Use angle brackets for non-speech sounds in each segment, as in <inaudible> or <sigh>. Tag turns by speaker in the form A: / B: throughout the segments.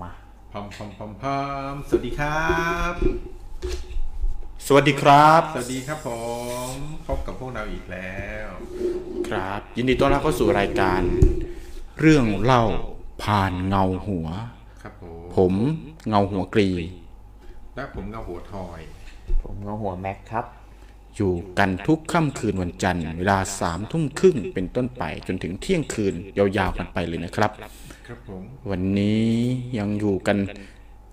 A: มา
B: พัมพัมพัมพัมสวัสดีครับ
A: สวัสดีครับ
B: สวัสดีครับผมพบกับพวกเราอีกแล้ว
A: ครับ ยินดีต้อนรับเข้าสู่รายการ เรื่องเล่าผ่านเงาหัว
B: ครับผม
A: ผมเงาหัวกรี
B: และผมเงาหัวทอย
C: ผมเงาหัวแม็กครับ
A: อยู่กันทุกค่ำคืนวันจันทร์เวลาสามทุ่มครึ่งเป็นต้นไปจนถึงเที่ยงคืนยาวๆกันไปเลยนะครับ
B: ครับผม
A: วันนี้ยังอยู่กัน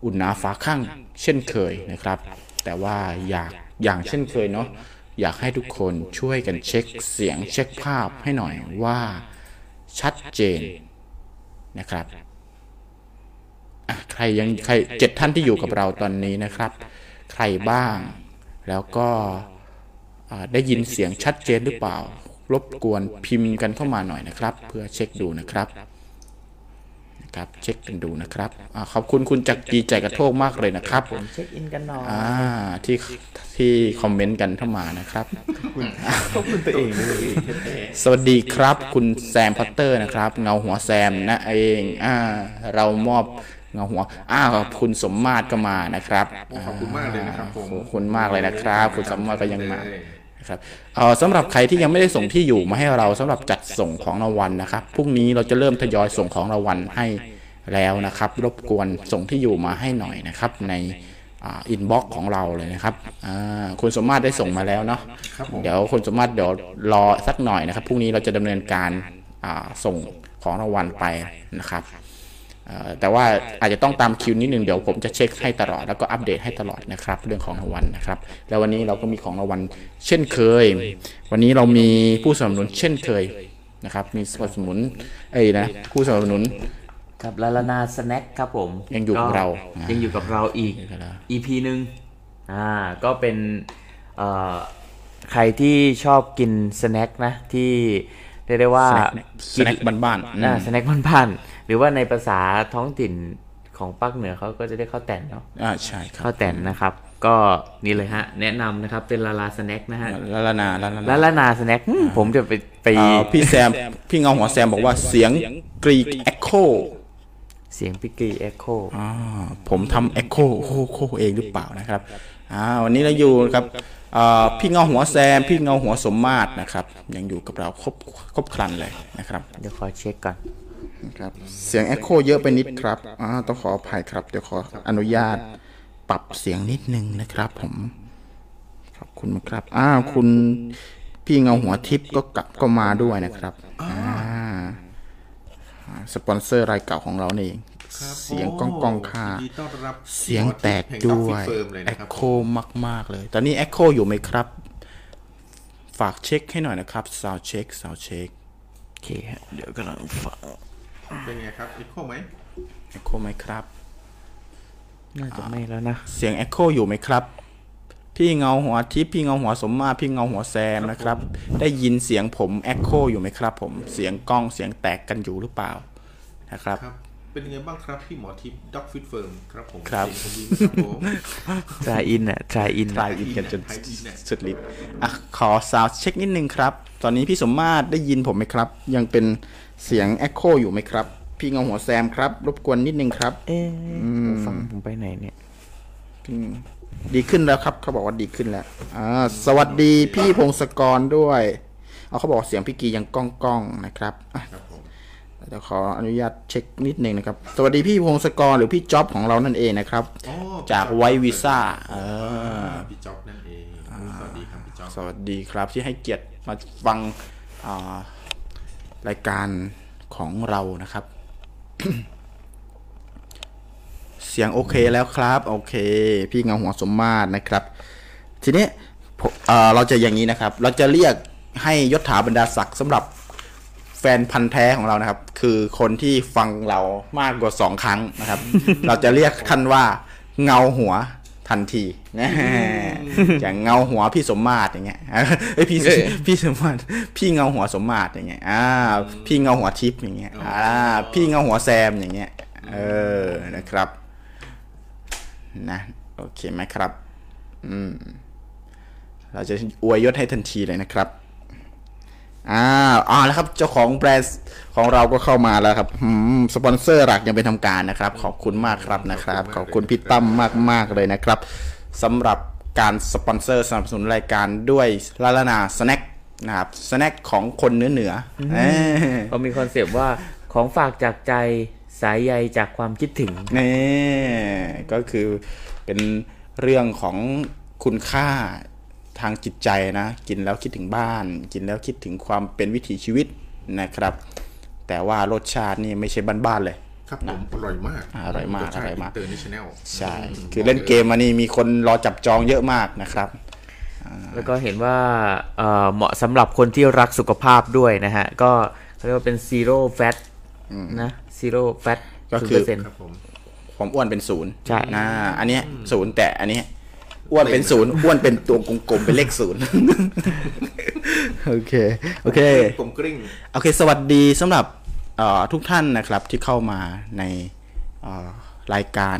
A: อุ่นหนาฝาข้างเช่นเคยนะครับ แต่ว่าอยากอย่างเช่นเคยเนาะอยากให้ทุกคนช่วยกันเช็คเสียงเช็คภาพให้หน่อยว่าชัดเจนนะครับอ่ะใครยังใครเจ็ดท่านที่อยู่กับเราตอนนี้นะครับ ใครบ้าง แล้วก็อ่าได้ยินเสียงชัดเจนหรือเปล่า รบกวนพิมพ์กันเข้ามาหน่อยนะครับ เพื่อเช็คดูนะครับ นะครับเช็คกันดูนะครับอาขอบคุณคุณจักรีใจกระโทกมากเลยนะครับ
C: ผมเช็คอินกันหน่อย
A: อ่าที่ที่คอมเมนต์กันเข้ามานะครับ
C: ขอบคุณตัวเองด้วย
A: สวัสดีครับคุณแซมพัตเตอร์นะครับ เงาหัวแซมนะเองอ่าเรามอบเงาหัวอ้าวคุณสมมาตรก็มานะครับ
B: โอ้ขอบคุณมากเลยนะครับผม
A: ขอบคุณมากเลยนะครับ คุณสมมาตรก็ยังมา
B: เลย
A: นะครับเอ่อสำหรับใครที่ยังไม่ได้ส่งที่อยู่มาให้เราสำหรับจัดส่งของรางวัลนะครับพรุ่งนี้เราจะเริ่มทยอยส่งของรางวัลให้แล้วนะครับ รบกวนส่งที่อยู่มาให้หน่อยนะครับ ในอินบ็อกของเราเลยนะครับอ่าคุณสมมาตรได้ส่งมาแล้วเนาะ
B: ครับผม
A: เดี๋ยวคุณสมมาตรเดี๋ยวรอสักหน่อยนะครับพรุ่งนี้เราจะดำเนินการอ่าส่งของรางวัลไปนะครับเอ่อแต่ว่าอาจจะต้องตามคิวนิดนึงเดี๋ยวผมจะเช็คให้ตลอดแล้วก็อัปเดตให้ตลอดนะครับ เรื่องของรางวัลนะครับ แล้ววันนี้เราก็มีของรางวัลเช่นเคย วันนี้เรามีผู้สนับสนุนเช่นเคยนะครับ มีผู้สนับสนุนเอ้ยนะผู้สนับสนุน
C: ครับลาลานาสแน็คครับผม
A: ยังอยู่กับเราอ่ายั
C: ยังอยู่กับเราอีก EP หนึ่งอ่าก็เป็นเอ่อใครที่ชอบกินสแน็คนะ ที่เรียกได้ว่า
A: สแน็คบ้านๆอื
C: อ่าม สแน็คพันๆหรือว่าในภาษาท้องถิ่นของภาคเหนือเขาก็จะได้ข้าวแตนเนาะ
A: อ่าใช่ครับ
C: ข้าวแตนนะครับ ก็นี่เลยฮะ แนะนำนะครับเป็นลาลาสแน็คนะฮะ
A: ละละนาละละ
C: ลา
A: นา
C: ลานาสแน็คอืมผมจะไปไป
A: เอ่อพี่แซมพี่เงาหัวแซมบอกว่าเสียงกรีกเอ็กโค
C: เสียงพิกกี้เอ็กโค
A: ผมทำเอ็กโคโคโคเองหรือเปล่านะครับอ่าวันนี้เราอยู่ครับเอ่อพี่เงาหัวแซม พี่เงาหัวสมมาตรนะครับ ยังอยู่กับเราครบครบครันเลยนะครับ
C: เดี๋ยวขอเช็คก่อน
A: ครับเสียงเอ็โคเยอะไปนิดครับอ่าต้องขออภัยครับ เดี๋ยวขออนุญาตปรับเสียงนิดนึงนะครับ ผม ขอบคุณครับ อ้าวคุณพี่เงาหัวทิพย์ก็กลับก็มาด้วยนะครับอ่าอ่าสปอนเซอร์รายเก่าของเรานี่เอง
B: ครับ
A: เสียงก้องก้องๆค่ะ
B: ยินดีต้อนรับ
A: เสียงแตกด้วย
B: เพลง Toxic Firm เลย
A: เอ็
B: นะครับ
A: โคมาก ๆ เลย ตอนนี้เอ็โคอยู่ไหมครับ ฝากเช็คให้หน่อยนะครับสาวเช็คสาวเช็ค
C: โอเคฮะเดี๋ยวกำลังฟัง
B: เป็นไงครับอีโคไหม
A: เอ็โคไหมครับ
C: น่าจะไม่แล้วนะ
A: เสียง Echo อยู่ไหมครับ พี่เงาหัวทิพย์พี่เงาหัวสมมาตรพี่เงาหัวแซมนะครับ ได้ยินเสียงผม Echo อยู่ไหมครับ ผมเสียงกล้องเสียงแตกกันอยู่หรือเปล่านะครับ
B: ครับ เป็นยังไงบ้างครับพี่หมอทิพย์ด็อกฟิตเฟิร์มครับผม
A: ครับ
B: เสียงผมดีไหมครับผม
C: try in อ่ะ try in
A: ทายอินกันจนสุดฤทธิ์อ่ะขอซาวด์เช็คนิดนึงครับ ตอนนี้พี่สมมาตรได้ยินผมไหมครับ ยังเป็นเสียง Echo อยู่ไหมครับ พี่เงาหัวแซมครับ รบกวนนิดนึงครับ
C: เอ๊ะหูฟังผมไปไหนเนี่ย
A: อืมดีขึ้นแล้วครับ เขาบอกว่าดีขึ้นแล้วอ่าสวัสดีพี่พงศกรด้วยเอาเขาบอกเสียงพี่กียังก้องก้องๆนะครับอ่ะ
B: ครับผม
A: เดี๋ยวขออนุญาตเช็คนิดนึงนะครับ สวัสดีพี่พงศกรหรือพี่จ๊อบของเรานั่นเองนะครับ
B: อ๋อ
A: จากไววีซ่าเอ <laughs> อ
B: พี่จ๊อบนั่นเองสวัสดีครับพี่จ๊อบ
A: สวัสดีครับที่ให้เกียรติมาฟังอ่ารายการของเรานะครับ <coughs> เสียงโอเคแล้วครับ โอเค พี่เงาหัวสมมาตรนะครับ ทีนี้ผมเอ่อเราจะอย่างนี้นะครับ เราจะเรียกให้ยศถาบรรดาศักดิ์สำหรับแฟนพันธ์แท้ของเรานะครับ คือคนที่ฟังเรามากกว่าสองครั้ง <laughs> นะครับ เราจะเรียกท่านว่าเงาหัวทันที <laughs> นะอย่างเงาหัวพี่สมมาตรอย่างเงี้ย <laughs> เอ้ยพี่พี่สมมาตรพี่เงาหัวสมมาตรอย่างเงี้ยอ่า พี่เงาหัวทิพย์อย่างเงี้ยอ่า พี่เงาหัวแซมอย่างเงี้ยเออนะครับ นะโอเคไหมครับ อืม เราจะอวยยศให้ทันทีเลยนะครับ อ่าอ่าแล้วครับเจ้าของแบรนด์ของเราก็เข้ามาแล้วครับอืมสปอนเซอร์หลักยังเป็นทางการนะครับ ขอบคุณมากครับนะครับ ขอบคุณพี่ตั้มมากมากๆเลยนะครับสำหรับการสปอนเซอร์สนับสนุนรายการด้วยลาลานาสแน็คนะครับสแน็คของคนเหนือเหนือๆเอ้ย
C: เขามีคอนเซปต์ว่าของฝากจากใจสายใยจากความคิดถึง
A: นี่ก็คือเป็นเรื่องของคุณค่าทางจิตใจนะ กินแล้วคิดถึงบ้าน กินแล้วคิดถึงความเป็นวิถีชีวิตนะครับ แต่ว่ารสชาตินี่ไม่ใช่บ้านๆเลย
B: ครับผมอร่อยมาก
A: อ่าอร่อยมากอร่อยมาก
B: เตอร์นิชแนล
A: ใช่ คือเล่นเกมมานี่มีคนรอจับจองเยอะมากนะครับ
C: แล้วก็เห็นว่าเอ่อเหมาะสำหรับคนที่รักสุขภาพด้วยนะฮะ ก็เขาเรียกว่าเป็น zero fat นะ zero fat
A: ก็คือ
C: 0%
B: ครับผม
A: ความอ้วนเป็นศูนย์
C: ใช่
A: นะอันเนี้ยศูนย์แต่อันเนี้ยอ้วนเป็นศูนย์อ้วนเป็นตัวกลมๆเป็นเลขศูนย์ <laughs> โอเค โอเค
B: ผมกริ้ง
A: โอเค สวัสดีสำหรับเอ่อทุกท่านนะครับที่เข้ามาในเอ่อรายการ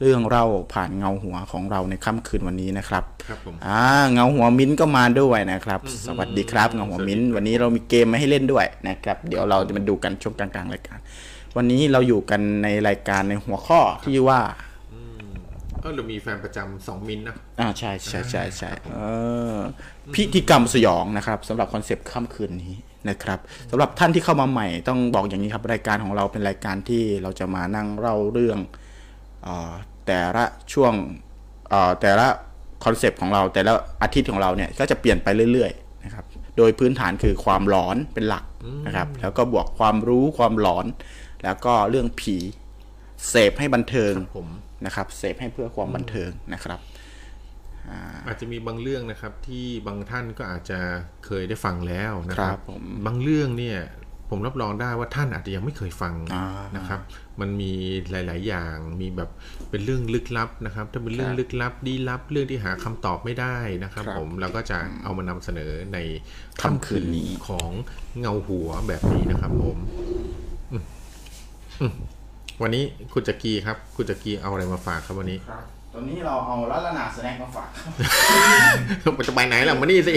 A: เรื่องเล่าผ่านเงาหัวของเราในค่ำคืนวันนี้นะครับ
B: ครับผม
A: อ่าเงาหัวมิ้นท์ก็มาด้วยนะครับ สวัสดีครับเงาหัวมิ้นท์วันนี้เรามีเกมมาให้เล่นด้วยนะครับ เดี๋ยวเราจะมาดูกันช่วงกลางๆรายการ วันนี้เราอยู่กันในรายการในหัวข้อที่ว่า
B: เออเรามีแฟนประจำสองมิลนะ
A: อ่าใช่ใช่ใช่ใช่เออพิธีกรรมสยองนะครับสำหรับคอนเซปต์ค่ำคืนนี้นะครับสำหรับท่านที่เข้ามาใหม่ต้องบอกอย่างนี้ครับรายการของเราเป็นรายการที่เราจะมานั่งเล่าเรื่องเออแต่ละช่วงเอ่อแต่ละคอนเซปต์ของเราแต่ละอาทิตย์ของเราเนี่ยก็จะเปลี่ยนไปเรื่อยๆนะครับโดยพื้นฐานคือความหลอนเป็นหลักนะครับแล้วก็บวกความรู้ความหลอน แล้วก็เรื่องผีเสพให้บันเทิง
B: ผม
A: นะครับเสพให้เพื่อความบันเทิงนะครับ
B: อาจจะมีบางเรื่องนะครับที่บางท่านก็อาจจะเคยได้ฟังแล้วนะค
A: ครั
B: รับบ
A: ผม
B: บางเรื่องเนี่ยผมรับรองได้ว่าท่านอาจจะยังไม่เคยฟังนะครับ มันมีหลาย ๆ อย่างมีแบบเป็นเรื่องลึกลับนะครับ ถ้าเป็นเรื่องลึกลับดีลับ เรื่องที่หาคำตอบไม่ได้นะครับ
A: ครับ
B: ผมเราก็จะเอามานำเสนอใน
A: ค่ำคืนนี้
B: ของเงาหัวแบบนี้นะครับผมอืมอืมวันนี้คุณจักรีครับคุณจักรีเอาอะไรมาฝากครับวันนี้
A: ครับตอนนี้เราเอาละละนาสแน็คมาฝากครับ
B: <laughs> มันจะไปไหนล่ะมานี่สิ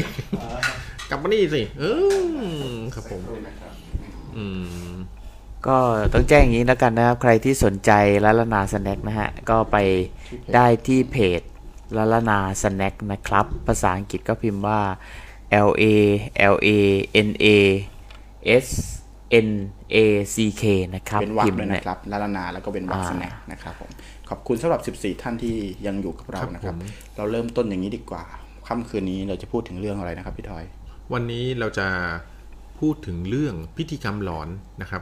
B: กลับมานี่สิเออครับผม
A: ด้วยนะครับ
B: อืม
C: ก็ต้องแจ้งอย่างนี้แล้วกันนะครับ ใครที่สนใจละละนาสแน็คนะฮะ ก็ไปได้ที่เพจละละนาสแน็คนะครับ ภาษาอังกฤษก็พิมพ์ว่า L A L A N A S N A C K นะครับ
A: เป็นวัก
C: พิมพ์
A: ด้วย
C: เนี่ย
A: นะครับละละนาแล้วก็เป็นวัก
C: อ่า
A: สแน็คนะครับผมขอบคุณสำหรับ 14 ท่านที่ยังอยู่กับเรา
B: ครับ
A: นะครับ
B: ผม
A: เราเริ่มต้นอย่างนี้ดีกว่าค่ำคืนนี้เราจะพูดถึงเรื่องอะไรนะครับพี่ทอย
B: วันนี้เราจะพูดถึงเรื่องพิธีกรรมหลอนนะครับ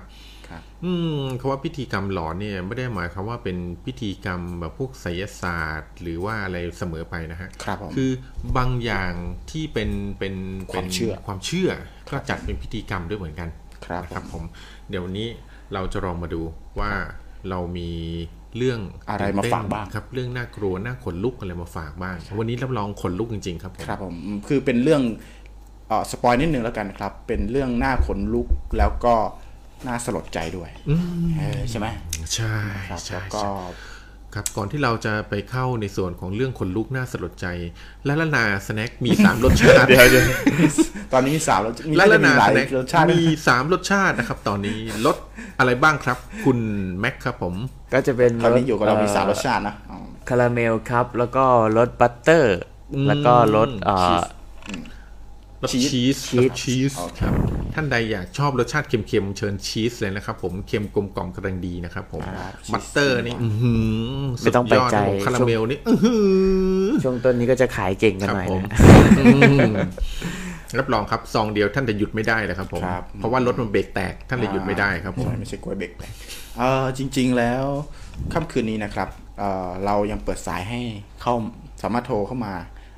A: ครับ
B: อืมคำว่าพิธีกรรมหลอนเนี่ยไม่ได้หมายความว่าเป็นพิธีกรรมแบบพวกไสยศาสตร์ หรือว่าอะไรเสมอไปนะฮะ
A: ครับผม
B: คือบางอย่างที่เป็นเป็นป็น
A: ความเชื่อ
B: ความเชื่อก็จัดเป็นพิธีกรรมด้วยเหมือนกัน
A: ครับ
B: นะครับผม เดี๋ยววันนี้เราจะลองมาดูว่าเรามีเรื่อง
A: อะไรมาฝากบ้าง
B: ครับ เรื่องน่ากลัวน่าขนลุกอะไรมาฝากบ้าง วันนี้รับรองขนลุกจริงๆครับผม
A: ครับผมคือเป็นเรื่องเออสปอยนิดนึงแล้วกันครับ เป็นเรื่องหน้าขนลุกแล้วก็น่าสลดใจด้วยเออใช่ไหม
B: ใช่
A: ครับ
B: ใช่
A: แล้วก็
B: ใช่ ครับก่อนที่เราจะไปเข้าในส่วนของเรื่องขนลุกน่าสลดใจละละนาสแน็คมี สามรสชาติ
A: ตอนนี้มีสามรสมี
B: ละละนา
A: มีหลา
B: ส
A: ย
B: แน็ค
A: รสชาติ
B: มีสามรสชาตินะครับ ตอนนี้รสอะไรบ้างครับ คุณแม็กครับผม
C: ก็จะเป็น
A: ตอนนี้อยู่กับเรามีสามร
C: ส
A: สชาตินะอ๋อ
C: คาราเมลครับ แล้วก็รสบัตเตอร์
B: อืม
C: แล้วก็รสเอ่
B: ชี
C: อ
B: ส รส
A: ชีส
B: ชีส
C: ชี
B: ร
C: ส
B: สชีสครับท่านใดอยากชอบรสชาติเค็มๆเชิญชีสเลยนะครับผมเค็มกลมกล่อมกำลังดีนะครับผม
A: ครับ
B: บัตเตอร์นี่
A: ชีส
B: อื้อหือสุดยอดครับผมคาราเมลนี่อื้อหือ
C: ช่วงต้นนี้ก็จะขายเก่งกัน
B: ครับ
C: หน่อย
B: ผม
C: นะ
B: รับรองครับซองเดียวท่านจะหยุดไม่ได้เลยครับผม
A: ครับ
B: เพราะว่ารถมันเบรกแตกท่านเลยหยุดไม่ได้ครับผม
A: ใช่ไม่ใช่กล้วยเบรกแตกเออจริง ๆแล้วค่ำคืนนี้นะครับเออเรายังเปิดสายให้เข้าสามารถโทรเข้ามา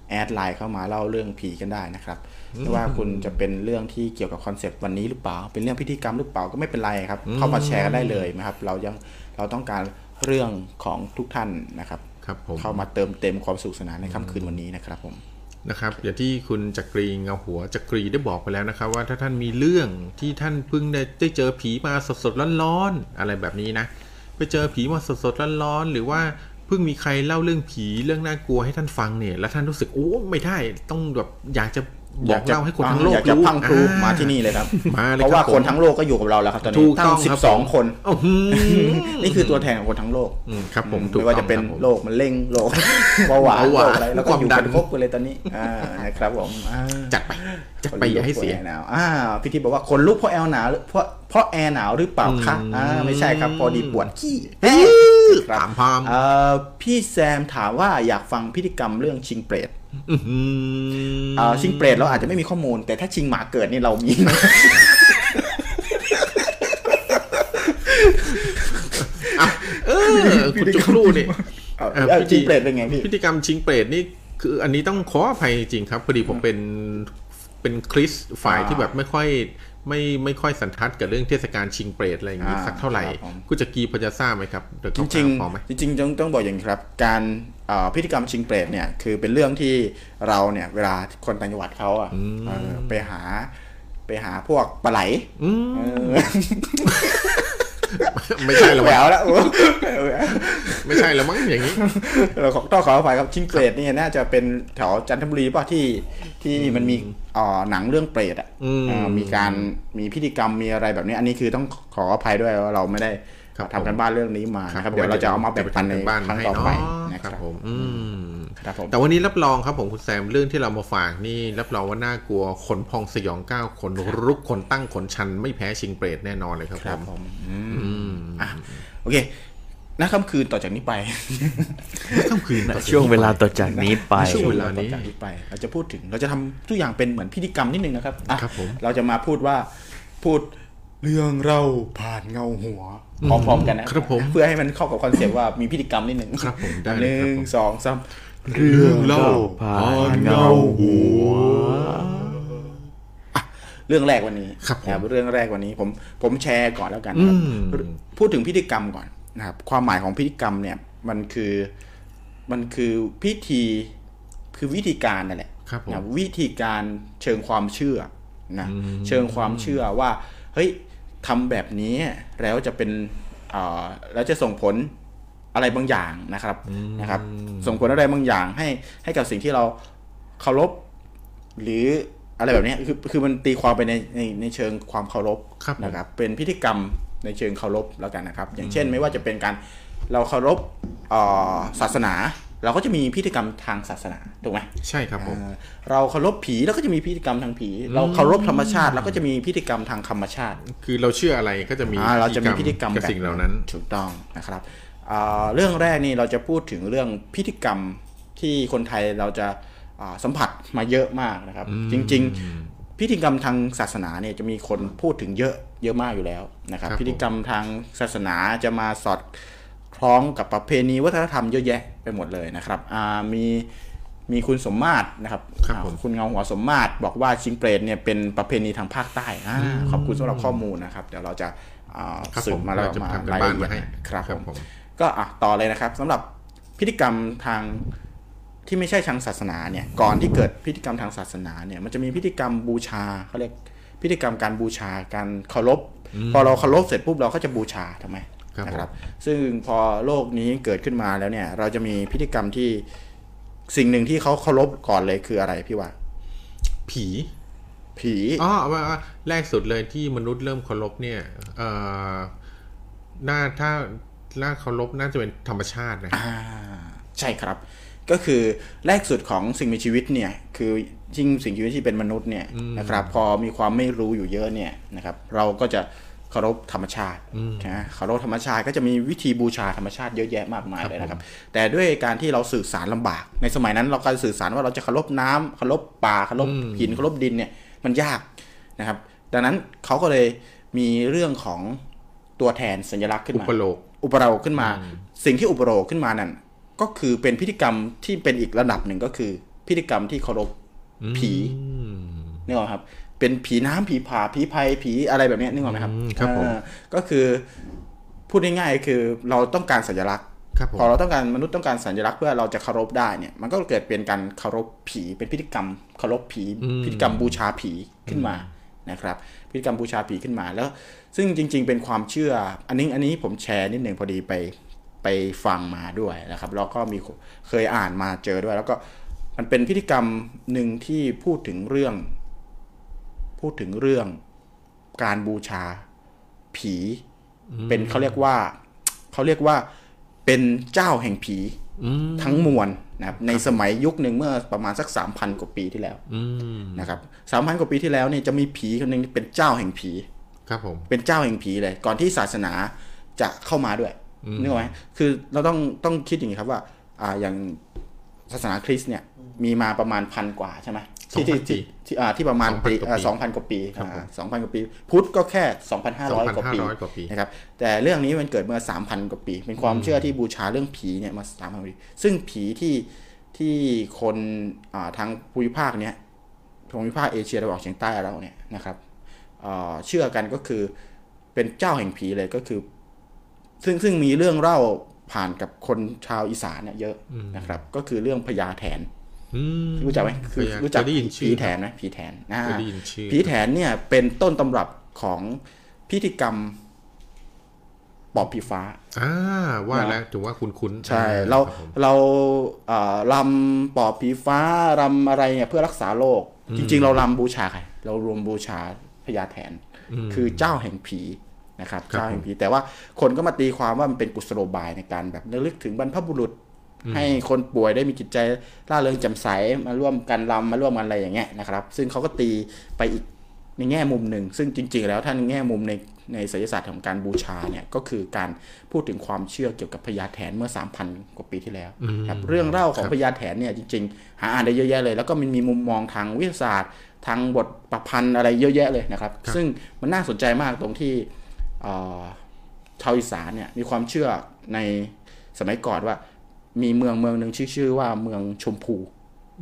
A: แอดไลน์เข้ามาเล่าเรื่องผีกันได้นะครับไม่ว่าคุณจะเป็นเรื่องที่เกี่ยวกับคอนเซปต์วันนี้หรือเปล่า เป็นเรื่องพิธีกรรมหรือเปล่าก็ไม่เป็นไรครับ เข้ามาแชร์กันได้เลยนะครับ เรายังเราต้องการเรื่องของทุกท่านนะครับ
B: ครับผม
A: เข้ามาเติมเต็มความสุขสนานในค่ำคืนวันนี้นะครับผม
B: นะครับอย่างที่คุณจักรีเงาหัวจักรีได้บอกไปแล้วนะครับ ว่าถ้าท่านมีเรื่องที่ท่านเพิ่งได้ได้เจอผีมาสดๆร้อนๆอะไรแบบนี้นะไปเจอผีมาสดๆร้อนๆหรือว่าเพิ่งมีใครเล่าเรื่องผีเรื่องน่ากลัวให้ท่านฟังเนี่ย แล้วท่านรู้สึกโอ้ไม่ได้ต้องแบบอยากจะ บ
A: ย
B: อกเล่าให้คนทั้งโลก
A: อยากจะ
B: รู้
A: พังพลู
B: อ่
A: มาที่นี่เลยครับ
B: มาเลยครับ
A: เพราะว่า
B: ผม
A: คนทั้งโลกก็อยู่กับเราแล้วครับตอนนี้
B: ถูก
A: ตั้
B: ต้
A: ง
B: อง
A: สิ
B: ครับ
A: บสอง
B: ผม
A: คน
B: อ้าวหืม
A: นี่คือตัวแทนของคนทั้งโลก
B: อืมครับผมถูก
A: ไม่ว่าจะเป็น
B: ต้องครับผม
A: โรคมะเร็งโรคเบาหวาน
B: เบาห
A: โร
B: วาน
A: คอะไรแล้วก็
B: ความ
A: อยู่
B: ดั
A: กัน นครบกันเลยตอนนี้อ่านะครับผมอ่า
B: จัด
A: <gasps>
B: ไปจัดไปอย่าให้เสีย
A: คนลุกพระแอร์หนาวอ่าพี่ทิพย์บอกว่าคนลุกเพราะแอร์หนาวหรือเพราะเพราะแอร์หนาวหรือเปล่าคะ
B: อืม
A: อ่าไม่ใช่ครับพอดีปวดขี้
B: ตามพาม
A: เอ่อพี่แซมถามว่าอยากฟังพิธีกรรมเรื่องชิงเปรต
B: อื้อหือ
A: เอ่อชิงเปรตเราอาจจะไม่มีข้อมูล แต่ถ้าชิงหมาเกิดนี่เรามี <laughs>
B: อ่ะเออคุณจุกลู่นี่
A: เอา
B: อ่ะ
A: เอา
B: พิธี
A: ชิงเปรตเป็นไงพี่
B: พิธีกรรมชิงเปรตนี่คืออันนี้ต้องขออภัยจริงครับพอดีผมเป็นเป็นคริสต์ฝ่าย
A: อ่า
B: ที่แบบไม่ค่อยไม่ไม่ค่อยสันทัดกับเรื่องเทศกาลชิงเปรตอะไรอย่างนี้
A: อ่า
B: สักเท่าไหร่
A: ครับผม
B: คุณจะกรีพอจะทราบไหมครับเดี๋ยว
A: จ
B: เขา
A: ริง
B: พอไหม
A: ๆจริงๆต้องต้องบอกอย่างนี้ครับ การเอ่อพิธีกรรมชิงเปรตเนี่ยคือเป็นเรื่องที่เราเนี่ยเวลาคนต่างจังหวัดเขาอ่ะเออไปหาไปหาพวกปลาไหล
B: อืม ไม่ใช่หรอก
A: แหว
B: มั้ง
A: วแล้วโอ้
B: ไม่ใช่หรอกมั้งอย่างนี้
A: เราขอต้องขออภัยครับชิงเปรตเนี่ยน่าจะเป็นแถวจันทบุรีป่ะที่ที่มันมีเอ่อหนังเรื่องเปรตอ่ะ
B: อืม
A: เอ่อมีการมีพิธีกรรมมีอะไรแบบนี้อันนี้คือต้องขออภัยด้วยว่าเราไม่ได้
B: ครับ
A: ทำกัน
B: ผม
A: บ้านเรื่องนี้มานะครับเดี๋ยวเราจะเอามาแบ่งปันในครั้งต่อไปนะครับ
B: ผมอืม
A: ครับผม
B: แต่วันนี้รับรองครับผมคุณแซมเรื่องที่เรามาฝากนี่รับรองว่าน่ากลัวขนพองสยองก้าวขนรุกขนตั้งขนชัน ไม่แพ้ชิงเปรตแน่นอนเลยครับผม
A: ผมอืม
B: อืม
A: โอเคนะค่ำคืนต่อจากนี้ไป
B: ค่ำคืน
C: ณ
B: ต่อจากนี้
C: ช่วงเวลาต่อจากนี้ไป
B: ช่วงเวลานี้
A: ต่อจากนี้ไป เราจะพูดถึง เราจะทำทุกอย่างเป็นเหมือนพิธีกรรมนิดนึงนะครับอ่ะ
B: ครับผม
A: เราจะมาพูดว่า พูดเรื่องเราผ่านเงาหัว พร้อมๆกันนะครับ
B: ผม
A: เพื่อให้มันเข้ากับคอนเซปต์ว่ามีพิธีกรรมนิดนึง
B: ครับผมได้
A: ห
B: เลยครับ
A: นึ่ง
B: ผม
A: สองสาม
B: เรื่องเล่า
C: ผ่านเงา
B: หัว
A: เรื่องแรกวันนี้
B: ครับผม
A: นะเรื่องแรกวันนี้ผมผมแชร์ก่อนแล้วกันนะครับ
B: อืม
A: พูดถึงพิธีกรรมก่อนนะครับความหมายของพิธีกรรมเนี่ยมันคือมันคือพิธีคือวิธีการนั่นแหละ
B: ครับผม
A: นะวิธีการเชิงความเชื่อนะเชิงความเชื่อว่าเฮ้ยทำแบบนี้แล้วจะเป็นเอ่อแล้วจะส่งผลอะไรบางอย่างนะครับนะครับ ส่งผลอะไรบางอย่างให้ให้กับสิ่งที่เราเคารพ หรืออะไรแบบเนี้ยคือคือมันตีความไปในในในเชิงความเคารพ
B: ครับผม
A: นะครับ เป็นพิธีกรรมในเชิงเคารพแล้วกันนะครับ อย่างเช่นไม่ว่าจะเป็นการเราเคารพเอ่อศาสนา เราก็จะมีพิธีกรรมทางศาสนาถูกไหม
B: ใช่ครับผม
A: เอ่อเราเคารพผีเราก็จะมีพิธีกรรมทางผี เราเคารพธรรมชาติเราก็จะมีพิธีกรรมทางธรรมชาติ
B: คือเราเชื่ออะไรก็จะมี
A: อ่าเราจะมีพิธีกรรม
B: กับ
A: แบบ
B: สิ่งเหล่านั้น
A: ถูกต้องนะครับอ่าเรื่องแรกนี่เราจะพูดถึงเรื่องพิธีกรรมที่คนไทยเราจะอ่าสัมผัสมาเยอะมากนะครับ จริง ๆ พิธีกรรมทางศาสนาเนี่ยจะมีคนพูดถึงเยอะเยอะมากอยู่แล้วนะครับ
B: ครับผม
A: พิธีกรรมทางศาสนาจะมาสอดคล้องกับประเพณีวัฒนธรรมเยอะแยะไปหมดเลยนะครับอ่ามีมีคุณสมมาตรนะครับ
B: ครับผม
A: อ่าคุณเงาหัวสมมาตรบอกว่าชิงเปรตเนี่ยเป็นประเพณีทางภาคใต้อ่าขอบคุณสำหรับข้อมูลนะครับเดี๋ยวเราจะอ่า
B: ครับ
A: สื
B: ผ
A: บ
B: ม
A: มาแล้ว
B: เราจะ
A: มา
B: ทำกัน
A: ราย
B: บ้า
A: ละ
B: น
A: เอีย
B: มา
A: ด
B: ให้
A: นะครับผม
B: ผม
A: ก็อ่ะต่อเลยนะครับสำหรับพิธีกรรมทางที่ไม่ใช่ทางศาสนาเนี่ยก่อนที่เกิดพิธีกรรมทางศาสนาเนี่ยมันจะมีพิธีกรรมบูชาเขาเรียกพิธีกรรมการบูชาการเคารพพอเราเคารพเสร็จปุ๊บเราก็จะบูชาทำไม
B: ครับผม
A: นะครับ ซึ่งพอโลกนี้เกิดขึ้นมาแล้วเนี่ย เราจะมีพิธีกรรมที่สิ่งหนึ่งที่เขาเคารพก่อนเลยคืออะไรพี่ว่า
B: ผี
A: ผี
B: อ๋อว่าว่าแรกสุดเลยที่มนุษย์เริ่มเคารพเนี่ยเอ่อน่าถ้าน่าเคารพน่าจะเป็นธรรมชาตินะ
A: ่าใช่ครับ ก็คือแรกสุดของสิ่งมีชีวิตเนี่ยคือยิ่งสิ่งมีชีวิตที่เป็นมนุษย์เนี่ยนะครับพอมีความไม่รู้อยู่เยอะเนี่ยนะครับเราก็จะเคารพธรรมชาตินะเคารพธรรมชาติก็จะมีวิธีบูชาธรรมชาติเยอะแยะมากมายเลยนะครับ แต่ด้วยการที่เราสื่อสารลำบาก ในสมัยนั้นเราการสื่อสารว่าเราจะเคารพน้ำเคารพป่าเคารพหินเคารพดินเนี่ยมันยากนะครับ ดังนั้นเขาก็เลยมีเรื่องของตัวแทนสัญลักษณ์ขึ้นมา
B: อุปโลก
A: อุปโลกขึ้นมา สิ่งที่อุปโลกขึ้นมานั่นก็คือเป็นพิธีกรรมที่เป็นอีกระดับหนึ่งก็คือ พิธีกรรมที่เคารพผีนึกออกไหมครับ เป็นผีน้ำผีผาผีภัยผีอะไรแบบเนี้ยนึกออกไหมครับ
B: อืมครับผม
A: เออก็คือพูดง่ายๆคือเราต้องการสัญลักษณ์
B: ครับผม
A: พอเราต้องการมนุษย์ต้องการสัญลักษณ์เพื่อเราจะเคารพได้เนี่ยมันก็เกิดเป็นการเคารพผีเป็นพิธีกรรมเคารพผี พิธีกรรมบูชาผีขึ้นมานะครับ พิธีกรรมบูชาผีขึ้นมาแล้ว ซึ่งจริง ๆ เป็นความเชื่อ อันนี้อันนี้ผมแชร์นิดหนึ่งพอดีไปไปฟังมาด้วยนะครับแล้วก็มีเคยอ่านมาเจอด้วย แล้วก็ มันเป็นพิธีกรรมหนึ่งที่พูดถึงเรื่อง พูดถึงเรื่องการบูชาผี เป็นเขาเรียกว่า เขาเรียกว่าเป็นเจ้าแห่งผี
B: อืม
A: ทั้งมวลนะครับในสมัยยุคหนึ่งเมื่อประมาณสักสามพันกว่าปีที่แล้ว
B: อืม
A: นะครับสามพันกว่าปีที่แล้วเนี่ยจะมีผีคนหนึ่งเป็นเจ้าแห่งผี
B: ครับผม
A: เป็นเจ้าแห่งผีเลย ก่อนที่ศาสนาจะเข้ามาด้วยนึกออกไหมคือเราต้องต้องคิดอย่างนี้ครับว่าอ่าอย่างศาสนาคริสต์เนี่ยมีมาประมาณพันกว่าใช่ไหมที่ที่ที่ที่อ่าที่ประมาณปีสองพันกว่าปีสองพันกว่าปี พุทธก็แค่สองพันห้า
B: สอง
A: ร้อย
B: พัน
A: กว่า
B: ห้า
A: ปี
B: ร้อยกว่าปี
A: นะครับแต่เรื่องนี้มันเกิดเมื่อ 3,000 กว่าปี เป็นความเชื่อที่บูชาเรื่องผีเนี่ยมา3,000กว่าปี ซึ่งผีที่ที่คนอ่าทางภูมิภาคเนี้ยภูมิภาคเอเชียตะวันออกเฉียงใต้เราเนี่ยนะครับเอ่อเชื่อกันก็คือเป็นเจ้าแห่งผีเลยก็คือ ซึ่งซึ่งมีเรื่องเล่าผ่านกับคนชาวอีสานเนี่ยเยอะ
B: อืม
A: นะครับ ก็คือเรื่องพญาแถน
B: อืม
A: รู้จักไหมคือ
B: เคย
A: รู้จัก
B: เคยได้ยินชื่
A: ผี
B: อ
A: แถนไหมผีแถนอ่า
B: เคยได้ยินชื่อ
A: ผีแถนเนี่ยเป็นต้นตำรับของพิธีกรรมปอบผีฟ้า
B: อ่าว่าแล้วถือว่าคุ้นคุ้นๆ
A: ใช่ เรา
B: คบผม
A: เราเอ่อรำปอบผีฟ้ารำอะไรเนี่ยเพื่อรักษาโรคจริง ๆ เรารำบูชาใครเรารวมบูชาพญาแถน
B: ม
A: คือเจ้าแห่งผีนะครับ
B: ครับ
A: เจ้าแห่งผีแต่ว่าคนก็มาตีความว่ามันเป็นกุศโลบายในการแบบระลึกถึงบรรพบุรุษ ให้คนป่วยได้มีจิตใจร่าเริงแจ่มใสมาร่วมกันรำมาร่วมกันอะไรอย่างเงี้ยนะครับ ซึ่งเขาก็ตีไปอีกในแง่มุมหนึ่ง ซึ่งจริง ๆ แล้วท่านแง่มุมในในศิลปศาสตร์ของการบูชาเนี่ยก็คือการพูดถึงความเชื่อเกี่ยวกับพญาแถนเมื่อ 3,000 กว่าปีที่แล้ว
B: อืม
A: ครับเรื่องเล่าของพญาแถนเนี่ยจริง ๆ หาอ่านได้เยอะแยะเลย แล้วก็มันมีมุมมองทางวิทยาศาสตร์ ทางบทประพันธ์อะไรเยอะแยะเลยนะครับ
B: ครับ
A: ซึ่งมันน่าสนใจมากตรงที่เอ่อชาวอีสานเนี่ยมีความเชื่อในสมัยก่อนว่า มีเมืองเมืองหนึ่งชื่อชื่อว่าเมืองชมพู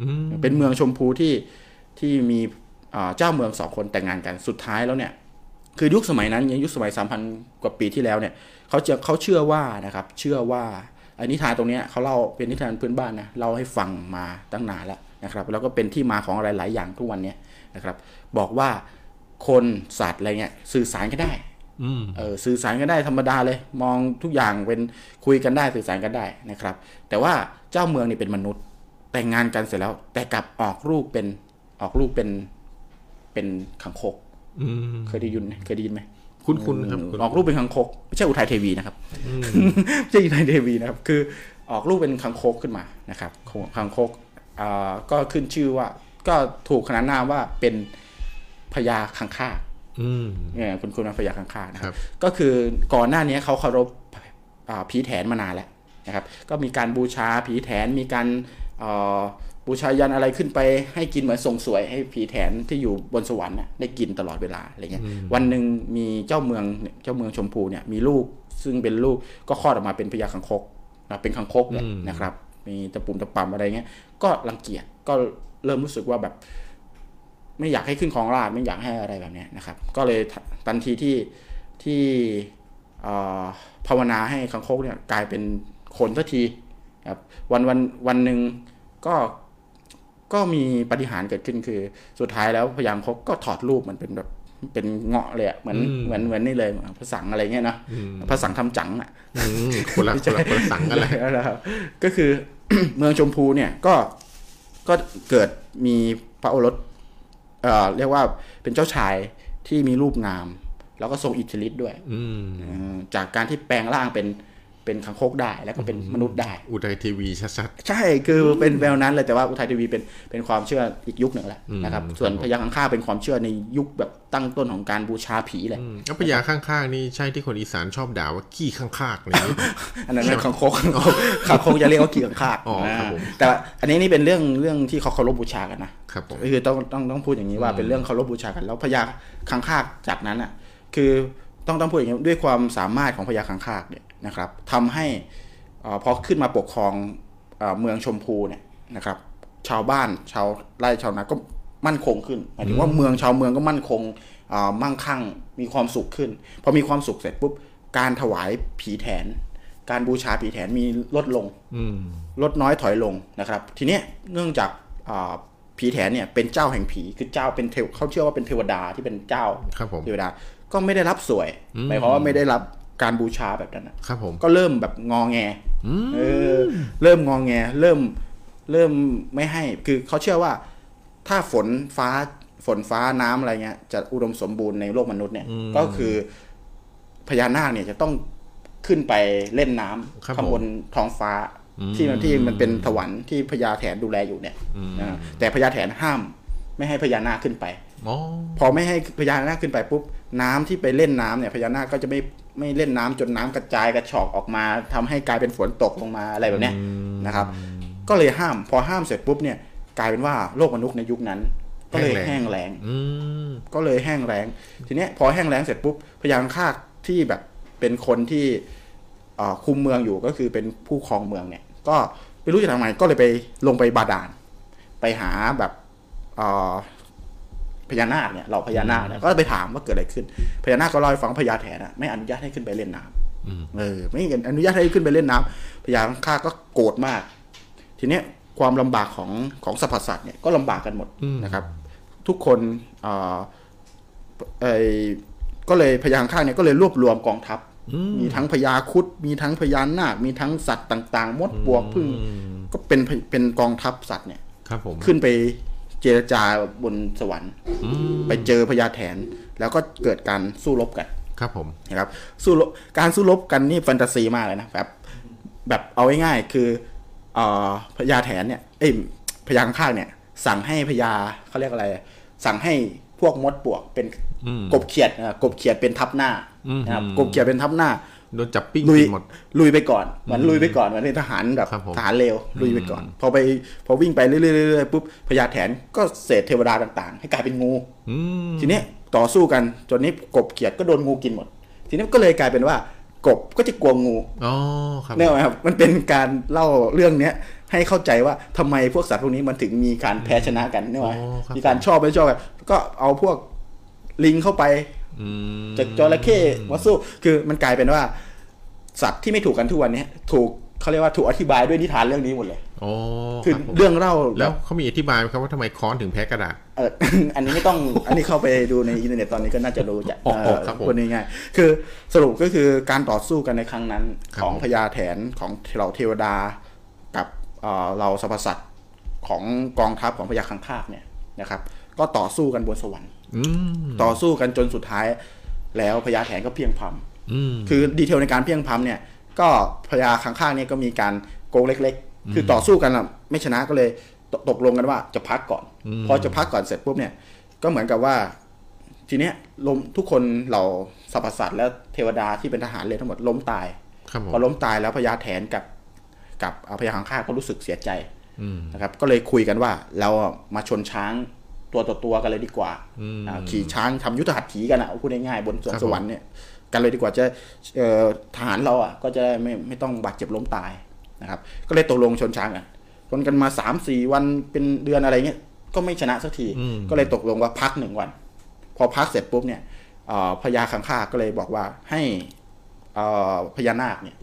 B: อืม
A: เป็นเมืองชมพูที่ที่มีอ่าเจ้าเมืองสองคนแต่งงานกันสุดท้ายแล้วเนี่ย คือยุคสมัยนั้นยังยุคสมัย 3,000 กว่าปีที่แล้วเนี่ยเขาจะเขาเชื่อว่านะครับ เชื่อว่าอันนิทานตรงเนี้ยเขาเล่าเป็นนิทานพื้นบ้านนะเล่าให้ฟังมาตั้งนานแล้วนะครับ แล้วก็เป็นที่มาของอะไรหลายอย่างทุกวันเนี้ยนะครับ บอกว่าคนสัตว์อะไรเงี้ยสื่อสารกันได้
B: อืม
A: เออสื่อสารกันได้ธรรมดาเลย มองทุกอย่างเป็นคุยกันได้สื่อสารกันได้นะครับ แต่ว่าเจ้าเมืองนี่เป็นมนุษย์ แต่งงานกันเสร็จแล้ว แต่กลับออกลูกเป็นออกลูกเป็นเป็นขังคก
B: อืม
A: เคยได้ยินไหมเคยได้ยินไหม
B: คุ้นคุ้นๆครับ
A: อืม
B: คุ้น
A: ออกลูกเป็นขังคกไม่ใช่อุทัยเทวีนะครับ ไม่ใช่อุทัยเทวีนะครับคือออกลูกเป็นขังคกขึ้นมานะครับขังคกอ่าก็ขึ้นชื่อว่า ก็ถูกขนานนามว่าเป็นพญาขังคาก
B: อืม
A: เนี่ยคุณคุณมาประหยัดข้างๆนะค
B: ครั
A: รับ
B: บ
A: ก็คือก่อนหน้านี้เขาเคารพอ่าผีแถนมานานแล้วนะครับ ก็มีการบูชาผีแถนมีการเอ่อบูชายันอะไรขึ้นไปให้กินเหมือนส่งสวยให้ผีแถนที่อยู่บนสวรรค์น่ะได้กินตลอดเวลาอะไรเงี้ยวันหนึ่งมีเจ้าเมืองเจ้าเมืองชมพูเนี่ยมีลูกซึ่งเป็นลูกก็คลอดออกมาเป็นพญาคังคกนะเป็นคังคกเนี่ยนะครับ มีตะปุ่มตะป่ำอะไรเงี้ยก็รังเกียจก็เริ่มรู้สึกว่าแบบ ไม่อยากให้ขึ้นของราชย์ไม่อยากให้อะไรแบบเนี้ยนะครับ ก็เลยททันทีที่ที่เอ่อภาวนาให้คังคกเนี่ยกลายเป็นคนสักทีครับวันวันวันหนึ่งก็ก็มีปาฏิหารย์เกิดขึ้นคือ สุดท้ายแล้วพยางคกก็ถอดรูปมันเป็นแบบเป็นเงาะเลยอะเหมือน
B: อืม
A: เหมือนเหมือนนี่เลยภาษาอะไรเงี้ยเนาะภาษาทำจังอะ
B: อืมคน
A: <laughs>
B: ละคนละคนละสังกันเลย
A: นะครับก็คือ <coughs> เมืองชมพูเนี่ยก็ก็เกิดมีพระโอรสเอ่อเรียกว่าเป็นเจ้าชายที่มีรูปงาม แล้วก็ทรงอิทธิฤทธิ์ด้วย
B: อืม
A: เอ่อจากการที่แปลงร่างเป็นเป็นคังคกได้แล้วก็เป็นมนุษย์ได้
B: อุทัยทีวีชัด
A: ใช่คือเป็นแนวนั้นเลยแต่ว่าอุทัยทีวีเป็นเป็นความเชื่ออีกยุคหนึ่งแหละ
B: อืม
A: นะครับ
B: ครับ
A: ส่วน
B: ผม
A: พญาคังค่ากเป็นความเชื่อในยุคแบบตั้งต้นของการบูชาผีเล
B: ๆ
A: ย
B: อืมแล้วพญาข้างๆนี่ใช่ที่คนอีสานชอบด่าว่าขี้ข้างๆอะไรอย่างนี้
A: อันนั้นเป็นคังคกคังคกจะเรียกว่าเกี่ยงคาก
B: อ๋อครับผม
A: แต่ว่าอันนี้นี่เป็นเรื่องเรื่องที่เขาเคารพบูชากันนะ
B: ครับผม
A: คือต้องต้องต้องพูดอย่างนี้ว่าเป็นเรื่องเคารพบูชากัน แล้วพญาคังคากจากนั้นอ่ะคือต้องต้องพูดอย่างนี้ด้วยความสามารถของพญาคังคากเนี่ยนะครับทำให้เอ่อพอขึ้นมาปกครองเอ่อเมืองชมพูเนี่ยนะครับ ชาวบ้านชาวไร่ชาวนาก็มั่นคงขึ้นหมายถึงว่าเมืองชาวเมืองก็มั่นคงเอ่อมั่งคั่งมีความสุขขึ้นพอมีความสุขเสร็จปุ๊บการถวายผีแถน การบูชาผีแถนมีลดลง
B: อืม
A: ลดน้อยถอยลงนะครับ ทีเนี้ยเนื่องจากอ่าผีแถนเนี่ยเป็นเจ้าแห่งผีคือเจ้าเป็นเทวเขาเชื่อว่าเป็นเทวดาที่เป็นเจ้า
B: ครับผม
A: เทวดาก็ไม่ได้รับสวยหมายความว่าไม่ได้รับการบูชาแบบนั้นนะครับ
B: ผม
A: ก็เริ่มแบบงอแงเออเริ่มงอแง เริ่ม เริ่มไม่ให้คือเขาเชื่อว่า ถ้าฝนฟ้าฝนฟ้าน้ำอะไรเงี้ยจะอุดมสมบูรณ์ในโลกมนุษย์เนี่ย
B: อืม
A: ก็คือพญานาคเนี่ยจะต้องขึ้นไปเล่นน้ำ
B: ครับ
A: ข้างบนท้องฟ้า
B: อืม
A: ที่มันที่มันเป็นสวรรค์ที่พญาแถนดูแลอยู่เนี่ย
B: อืม
A: นะแต่พญาแถนห้ามไม่ให้พญานาคขึ้นไป
B: อ๋อ
A: พอไม่ให้พญานาคขึ้นไปปุ๊บน้ำที่ไปเล่นน้ำเนี่ยพญานาคก็จะไม่ไม่เล่นน้ำจนน้ำกระจายกระฉอกออกมาทำให้กลายเป็นฝนตกลงมาอะไรแบบเนี้ยนะครับ ก็เลยห้ามพอห้ามเสร็จปุ๊บเนี่ยกลายเป็นว่าโลกมนุษย์ในยุคนั้น ก็เลย
B: แห้
A: แห้
B: ง
A: ง
B: แล้
A: แรง ง
B: อืม
A: ก็เลยแห้งแล้ง ทีเนี้ยพอแห้งแล้งเสร็จปุ๊บพญานาคที่แบบเป็นคนที่เอ่อคุมเมืองอยู่ก็คือเป็นผู้ครองเมืองเนี่ย ก็ไม่รู้จะทำไงก็เลยไปลงไปบาดาลไปหาแบบเอ่อพญานาคเนี่ยเราพญานาคเนี่ยก็ไปถามว่าเกิดอะไรขึ้นพญานาคก็เล่าให้ฟังว่าพญาแถนอะไม่อนุญาตให้ขึ้นไปเล่นน้
B: อืม
A: ำเออไม่อนุญาตให้ขึ้นไปเล่นน้ำพญานาคก็โกรธมาก ทีเนี้ยความลำบากของของสรรพสัตว์เนี่ยก็ลำบากกันหมด
B: อืม
A: นะครับ ทุกคนเอ่อเอ่ยก็เลยพญาข้างเนี่ยก็เลยรวบรวมกองทัพ
B: อืม
A: มีทั้งพญาครุดมีทั้งพญานาคมีทั้งสัตว์ต่าง ๆ มดปลวกพึ่ง
B: อืม
A: ก็เป็นพเป็นกองทัพสัตว์เนี่ย
B: ครับผม
A: ขึ้นไปเจรจาบนสวรรค์
B: อืม
A: ไปเจอพญาแถน แล้วก็เกิดการสู้รบกัน
B: ครับผม
A: นะครับสู้รบการสู้รบกันนี่แฟนตาซีมากเลยนะแบบแบบเอาง่ายๆคือเอ่อพญาแถนเนี่ยเอ้ยพญาข้างๆเนี่ย สั่งให้พญาเขาเรียกอะไร สั่งให้พวกมดปลวกเป็น
B: อืม
A: กบเขียดนะครับกบเขียดเป็นทับหน้า
B: อืม
A: นะครับกบเขียดเป็นทับหน้า
B: โดนจับปิ้ง
A: ลุย
B: กินหมด
A: ลุยไปก่อนเหมือนลุยไปก่อนเหมือนเป็นทหารแบบ
B: ครับผม
A: ทหารเลวลุยไปก่อน พอไปพอวิ่งไปเรื่อยๆเรื่อยๆปุ๊บพญาแถนก็เศษเทวดาต่างๆ ให้กลายเป็นงู
B: อืม
A: ทีเนี้ยต่อสู้กันจนนี้กบเขียดก็โดนงูกินหมด ทีนี้ก็เลยกลายเป็นว่ากบก็จะกลัวงู
B: อ๋อครับ
A: เนี่ยครับมันเป็นการเล่าเรื่องเนี้ยให้เข้าใจว่าทำไมพวกสัตว์พวกนี้มันถึงมีการแพ้ชนะกันเนี่ย
B: อ๋อ
A: ว่า
B: ครับ
A: มีการชอบไม่ชอบกันก็เอาพวกลิงเข้าไป
B: อืม
A: จากจระเข้มาสู้คือมันกลายเป็นว่า สัตว์ที่ไม่ถูกกันทุกวันเนี้ยถูกเขาเรียกว่าถูกอธิบายด้วยนิทานเรื่องนี้หมดเลย
B: อ๋อค
A: คือ
B: รับผม
A: เรื่องเล่าบบ
B: แล้วเขามีอธิบายไหมครับว่าทำไมค้อนถึงแพ้กระดาษ
A: เออ <coughs> อันนี้ไม่ต้อง อันนี้เข้าไปดูในอินเทอร์เน็ตตอนนี้ก็น่าจะรู้จะ
B: อ๋อ
A: เออ
B: ครับผม
A: พูดง่ายๆคือสรุปก็คือการต่อสู้กันในครั้งนั้น
B: ครับ
A: ของพญาแถนของเหล่าเทวดากับเอ่อเหล่าสรรพสัตว์ของกองทัพของพญาคังคากเนี่ยนะครับ ก็ต่อสู้กันบนสวรรค์
B: ืม
A: ต่อสู้กันจนสุดท้าย แล้วพญาแถนก็เพียงพำ
B: อืม
A: คือดีเทลในการเพียงพัมเนี่ย ก็พญาข้างๆเนี่ยก็มีการโกงเล็ก ๆ คือต่อสู้กันอะไม่ชนะก็เลยตตกลงกันว่าจะพักก่อน
B: อืม
A: พอจะพักก่อนเสร็จปุ๊บเนี่ย ก็เหมือนกับว่า ทีเนี้ยล้มทุกคนเหล่าสรรพสัตว์และเทวดาที่เป็นทหารเลยทั้งหมดล้มตาย
B: ครับผม
A: พอล้มตายแล้วพญาแถนกับกับอ่าพญาข้างๆก็รู้สึกเสียใจ
B: อืม
A: นะครับก็เลยคุยกันว่าเราอะมาชนช้างตัวต่อตัวกันเลยดีกว่า
B: อืม
A: อ่าขี่ช้างทำยุทธหัตถีกันอะเอาพูดง่ายๆบนสว
B: คน รับ
A: สวรรค์เนี่ยกันเลยดีกว่าจะเอ่อทหารเราอ่ะก็จะไม่ไม่ต้องบาดเจ็บล้มตายนะครับก็เลยตกลงชนช้างกันชนกันมา3ามสี่วันเป็นเดือนอะไรเงี้ยก็ไม่ชนะสักที
B: อืม
A: ก็เลยตกลงว่าพักหนึ่งวัน พอพักเสร็จปุ๊บเนี่ยเอ่อพญาขังคาก็เลยบอกว่าให้เอ่อพญานาคเนี่ย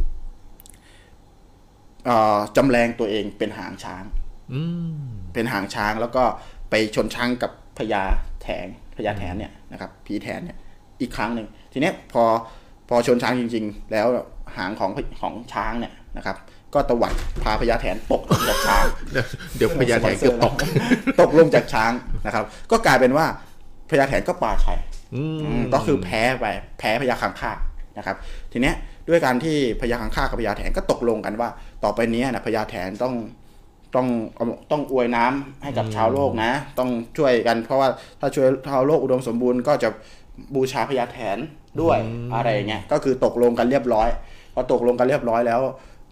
A: เอ่อจำแรงตัวเองเป็นหางช้าง
B: อืม
A: เป็นหางช้างแล้วก็ไปชนช้างกับพญาแถงพญาแถนเนี่ยนะครับผีแถนเนี่ยอีกครั้งหนึ่งทีเนี้ยพอพอชนช้างจริง ๆ แล้วหางของของช้างเนี่ยนะครับ ก็ตวัดพาพญาแถนตกลงจากช้าง
B: เดี๋ยวเดี๋ยวพญาแถนเกือบตก
A: ตกลงจากช้างนะครับ ก็กลายเป็นว่าพญาแถนก็ป่าชัย
B: อืม
A: อืมก็คือแพ้ไปแพ้พญาคังคากนะครับ ทีเนี้ยด้วยการที่พญาคังคากกับพญาแถนก็ตกลงกันว่า ต่อไปเนี้ยนะพญาแถนต้องต้องเอาต้องอวยน้ำให้กับชาวโลกนะ ต้องช่วยกันเพราะว่าถ้าช่วยชาวโลกอุดมสมบูรณ์ก็จะบูชาพญาแถนด้วยอะไรอย่างเงี้ยก็คือตกลงกันเรียบร้อยพอตกลงกันเรียบร้อยแล้ว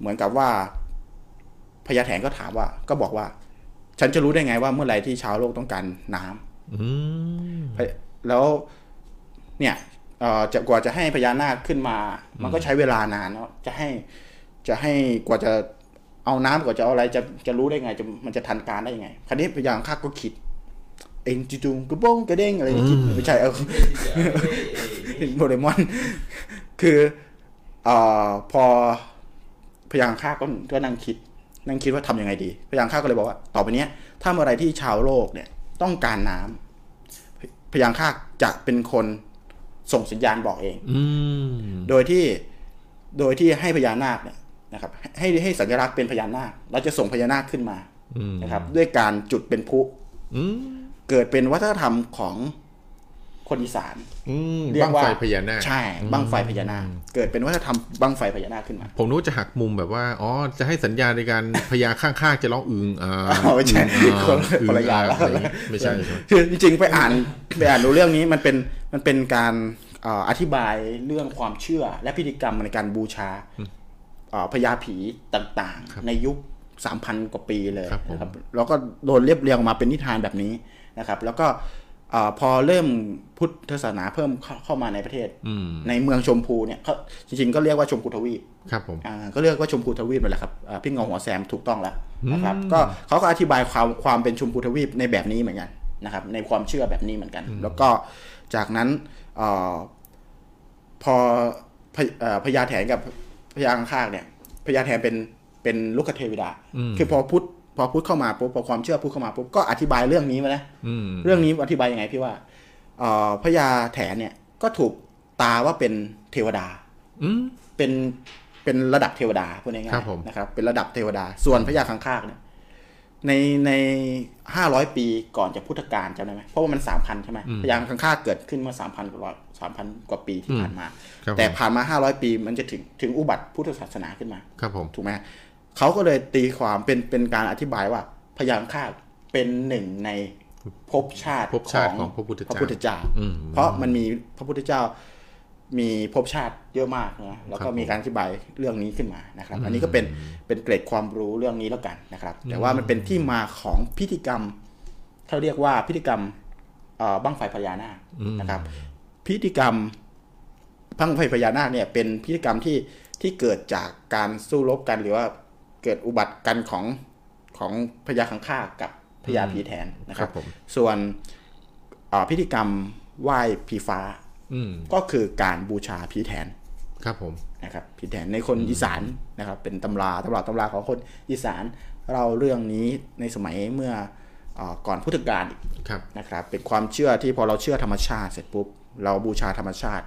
A: เหมือนกับว่าพญาแถนก็ถามว่า ก็บอกว่า ฉันจะรู้ได้ไงว่าเมื่อไหร่ที่ชาวโลกต้องการน้ำ
B: อืม
A: พญแล้วเนี่ยเอ่อจะกว่าจะให้พญานาคขึ้นมา มันก็ใช้เวลานานเนาะจะให้จะให้กว่าจะเอาน้ำกว่าจะเอาอะไรจะจะรู้ได้ไงจะมันจะทันการได้ยังไงคราวนี้พญานาคก็คิด เองจุงๆกระบงกระเด้งอะไรอย่างเงี้ยคิดไม่ใช่เอา <laughs> โดเรมอน คือเอ่อพอพยางค่าก็ก็นั่งคิด นั่งคิดว่าทำยังไงดีพยางค่าก็เลยบอกว่า ต่อไปเนี้ย ถ้าเมื่อไรที่ชาวโลกเนี่ย ต้องการน้ำพพยางค่าจะเป็นคนส่งสัญญาณบอกเอง
B: อืม
A: โดยที่โดยที่ให้พญานาคเนี่ยนะครับ ให้ให้สัญลักษณ์เป็นพญานาคเราจะส่งพญานาคขึ้นมา
B: อืม
A: นะครับ ด้วยการจุดเป็นพลุ
B: อืม
A: เกิดเป็นวัฒนธรรมของคนอีสาน
B: อืม
A: เรีย
B: บ้าก ง
A: ว่า
B: ไฟพญานาค
A: ใช่บั้งไฟพญานาคเกิดเป็นวัฒนธรรมบั้งไฟพญานาคขึ้นมา
B: ผมนึกว่าจะหักมุมแบบว่า อ๋อ จะให้สัญญาณในการ พยาข้างๆจะร้องอึงอ่า
A: อ๋อไม่ใช่
B: อึ่งอ่า
A: คนละคนละอย่าง
B: อึ่
A: แล้ว
B: อะไรเงี้ยไม่ใช่ใช่ไหม
A: คือจริงๆไปอ่านไปอ่านดูเรื่องนี้มันเป็นมันเป็นการเอ่ออธิบายเรื่องความเชื่อและพิธีกรรมในการบูชาเอ่อพญาผีต่าง
B: ครับ
A: ๆ ในยุค 3,000 กว่าปีเลย
B: ครับผม
A: นะครับแล้วก็โดนเรียบเรียงออกมาเป็นนิทานแบบนี้นะครับ แล้วก็เอ่อพอเริ่มพุทธศาสนาเพิ่มเข้าเข้ามาในประเทศ
B: อืม
A: ในเมืองชมพูเนี่ยเขาจริงๆก็เรียกว่าชมพูทวีป
B: ครับผม
A: อ่าก็เรียกว่าชมพูทวีปนั่นแหละครับอ่าพี่เงาหัวแซมถูกต้องแล้วนะครับก็เขาก็อธิบายความความเป็นชมพูทวีปในแบบนี้เหมือนกันนะครับในความเชื่อแบบนี้เหมือนกัน แล้วก็จากนั้นเออพอพเอ่อพญาแถนกับพญาข้างคากเนี่ยพญาแถนเป็นเป็นลูกเทวดา คือพอพุทธพอพุทธเข้ามาปุ๊บพอความเชื่อพุทธเข้ามาปุ๊บก็อธิบายเรื่องนี้มานะ
B: อืม
A: เรื่องนี้อธิบายยังไงพี่ว่าเอ่อพญาแถนเนี่ยก็ถูกตาว่าเป็นเทวดา
B: อืม
A: เป็นเป็นระดับเทวดาพูดง่าย
B: ครับผม
A: ๆนะครับเป็นระดับเทวดา ส่วนพญาคังคากเนี่ยในในห้าร้อยปีก่อนจะพุทธกาลจำได้ไหมเพราะว่ามันสามพันใช่ไหมพญาคังคากเกิดขึ้นเมื่อสามพันกว่าสามพันกว่าปีที่ผ่านมา
B: ครับผ
A: แต่
B: ม
A: ผ่านมาห้าร้อยปีมันจะถึงถึงอุบัติพุทธศาสนาขึ้นมา
B: ครับผม
A: ถูกไหมเขาก็เลยตีความเป็นเป็นการอธิบายว่าพญาคังคากเป็นหนึ่งในภพชาติ
B: ภพชาติของพระพุทธเจ้า
A: พระพุทธเจ้า
B: อืม
A: เพราะมันมีพระพุทธเจ้ามีภพชาติเยอะมากนะแล้ว
B: ครั
A: ก็
B: บผม
A: มีการอธิบายเรื่องนี้ขึ้นมานะครับ อันนี้ก็เป็นเป็นเกร็ดความรู้เรื่องนี้แล้วกันนะครับ แต่ว่ามันเป็นที่มาของพิธีกรรมเขาเรียกว่าพิธีกรรมเอ่อบั้งไฟพญานาค
B: อืม
A: นะครับ พิธีกรรมบั้งไฟพญานาคเนี่ยเป็นพิธีกรรมที่ที่เกิดจากการสู้รบกันหรือว่าเกิดอุบัติกันของของพญาคังคากกับพญาผีแทนนะค
B: ครั
A: รั
B: บบ ผม
A: ส่วนเอ่อพิธีกรรมไหว้ผีฟ้า
B: อืม
A: ก็คือการบูชาผีแทน
B: ครับผม
A: นะครับผีแทนในคนอีสานนะครับเป็นตำราตำราตำราของคนอีสานเราเรื่องนี้ในสมัยเมื่อเออก่อนพุทธกาลอีก
B: ครับ
A: นะครับเป็นความเชื่อที่พอเราเชื่อธรรมชาติเสร็จปุ๊บเราบูชาธรรมชาติ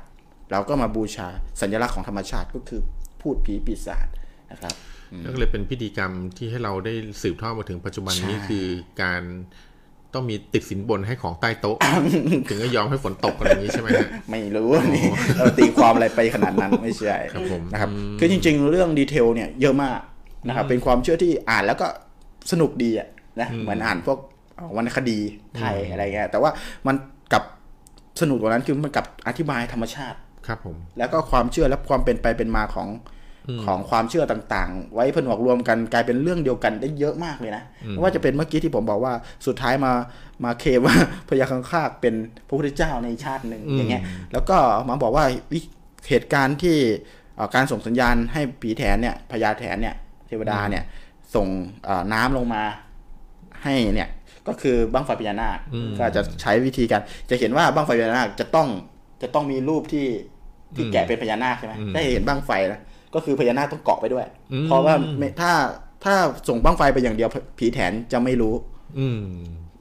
A: เราก็มาบูชาสัญลักษณ์ของธรรมชาติก็คือพูดผีปีศาจนะครับ
B: ก็เลยเป็นพิธีกรรมที่ให้เราได้สืบทอดมาถึงปัจจุบันนี้
A: ใช่
B: คือการต้องมีติดสินบนให้ของใต้โต๊ะ
A: <laughs>
B: ถึงจะยอมให้ฝนตกอะไรอย่างนี้ใช่ไหมฮะ
A: ไม่รู้ <laughs> นี่เราตีความอะไรไปขนาดนั้นไม่ใช่
B: ครับผม
A: นะครับคือจริง ๆ เรื่องดีเทลเนี่ยเยอะมากนะครับเป็นความเชื่อที่อ่านแล้วก็สนุกดีอะนะเหมือนอ่านพวกวรรณคดีไทยอะไรเงี้ยแต่ว่ามันกลับสนุกกว่านั้นคือมันกลับอธิบายธรรมชาติ
B: ครับผม
A: แล้วก็ความเชื่อและความเป็นไปเป็นมาของของความเชื่อต่างๆ ไว้ผนวกรวมกันกลายเป็นเรื่องเดียวกันได้เยอะมากเลยนะไม่ว่าจะเป็นเมื่อกี้ที่ผมบอกว่าสุดท้ายมามาเคลมว่า <laughs> พญาคังคากเป็นพระพุทธเจ้าในชาติหนึ่ง
B: อืม
A: อย่างเงี้ยแล้วก็มาบอกว่าวิเหตุการณ์ที่เอ่อการส่งสัญญาณให้ผีแถนเนี่ยพญาแถนเนี่ยเทวดาเนี่ยส่งเอ่อน้ำลงมาให้เนี่ยก็คือบ้างไฟพญานาคก็จะใช้วิธีการจะเห็นว่าบ้างไฟพญานาคจะต้องจะต้องมีรูปที่ ที่แกะเป็นพญานาคใช่ไหมได้เห็นบ้างไฟนะก็คือพญานาคต้องเกาะไปด้วย
B: อืม
A: เพราะว่าไม่ถ้าถ้าส่งบ้างไฟไปอย่างเดียวผีแถนจะไม่รู้
B: อืม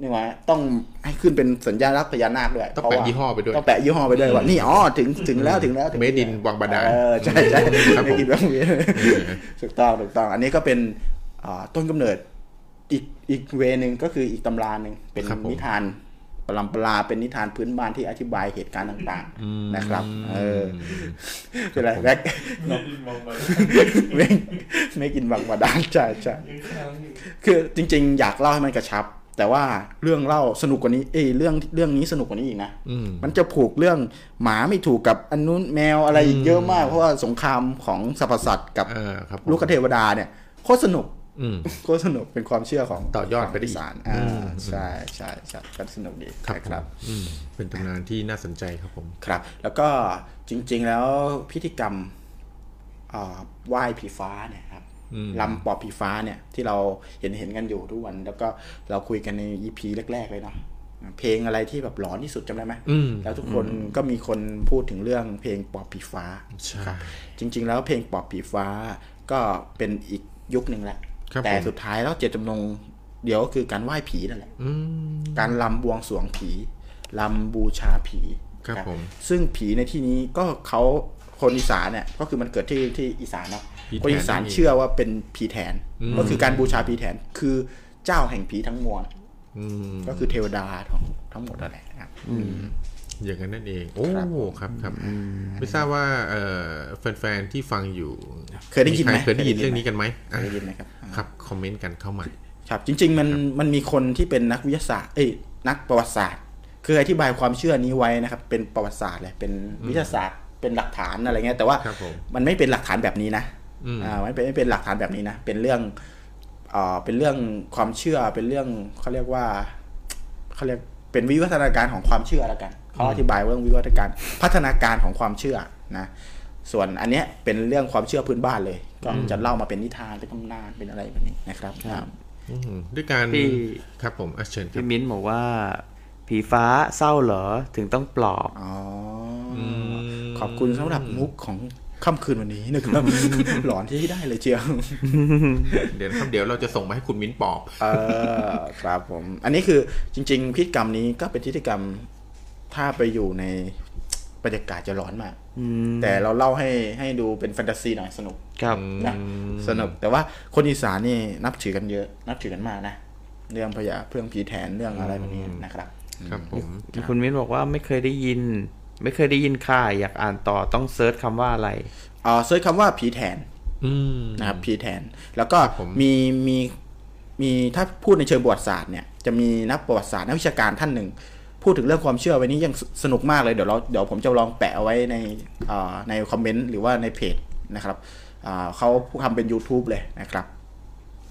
A: นี่ว่าต้องให้ขึ้นเป็นสัญญลักษณ์พญานาคด้วย
B: ต้อง
A: เพรา
B: แปะ
A: ว่า
B: ยี่ห้อไปด้วย
A: ต้องแปะยี่ห้อไปด้วยว่านี่อ๋อถึงถึงแล้วถึงแล้วถึง
B: เม
A: แล้ว
B: ดินวังบาดาล
A: เออใช่ใช่
B: ครับผม
A: ไม่กินบ้างเวียนถูกต้องถูกต้องอันนี้ก็เป็นอ่าต้นกำเนิดอีกอีกเวนึงก็คืออีกตำราหนึ่งเป็น
B: ครับผม
A: นิทานปรำปราเป็นนิทานพื้นบ้านที่อธิบายเหตุการณ์ต่าง ๆ นะครับ เออ เป็นไรแม็ก
D: มองไป
A: <laughs> ไม่ไม่กินบังบาดาลใช่ใช่
D: ยังค้างอยู่
A: คือจริง ๆ อยากเล่าให้มันกระชับ แต่ว่าเรื่องเล่าสนุกกว่านี้เอ้ยเรื่องเรื่องนี้สนุกกว่านี้อีกนะ
B: อืม
A: มันจะผูกเรื่องหมาไม่ถูกกับอันนู้นแมวอะไรอีกเยอะมาก เพราะว่าสงครามของสรรพสัตว์กับ
B: เออครับผม
A: ลูกเทวดาเนี่ยโคตรสนุก
B: อืม
A: โคตรสนุกเป็นความเชื่อของ
B: ต่อยอดไปได้อีก
A: สารอ่าใช่ใช่ใช่ก็สนุกดี
B: ครับ
A: ครับ
B: ผมอืมเป็นตำนานที่น่าสนใจครับผม
A: ครับแล้วก็จริงๆแล้วพิธีกรรมเอ่อไหว้ผีฟ้าเนี่ยครับ
B: อืม
A: ลำปอบผีฟ้าเนี่ยที่เราเห็นเห็นๆกันอยู่ทุกวัน แล้วก็เราคุยกันใน EP แรก ๆ เลยเนาะเพลงอะไรที่แบบหลอนที่สุดจำได้ไหม
B: อืม
A: แล้วทุกคนก็มีคนพูดถึงเรื่องเพลงปอบผีฟ้า
B: ใช่
A: ครับจริง ๆ แล้วเพลงปอบผีฟ้าก็เป็นอีกยุคหนึ่งแหละ
B: ครับ
A: แต่
B: ผม
A: สุดท้ายแล้วเจตจำนงเดี๋ยวก็คือการไหว้ผีนั่นแหละ
B: อืม
A: การลำบวงสรวงผีลำบูชาผี
B: ครับผม
A: ซึ่งผีในที่นี้ก็เขาคนอีสานเนี่ยก็คือมันเกิดที่ที่อีสานเนาะคนอีสานเชื่อว่าเป็นผีแทน ก็คือการบูชาผีแทน คือ เจ้าแห่งผีทั้งมวล
B: อืม
A: ก็คือเทวดาทั้งทั้งหมดนั่นแหละครับ
B: อย่างนั้นนั่นเอง โอ้ครับครับไม่ทราบว่าเอ่อแฟนๆที่ฟังอยู่
A: เคยได้ยินไหม
B: ใครเคยได้ยินเรื่องนี้กันไหม
A: เค
B: อ่ะ
A: ยได้ยินไหมครับ
B: ครับคอมเมนต์กันเข้ามา
A: ครับจริงๆมันมันมีคนที่เป็นนักวิทยาศาสตร์เอ้ยนักประวัติศาสตร์คืออธิบายความเชื่อนี้ไว้นะครับ เป็นประวัติศาสตร์เลยเป็นวิทยาศาสตร์เป็นหลักฐานอะไรเงี้ยแต่ว่า
B: ครับผม
A: มันไม่เป็นหลักฐานแบบนี้นะ
B: อืม
A: อ่าไม่เป็นไม่เป็นหลักฐานแบบนี้นะเป็นเรื่องเอ่อเป็นเรื่องความเชื่อเป็นเรื่องเขาเรียกว่าเขาเรียกเป็นวิวัฒนาการของความเชื่อละกันเขาอธิบายเรื่องวิวัฒนาการพัฒนาการของความเชื่อนะส่วนอันเนี้ยเป็นเรื่องความเชื่อพื้นบ้านเลย ก็จะเล่ามาเป็นนิทานเป็นตำนานเป็นอะไรแบบนี้นะครับครับ
B: อืมด้วยการ
C: พี่
B: ครับผมอ่ะเชิญครับ
C: พี่มิ้นบอกว่า ผีฟ้าเศร้าเหรอถึงต้องปลอบ
A: อ๋ออขอบคุณสำหรับมุกของค่ำคืนวันนี้ <laughs> นะครับ หลอนที่ได้เลยเชียว
B: เดี๋ยวครับเดี๋ยวเราจะส่งมาให้คุณมิ้นปอบ
A: เออครับผม อันนี้คือจริง ๆ พิธีกรรมนี้ก็เป็นพิธีกรรมถ้าไปอยู่ในบรรยากาศจะร้อนมากแต่เราเล่าให้ให้ดูเป็นแฟนตาซีหน่อยสนุก
C: ครับ
A: นะสนุกแต่ว่าคนอีสานนี่นับถือกันเยอะ นับถือกันมากนะเรื่องพญาเพื่องผีแทนเรื่องอะไรแบบนี้นะครับ
B: ครับผม
C: คุณมิ้นบอกว่าไม่เคยได้ยิน ไม่เคยได้ยินค่ะอยากอ่านต่อต้องเซิร์ชคำว่าอะไร
A: เออเซิร์ชคำว่าผีแทน
B: อืม
A: นะครับพีแทนแล้วก็
B: ผม
A: มีมีมีถ้าพูดในเชิงประวัติศาสตร์เนี่ยจะมีนักประวัติศาสตร์นักวิชาการท่านหนึ่ง พูดถึงเรื่องความเชื่อไว้นี้ยังสสนุกมากเลยเดี๋ยวเราเดี๋ยวผมจะลองแปะเอาไว้ในเอ่อในคอมเมนต์หรือว่าในเพจนะครับอ่าเขาทำเป็น YouTube เลยนะครับ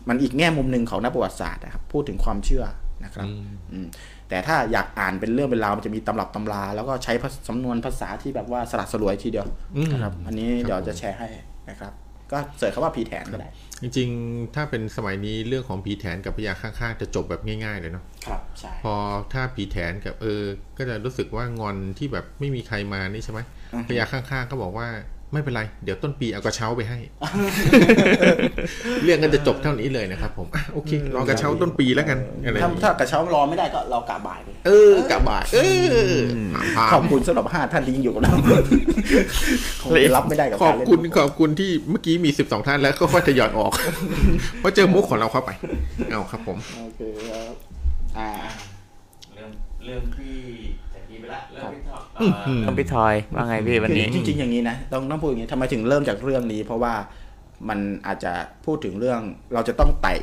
A: มันอีกแง่มุมหนึ่งของนักประวัติศาสตร์นะครับพูดถึงความเชื่อนะครับอืมแต่ถ้าอยากอ่านเป็นเรื่องเป็นราวมันจะมีตำรับตำรา แล้วก็ใช้ภาษาสำนวนภาษาที่แบบว่าสลัดสลวยทีเดียวนะครับ อันนี้เดี๋ยวจะแชร์ให้นะครับ ก็เสิร์ชคำว่าผีแทนก็ได้
B: จริงๆ ถ้าเป็นสมัยนี้เรื่องของผีแถนกับพญาข้างๆ จะจบแบบง่ายๆเลยเนาะ
A: ครับใช่
B: พอถ้าผีแถนกับเออ ก็จะรู้สึกว่างอนที่แบบไม่มีใครมานี่ใช่ไหมพญาข้างๆ ก็บอกว่าไม่เป็นไร เดี๋ยวต้นปีเอากระเช้าไปให้
A: <laughs>
B: เรื่องกันจะจบเท่านี้เลยนะครับผมอ่ะโอเค รอกระเช้าต้นปีแล้วกันอะไรอ
A: ถ้า
B: ย่างงี้
A: ถ้ากระเช้ารอไม่ได้ก็เรากะบ่ายไป
B: เออกลับบ่ายเออผ่านๆ
A: ขอบคุณสำหรับห้าท่านที่ยังอยู่กับเราคงรับไม่ได้กับ
B: ขอ
A: การ
B: บ
A: เล่น
B: คุณขอบคุณที่เมื่อกี้มีสิบสองท่านแล้วก็ค่อยทยอยออก เพราะเจอมุกของเราเข้าไป เอาครับผม
A: โอเคครับอ่า
D: เรื่องเรื่องที่จากนี้ไปละเรื่องที่ทอดเอ่ออ
C: ต้องพี่ทอยว่าไงพี่วันนี้
A: จริงๆอย่างนี้นะต้องต้องพูดอย่างนี้ทำไมถึงเริ่มจากเรื่องนี้ เพราะว่ามันอาจจะพูดถึงเรื่องเราจะต้องไต่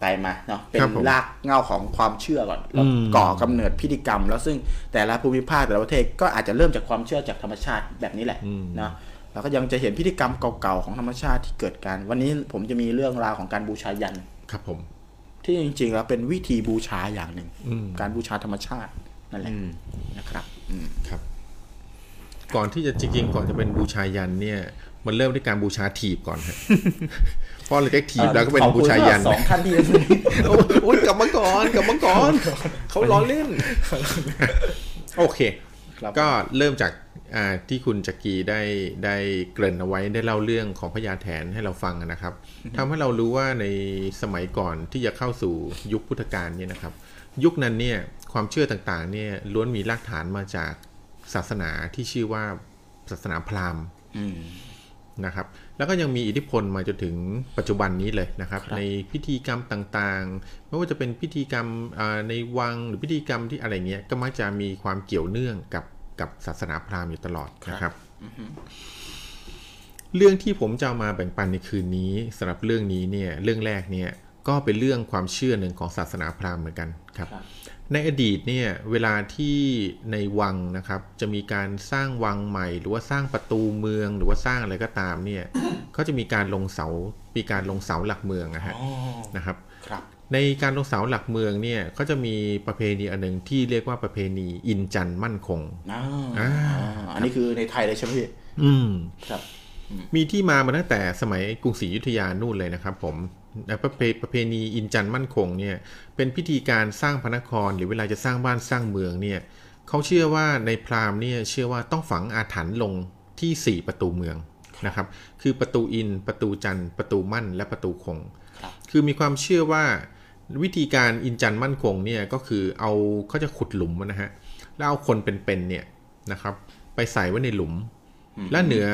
A: ไต่มาเนาะเป็น
B: ครับผม
A: รากเหง้าของความเชื่อก่อนแล้ว
B: อืม
A: ก่อกำเนิดพิธีกรรม แล้วซึ่งแต่ละภูมิภาคแต่ละประเทศก็อาจจะเริ่มจากความเชื่อจากธรรมชาติแบบนี้แหละ เนาะแล้วก็ยังจะเห็นพิธีกรรมเก่าๆของธรรมชาติที่เกิดการวันนี้ผมจะมีเรื่องราวของการบูชายัน
B: ครับผม
A: ที่จริงๆแล้วเป็นวิธีบูชาอย่างหนึ่ง
B: อืม
A: การบูชาธรรมชาตินั่นแหละนะครับอืม
B: ครับ ก่อนที่จะจริงๆก่อนจะเป็นบูชายันเนี่ย มันเริ่มด้วยการบูชาถีบก่อน
A: <laughs>
B: ฮะ เพราะเราแค่ถีบแล้วก็เป็น
A: ขอบ
B: บู
A: คุณ
B: ชายัน
A: สำหรับสองท่านที่
B: โอ้โอ้ยกลับมาก่อนกลับมาก่อนเขาล้อเล่น โอเค
A: ครับ
B: ก็เริ่มจากอ่าที่คุณจักรีได้ได้เกริ่นเอาไว้ได้เล่าเรื่องของพญาแถนให้เราฟังนะครับทำให้เรารู้ว่าในสมัยก่อนที่จะเข้าสู่ยุคพุทธกาลเนี่ยนะครับ ยุคนั้นเนี่ยความเชื่อต่างๆเนี่ยล้วนมีรากฐานมาจากศาสนาที่ชื่อว่าศาสนาพราหมณ์
A: อืม
B: นะครับแล้วก็ยังมีอิทธิพลมาจนถึงปัจจุบันนี้เลยนะครับ
A: ครับ
B: ในพิธีกรรมต่างๆ ไม่ว่าจะเป็นพิธีกรรมอ่าในวังหรือพิธีกรรมที่อะไรเงี้ยก็มักจะมีความเกี่ยวเนื่องกับกับศาสนาพราหมณ์อยู่ตลอดนะครับ เรื่องที่ผมจะเอามาแบ่งปันในคืนนี้สำหรับเรื่องนี้เนี่ยเรื่องแรกเนี่ยก็เป็นเรื่องความเชื่อหนึ่งของศาสนาพราหมณ์เหมือนกันครับ
A: ครับ
B: ในอดีตเนี่ยเวลาที่ในวังนะครับ จะมีการสร้างวังใหม่ หรือว่าสร้างประตูเมืองหรือว่าสร้างอะไรก็ตามเนี่ย <coughs> เขาจะมีการลงเสา มีการลงเสาหลักเมืองนะฮะนะครับ
A: ครับ
B: ในการลงเสาหลักเมืองเนี่ยเขาจะมีประเพณีอันหนึ่งที่เรียกว่าประเพณีอินจันทร์มั่นคง
A: อ่า
B: อ่า
A: อันนี้คือในไทยเลยใช่ไหมพี่
B: อืม
A: ครับ
B: มีที่มามาตั้งแต่สมัยกรุงศรีอยุธยานู่นเลยนะครับผมและประเพประเพณีอินจันทร์มั่นคงเนี่ยเป็นพิธีการสร้างพระนครหรือเวลาจะสร้างบ้านสร้างเมืองเนี่ยเขาเชื่อว่าในพราหมณ์เนี่ยเชื่อว่าต้องฝังอาถรรพ์ลงที่ 4 ประตูเมืองนะครับคือประตูอินประตูจันทร์ประตูมั่น และประตูคง
A: ครับ
B: คือมีความเชื่อว่าวิธีการอินจันทร์มั่นคงเนี่ยก็คือเอาเขาจะขุดหลุมนะฮะแล้วเอาคนเป็นๆเนี่ยนะครับไปใส่ไว้ในหลุม และเหนือ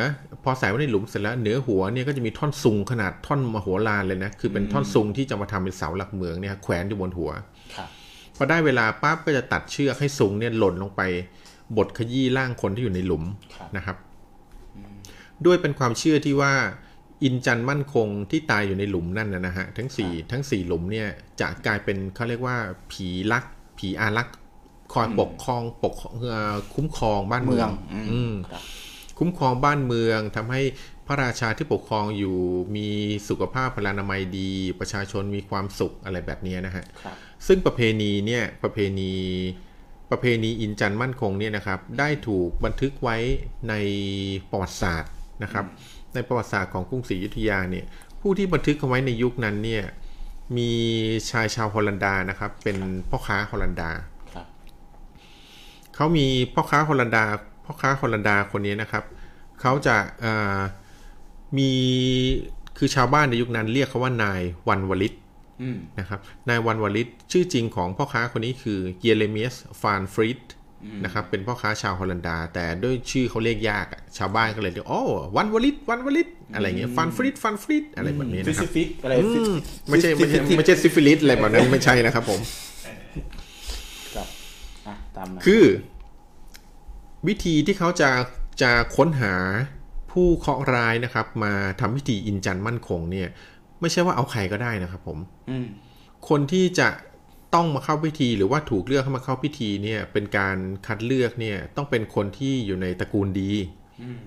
B: พอใส่ไว้ในหลุมเสร็จแล้วเหนือหัวเนี่ยก็จะมีท่อนซุงขนาดท่อนมโหฬารเลยนะคือเป็นท่อนซุงที่จะมาทำเป็นเสาหลักเมืองเนี่ยแขวนอยู่บนหัว
A: ครับ
B: พอได้เวลาปั๊บก็จะตัดเชือกให้สูงเนี่ยหล่นลงไปบดขยี้ร่างคนที่อยู่ในหลุม
A: ครับ
B: นะครับ ด้วยเป็นความเชื่อที่ว่า อินจันมั่นคงที่ตายอยู่ในหลุมนั่นนะนะฮะทั้งสี่ทั้งสี่หลุมเนี่ยจะกลายเป็นเขาเรียกว่า ผีลัก ผีอารักษ์คอยปกครองปกเอ่อคุ้มครองบ้านเมือง
A: เมืองอืม
B: อืม
A: ครับ
B: คุ้มครองบ้านเมืองทำให้พระราชาที่ปกครองอยู่มีสุขภาพพลานามัยดี ประชาชนมีความสุขอะไรแบบเนี้ยนะฮะ
A: ครับ
B: ซึ่งประเพณีเนี่ยประเพณีประเพณีอินจันทร์มั่นคงเนี่ยนะครับได้ถูกบันทึกไว้ในประวัติศาสตร์นะครับ ในประวัติศาสตร์ของกรุงศรีอยุธยาเนี่ยผู้ที่บันทึกเอาไว้ในยุคนั้นเนี่ยมีชายชาวฮอลันดานะครับเป็นพ่อค้าฮอลันดา
A: ครับ
B: เขามีพ่อค้าฮอลันดาพ่อค้าฮอลันดาคนนี้นะครับ เขาจะเอ่อมีคือชาวบ้านในยุคนั้นเรียกเขาว่านายวันวลิต
A: อืม
B: นะครับนายวันวลิตชื่อจริงของพ่อค้าคนนี้คือเยเรเมียสฟานฟริดนะครับเป็นพ่อค้าชาวฮอลันดา แต่ด้วยชื่อเขาเรียกยากอะชาวบ้านก็เลยเรียกโอ้วันวลิตวันวลิตอะไรเงี้ยฟานฟริดฟานฟริดอะไรแบบนี้
A: ฟิ
B: นะค
A: สิ
B: รับ
A: ฟิกอะไร
B: อื
A: ฟิสิ
B: ม
A: ฟิก
B: ไม่ใช่ไม่ใช่
A: ฟิสิฟิก
B: ไม่ใช่ซิฟิลิสอะไรแบบนั้นไม่ใช่นะครับผม
A: ครับอ่ะตามนะ
B: คือวิธีที่เขาจะจะค้นหาผู้เคราะห์ร้ายนะครับ มาทำพิธีอินจันทร์มั่นคงเนี่ยไม่ใช่ว่าเอาใครก็ได้นะครับผม
A: อืม
B: คนที่จะต้องมาเข้าพิธีหรือว่าถูกเลือกให้มาเข้าพิธีเนี่ยเป็นการคัดเลือกเนี่ยต้องเป็นคนที่อยู่ในตระกูลดี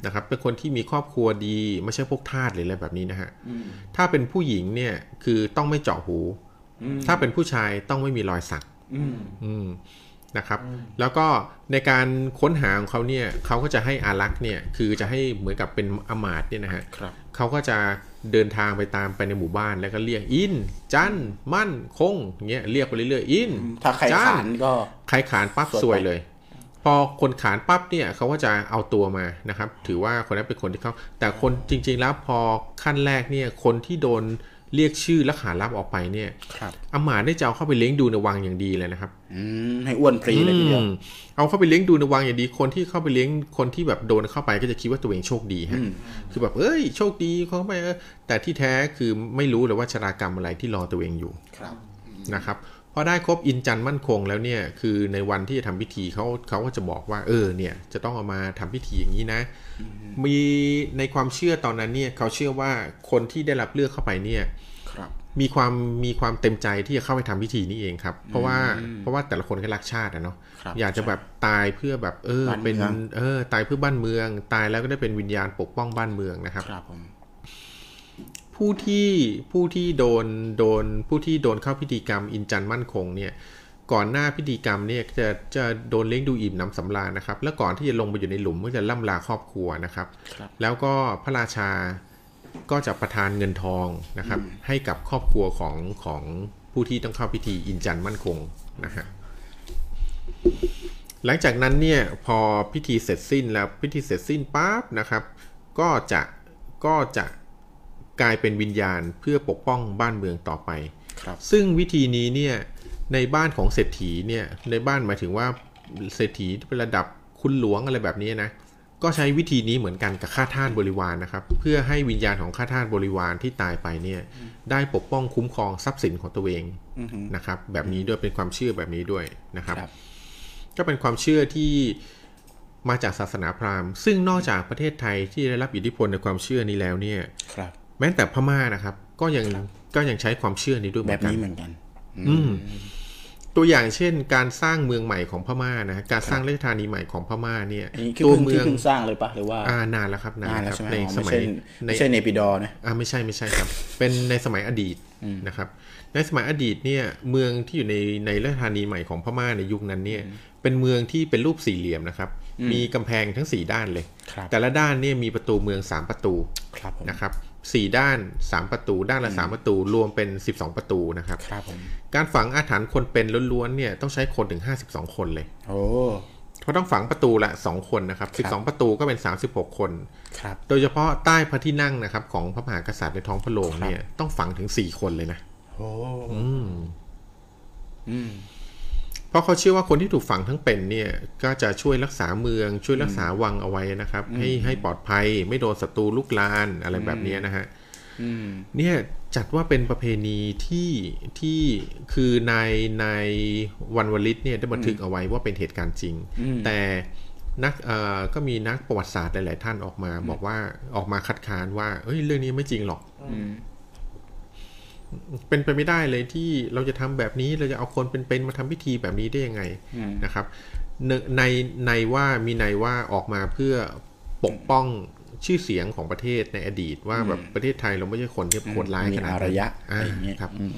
B: นะครับเป็นคนที่มีครอบครัวดีไม่ใช่พวกทาสหรืออะไรแบบนี้นะฮะ
A: อืม
B: ถ้าเป็นผู้หญิงเนี่ยคือต้องไม่เจาะหู ถ้าเป็นผู้ชายต้องไม่มีรอยสัก
A: อืม
B: อืมนะครับ แล้วก็ในการค้นหาของเขาเนี่ยเขาก็จะให้อารักษ์เนี่ยคือจะให้เหมือนกับเป็นอมาตย์เนี่ยนะฮะ
A: ครับ
B: เขาก็จะเดินทางไปตามไปในหมู่บ้านแล้วก็เรียกอิน จันมั่นคงอย่างเงี้ยเรียกไปเรื่อยๆอิน
A: ถ้าใคร
B: จั
A: ขานก็
B: ใครขานปั๊บ
A: สว
B: สวย
A: ยไป
B: เลย พอคนขานปั๊บเนี่ยเขาก็จะเอาตัวมานะครับ ถือว่าคนนั้นเป็นคนที่เขาแต่คนจริง ๆ แล้วพอขั้นแรกเนี่ยคนที่โดนเรียกชื่อและขานรับออกไปเนี่ย
A: ครับ
B: อำมาตย์ได้จะเอาเข้าไปเลี้ยงดูในวังอย่างดีเลยนะครับ
A: อืม ให้อ้วนพรีเลยทีเดียว
B: อืมเอาเข้าไปเลี้ยงดูในวังอย่างดี คนที่เข้าไปเลี้ยงคนที่แบบโดนเข้าไปก็จะคิดว่าตัวเองโชคดีฮะ
A: อืม
B: คือแบบเอ้ยโชคดีเข้าไปเออแต่ที่แท้คือไม่รู้เลยว่าชะตากรรมอะไรที่รอตัวเองอยู่
A: ครับ
B: นะครับพอได้ครบอินจันทร์มั่นคงแล้วเนี่ยคือในวันที่จะทำพิธีเขาเขาก็จะบอกว่าเออเนี่ยจะต้องเอามาทำพิธีอย่างนี้นะ มีในความเชื่อตอนนั้นเนี่ยเขาเชื่อว่าคนที่ได้รับเลือกเข้าไปเนี่ย
A: ครับ
B: มีความมีความเต็มใจที่จะเข้าไปทำพิธีนี้เองครับ เพราะว่าเพราะว่าแต่ละคนก็รักชาตินะเนาะ
A: ครับ
B: อยากจะแบบตายเพื่อแบบเออ
A: บ้านเมือง
B: เป็นเออตายเพื่อบ้านเมือง ตายแล้วก็ได้เป็นวิญญาณปกป้องบ้านเมืองนะครับ
A: ครับผม
B: ผู้ที่ผู้ที่โดนโดนผู้ที่โดนเข้าพิธีกรรมอินจันทร์มั่นคงเนี่ยก่อนหน้าพิธีกรรมเนี่ยจะจะโดนเลี้ยงดูอิ่มหน้ำสำราญนะครับ แล้วก่อนที่จะลงไปอยู่ในหลุมก็จะล่ำลาครอบครัวนะครับ
A: ครับ
B: แล้วก็พระราชาก็จะประทานเงินทองนะครับ ให้กับครอบครัวของของผู้ที่ต้องเข้าพิธีอินจันทร์มั่นคงนะฮะหลังจากนั้นเนี่ยพอพิธีเสร็จสิ้นแล้วพิธีเสร็จสิ้นปั๊บนะครับ ก็จะก็จะ กลายเป็นวิญญาณเพื่อปกป้องบ้านเมืองต่อไป
A: ครับ
B: ซึ่งวิธีนี้เนี่ยในบ้านของเศรษฐีเนี่ยในบ้านหมายถึงว่าเศรษฐีเป็นระดับคุณหลวงอะไรแบบนี้นะก็ใช้วิธีนี้เหมือนกันกับข้าทาสบริวารนะครับ เพื่อให้วิญญาณของข้าทาสบริวารที่ตายไปเนี่ยได้ปกป้องคุ้มครองทรัพย์สินของตัวเอง
A: อือหือ
B: นะครับ แบบนี้ด้วยเป็นความเชื่อแบบนี้ด้วยนะครับ
A: ครับ
B: ก็เป็นความเชื่อที่มาจากศาสนาพราหมณ์ ซึ่งนอกจากประเทศไทยที่ได้รับอิทธิพลในความเชื่อนี้แล้วเนี่ย
A: ครับ
B: แม้แต่พม่านะครับ ก็ยังก็ยังใช้ความเชื่อนี้ด้วยเห
A: แบ
B: มือบ นกัน
A: นี้เหมือนกัน
B: อืมตัวอย่างเช่น การสร้างเมืองใหม่ของพม่านะการสร้างรัชธานีใหม่ของพม่าเนี่ย
A: อันนี้คือ
B: ตัว
A: เพิ่ง
B: เมื
A: ที่
B: อง
A: เพิ่งสร้างเลยปะหรือว่า
B: อ่านานแล้วครับนาน
A: นาน
B: แล้
A: แล้ว ว
B: ค
A: ใช่
B: รับ
A: ไหม
B: ในส
A: อ๋อไม่
B: มัย
A: ใช่
B: ใน
A: ไม่ใช่เนปิดอร์นะ
B: อ่าไม่ใช่ไม่ใช่ครับ เป็นในสมัยอดีตนะครับ ในสมัยอดีตเนี่ยเมืองที่อยู่ในในรัชธานีใหม่ของพม่าในยุคนั้นเนี่ยเป็นเมืองที่เป็นรูปสี่เหลี่ยมนะครับ มีกำแพงทั้งสี่ด้านเลย
A: ครับ
B: แต่ละด้านเนี่ยมีประตูเมืองสามประตู
A: ครับผม
B: นะครับสี่ด้าน 3 ประตูด้านละ 3 ประตูรวมเป็น 12 ประตูนะครับ
A: ครับผม
B: การฝังอาถรรพ์คนเป็นล้วนๆเนี่ยต้องใช้คนถึง 52 คนเลย
A: โอ้
B: เขาะต้องฝังประตูละ 2 คนนะครับ 12 ประตูก็เป็น 36 คน
A: ครับ
B: โดยเฉพาะใต้พระที่นั่งนะครับของพระมหากษัตริย์ในท้องพระโรงเนี่ยต้องฝังถึง 4 คนเลยนะ
A: โอ้
B: อืม
A: อืม
B: เพราะเขาเชื่อว่าคนที่ถูกฝังทั้งเป็นเนี่ย ก็จะช่วยรักษาเมือง ช่วยรักษาวังเอาไว้นะครับ ให้ให้ปลอดภัยไม่โดนศัตรูลุกลานอะไรแบบเนี้ยนะฮะ
A: อืม
B: เนี่ยจัดว่าเป็นประเพณีที่ที่คือในในวันวลิตเนี่ยได้บันทึกเอาไว้ว่าเป็นเหตุการณ์จริง
A: อืม
B: แต่นักเอ่อก็มีนักประวัติศาสตร์หลาย ๆ ท่านออกมา บอกว่าออกมาคัดค้านว่าเอ้ยเรื่องนี้ไม่จริงหรอก
A: อืม
B: เป็นไปไม่ได้เลยที่เราจะทำแบบนี้เราจะเอาคนเป็นๆมาทำพิธีแบบนี้ได้ยังไง
A: อืม
B: นะครับหนึ่งในในว่ามีในว่าออกมาเพื่อปกป้องชื่อเสียงของประเทศในอดีต ว่าแบบประเทศไทยเราไม่ใช่คนที่โหดร้าย
A: มี
B: ขนาด
A: อา
B: นั้น
A: รยะ
B: อ่า
A: อะไรอย่างเงี้ย
B: ครับ
A: อืม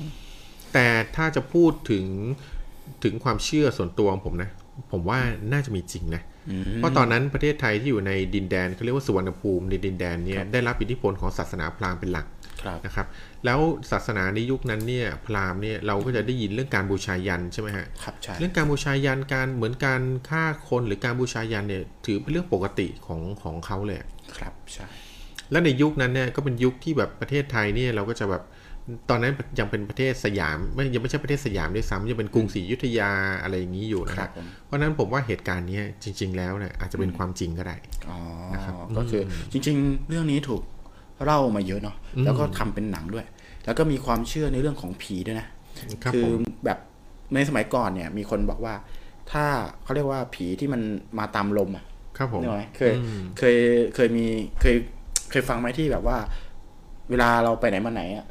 B: แต่ถ้าจะพูดถึงถึงความเชื่อส่วนตัวของผมนะ ผมว่าน่าจะมีจริงนะ เพราะตอนนั้นประเทศไทยที่อยู่ในดินแดนเขาเรียกว่าสุวรรณภูมิในดินแดนเนี่ยได้รับอิทธิพลของศาสนาพราหมณ์เป็นหลัก
A: ครับ
B: นะครับ แล้วศาสนาในยุคนั้นเนี่ยพราหมณ์เนี่ยเราก็จะได้ยินเรื่องการบูชายันใช่ไหมฮะ
A: ครับใช่
B: เรื่องการบูชายันการเหมือนการฆ่าคนหรือการบูชายันเนี่ยถือเป็นเรื่องปกติของของเขาเลย
A: ครับใช่
B: และในยุคนั้นเนี่ยก็เป็นยุคที่แบบประเทศไทยเนี่ยเราก็จะแบบตอนนั้นยังเป็นประเทศสยามไม่ยังไม่ใช่ประเทศสยามด้วยซ้ำยังเป็นกรุงศรีอยุธยาอะไรอย่างนี้อยู่นะค
A: ครั
B: รับบ
A: ผม
B: เพราะฉะนั้นผมว่าเหตุการณ์เนี้ยจริง ๆ แล้วเนี่ยอาจจะเป็นความจริงก็ได้
A: อ๋อ
B: นะครับ
A: ก็คือจริงๆ เรื่องนี้ถูกเล่ามาเยอะเนาะ
B: อืม
A: แล้วก็ทำเป็นหนังด้วย แล้วก็มีความเชื่อในเรื่องของผีด้วยนะ
B: ครับ
A: คือ
B: ผม
A: แบบในสมัยก่อนเนี่ย มีคนบอกว่า ถ้าเขาเรียกว่าผีที่มันมาตามลมอ่ะ
B: ครับผม
A: นึกออกไหมเคย
B: อืม
A: เคยเคยมีเคยเคยฟังไหมที่แบบว่า เวลาเราไปไหนมาไหนอ่ะ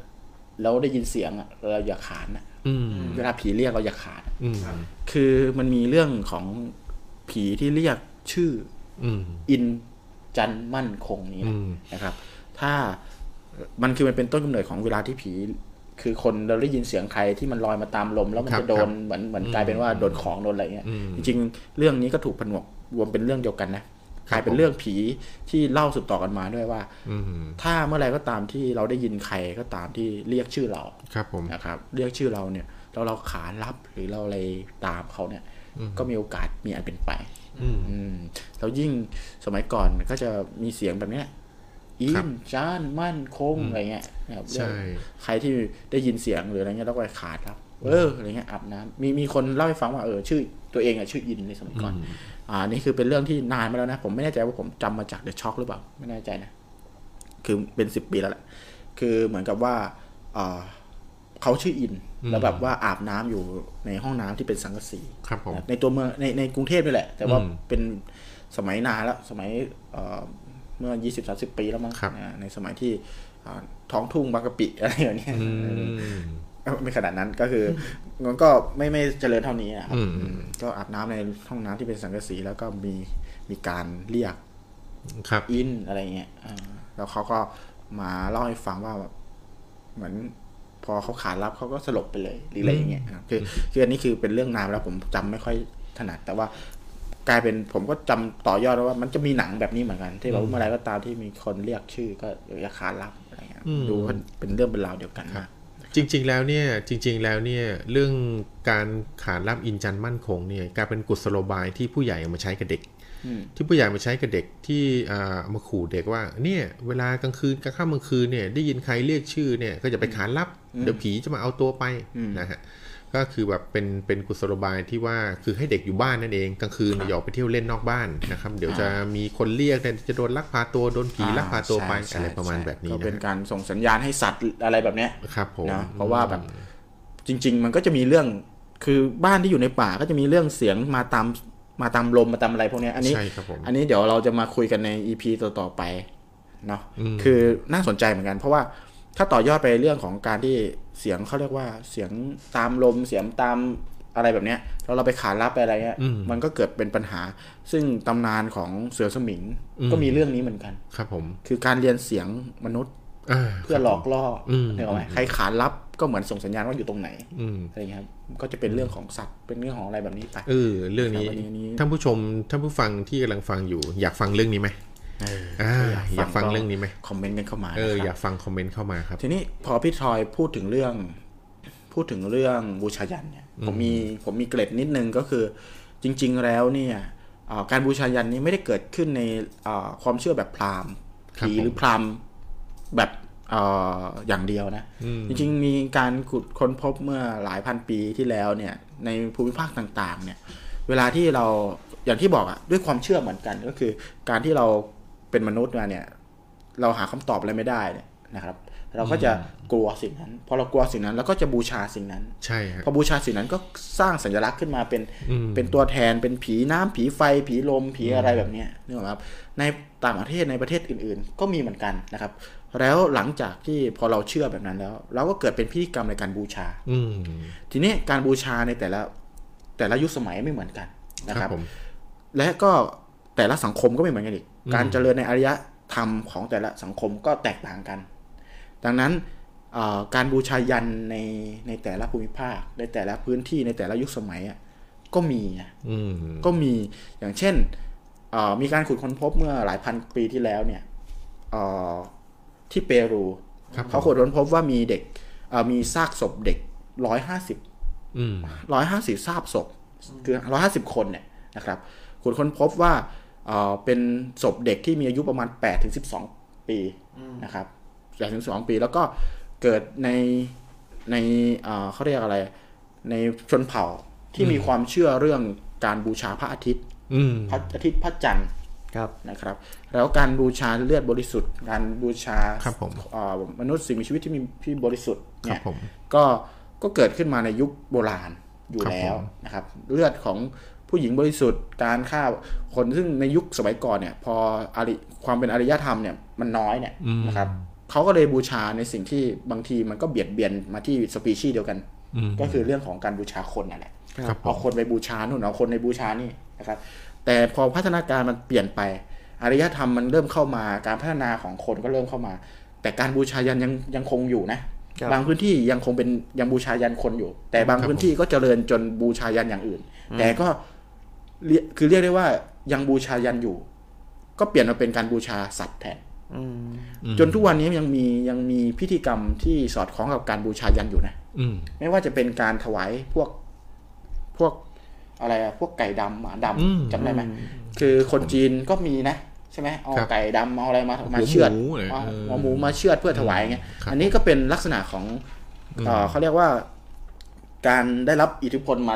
A: เราได้ยินเสียงอ่ะเราอย่าขานอ่ะ
B: อืม
A: เวลาผีเรียกเราอย่าขานอะ
B: อืม
A: คือมันมีเรื่องของผีที่เรียกชื่อ
B: อืม
A: อินจันมั่นคงนี้
B: อื
A: นะ
B: ม
A: นะครับ ถ้ามันคือมันเป็นต้นกำเนิดของเวลาที่ผี คือคนเราได้ยินเสียงใครที่มันลอยมาตามลม แล้วมัน
B: ครับ
A: จะโด
B: ค
A: น
B: รับ
A: เหมือนเหมือนกลายเป็นว่าโดนของโดนอะไรเงี้ย
B: อืม
A: จริงๆ เรื่องนี้ก็ถูกผนวกรวมเป็นเรื่องเดียวกันนะ
B: ค
A: ก
B: รับ
A: ลายเป็นเรื่องผีที่เล่าสืบต่อกันมาด้วยว่า
B: อืม
A: ถ้าเมื่อไหรก็ตามที่เราได้ยินใครก็ตามที่เรียกชื่อเรา
B: ครับผม
A: นะครับ เรียกชื่อเราเนี่ยแล้วเราขานรับหรือเราอะไรตามเขาเนี่ย ก็มีโอกาสมีอันเป็นไป
B: อืม
A: อืมแล้วยิ่งสมัยก่อนก็จะมีเสียงแบบเนี้ยอิ
B: ครับ
A: นจานมั่นคงอะไรเงี้ยนะครับ
B: ใช่
A: เรื่องใครที่ได้ยินเสียงหรืออะไรเงี้ยแล้วก็ไปขาดครับ เอออะไรเงี้ยอาบน้ำมีมีคนเล่าให้ฟังว่าเออชื่อตัวเองอะชื่ออินในสมัยก่อน อ่านี่คือเป็นเรื่องที่นานมาแล้วนะ ผมไม่แน่ใจว่าผมจำมาจากเดอะช็อคหรือเปล่า ไม่แน่ใจนะ คือเป็นสิบปีแล้วแหละคือเหมือนกับว่าอ่าเขาชื่ออิน แล้วแบบว่าอาบน้ำอยู่ในห้องน้ำที่เป็นสังกะสี
B: ครับผม
A: ในตัวเมืองในในกรุงเทพนี่แหละ แต่ว่า
B: อืม
A: เป็นสมัยนานแล้ว สมัยเอ่อเมื่อ 20 30 ปีแล้วมั้ง
B: ครับ
A: นะในสมัยที่อ่าท้องทุ่งบางกะปิ <laughs> อะไรอย่างเงี้ย
B: อืม
A: เอ้าไม่ขนาดนั้นก็คือ <laughs> มันก็ไม่ไม่เจริญเท่านี้นะครั
B: อื
A: บ
B: ม
A: อืมก็อาบน้ำในห้องน้ำที่เป็นสังกะสีแล้วก็มีมีการเรียก
B: ครับ
A: อินอะไรเงี้ยอ่าแล้วเขาก็มาเล่าให้ฟังว่าแบบเหมือนพอเขาขาดรับเขาก็สลบไปเลยหรืออะไรอย่างเงี้ยครับคือคืออันนี้คือเป็นเรื่องนานแล้วผมจำไม่ค่อยถนัดแต่ว่า กลายเป็นผมก็จำต่อยอดว่ามันจะมีหนังแบบนี้เหมือนกัน ที่แบบว่าเมื่อไหรก็ตามที่มีคนเรียกชื่อก็อยาคานรับอะไรเงี้ย
B: อืม
A: ดูว่าเป็นเรื่องเป็นราวเดียวกันนะ
B: จริงๆ แล้วเนี่ยจริง ๆ แล้วเนี่ยเรื่องการขานรับอินจันมั่นคงเนี่ยกลายเป็นกุศโลบายที่ผู้ใหญ่เอามาใช้กับเด็ก
A: อืม
B: ที่ผู้ใหญ่มาใช้กับเด็กที่อ่าเอามาขู่เด็กว่าเนี่ยเวลากลางคืนกลางค่ำกลางคืนเนี่ยได้ยินใครเรียกชื่อเนี่ยก็จะไปขานรับเดี๋ยวผีจะมาเอาตัวไปนะฮะก็คือแบบเป็นเป็นกุศโลบายที่ว่าคือให้เด็กอยู่บ้านนั่นเองกลางคืนอย่าออกไปเที่ยวเล่นนอกบ้านนะครับเดี๋ยวจะมีคนเรียกเนี่ยจะโดนลักพาตัวโดนผีลักพาตัวไป
A: ใช่
B: อะไรประมาณ
A: ใช่
B: แบบนี้
A: ก็
B: นะ
A: เป็น
B: ฮะ
A: การส่งสัญญาณให้สัตว์อะไรแบบเนี้ย
B: ครับผม
A: นะเพราะว่าแบบจริง ๆ มันก็จะมีเรื่องคือบ้านที่อยู่ในป่าก็จะมีเรื่องเสียงมาตามมาตามลมมาตามอะไรพวกเนี้ยอันนี้
B: ใช่ครับผม
A: อันนี้เดี๋ยวเราจะมาคุยกันใน EP ต่อๆไปเนาะ
B: อืม
A: คือน่าสนใจเหมือนกัน เพราะว่าถ้าต่อยอดไปเรื่องของการที่เสียงเขาเรียกว่าเสียงตามลมเสียงตามอะไรแบบเนี้ยแล้วเราไปขานรับไปอะไรเงี้ยมันก็เกิดเป็นปัญหา ซึ่งตำนานของเสือสมิงก็มีเรื่องนี้เหมือนกัน
B: ครับผม
A: คือการเรียนเสียงมนุษย์
B: า
A: เพื่อหลอกล่ออ
B: ม
A: เนี่ยไหมใครขานรับก็เหมือนส่งสัญญาณว่าอยู่ตรงไหน
B: อืม
A: อะไรเงี้ยครับก็จะเป็นเรื่องของสัตว์เป็นเรื่องของอะไรแบบนี้ไป
B: เออเรื่องนี้
A: ครับวันนี้
B: ท่านผู้ชมท่านผู้ฟังที่กำลังฟังอยู่ อยากฟังเรื่องนี้ไหมอ่าอยากฟังเรื่องนี้ไหม
A: คอมเมนต์กันเข้ามา
B: เออ
A: นะ
B: อ
A: ค
B: ยา
A: รับ
B: กฟังคอมเมนต์เข้ามาครับ
A: ทีนี้พอพี่ทอยพูดถึงเรื่อง พูดถึงเรื่องบูชายันเนี่ยผมมีผมมีเกร็ดนิดนึงก็คือ จริง ๆแล้วเนี่ยเอ่อการบูชายันนี้ไม่ได้เกิดขึ้นในเอ่อความเชื่อแบบพราหมณ์
B: ครับ
A: ผีหรือ
B: ผม
A: พราหมณ์แบบเอออย่างเดียวนะ จริงๆ มีการขุดค้นพบเมื่อหลายพันปีที่แล้วเนี่ยในภูมิภาคต่างๆ เนี่ย เวลาที่เราอย่างที่บอกอะด้วยความเชื่อเหมือนกันก็คือ การที่เราเป็นมนุษย์มาเนี่ย เราหาคำตอบอะไรไม่ได้เนี่ยนะครับ เราก็จะกลัวสิ่งนั้นพอเรากลัวสิ่งนั้นเราก็จะบูชาสิ่งนั้น
B: ใช่ครับ
A: พอบูชาสิ่งนั้นก็สร้างสัญลักษณ์ขึ้นมาเป็น
B: อืม
A: เป็นตัวแทนเป็นผีน้ำผีไฟ ผีลมผีอะไรแบบเนี้ยนึกออกไหมครับในต่างประเทศในประเทศอื่นๆ ก็มีเหมือนกันนะครับ แล้วหลังจากที่พอเราเชื่อแบบนั้นแล้ว เราก็เกิดเป็นพิธีกรรมในการบูชา
B: อืม
A: ทีนี้การบูชาในแต่ละแต่ละยุคสมัยไม่เหมือนกันนะ
B: ค
A: ค
B: รั
A: รั
B: บบ ผม
A: และก็แต่ละสังคมก็ไม่เหมือนกันอีก
B: อืม
A: การเจริญในอารยธรรมของแต่ละสังคมก็แตกต่างกัน ดังนั้นเอ่อการบูชายันในในแต่ละภูมิภาค ในแต่ละพื้นที่ในแต่ละยุคสมัยอะก็มีนะ
B: อืม
A: ก็มีอย่างเช่นเอ่อมีการขุดค้นพบเมื่อหลายพันปีที่แล้วเนี่ยเอ่อที่เปรู
B: ครับ
A: เขา
B: ผ
A: ขุ
B: ม
A: ดค้นพบว่ามีเด็กเอ่อมีซากศพเด็กร้อยห้าสิบ
B: อืม
A: ร้อยห้าสิบทราบศพคือร้อยห้าสิบคนเนี่ยนะครับคุณค้นพบว่าเอ่อเป็นศพเด็กที่มีอายุประมาณแปดถึงสิบสองปีนะครับแปดถึงสองปีแล้วก็เกิดในในเอ่อเขาเรียกอะไร ในชนเผ่าที่มีความเชื่อเรื่องการบูชาพระอาทิตย์
B: อืม
A: พระอาทิตย์พระจันทร์
C: ครับ
A: นะครับ แล้วการบูชาเลือดบริสุทธิ์ การบูชา
B: ครับผม
A: เอ่อมนุษย์สิ่งมีชีวิตที่มีที่บริสุทธิ์
B: ครั
A: เนี่
B: บ
A: ย
B: ผม
A: ก็ก็เกิดขึ้นมาในยุคโบราณอยู่
B: ครับ
A: แล้
B: ผ
A: ว
B: ม
A: นะครับ เลือดของผู้หญิงบริสุทธิ์การฆ่าคนซึ่งในยุคสมัยก่อนเนี่ย พออาริความเป็นอารยธรรมเนี่ยมันน้อยเนี่ยนะครับเขาก็เลยบูชาในสิ่งที่บางทีมันก็เบียดเบียนมาที่สปีชีส์เดียวกัน
B: อืม
A: ก็คือเรื่องของการบูชาคนนั่นแหละ
B: ครับผม
A: เอาคนไปบูชานู่นเอาคนในบูชานี่นะครับ แต่พอพัฒนาการมันเปลี่ยนไปอารยธรรมมันเริ่มเข้ามาการพัฒนาของคนก็เริ่มเข้ามา แต่การบูชายันยังยังคงอยู่นะ
C: ครับ
A: บางพื้นที่ยังคงเป็นยังบูชายันคนอยู่ แต่บา
B: ค
A: ง
B: รับ
A: พื้นที่ก็เจริญจนบูชายันอย่างอื่น แต่ก็เรียคือเรียกได้ว่ายังบูชายันอยู่ ก็เปลี่ยนมาเป็นการบูชาสัตว์แทน
C: อืม
B: อืม
A: จนทุกวันนี้ยังมียังมีพิธีกรรมที่สอดคล้องกับการบูชายันอยู่นะ
B: อืม
A: ไม่ว่าจะเป็นการถวายพวกพวกอะไรอะพวกไก่ดำหมาด
B: อืม
A: ำจำได้ไหมคือคนจีนก็มีนะ ใช่ไหมเอา
B: ครับ
A: ไก่ดำเอาอะไรมามา
B: หัวหมู
A: เชือด
B: อะไร
A: เอา
B: เออ
A: หัวหมูมาเชือดเพื่อถวายไง
B: ครับ
A: อันนี้ก็เป็นลักษณะของเอ่อเขาเรียกว่า การได้รับอิทธิพลมา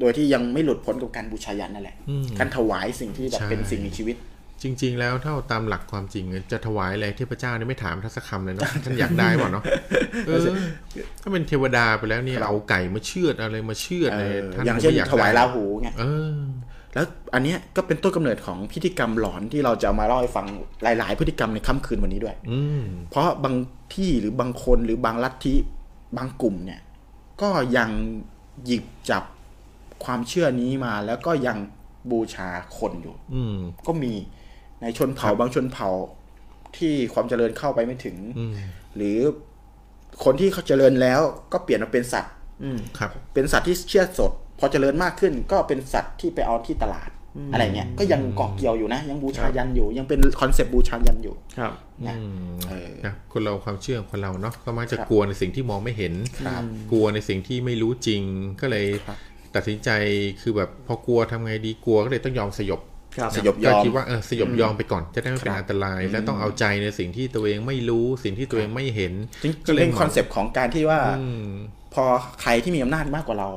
A: โดยที่ยังไม่หลุดพ้นกับการบูชายันนั่นแหละ
B: อืม
A: การถวายสิ่งที่แบบ
B: ใช่
A: เป็นสิ่งมีชีวิต
B: จริง ๆ แล้วเท่าตามหลักความจริงจะถวายอะไรเทพเจ้านี่ไม่ถามท่านสักคำเลยเนาะ
A: <laughs>
B: ท่านอยากได้เปล่าเนาะเออถ้าเป็นเทวดาไปแล้วเนี่ย
A: ครับ
B: เอาไก่มาเชือดอะไรมาเชือด
A: เอ
B: อะไร
A: อ
B: ท่าน
A: อย่างเช่น
B: ไม่ก
A: ถวาย
B: ได้
A: ราหูไง
B: เออ
A: แล้วอันเนี้ยก็เป็นต้นกำเนิดของพิธีกรรมหลอนที่เราจะเอามาเล่าให้ฟังหลาย ๆ พฤติกรรมในค่ำคืนวันนี้ด้วย
B: อืม
A: เพราะบางที่หรือบางคนหรือบางลัทธิบางกลุ่มเนี่ย ก็ยังหยิบจับความเชื่อนี้มา แล้วก็ยังบูชาคนอยู่
B: อืม
A: ก็มีในชนเผ่าบางชนเผ่าที่ความเจริญเข้าไปไม่ถึง
B: อืม
A: หรือคนที่เขาเจริญแล้วก็เปลี่ยนมาเป็นสัตว์
B: ครับ
A: เป็นสัตว์ที่เชื่อสด พอเจริญมากขึ้นก็เป็นสัตว์ที่ไปเอาที่ตลาดอะไรเงี้ยก็ยังเกาะเกี่ยวอยู่นะ ยังบูชายันอยู่ ยังเป็นคอนเซปต์บูชายันอยู่
C: ครับ
A: นะ
B: อืม
A: เออ
B: นะคนเราความเชื่อของคนเราเนาะก็มักจะ
A: ครับ
B: กลัวในสิ่งที่มองไม่เห็น
A: ครับ
B: กลัวในสิ่งที่ไม่รู้จริงก็เลย
A: ครับ
B: ตัดสินใจคือแบบพอกลัวทำไงดีกลัวก็เลยต้องยอมสยบ
C: ครับ
A: สยบยอม
B: ก็คิดว่าเออสยบยอมไปก่อนจะได้ไม่เป็น
A: ครับ
B: อันตราย และต้องเอาใจในสิ่งที่ตัวเองไม่รู้สิ่งที่ตัวเองไม่เห็น
A: จริงๆ
B: ก็เลย
A: เป็นคอนเซปต์ของการที่ว่า
B: อืม
A: พอใครที่มีอำนาจมากกว่าเรา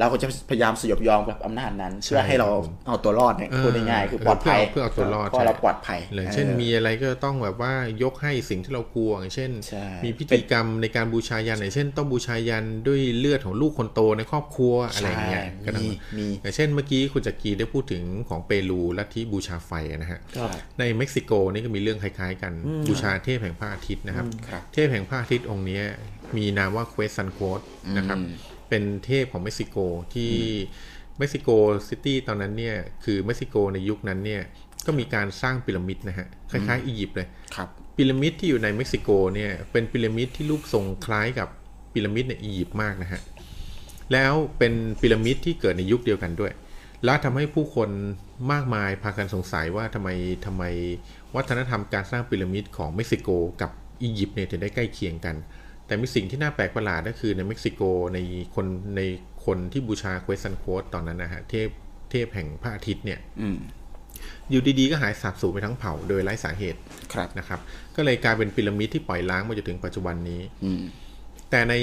A: เราก็จะพยายามสยบยอมกับอำนาจนั้น เพื่อให้เราเอาตัวรอดเนี่ย
B: เออ
A: พูดง่ายๆคือปลอดภัย
B: เพื่อเอาตัวรอด
A: พอ
B: ใช่
A: เราปลอดภัย
B: เลยเช่น
A: ออ
B: มีอะไรก็ต้องแบบว่ายกให้สิ่งที่เรากลัวอย่างเช่น
A: ใช่
B: มีพิธีกรรมในการบูชายันอย่างเช่น ต้องบูชายันด้วยเลือดของลูกคนโตในครอบครัวอะไรอย่างเงี้ย
A: ใช่
B: ก็ต้อ
A: มี
B: ง
A: มี
B: อย่างเช่นเมื่อกี้คุณจักรีได้พูดถึงของเปรูลัทธิบูชาไฟนะฮะ
C: ครับ
B: ในเม็กซิโกนี่ก็มีเรื่องคล้ายๆ กันบูชาเทพแห่งพระอาทิตย์นะครับ
A: ครับ
B: เทพแห่งพระอาทิตย์องค์เนี้ยมีนามว่าเควสซันโคดนะครับเป็นเทพของเม็กซิโกที่เม็กซิโกซิตี้ตอนนั้นเนี่ยคือเม็กซิโกในยุคนั้นเนี่ยก็มีการสร้างพีระมิดนะฮะคล้ายๆอียิปต์เลย
A: ครับ
B: พีระมิดที่อยู่ในเม็กซิโกเนี่ยเป็นพีระมิดที่รูปทรงคล้ายกับพีระมิดในอียิปต์มากนะฮะ แล้วเป็นพีระมิดที่เกิดในยุคเดียวกันด้วย และทำให้ผู้คนมากมายพากันสงสัยว่าทำไมทำไมวัฒนธรรมการสร้างพีระมิดของเม็กซิโกกับอียิปต์เนี่ยถึงได้ใกล้เคียงกัน แต่มีสิ่งที่น่าแปลกประหลาดก็คือในเม็กซิโกในคนในคนที่บูชาเควสันโคสตอนนั้นนะฮะเทพเทพแห่งพระอาทิตย์เนี่ย
A: อืม
B: อยู่ดีๆก็หายสาบสูญไปทั้งเผ่าโดยไร้สาเหตุ
A: ครับ
B: นะครับก็เลยกลายเป็นพีระมิดที่ปล่อยล้างมาจนถึงปัจจุบันนี้
A: อืม
B: แต่ใน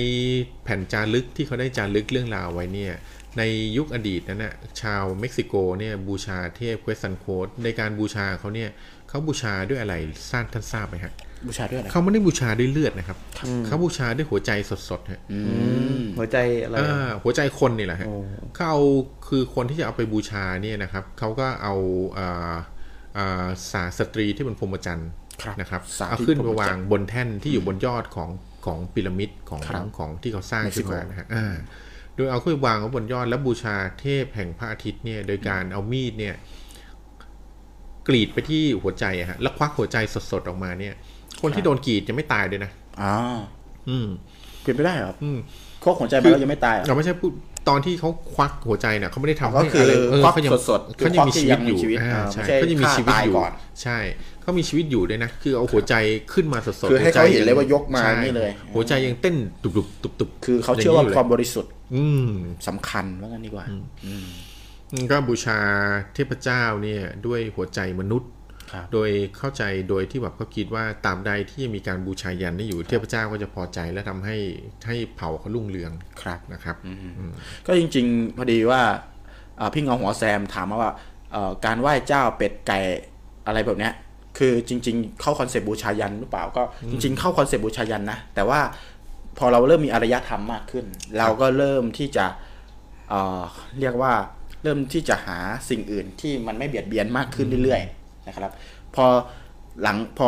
B: แผ่นจารึกที่เขาได้จารึกเรื่องราวไว้เนี่ย ในยุคอดีตนั้นนะชาวเม็กซิโกเนี่ยบูชาเทพเควสซันโคดในการบูชาเขาเนี่ยเขาบูชาด้วยอะไรทราบท่านทราบไหมฮะ
A: บูชาด้วยอะไร
B: เขาไม่ได้บูชาด้วยเลือดนะครับเขาบูชาด้วยหัวใจสดๆฮะ
A: อืม
C: หัวใจอะไร
B: อ่าหัวใจคนนี่แหละฮะ
C: โอ้
B: เขาเอาคือคนที่จะเอาไปบูชาเนี่ยนะครับเขาก็เอาอ่าอ่าสาสตรีที่เป็นพรหมจรรย์
A: ครับ
B: นะครับ
A: สาที่
B: เอาขึ้น
A: พร
B: มาม
A: หจร
B: วา
A: รง ย์
B: บนแท่นที่อยู่บนยอดของของพีระมิดของ
A: ครับ
B: ของที่เขาสร้าง
A: เม็กซิ
B: ขึ้น
A: โก
B: มานะฮะอ่าโดยเอาขึ้นไปวางไว้บนยอดแล้วบูชาเทพแห่งพระอาทิตย์เนี่ยโดยการเอามีดเนี่ยกรีดไปที่หัวใจอะฮะแล้วควักหัวใจสดๆออกมาเนี่ย คนที่โดนกรีดจะไม่ตายด้วยนะ
A: อ๋อ
B: อืม
A: เป็นไปได้เหรอ
B: อืม
A: โคกหัวใจไปแล้วยังไม่ตายเหรอ
B: เราไม่ใช่พูดตอนที่เขาควักหัวใจเนี่ยเขาไม่ได้ทำให้
A: ก็คือ
B: อะไรเ
A: ควัก
B: เขายัง
A: สดๆคือ
B: เขายังมีชีวิตอยู่
A: ควักที่ยังมีชีวิ
B: อ่าใช่เขายังมีชีวิ
A: ตอ่าไม่ใช่
B: ต
A: ฆ่าตาย
B: อยู่
A: ก่อน
B: ใช่เขามีชีวิตอยู่ด้วยนะคือเอาหัวใจขึ้นมาสดๆ
A: คือให้เขาเห็นเลยว่ายกมา
B: ใช่
A: นี่เลย
B: หัวใจยังเต้นตุบๆตุบๆ
A: คือเขาเชื่อว่า
B: ย่งนี้ยู่ลยว
A: คามบริสุทธิ์
B: อืม
A: สำคัญว่างั้นดีกว่า
B: ก็บูชาเทพเจ้าเนี่ยด้วยหัวใจมนุษย์
A: ครับ
B: โดยเข้าใจโดยที่แบบเขาคิดว่าตามใดที่ยังมีการบูชายันนี่อยู่เทพเจ้าก็จะพอใจและทำให้ให้เผ่าเขารุ่งเรือง
A: ครับ
B: นะครับ
A: ก็จริงๆ พอดีว่าเอ่อพี่เงาหัวแซมถามมาว่าเอ่อการไหว้เจ้าเป็ดไก่อะไรแบบเนี้ยคือจริง ๆ เข้าคอนเซปต์บูชายันหรือเปล่าก็จริง ๆ เข้าคอนเซปต์บูชายันนะแต่ว่าพอเราเริ่มมีอารยธรรมมากขึ้น เราก็เริ่มที่จะเอ่อเรียกว่าเริ่มที่จะหาสิ่งอื่นที่มันไม่เบียดเบียนมากขึ้นเรื่อยๆนะครับ พอหลังพอ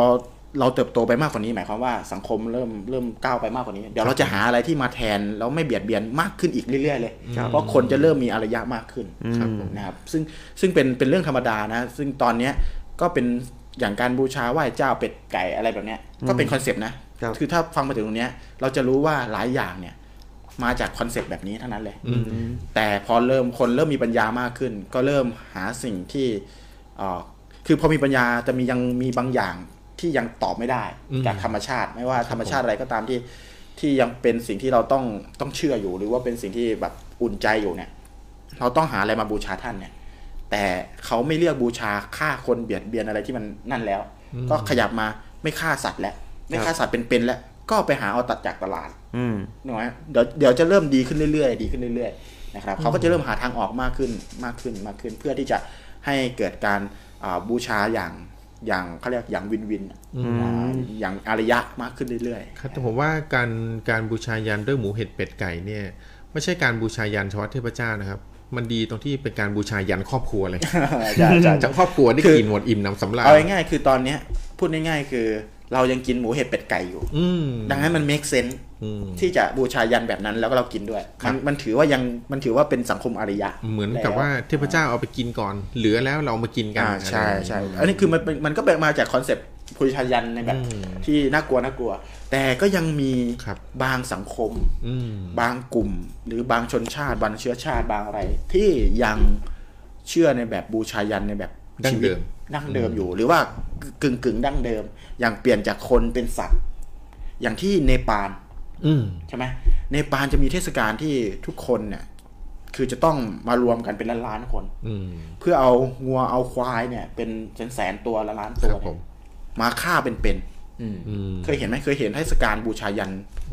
A: เราเติบโตไปมากกว่านี้หมายความว่าสังคมเริ่มเริ่มก้าวไปมากกว่านี้ เดี๋ยวเราจะหาอะไรที่มาแทนแล้วไม่เบียดเบียนมากขึ้นอีกเรื่อยๆเลย เพราะคนจะเริ่มมีอารยะมากขึ้น
B: ครับผม
A: นะครับซึ่งซึ่งเป็นเป็นเรื่องธรรมดานะซึ่งตอนเนี้ยก็เป็นอย่างการบูชาไหว้เจ้าเป็ดไก่อะไรแบบเนี้ยก็เป็นคอนเซปต์นะครับ อถ้าฟังมาถึงตรงเนี้ยเราจะรู้ว่าหลายอย่างเนี่ยมาจากคอนเซปต์แบบนี้เท่านั้นเลย แต่พอเริ่มคนเริ่มมีปัญญามากขึ้น ก็เริ่มหาสิ่งที่เอ่อคือพอมีปัญญาจะมียังมีบางอย่างที่ยังตอบไม่ได้
B: อืม
A: จากธรรมชาติ ไม่ว่า
B: ครับ
A: ธรรมชาติอะไรก็ตามที่ที่ยังเป็นสิ่งที่เราต้องต้องเชื่ออยู่ หรือว่าเป็นสิ่งที่แบบอุ่นใจอยู่เนี่ย เราต้องหาอะไรมาบูชาท่านเนี่ย แต่เขาไม่เลือกบูชาฆ่าคนเบียดเบียนอะไรที่มันนั่นแล้ว
B: อืม
A: ก็ขยับมาไม่ฆ่าสัตว์แล้วไม่ฆ่าสัตว์เป็นๆแล้วก็ไปหาเอาตัดจากตลาด
C: อืม
A: น้อยเดี๋ยวเดี๋ยวจะเริ่มดีขึ้นเรื่อยๆ ดีขึ้นเรื่อยๆนะครับเขาก็จะเริ่มหาทางออกมากขึ้นมากขึ้นมากขึ้น เพื่อที่จะให้เกิดการอ่าบูชาอย่างอย่างเขาเรียกอย่างวินวินอะอ่าอย่างอารยะมากขึ้นเรื่อย <laughs>
B: ครับแต่ผมว่าการการบูชายันด้วยหมูเห็ดเป็ดไก่เนี่ยไม่ใช่การบูชายันเฉพาะเทพเจ้านะครับ มันดีตรงที่เป็นการบูชายันครอบครัวเลย
A: ๆ <laughs> ใช่ใช่
B: ทั้งครอบครัวได้กินหมดอิ่มหนำส <laughs> ำราญ
A: เอาง่ายๆคือตอนเนี้ยพูดง่ายๆ คือเรายังกินหมูเห็ดเป็ดไก่อยู่
B: อืม
A: ดังนั้นมัน make sense
B: อืม
A: ที่จะบูชายันแบบนั้นแล้วก็เรากินด้วย
B: ครั
A: มั
B: บ
A: นมันถือว่ายังมันถือว่าเป็นสังคมอารยะ
B: เหมือนกับ
A: แล้
B: ว่าเทพเจ้าเอาไปกินก่อน เหลือแล้วเรามากินกัน
A: อ่าใช่ใช่อันนี้คือมันเป็นมันก็เป็นมาจากคอนเซปต์พุชายันในแบบ
B: อืม
A: ที่น่ากลัวน่ากลัว แต่ก็ยังมี
B: ครับ
A: บางสังคม
B: อืม
A: บางกลุ่ม หรือบางชนชาติบางเชื้อชาติบางอะไร ที่ยังเชื่อในแบบบูชายันในแบบ
B: ดั้ง
A: ชีวิต
B: เดิม
A: ดั้งเดิมอยู่ หรือว่ากึ่งกึ่งๆดั้งเดิม อย่างเปลี่ยนจากคนเป็นสัตว์ อย่างที่เนปาล
B: อืม
A: ใช่ไหมเนปาลจะมีเทศกาลที่ทุกคนเนี่ยคือจะต้องมารวมกันเป็นล้านๆคน
B: อืม
A: เพื่อเอางัวเอาควายเนี่ย เป็นแสนแสนๆตัวละล้านๆตั
B: ค
A: ว
B: รับผม
A: มาฆ่าเป็นเป็นๆ
B: อืม
A: เคยเห็นไหมเคยเห็นเทศกาลบูชายัน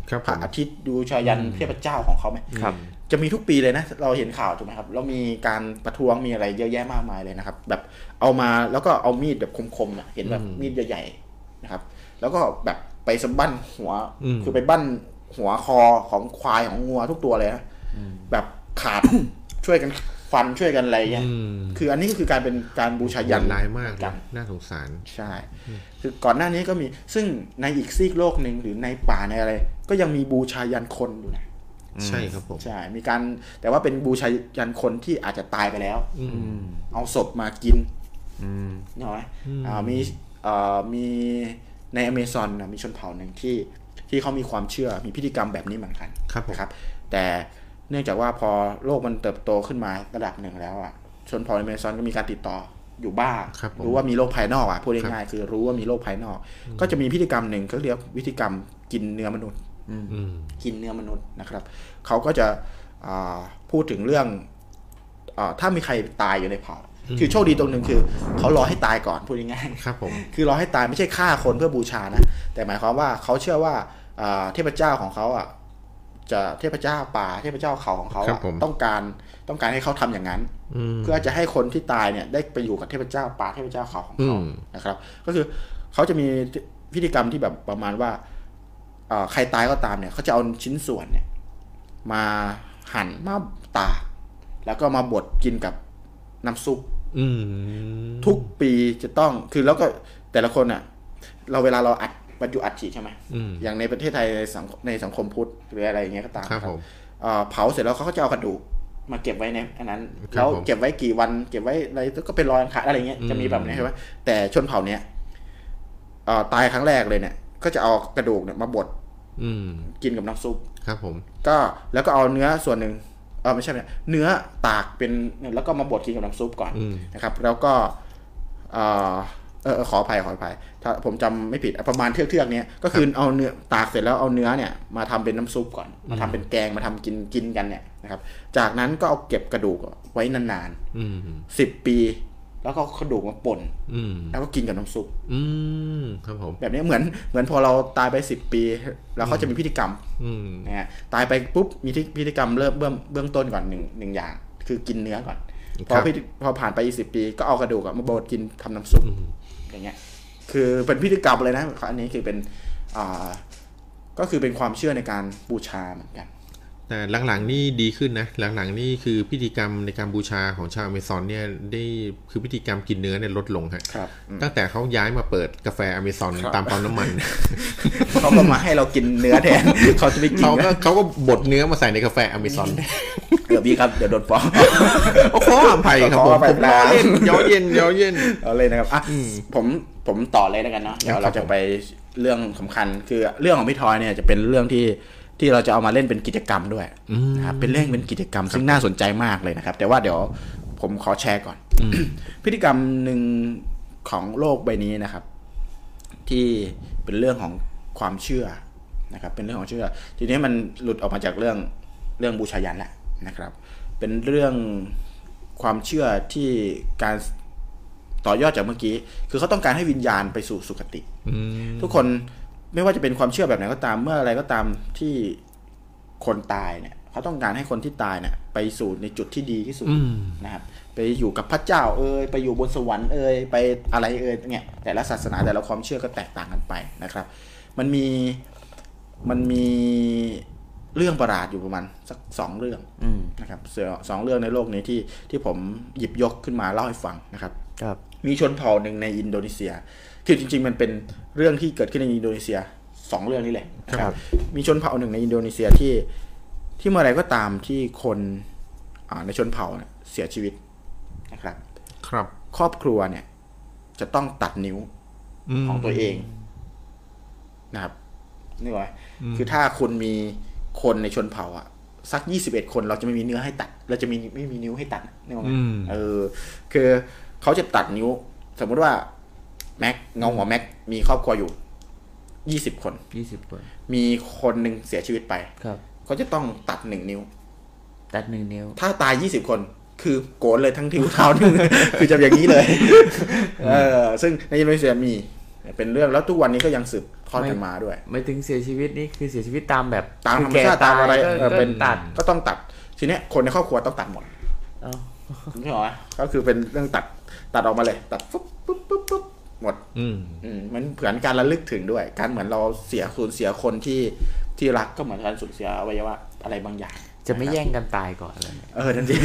B: ครับ
A: พ
B: ผ
A: ระ
B: ม
A: อาทิตย์บูชายันเทพเจ้าของเขาไหม
C: ครับ
A: จะมีทุกปีเลยนะ เราเห็นข่าวถูกไหมครับแล้วมีการประท้วงมีอะไรเยอะแยะมากมายเลยนะครับ แบบเอามาแล้วก็เอามีดแบบคมๆนะเห็นแบบมีดใหญ่ๆนะครับ แล้วก็แบบไปสะบั้นหัวคือไปบั้นหัวคอของควายของงัวทุกตัวเลยนะแบบขาด <coughs> ช่วยกันฟันช่วยกันอะไรอย่างเงี้ย
B: อืม
A: คืออันนี้ก็คือการเป็นการบูชายั
B: ยั
A: น
B: นร้ายมาก
A: กั
B: นะ
A: น
B: น่าสงสาร
A: ใช่ คือก่อนหน้านี้ก็มี ซึ่งในอีกซีกโลกหนึ่งหรือในป่าในอะไร ก็ยังมีบูชายันคนอยู่นะ
B: ใช่ครับผม
A: ใช่ มีการแต่ว่าเป็นบูชายันคนที่อาจจะตายไปแล้ว
B: อืม
A: เอาศพมากิน
C: อืม
A: เนาะ
B: อืม
A: อ่ามีเอ่อมีในอเมซอนนะมีชนเผ่าหนึ่งที่ที่เขามีความเชื่อมีพิธีกรรมแบบนี้เหมือนกัน
B: ครับผม
A: นะครับแต่เนื่องจากว่าพอโลกมันเติบโตขึ้นมาระดับหนึ่งแล้วอ่ะชนเผ่าอเมซอนก็มีการติดต่ออยู่บ้าง
B: ครับผม
A: ว่ามีโลกภายนอกอ่ะพูดง่ายๆคือรู้ว่ามีโลกภายนอก ก็จะมีพิธีกรรมหนึ่งเขาเรียกวิธีกรรมกินเนื้อมนุษย์
B: อืม
A: กินเนื้อมนุษย์นะครับเขาก็จะอ่าพูดถึงเรื่องอาถ้ามีใครตายอยู่ในเผ่า คือโชคดีตรงหนึ่งคือเขารอให้ตายก่อนพูดง่ายๆ
B: ครับผม
A: คือรอให้ตายไม่ใช่ฆ่าคนเพื่อบูชานะ แต่หมายความว่าเขาเชื่อว่าอ่าเทพเจ้าของเขาอ่ะ จะเทพเจ้าป่าเทพเจ้าเขาของเขาอะ
B: ครับผม
A: ต้องการต้องการให้เขาทำอย่างนั้น
B: อืม
A: เพื่อจะให้คนที่ตายเนี่ยได้ไปอยู่กับเทพเจ้าป่าเทพเจ้าเขาของเขา
B: อืม
A: นะครับ ก็คือเขาจะมีพิธีกรรมที่แบบประมาณว่าเอ่อใครตายก็ตามเนี่ยเขาจะเอาชิ้นส่วนเนี่ย มาหั่นมาตากแล้วก็มาบดกินกับน้ำซุป
B: อืม
A: ทุกปีจะต้องคือแล้วก็แต่ละคนอ่ะ เราเวลาเราอัดบรรจุอัดฉีดใช่ไหม
B: อืม
A: อย่างในประเทศไทยในสังคมในสังคมพุทธหรืออะไรอย่างเงี้ยก็ตาม
B: ครับผม
A: เอ่อเผาเสร็จแล้วเขาก็จะเอากระดูกมาเก็บไว้ในอันนั้น
B: ครับ
A: แล้ว
B: ผม
A: เก็บไว้กี่วัน เก็บไว้อะไรก็เป็นรอยอังคารอะไรเงี้ย
B: อืม
A: จะมีแบบเนี้ยใช่ไหมแต่ชนเผ่าเนี้ยเอ่อตายครั้งแรกเลยเนี่ย ก็จะเอากระดูกเนี่ยมาบด
B: อืม
A: กินกับน้ำซุป
B: ครับผม
A: ก็แล้วก็เอาเนื้อส่วนหนึ่งเออไม่ใช่ไม่ใช่เนื้อตากเป็นแล้วก็มาบดกินกับน้ำซุปก่อน
B: อืม
A: นะครับ แล้วก็เออเออเออขออภัยขออภัยถ้าผมจำไม่ผิดประมาณเทือกเทือกๆเนี้ยก็คือเอาเนื้อตากเสร็จแล้วเอาเนื้อเนี่ยมาทำเป็นน้ำซุปก่อนมาทำเป็นแกงมาทำกินกินกันเนี่ยนะครับ จากนั้นก็เอาเก็บกระดูกไว้นาน
B: อืม
A: ๆสิบปี แล้วก็เอากระดูกมาป่น
B: อืม
A: แล้วก็กินกับน้ำซุป
B: อืม ครับผม
A: แบบนี้เหมือนเหมือนพอเราตายไปสิบปี แล้วเขาจะมีพิธีกรรม
B: อืม
A: นะฮะตายไปปุ๊บมีที่พิธีกรรมเริ่มเบื้องเบื้องต้นก่อนหนึ่งหนึ่งอย่าง คือกินเนื้อก่อน พอ
B: ครับ
A: พิธีพอผ่านไป 20 ปี ก็เอากระดูกอะมาบดกินทำน้ำซุปอย่างเงี้ยคือเป็นพิธีกรรมเลยนะอันนี้คือเป็นอ่าก็คือเป็นความเชื่อในการบูชาเหมือนกัน
B: แต่หลังๆนี่ดีขึ้นนะ หลังๆนี่คือพิธีกรรมในการบูชาของชาวอเมซอนเนี่ยได้คือพิธีกรรมกินเนื้อเนี่ยลดลงฮะ
A: ครับอืม <laughs>
B: ตั้งแต่เขาย้ายมาเปิดกาแฟอเมซอนตามปั๊มน้ำมัน
A: เขาก็มาให้เรากินเนื้อแทน <laughs> เขาจะไม่กิ
B: <laughs>
A: น
B: เขาก็
A: นะ
B: เขาก็บดเนื้อมาใส่ในกาแฟอเมซอน
A: <laughs> เดี๋ยวพี่ครับเดี๋ยวโดนฟ้อง
B: โอ้โหอภัยครับ
A: ข
B: ผ
A: อ
B: ม
A: อภั
B: ผ
A: ย
B: ม
A: ครั
B: ล้อบ เล่นย้อเย็นย้อเย็น
A: เอาเลยนะครับอ่ะผมผมต่อเลยแล้วกันเนาะเดี๋ยว
B: ครั
A: เรา
B: บ
A: จะไปเรื่องสำคัญคือเรื่องของพี่ทอยเนี่ยจะเป็นเรื่องที่ที่เราจะเอามาเล่นเป็นกิจกรรมด้วยนะครับเป็นเรื่องเป็นกิจกรรมซึ่งน่าสนใจมากเลยนะครับ แต่ว่าเดี๋ยวผมขอแชร์ก่อน พฤติกรรมหนึ่งของโลกใบนี้นะครับ ที่เป็นเรื่องของความเชื่อนะครับ เป็นเรื่องของเชื่อ ทีนี้มันหลุดออกมาจากเรื่องเรื่องบูชายันแหละนะครับ เป็นเรื่องความเชื่อที่การต่อยอดจากเมื่อกี้ คือเขาต้องการให้วิญญาณไปสู่สุคติ ทุกคนไม่ว่าจะเป็นความเชื่อแบบไหนก็ตามเมื่ออะไรก็ตามที่คนตายเนี่ยเขาต้องการให้คนที่ตายเนี่ยไปสู่ในจุดที่ดีที่สุด
B: อืม
A: นะครับ ไปอยู่กับพระเจ้าเอ่ยไปอยู่บนสวรรค์เอ่ยไปอะไรเอ่ยเนี่ยแต่ละศาสนาแต่ละความเชื่อก็แตกต่างกันไปนะครับ มันมีมันมีเรื่องประหลาดอยู่ประมาณสักสองเรื่อง
C: อืม
A: นะครับเสือสองเรื่องในโลกนี้ที่ที่ผมหยิบยกขึ้นมาเล่าให้ฟังนะครับ
C: ครับ
A: มีชนเผ่าหนึ่งในอินโดนีเซีย คือจริงๆ มันเป็นเรื่องที่เกิดขึ้นในอินโดนีเซียสองเรื่องนี้เลยนะครับ มีชนเผ่าหนึ่งในอินโดนีเซียที่ที่เมื่อไหรก็ตามที่คนอ่าในชนเผ่าเนี่ยเสียชีวิตนะครับ
B: ครับ
A: ครอบครัวเนี่ยจะต้องตัดนิ้วของตัวเองนะครับนี่ไงคือถ้าคุณมีคนในชนเผ่าอะสักยี่สิบเอ็ดคนเราจะไม่มีเนื้อให้ตัด เราจะมีไม่มีนิ้วให้ตัดนี่ไง
B: อืม
A: เออ คือเขาจะตัดนิ้ว สมมุติว่าแม็กเงาหัวแม็กมีครอบครัวอยู่ยี่สิบคน
C: ยี่สิบคน
A: มีคนหนึ่งเสียชีวิตไป
C: ครับ
A: เขาจะต้องตัดหนึ่งนิ้ว
C: ตัดหนึ่งนิ้ว
A: ถ้าตายยี่สิบคน คือโกนเลยทั้งทิ้วเท้าห <laughs> นึง คือจะอย่างนี้เลย เออ ซึ่งในอินโดนีเซียมี เป็นเรื่องแล้วทุกวันนี้ก็ยังสืบทอดกันมาด้วย
C: ไม่ถึงเสียชีวิตนี่คือเสียชีวิตตามแบบ
A: ตามธรรมชาติ
C: คือแก่
A: ตามอะไร
C: ก็
A: เออ
C: ก็
A: เป็น
C: ตัด
A: ก็ต้องตัด ทีเนี้ยคนในครอบครัวต้องตัดหมด
C: เอา
A: ใช่ไหมก็คือเป็นเรื่องตัดตัดออกมาเลย ตัดปุ๊บปุ๊บปุ๊บปุ๊บหมด
B: อืม
A: อืมมันเหมือนการระลึกถึงด้วย การเหมือนเราเสียสูญเสียคนที่ที่รักก็เหมือนการสูญเสียอวัยวะอะไรบางอย่าง
C: จะไม่แย่งกันตายก่อนอะไรเนี่ย
A: เออนั่นสิ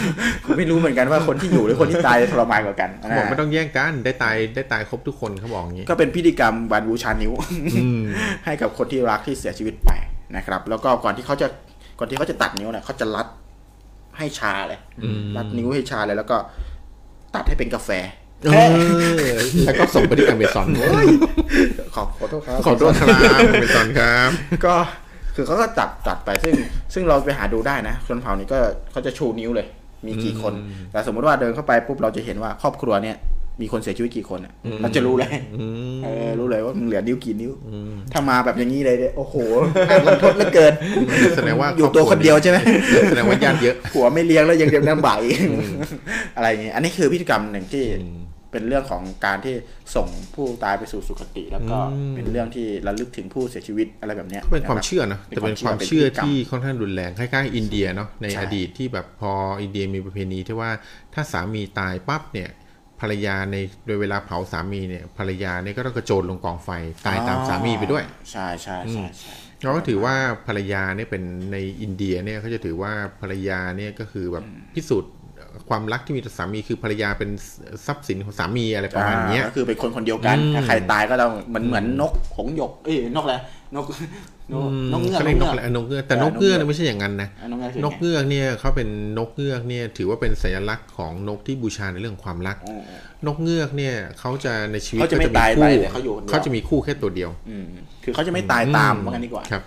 A: <laughs> ไม่รู้เหมือนกันว่าคนที่อยู่หรือคนที่ตายทรมานกว่ากันนะ
B: บอกไม่ต้องแย่งกันได้ตายได้ตายครบทุกคนเขาบอกอย่างนี้
A: ก็เป็นพิธีกรรมวันบูชานิ้ว
B: อืม
A: <laughs> ให้กับคนที่รักที่เสียชีวิตไปนะครับ แล้วก็ก่อนที่เขาจะก่อนที่เขาจะตัดนิ้วเนี่ยเขาจะรัดให้ชาเลย
B: อืม
A: รัดนิ้วให้ชาเลย แล้วก็ตัดให้เป็นกาแฟ
B: เออแล้วก็ส่งไปที่อเมซอน
A: ขอขอโทษครับ
B: ขอโทษครับอเมซอนครับ
A: ก็คือเขาก็ตัดตัดไปซึ่ง ซึ่งเราไปหาดูได้นะชนเผ่านี้ก็เขาจะชูนิ้วเลย มีกี่คน แต่สมมติว่าเดินเข้าไปปุ๊บเราจะเห็นว่าครอบครัวเนี่ยมีคนเสียชีวิตกี่คนอะเราจะรู้เลย
B: ม
A: เออรู้เลยว่ามึงเหลือนิ้วกี่นิ้วถ้ามาแบบอย่างนี้เลยเนี่ยโอ้โห <laughs> น่ารังทดเหลือเกิน
B: แสดงว่า
A: อยู่ตัวคนเดียวใช่ไหม
B: แสดงว่าญาติเยอะ
A: ผัวไม่เลี้ยงแล้วยังเลี้ยงลำบากอีกอะไรอย่างเงี้ยอันนี้คือพิธีกรรมหนึ่งที่ เป็นเรื่องของการที่ส่งผู้ตายไปสู่สุคติ แล้วก็
B: อืม
A: เป็นเรื่องที่ระลึกถึงผู้เสียชีวิตอะไรแบบเนี้ย
B: ก็เป็นความ
A: ะรับ
B: เชื่อนะแต่เป็นความเชื่อที่ค่อนข้างรุนแรงคล้ายๆอินเดียเนาะใน
A: ใช่
B: อดีตที่แบบพออินเดียมีประเพณีที่ว่าถ้าสามีตายปั๊บเนี่ยภรรยาในโดยเวลาเผาสามีเนี่ยภรรยาเนี่ยก็ต้องกระโจนลงกองไฟตายตามสามีไปด้วย
A: ใช่ใช่ใช่ใช่
B: เขาก็ถือว่าภรรยาเนี่ยเป็นในอินเดียเนี่ยเขาจะถือว่าภรรยาเนี่ยก็คือแบบพิสูจน์ความรักที่มีต่อสามีคือภรรยาเป็นทรัพย์สินของสามีอะไรประมาณเนี้ย
A: อ่ก็คือเป็นคนคนเดียวกัน
B: อืม
A: ถ้าใครตายก็ต้องเหมือนเหมือนนกหงส์หยก เอ้ยนกอะไรนกนกนกเงือก
B: เขาเรียกนกอะไรนกเงือกแต่นกเงือกเนี่ยไม่ใช่อย่างนั้นนะ
A: อ่ะนกเงื
B: กเงื
A: อกคือน ไง
B: อกเนี่ยเขาเป็นนกเงือกเนี่ยถือว่าเป็นสัญลักษณ์ของนกที่บูชาในเรื่องความรัก
A: อืม
B: นกเงือกเนี่ยเขาจะในชีวิต
A: เขาจะไม่ตายไป
B: คู่
A: แต่เขาอยู่คนเดียว
B: เขาจะมีคู่แค่ตัวเดียว
A: อืมคือเขาจะไม่ตายตามว่างั้นดีกว่า
B: ครับ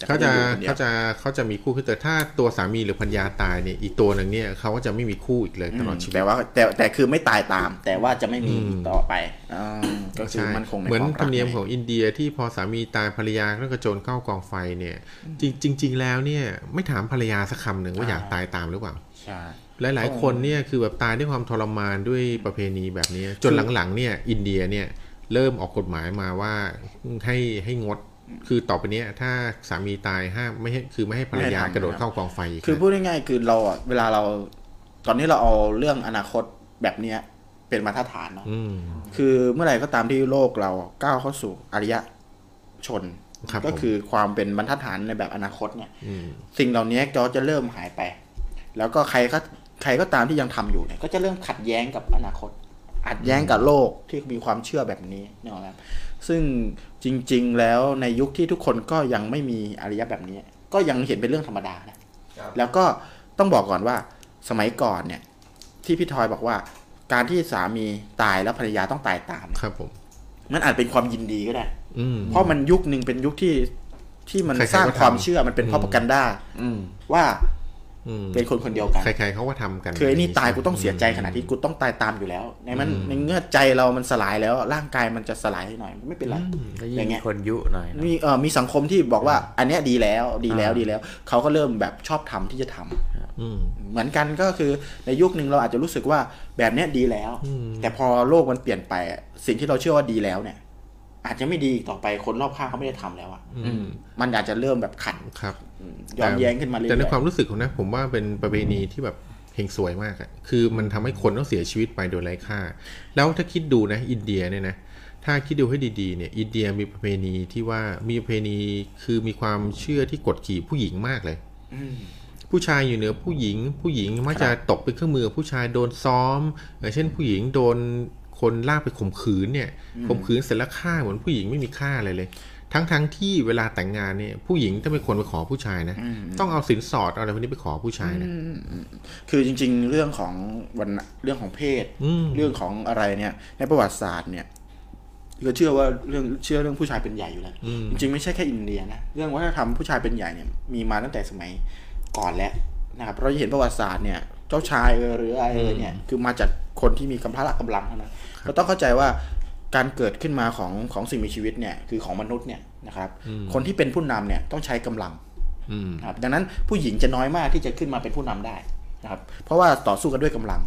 A: แต่
B: เขา
A: เขาจะ
B: จะ
A: อยู่คนเดียว
B: เขาจะเขาจะมีคู่คือแต่ถ้าตัวสามีหรือภรรยาตายเนี่ยอีกตัวหนึ่งเนี่ยเขาก็จะไม่มีคู่อีกเลยตลอดชี
A: ื
B: วิ
A: ม
B: ต
A: แต่ว่าแต่แต่คือไม่ตายตาม แต่ว่าจะไม่มีต่อไปอ่าก็คือ
B: ใช่
A: มันคงใน
B: เหมือน
A: ควารัก
B: ธรรมเนียมของอินเดียที่พอสามีตายภรรยาก็กระโจนเข้ากองไฟเนี่ยจริงจริง ๆ แล้วเนี่ยไม่ถามภรรยาสักคำหนึ่งว่าอยากตายตามหรือเปล่า
A: ใช่
B: หลาย ๆ คนเนี่ยคือแบบตายด้วยความทรมานด้วยประเพณีแบบนี้ จนหลัง ๆ เนี่ยอินเดียเนี่ยเริ่มออกกฎหมายมาว่าให้ให้งดคือต่อไปเนี้ยถ้าสามีตายห้ามไม่ให้คือไม่ให้ภรรยา
A: ไม่ให้ทำ
B: กระโดดเข้ากองไฟอีก
A: คือ
B: นะ
A: พูดง่ายๆคือเราอะเวลาเราตอนนี้เราเอาเรื่องอนาคตแบบเนี้ยเป็นมาตรฐานเนาะ
B: อืม
A: คือเมื่อไหร่ก็ตามที่โลกเราก้าวเข้าสู่อารยชน
B: ครับ
A: ก็
B: ผม
A: คือความเป็นบรรทัดฐานในแบบอนาคตเนี่ย
B: อืม
A: สิ่งเหล่านี้ก็จะเริ่มหายไป แล้วก็ใครก็ใครก็ตามที่ยังทำอยู่เนี่ย ก็จะเริ่มขัดแย้งกับอนาคต อัดแย้งกับโลกที่มีความเชื่อแบบนี้นะครับ ซึ่งจริง ๆ แล้วในยุคที่ทุกคนก็ยังไม่มีอารยะแบบนี้ ก็ยังเห็นเป็นเรื่องธรรมดานะ
D: ครับ
A: แล้วก็ต้องบอกก่อนว่าสมัยก่อนเนี่ย ที่พี่ทอยบอกว่า การที่สามีตายแล้วภรรยาต้องตายตามเนี่ย
B: ครับผม
A: มันอาจเป็นความยินดีก็ได้
B: อืม
A: เพราะมันยุคหนึ่งเป็นยุคที่ที่มัน
B: ใครๆ
A: สร้าง
B: ก็ทำ
A: ความเชื่อมันเป็น
B: อืม
A: พ r o p a กันด้าว่า
B: อืม
A: เป็นคนคนเดียวกัน
B: ใครๆเขาก็ทำกัน
A: คือไอ้นี่ตายกูต้องเสียใจขนาดที่กูต้องตายตามอยู่แล้ว ในมันในเงื่อใจเรามันสลายแล้ว ร่างกายมันจะสลายหน่อยไม่เป็นไร
C: ก็
A: อย่า
C: ยิ่
A: ง
C: ง
A: เงี้ย
C: คนยุหน่อยนะ
A: มีเอ่อมีสังคมที่บอกว่าอันเนี้ยดีแล้วดีแล้ว
C: อ่า
A: ดีแล้ว เขาก็เริ่มแบบชอบทำที่จะทำ
B: อืม
A: เหมือนกันก็คือในยุคหนึ่งเราอาจจะรู้สึกว่าแบบเนี้ยดีแล้ว
B: อืม
A: แต่พอโลกมันเปลี่ยนไปอะสิ่งที่เราเชื่อว่าดีแล้วเนี่ย อาจจะไม่ดีอีกต่อไปคนรอบข้างเขาไม่ได้ทำแล้วอ่ะ
B: อืม
A: มันอาจจะเริ่มแบบขัด
B: ครับ
A: อืมย้อนแย้งขึ้นมาเรื่อยๆ
B: แต่ในความรู้สึกของนะ ผมว่าเป็นประเพณีที่แบบเฮงสวยมากอะคือมันทำให้คนต้องเสียชีวิตไปโดยไร้ค่า แล้วถ้าคิดดูนะ อินเดียเนี่ยนะ ถ้าคิดดูให้ดีๆเนี่ย อินเดียมีประเพณีที่ว่ามีประเพณีคือมีความเชื่อที่กดขี่ผู้หญิงมากเลย ผู้ชายอยู่เหนือผู้หญิง ผู้หญิงมักจะตกเป็นเครื่องมือผู้ชายโดนซ้อมอย่างเช่นผู้หญิงโดนคนลากไปข่มขืนเนี่ยข่มขืนเสร็จแล้วฆ่าเหมือนผู้หญิงไม่มีค่าอะไรเลย ทั้งๆทที่เวลาแต่งงานเนี่ยผู้หญิงถ้าไม่ควรไปขอผู้ชายนะ ต้องเอาสินสอดเอาอะไรพวกนี้ไปขอผู้ชายนะ
A: คือจริงๆ เรื่องของวันน่ะเรื่องของเพศ
B: อืม
A: เรื่องของอะไรเนี่ย ในประวัติศาสตร์เนี่ยก็เชื่อว่าเรื่องเชื่อเรื่องผู้ชายเป็นใหญ่อยู่แล้วจริงๆไม่ใช่แค่อินเดียนะเรื่องวัฒนธรรมผู้ชายเป็นใหญ่เนี่ยมีมาตั้งแต่สมัยก่อนแล้วนะครับเราจะเห็นประวัติศาสตร์เนี่ย เจ้าชายเออหรืออะไรเออเนี่ยคือมาจากคนที่มีกำพละกำลังเท่านั้นเราต้องเข้าใจว่าการเกิดขึ้นมาของของสิ่งมีชีวิตเนี่ยคือของมนุษย์เนี่ยนะครับ คนที่เป็นผู้นำเนี่ยต้องใช้กำลัง
B: อืม
A: นะครับดังนั้นผู้หญิงจะน้อยมากที่จะขึ้นมาเป็นผู้นำได้นะครับเพราะว่าต่อสู้กันด้วยกำลัง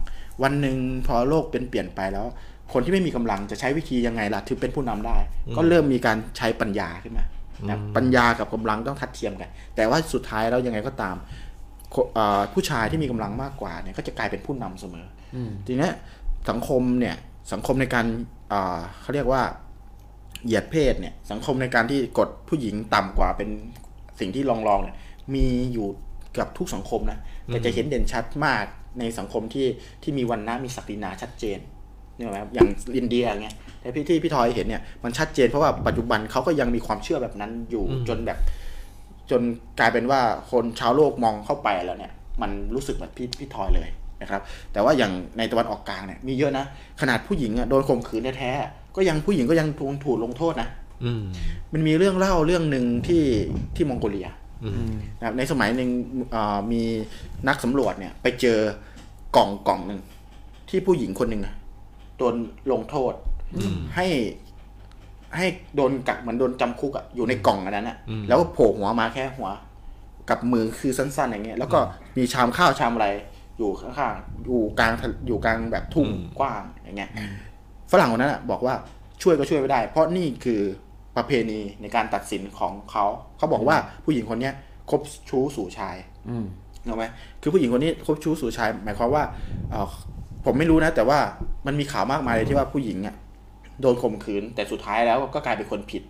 A: วันหนึ่งพอโลกเป็นเปลี่ยนไปแล้ว คนที่ไม่มีกำลังจะใช้วิธียังไงล่ะถึงเป็นผู้นำได้ ก็เริ่มมีการใช้ปัญญาขึ้นมานะครับปัญญากับกำลังต้องทัดเทียมกัน แต่ว่าสุดท้ายแล้วยังไงก็ตามคนเอ่อผู้ชายที่มีกำลังมากกว่าเนี่ยก็จะกลายเป็นผู้นำเสมออทีเนี้ยสังคมเนี่ยสังคมในการเอ่อเขาเรียกว่า เหยียดเพศเนี่ยสังคมในการที่กดผู้หญิงต่ำกว่าเป็นสิ่งที่รองรองๆเนี่ยมีอยู่เกับทุกสังคมนะแต่จะเห็นเด่นชัดมากในสังคมที่ที่มีวันนะมีศักดินาชัดเจนนี่หมครับอย่างอินเดียเงี้ยแต่พี่ที่พี่ทอยเห็นเนี่ยมันชัดเจนเพราะว่าปัจจุบันเขาก็ยังมีความเชื่อแบบนั้นอยู่จนแบบ จนกลายเป็นว่าคนชาวโลกมองเข้าไปแล้วเนี่ย มันรู้สึกแบบพี่พี่ทอยเลยนะครับ แต่ว่าอย่างในตะวันออกกลางเนี่ยมีเยอะนะ ขนาดผู้หญิงอะโดนข่มขืนแท้ๆก็ยังผู้หญิงก็ยังถูกถูกลงโทษนะ
B: อืม
A: มันมีเรื่องเล่าเรื่องหนึ่งที่ที่มองโกเลียนะครับในสมัยหนึ่งเอ่อมีนักสำรวจเนี่ย ไปเจอกล่องกล่องหนึ่งที่ผู้หญิงคนหนึ่งอะโดนลงโทษให้ ให้โดนกักเหมือนโดนจำคุกอะอยู่ในกล่องอันนั้นอะแล้วก็โผล่หัวมาแค่หัว กับมือคือสั้นๆอย่างเงี้ยแล้วก็มีชามข้าวชามอะไร อยู่ข้างๆอยู่กลางทะอยู่กลางแบบทุ่ง
B: อืม
A: กว้างอย่างเงี้ยฝรั่งคนนั้นอะบอกว่าช่วยก็ช่วยไม่ได้ เพราะนี่คือประเพณีในการตัดสินของเขาเขาบอกว่าผู้หญิงคนเนี้ยคบชู้สู่ชาย
C: อืม
A: ถูกไหมคือผู้หญิงคนนี้คบชู้สู่ชาย หมายความว่าเอ่อผมไม่รู้นะ แต่ว่ามันมีข่าวมากมายเลยที่ว่าผู้หญิงอ่ะโดนข่มขืน แต่สุดท้ายแล้วก็กลายเป็นคนผิด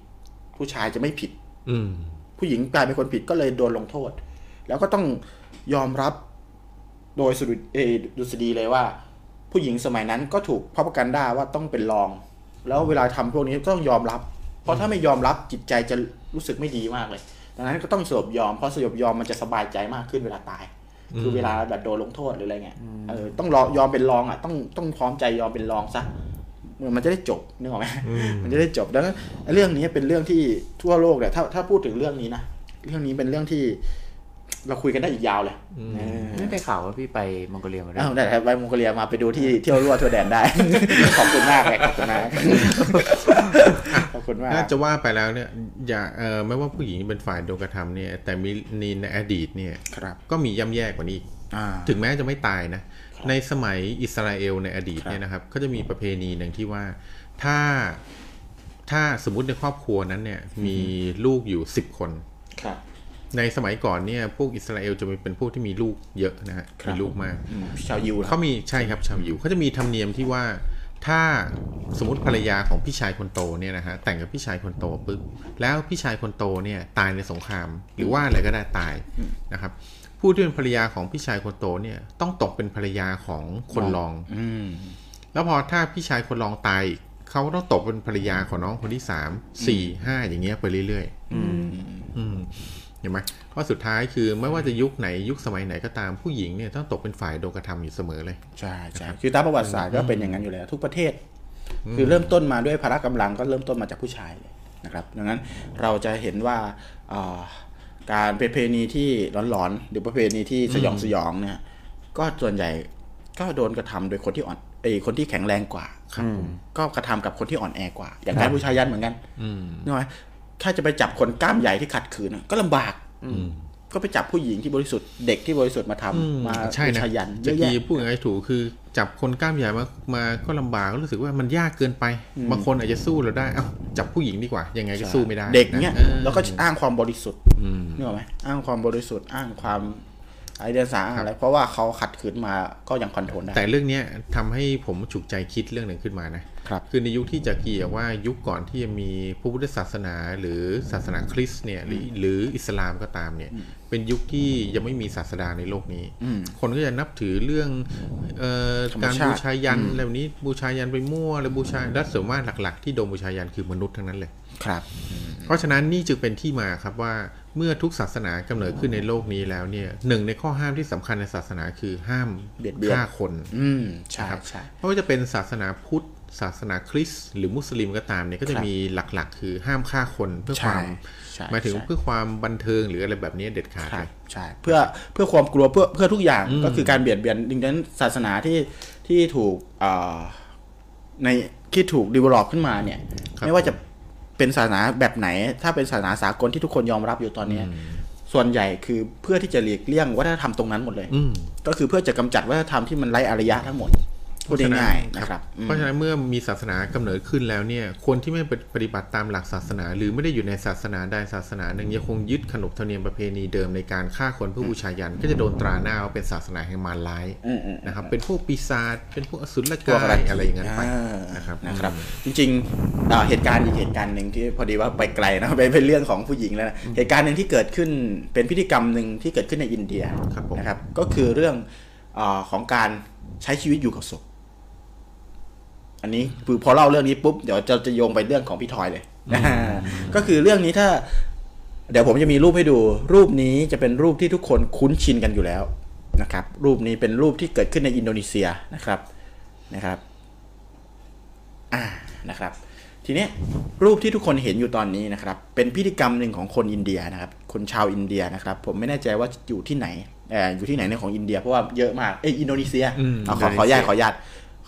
A: ผู้ชายจะไม่ผิด
B: อืม
A: ผู้หญิงกลายเป็นคนผิดก็เลยโดนลงโทษ แล้วก็ต้องยอมรับโดยสดุเอ่อดุษฎีเลยว่า ผู้หญิงสมัยนั้นก็ถูกพ่อประกันด่าว่าต้องเป็นรอง แล้วเวลาทำพวกนี้ก็ต้องยอมรับ เพราะถ้าไม่ยอมรับจิตใจจะรู้สึกไม่ดีมากเลย ดังนั้นก็ต้องสยบยอมเพราะสยบยอมมันจะสบายใจมากขึ้นเวลาตาย คือเวลาแบบโดนลงโทษหรืออะไรเงี้ยเออต้องรอยอมเป็นรองอ่ะต้องต้องพร้อมใจยอมเป็นรองซะมันจะได้จบนึกออกไหม
B: อืม
A: มันจะได้จบดังนั้นเรื่องนี้เป็นเรื่องที่ทั่วโลกเนี่ยถ้าถ้าพูดถึงเรื่องนี้นะเรื่องนี้เป็นเรื่องที่ เราคุยกันได้อีกยาวเลยเออ
C: ไม่ได้ข่าวว่าพี่ไปมองโกเลียมาด้วย
A: เอ้าได้ครับไปมองโกเลียมาไปดู
B: <laughs>
A: ที่เที่ยวรั่วทั่วแดนได้ <laughs> ขอบคุณมากเลยขอบคุณมากขอบคุณมาก
B: น่าจะว่าไปแล้วเนี่ยอย่าเออไม่ว่าผู้หญิงเป็นฝ่ายโดนกระทำเนี่ย แต่มีนีในอดีตเนี่ย
A: ครับ
B: ก็มีย่ำแย่กว่านี้อีก
A: อ่า
B: ถึงแม้จะไม่ตายนะ ในสมัยอิสราเอลในอดีตเนี่ยนะครับก็จะมีประเพณีหนึ่งที่ว่าถ้าถ้าสมมติในครอบครัวนั้นเนี่ยมีลูกอยู่สิบคน
A: ครับ
B: ในสมัยก่อนเนี่ยพวกอิสราเอลจะเป็นพวกที่มีลูกเยอะนะฮะ
A: ครับ
B: มีลูกมาก
A: อืมชาวยิวเหรอ
B: เขามีใช่ครับชาวยิวเขาจะมีธรรมเนียมที่ว่าถ้าสมมติภรรยาของพี่ชายคนโตเนี่ยนะฮะแต่งกับพี่ชายคนโตปุ๊บแล้วพี่ชายคนโตเนี่ยตายในสงคราม หรือว่าอะไรก็ได้ตายนะครับผู้ที่เป็นภรรยาของพี่ชายคนโตเนี่ยต้องตกเป็นภรรยาของคนรอง
A: อืม
B: แล้วพอถ้าพี่ชายคนรองตายอีกเขาก็ต้องตกเป็นภรรยาของน้องคนที่สามสี่ห้าอย่างเงี้ยไปเรื่อยๆ อืมเห็นไหมเพราะสุดท้ายคือไม่ว่าจะยุคไหนยุคสมัยไหนก็ตามผู้หญิงเนี่ยต้องตกเป็นฝ่ายโดนกระทำอยู่เสมอเลย
A: ใช่ใช่คือตามประวัติศาสตร์ก็เป็นอย่างนั้นอยู่แล้ว ทุกประเทศ คือเริ่มต้นมาด้วยพละกำลังก็เริ่มต้นมาจากผู้ชายเลยนะครับ ดังนั้นเราจะเห็นว่าเอ่อการเป็นประเพณีที่ร้อนๆหรือประเพณีที่สยองสยองเนี่ย ก็ส่วนใหญ่ก็โดนกระทำโดยคนที่อ่อนเอยคนที่แข็งแรงกว่าครับก็กระทำกับคนที่อ่อนแอกว่า อย่างการผู้ชายยันเหมือนกัน
B: อืม
A: นึกไหมถ้าจะไปจับคนกล้ามใหญ่ที่ขัดขืนอะก็ลำบาก
B: อืม
A: ก็ไปจับผู้หญิงที่บริสุทธิ์เด็กที่บริสุทธิ์มาทำมา
B: ใช่
A: บู
B: นะ
A: ชายันเย
B: จะ
A: อะ
B: กี
A: แยะ
B: พูดง่ายๆถูกคือจับคนกล้ามใหญ่มามาก็ลำบากก็รู้สึกว่ามันยากเกินไป บางคนอาจจะสู้เราได้เอ้าจับผู้หญิงดีกว่า ยังไงก็สู้ไม่ได้
A: เด็กเนี้ย
B: ะออ
A: แล้วก็อ้างความบริสุทธิ์
B: อืม
A: นึกออกไหมอ้างความบริสุทธิ์อ้างความไอเดียสาอ้างอะไรเพราะว่าเขาขัดขืนมาก็ยังคอนโทรลได้
B: แต่เรื่องเนี้ยทำให้ผมฉุกใจคิดเรื่องหนึ่งขึ้นมานะครับ คือในยุคที่จากีอะว่ายุคก่อนที่จะมีพระพุทธศาสนาหรือศาสนาคริสต์เนี่ยหรือหรืออิสลามก็ตามเนี่ยเป็นยุคที่ยังไม่มีศาสดาในโลกนี้ คนก็จะนับถือเรื่องเออ
A: ธรรม
B: การ
A: ชาติ
B: บูชายันอะไรแบบนี้บูชายันไปมั่วแล้วบูชาและส่วนมากหลัก ๆ ที่โดนบูชายันคือมนุษย์ทั้งนั้นเลย
A: ครับ
B: เพราะฉะนั้นนี่จึงเป็นที่มาครับว่าเมื่อทุกศาสนากำเนิดขึ้นในโลกนี้แล้วเนี่ยหนึ่งในข้อห้ามที่สำคัญในศาสนาคือห้าม
A: เบียดเบียน
B: ฆ่าคน
A: อืมใช่
B: ครับ
A: ใช่
B: ไม่ว่าจะเป็นศาสนาพุทธ ศาสนาคริสต์หรือมุสลิมก็ตามเนี่ยก็จะ
A: ครับ
B: มีหลักๆ คือห้ามฆ่าคนเพื่อ
A: ใช่
B: ความ
A: ใช่
B: หมายถึง
A: ใช่
B: เพื่อความบันเทิงหรืออะไรแบบนี้เด็ดขาด
A: ครับ
B: เลย
A: ใช่เพื่อเพื่อความกลัวเพื่อเพื่อทุกอย่างก็คือการเบียดเบียนดังนั้นศาสนาที่ที่ถูกเอ่อในที่ถูกดีเวลลอปขึ้นมาเนี่ย
B: ครับ
A: ไม่ว่าจะเป็นศาสนาแบบไหน ถ้าเป็นศาสนาสากลที่ทุกคนยอมรับอยู่ตอนเนี้ยส่วนใหญ่คือเพื่อที่จะหลีกเลี่ยงวัฒนธรรมตรงนั้นหมดเลย
B: อืม
A: ก็คือเพื่อจะกำจัดวัฒนธรรมที่มันไร้อารยะทั้งหมดพูดง่ายๆนะครับอืม
B: เพราะฉะนั้นเมื่อมีศาสนากำเนิดขึ้นแล้วเนี่ยคนที่ไม่ปฏิบัติตามหลักศาสนา หรือไม่ได้อยู่ในศาสนาใดศาสนาหนึ่งยังคงยึดขนบธรรมเนียมประเพณีเดิมในการฆ่าคนเพื่อบูชายัน ก็จะโดนตราหน้าว่าเป็นศาสนาแห่งมารร้าย
A: อืมอืม
B: นะครับเป็นพวกปีศาจเป็นพวกอสุร
A: พว
B: กา
A: กอะไร
B: ยอะไรอย่างนั้นไป
A: อ่า
B: นะครับ
A: นะครับ จริงๆอ่าเหตุการณ์อีกเหตุการณ์หนึ่งที่พอดีว่าไปไกลนะ <laughs> เป็นเป็นเรื่องของผู้หญิงแล้วนะเหตุการณ์หนึ่งที่เกิดขึ้นเป็นพิธีกรรมหนึ่งที่เกิดขึ้นในอินเดีย
B: ครับผม
A: นะครับ ก็คือเรื่องอาของการใช้ชีวิตอยู่กับศพอันนี้คือพอเล่าเรื่องนี้ปุ๊บเดี๋ยวจะจะโยงไปเรื่องของพี่ทอยเลยนะฮะ <laughs> ก็คือเรื่องนี้ถ้า เดี๋ยวผมจะมีรูปให้ดู รูปนี้จะเป็นรูปที่ทุกคนคุ้นชินกันอยู่แล้วนะครับ รูปนี้เป็นรูปที่เกิดขึ้นในอินโดนีเซียนะครับนะครับ อ่านะครับ ทีเนี้ยรูปที่ทุกคนเห็นอยู่ตอนนี้นะครับ เป็นพิธีกรรมหนึ่งของคนอินเดียนะครับ คนชาวอินเดียนะครับ ผมไม่แน่ใจว่าอยู่ที่ไหนเอ่ออยู่ที่ไหนในของอินเดียเพราะว่าเยอะมากเอยอินโดนีเซีย
B: อืม
A: เอาขอข
B: อินโดนีเซีย
A: ออนุญาตขออนุญาต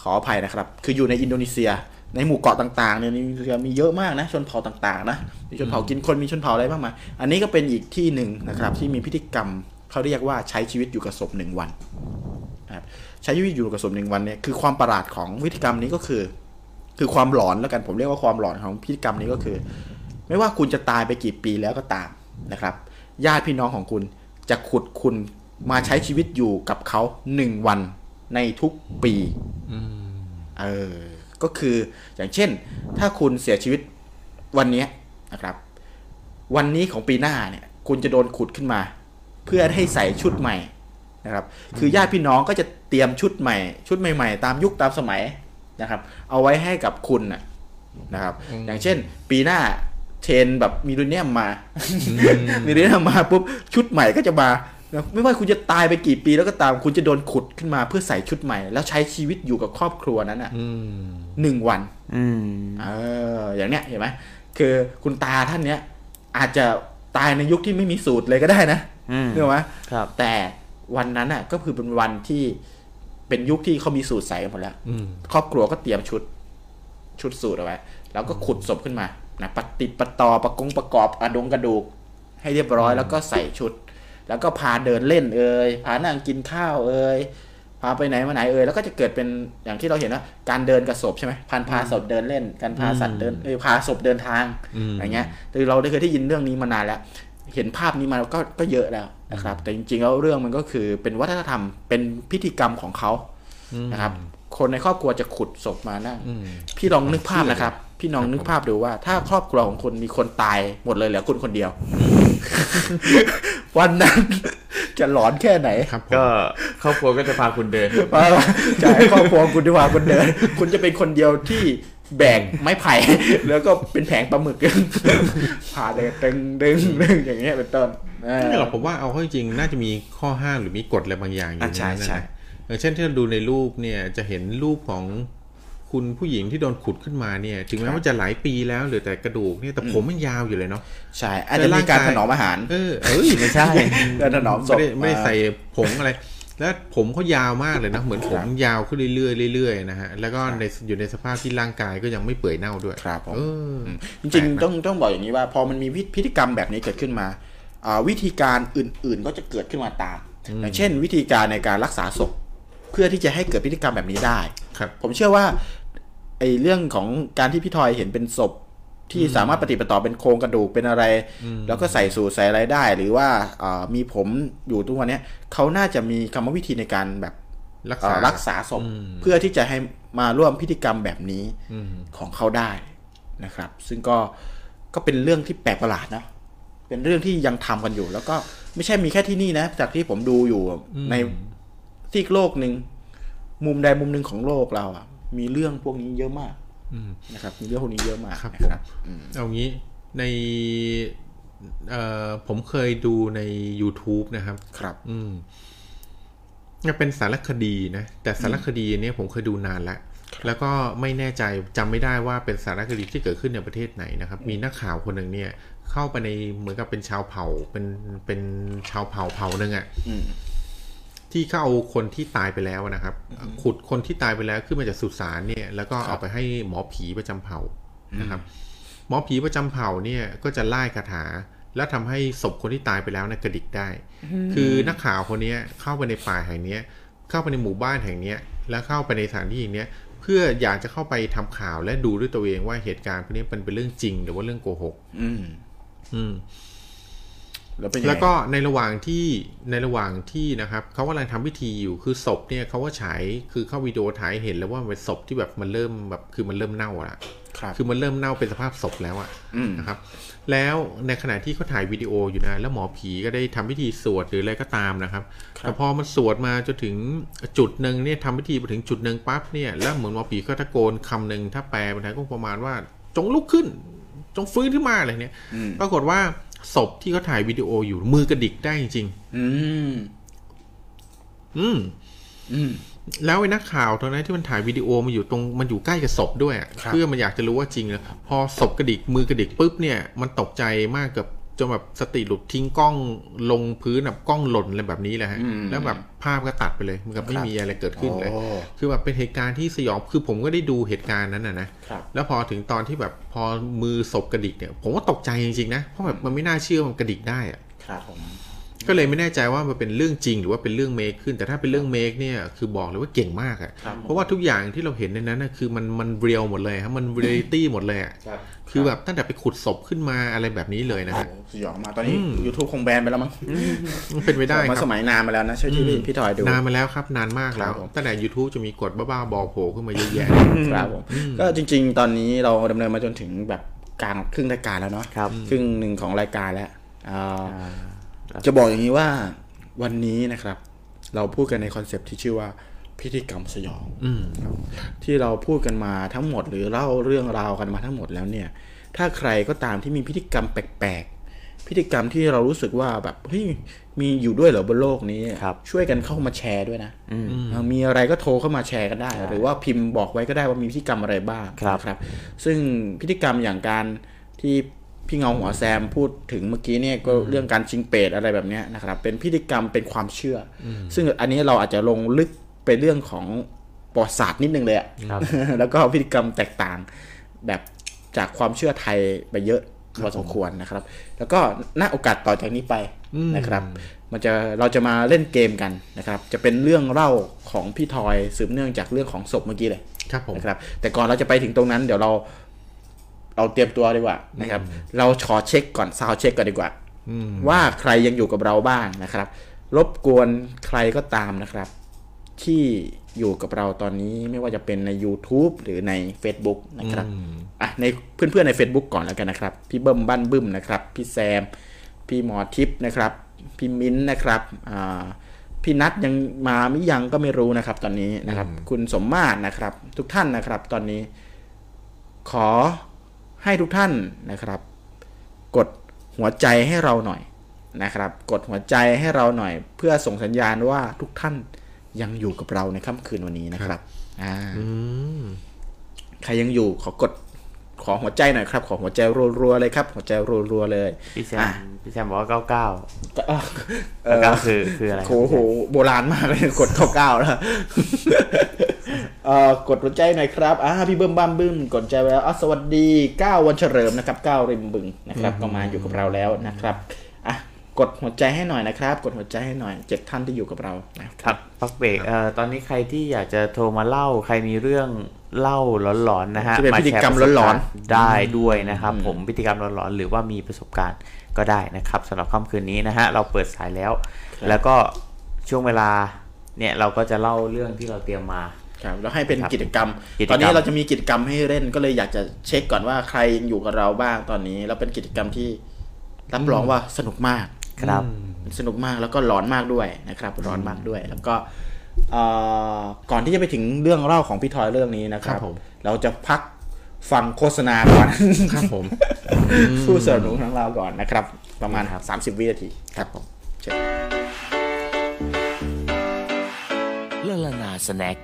A: ขออภัยนะครับ คืออยู่ในอินโดนีเซีย ในหมู่เกาะต่างๆเนี่ยในอินโดนีเซียมีเยอะมากนะชนเผ่าต่างๆนะมีชนเผ่ากินคนมีชนเผ่าอะไรมากมายอันนี้ก็เป็นอีกที่หนึ่งนะครับ ที่มีพิธีกรรมเขาเรียกว่าใช้ชีวิตอยู่กับศพหนึ่งวัน นะครับใช้ชีวิตอยู่กับศพหนึ่งวันเนี่ยคือความประหลาดของพฤติกรรมนี้ก็คือ คือความหลอนแล้วกันผมเรียกว่าความหลอนของพฤติกรรมนี้ก็คือ ไม่ว่าคุณจะตายไปกี่ปีแล้วก็ตามนะครับ ญาติพี่น้องของคุณจะขุดคุณมาใช้ชีวิตอยู่กับเขาหนึ่งวันในทุกปี
B: อืม
A: เออ ก็คืออย่างเช่น ถ้าคุณเสียชีวิตวันเนี้ยนะครับ วันนี้ของปีหน้าเนี่ย คุณจะโดนขุดขึ้นมา เพื่อให้ใส่ชุดใหม่นะครับ คือญาติพี่น้องก็จะเตรียมชุดใหม่ ชุดใหม่ๆ ตามยุคตามสมัยนะครับ เอาไว้ให้กับคุณน่ะนะครับ อย่างเช่น ปีหน้าเทรนแบบมีดุเนียมมา <laughs> มีดุเนียมมาปุ๊บชุดใหม่ก็จะมานะไม่ว่าคุณจะตายไปกี่ปีแล้วก็ตามคุณจะโดนขุดขึ้นมาเพื่อใส่ชุดใหม่ แล้วใช้ชีวิตอยู่กับครอบครัวนั้นอ่ะ
B: อืม
A: หนึ่งวัน
C: อืม
A: เอออย่างเนี้ยเห็นไหมคือคุณตาท่านเนี้ยอาจจะตายในยุคที่ไม่มีสูตรเลยก็ได้นะ
C: อืม
A: เนกออกไหม
C: ครับ
A: แต่วันนั้นน่ะก็คือเป็นวันที่เป็นยุคที่เขามีสูตรใส่กันหมดแล้ว
B: อืม
A: ครอบครัวก็เตรียมชุดชุดสูตรเอาไว้ แล้วก็ขุดศพขึ้นมานะปะติดประตอประกงประกอบอะดงกระดูก ให้เรียบร้อยแล้วก็ใส่ชุด แล้วก็พาเดินเล่นเอ่ยพานั่งกินข้าวเอ่ยพาไปไหนมาไหนเอ่ยแล้วก็จะเกิดเป็นอย่างที่เราเห็นว่าการเดินกับศพใช่ไหมพันพาศพเดินเล่นการพาสัตว์เดินเอยพาศพเดินทาง
B: อืม
A: อย่างเงี้ยคือเราได้เคยได้ยินเรื่องนี้มานานแล้ว เห็นภาพนี้มาก็ก็เยอะแล้วนะครับ แต่จริงๆแล้วเรื่องมันก็คือเป็นวัฒนธรรมเป็นพิธีกรรมของเขา นะครับคนในครอบครัวจะขุดศพมานั่ง
B: อืม
A: พี่ลองนึกภาพ
B: เชื่อ
A: นะครับ พี่ลองนึกภาพดูว่า ถ้าครอบครัวของคุณมีคนตายหมดเลยเหลือคุณคนเดียว วันนั้น จะหลอนแค่ไหน
B: ครับผม
C: ก็ครอบครัวก็จะพาคุณเดิน
A: ว่าจะให้ครอบครัวของคุณดีกว่าคนเดิน คุณจะเป็นคนเดียวที่แบกไม้ไผ่ <laughs> แล้วก็เป็นแผงปลาหมึก <laughs> ผ่าเดินดึงดึงดึงอย่างเงี้ยเป็นต้นอ่า
B: ไม่หรอกผมว่าเอาเข้าจริงๆน่าจะมีข้อห้ามหรือมีกฎอะไรบางอย่างอยู่
A: อ่ะ
B: ใน
A: ใช่
B: นั้นนะ
A: ใช่
B: อย่างเช่นที่เราดูในรูปเนี่ยจะเห็นรูปของคุณผู้หญิงที่โดนขุดขึ้นมาเนี่ย ถึงแม้ว่าจะหลายปีแล้วเหลือแต่กระดูกเนี่ยแต่ผมมันยาวอยู่เลยเนาะ
A: ใช่อาจจะมีการ
B: แต่ร่างกาย
A: ถนอมอาหาร
B: เออเอ้ย
C: ไม่ใช่
A: การถนอมศ
B: ไม่
A: พ
B: ได้ไม่ได้ใส่ผงอะไร แล้วผมเขายาวมากเลยนะ เหมือนผมยาวขึ้นเรื่อยๆเรื่อยๆนะฮะแล้วก็ในอยู่ในสภาพที่ร่างกายก็ยังไม่เปื่อยเน่าด้วย
A: ครับผม
B: เอออ
A: จริง
B: แปลกนะ
A: ๆต้องต้องบอกอย่างนี้ว่าพอมันมีวิธีพฤติกรรมแบบนี้เกิดขึ้นมาอ่าวิธีการอื่นๆก็จะเกิดขึ้นมาตาม อย่างเช่น วิธีการในการรักษาศพเพื่อที่จะให้เกิดพฤติกรรมแบบนี้ได้
B: ครับ
A: ผมเชื่อว่าไอ้เรื่องของการที่พี่ทอยเห็นเป็นศพที่สามารถปฏิปต่อเป็นโครงกระดูกเป็นอะไร แล้วก็ใส่สูตรใส่อะไรได้ หรือว่าอ่ามีผมอยู่ทุกวันเนี้ยเขาน่าจะมีกรรมวิธีในการแบบ
B: รัก
A: เอ่
B: ษา
A: อรักษาศพ
B: อืม
A: เพื่อที่จะให้มาร่วมพิธีกรรมแบบนี้
B: อืม
A: ของเขาได้นะครับ ซึ่งก็ก็เป็นเรื่องที่แปลกประหลาดนะ เป็นเรื่องที่ยังทำกันอยู่ แล้วก็ไม่ใช่มีแค่ที่นี่นะ จากที่ผมดูอยู่ในซีกโลกหนึ่งมุมใดมุมหนึ่งของโลกเราอ่ะ มีเรื่องพวกนี้เยอะมาก
B: อืม
A: นะครับ มีเรื่องพวกนี้เยอะมาก
B: ครับผ
A: นะ
B: ม
A: อืม
B: เอางี้ในเอ่อผมเคยดูใน YouTube นะครับ
A: ครับ
B: อืมมันเป็นสารคดีนะ แต่สารคดีเนี้ยผมเคยดูนานแล้วแล้วก็ไม่แน่ใจจำไม่ได้ว่าเป็นสารคดีที่เกิดขึ้นในประเทศไหนนะครับ มีนักข่าวคนหนึ่งเนี่ย เข้าไปในเหมือนกับเป็นชาวเผ่า เป็นเป็นชาวเผ่าเผ่าหนึ่งอะ
A: อืม
B: ที่เขาเอาคนที่ตายไปแล้วนะครับ ขุดคนที่ตายไปแล้วขึ้นมาจากสุสานเนี่ย แล้วก็เอาไปให้หมอผีประจำเผ่านะครับ หมอผีประจำเผ่าเนี่ยก็จะไล่คาถา แล้วทำให้ศพคนที่ตายไปแล้วเนะกระดิกได้ คือนักข่าวคนเนี้ยเข้าไปในป่าแห่งเนี้ยเข้าไปในหมู่บ้านแห่งเนี้ยแล้วเข้าไปในสถานที่แห่งเนี้ยเพื่ออยากจะเข้าไปทำข่าวและดูด้วยตัวเองว่าเหตุการณ์พวกนี้มันเป็นเรื่องจริงหรือว่าเรื่องโกหก
A: อืม
B: อืม
A: แล้วเป็นยังไง
B: แล้วก็ในระหว่างที่ในระหว่างที่นะครับเขากำลังทำพิธีอยู่คือศพเนี่ยเขาก็ฉายคือเข้าวิดีโอถ่ายให้เห็นแล้วว่ามันเป็นศพที่แบบมันเริ่มแบบคือมันเริ่มเน่าละ
A: ครับ
B: คือมันเริ่มเน่าเป็นสภาพศพแล้วอะ
A: อืม
B: นะครับ แล้วในขณะที่เขาถ่ายวิดีโออยู่นะ แล้วหมอผีก็ได้ทำพิธีสวดหรืออะไรก็ตามนะครับ แต่พอมันสวดมาจนถึงจุดหนึ่งเนี่ยทำพิธีไปถึงจุดหนึ่งปั๊บเนี่ยแล้วเหมือนหมอผีก็ตะโกนคำหนึ่งถ้าแปลเป็นไทยก็ประมาณว่า จงลุกขึ้น จงฟื้นขึ้นมาอะไรเนี่ย
A: อืม
B: ปรากฏว่าศพที่เขาถ่ายวิดีโออยู่มือกระดิกได้จริง
A: อืม
B: ๆอืม
A: อืม
B: แล้วไอ้นักข่าวตอนนั้นที่มันถ่ายวิดีโอมันอยู่ตรงมันอยู่ใกล้กับศพด้วยอะ
A: ครับ
B: เพื่อมันอยากจะรู้ว่าจริงแล้วพอศพกระดิกมือกระดิกปุ๊บเนี่ยมันตกใจมากเกับจนแบบสติหลุดทิ้งกล้องลงพื้นแบบกล้องหล่นอะไรแบบนี้แหละฮะแล้วแบบภาพก็ตัดไปเลยมันกับไม่มีอะไรเกิดขึ้นเลย
A: โอ้
B: คือแบบเป็นเหตุการณ์ที่สยองคือผมก็ได้ดูเหตุการณ์นั้นนะนะครับ แล้วพอถึงตอนที่แบบพอมือศพกระดิกเนี่ย ผมว่าตกใจจริงๆนะเพราะแบบมันไม่น่าเชื่อมันกระดิกได้อะ
A: ครับผม
B: ก็เลยไม่แน่ใจว่ามันเป็นเรื่องจริงหรือว่าเป็นเรื่องเมคขึ้น แต่ถ้าเป็นเรื่องเมคเนี่ยคือบอกเลยว่าเก่งมากอะ
D: ครับ
B: เพราะว่าทุกอย่างที่เราเห็นในนั้นนะคือมันมันเรียลหมดเลยครับมันเรียลิตี้หมดเลยอะ
D: ครับ
B: คือแบบตั้งแต่ไปขุดศพขึ้นมาอะไรแบบนี้เลยนะฮะ
A: โอ้โหสยองมากตอนนี้
B: อืม
A: YouTube คงแบนไปแล้วมั้ง
B: มันเป็นไปได้ค
A: มา
B: รับ
A: สมัยนานมาแล้วนะใช่ที่พี่พี่ถอยดู
B: นานมาแล้วครับ นานมากแล้
A: คว รับผม
B: ตั้งแต่ YouTube จะมีกฎบ้าๆบอโผล่ขึ้นมาเยอะแยะ
A: ครับผมก็จริง ๆ ตอนนี้เราดำเนินมาจนถึงแบบกลางครึ่งรายการแล้วเนาะ
C: ครับ
A: ครึ่งหนึ่งของรายการแล้วอ่าจะบอกอย่างนี้ว่าวันนี้นะครับ เราพูดกันในคอนเซปต์ที่ชื่อว่าพิธีกรรมสยอง
B: อืม
A: ครับที่เราพูดกันมาทั้งหมดหรือเล่าเรื่องราวกันมาทั้งหมดแล้วเนี่ย ถ้าใครก็ตามที่มีพิธีกรรมแปลกๆพิธีกรรมที่เรารู้สึกว่าแบบเฮ้ยมีอยู่ด้วยเหรอบนโลกนี้
C: ครับ
A: ช่วยกันเข้ามาแชร์ด้วยนะ เอ่อมีอะไรก็โทรเข้ามาแชร์กันได้ หรือว่าพิมพ์บอกไว้ก็ได้ว่ามีพิธีกรรมอะไรบ้าง
C: ครับ
A: นะครับ ซึ่งพิธีกรรมอย่างการที่พี่เงาหัวแซมพูดถึงเมื่อกี้เนี่ยก็เรื่องการชิงเปรตอะไรแบบเนี้ยนะครับ เป็นพิธีกรรมเป็นความเชื่ออซึ่งอันนี้เราอาจจะลงลึกไปเรื่องของประวัติศาสตร์นิดนึงเลยอะ
C: ครับ
A: <laughs> แล้วก็พิธีกรรมแตกต่างแบบจากความเชื่อไทยไปเยอะพอสมควรนะครับ แล้วก็ณโอกาสต่อจากนี้ไป
B: อืม
A: นะครับ มันจะเราจะมาเล่นเกมกันนะครับ จะเป็นเรื่องเล่าของพี่ทอยสืบเนื่องจากเรื่องของศพเมื่อกี้เลย
B: ครับผม
A: นะครับ แต่ก่อนเราจะไปถึงตรงนั้น เดี๋ยวเราเราเตรียมตัวดีกว่านะครับ เราขอเช็คก่อนซาวเช็คก่อนดีกว่า
B: อืม
A: ว่าใครยังอยู่กับเราบ้างนะครับ รบกวนใครก็ตามนะครับ ที่อยู่กับเราตอนนี้ไม่ว่าจะเป็นใน YouTube หรือใน Facebook นะครับ
B: อืม
A: อ่ะในเพื่อนๆใน Facebook ก่อนแล้วกันนะครับ พี่เบิ้มบ้านบึ้มนะครับ พี่แซม พี่หมอทิพย์นะครับ พี่มิ้นท์นะครับอ่าพี่นัทยังมาไม่ยังก็ไม่รู้นะครับ ตอนนี้นะครับ คุณสมมาตรนะครับ ทุกท่านนะครับตอนนี้ ขอให้ทุกท่านนะครับ กดหัวใจให้เราหน่อยนะครับ กดหัวใจให้เราหน่อย เพื่อส่งสัญญาณว่าทุกท่านยังอยู่กับเราในค่ำคืนวันนี้นะครับอ่า
B: อืม
A: ใครยังอยู่ขอกดขอหัวใจหน่อยครับ ขอหัวใจรัวๆเลยครับ หัวใจรัวๆเลย
C: พี่แซ
A: อ่ะ
C: มพี่แซมบอกว่าเก้าเก้า
A: ก็เอ่อเอ่อ
C: เก้าเก้าคือคืออะไรครับ
A: โอ้โหโบราณมากเลยกดเก้าเก้าแล้วเอ่อกดหัวใจหน่อยครับอ่าพี่เบิ้มบ้ามบึ้มกดใจไว้แล้วอ่ะสวัสดีเก้าวันเฉลิมนะครับเก้าริมบึงนะครับก็มาอยู่กับเราแล้วนะครับอ่ะกดหัวใจให้หน่อยนะครับ กดหัวใจให้หน่อยเจ็ดท่านที่อยู่กับเรานะครับ
C: พักเบรกเอ่อตอนนี้ใครที่อยากจะโทรมาเล่าใครมีเรื่องเล่าหลอนๆนะฮะ
A: จะเป็นพิธีกรรม
C: าแชปะสบ
A: ร้อน
C: กาณ์ได้ด้วยนะครับ ผมพิธีกรรมหลอนๆหรือว่ามีประสบการณ์ก็ได้นะครับสำหรับค่ำคืนนี้นะฮะเราเปิดสายแล้ว
A: ครับ
C: แล้วก็ช่วงเวลาเนี่ยเราก็จะเล่าเรื่องที่เราเตรียมมา
A: ๆครับแล้วให้เป็นกิจกรรม
C: กิจก
A: ต
C: รรม
A: อนนี้เราจะมีกิจกรรมให้เล่นก็เลยอยากจะเช็คก่อนว่าใครยังอยู่กับเราบ้างตอนนี้แล้วเป็นกิจกรรมที่รับรองว่าสนุกมาก
C: ครับ
A: สนุกมากแล้วก็ร้อนมากด้วยนะครับร้อนมากด้วยแล้วก็เอ่อก่อนที่จะไปถึงเรื่องเล่าของพี่ทอยเรื่องนี้นะครั
B: ค
A: บ
B: รับผม
A: เราจะพักฟังโฆษณาก่อน
B: ครับผม
A: <laughs> ผู้สนับสนุนของเราก่อนนะครับ ประมาณ
C: ครับ
A: 30 วินาทีครับผมเชิญ
E: ละละนาสแน็ค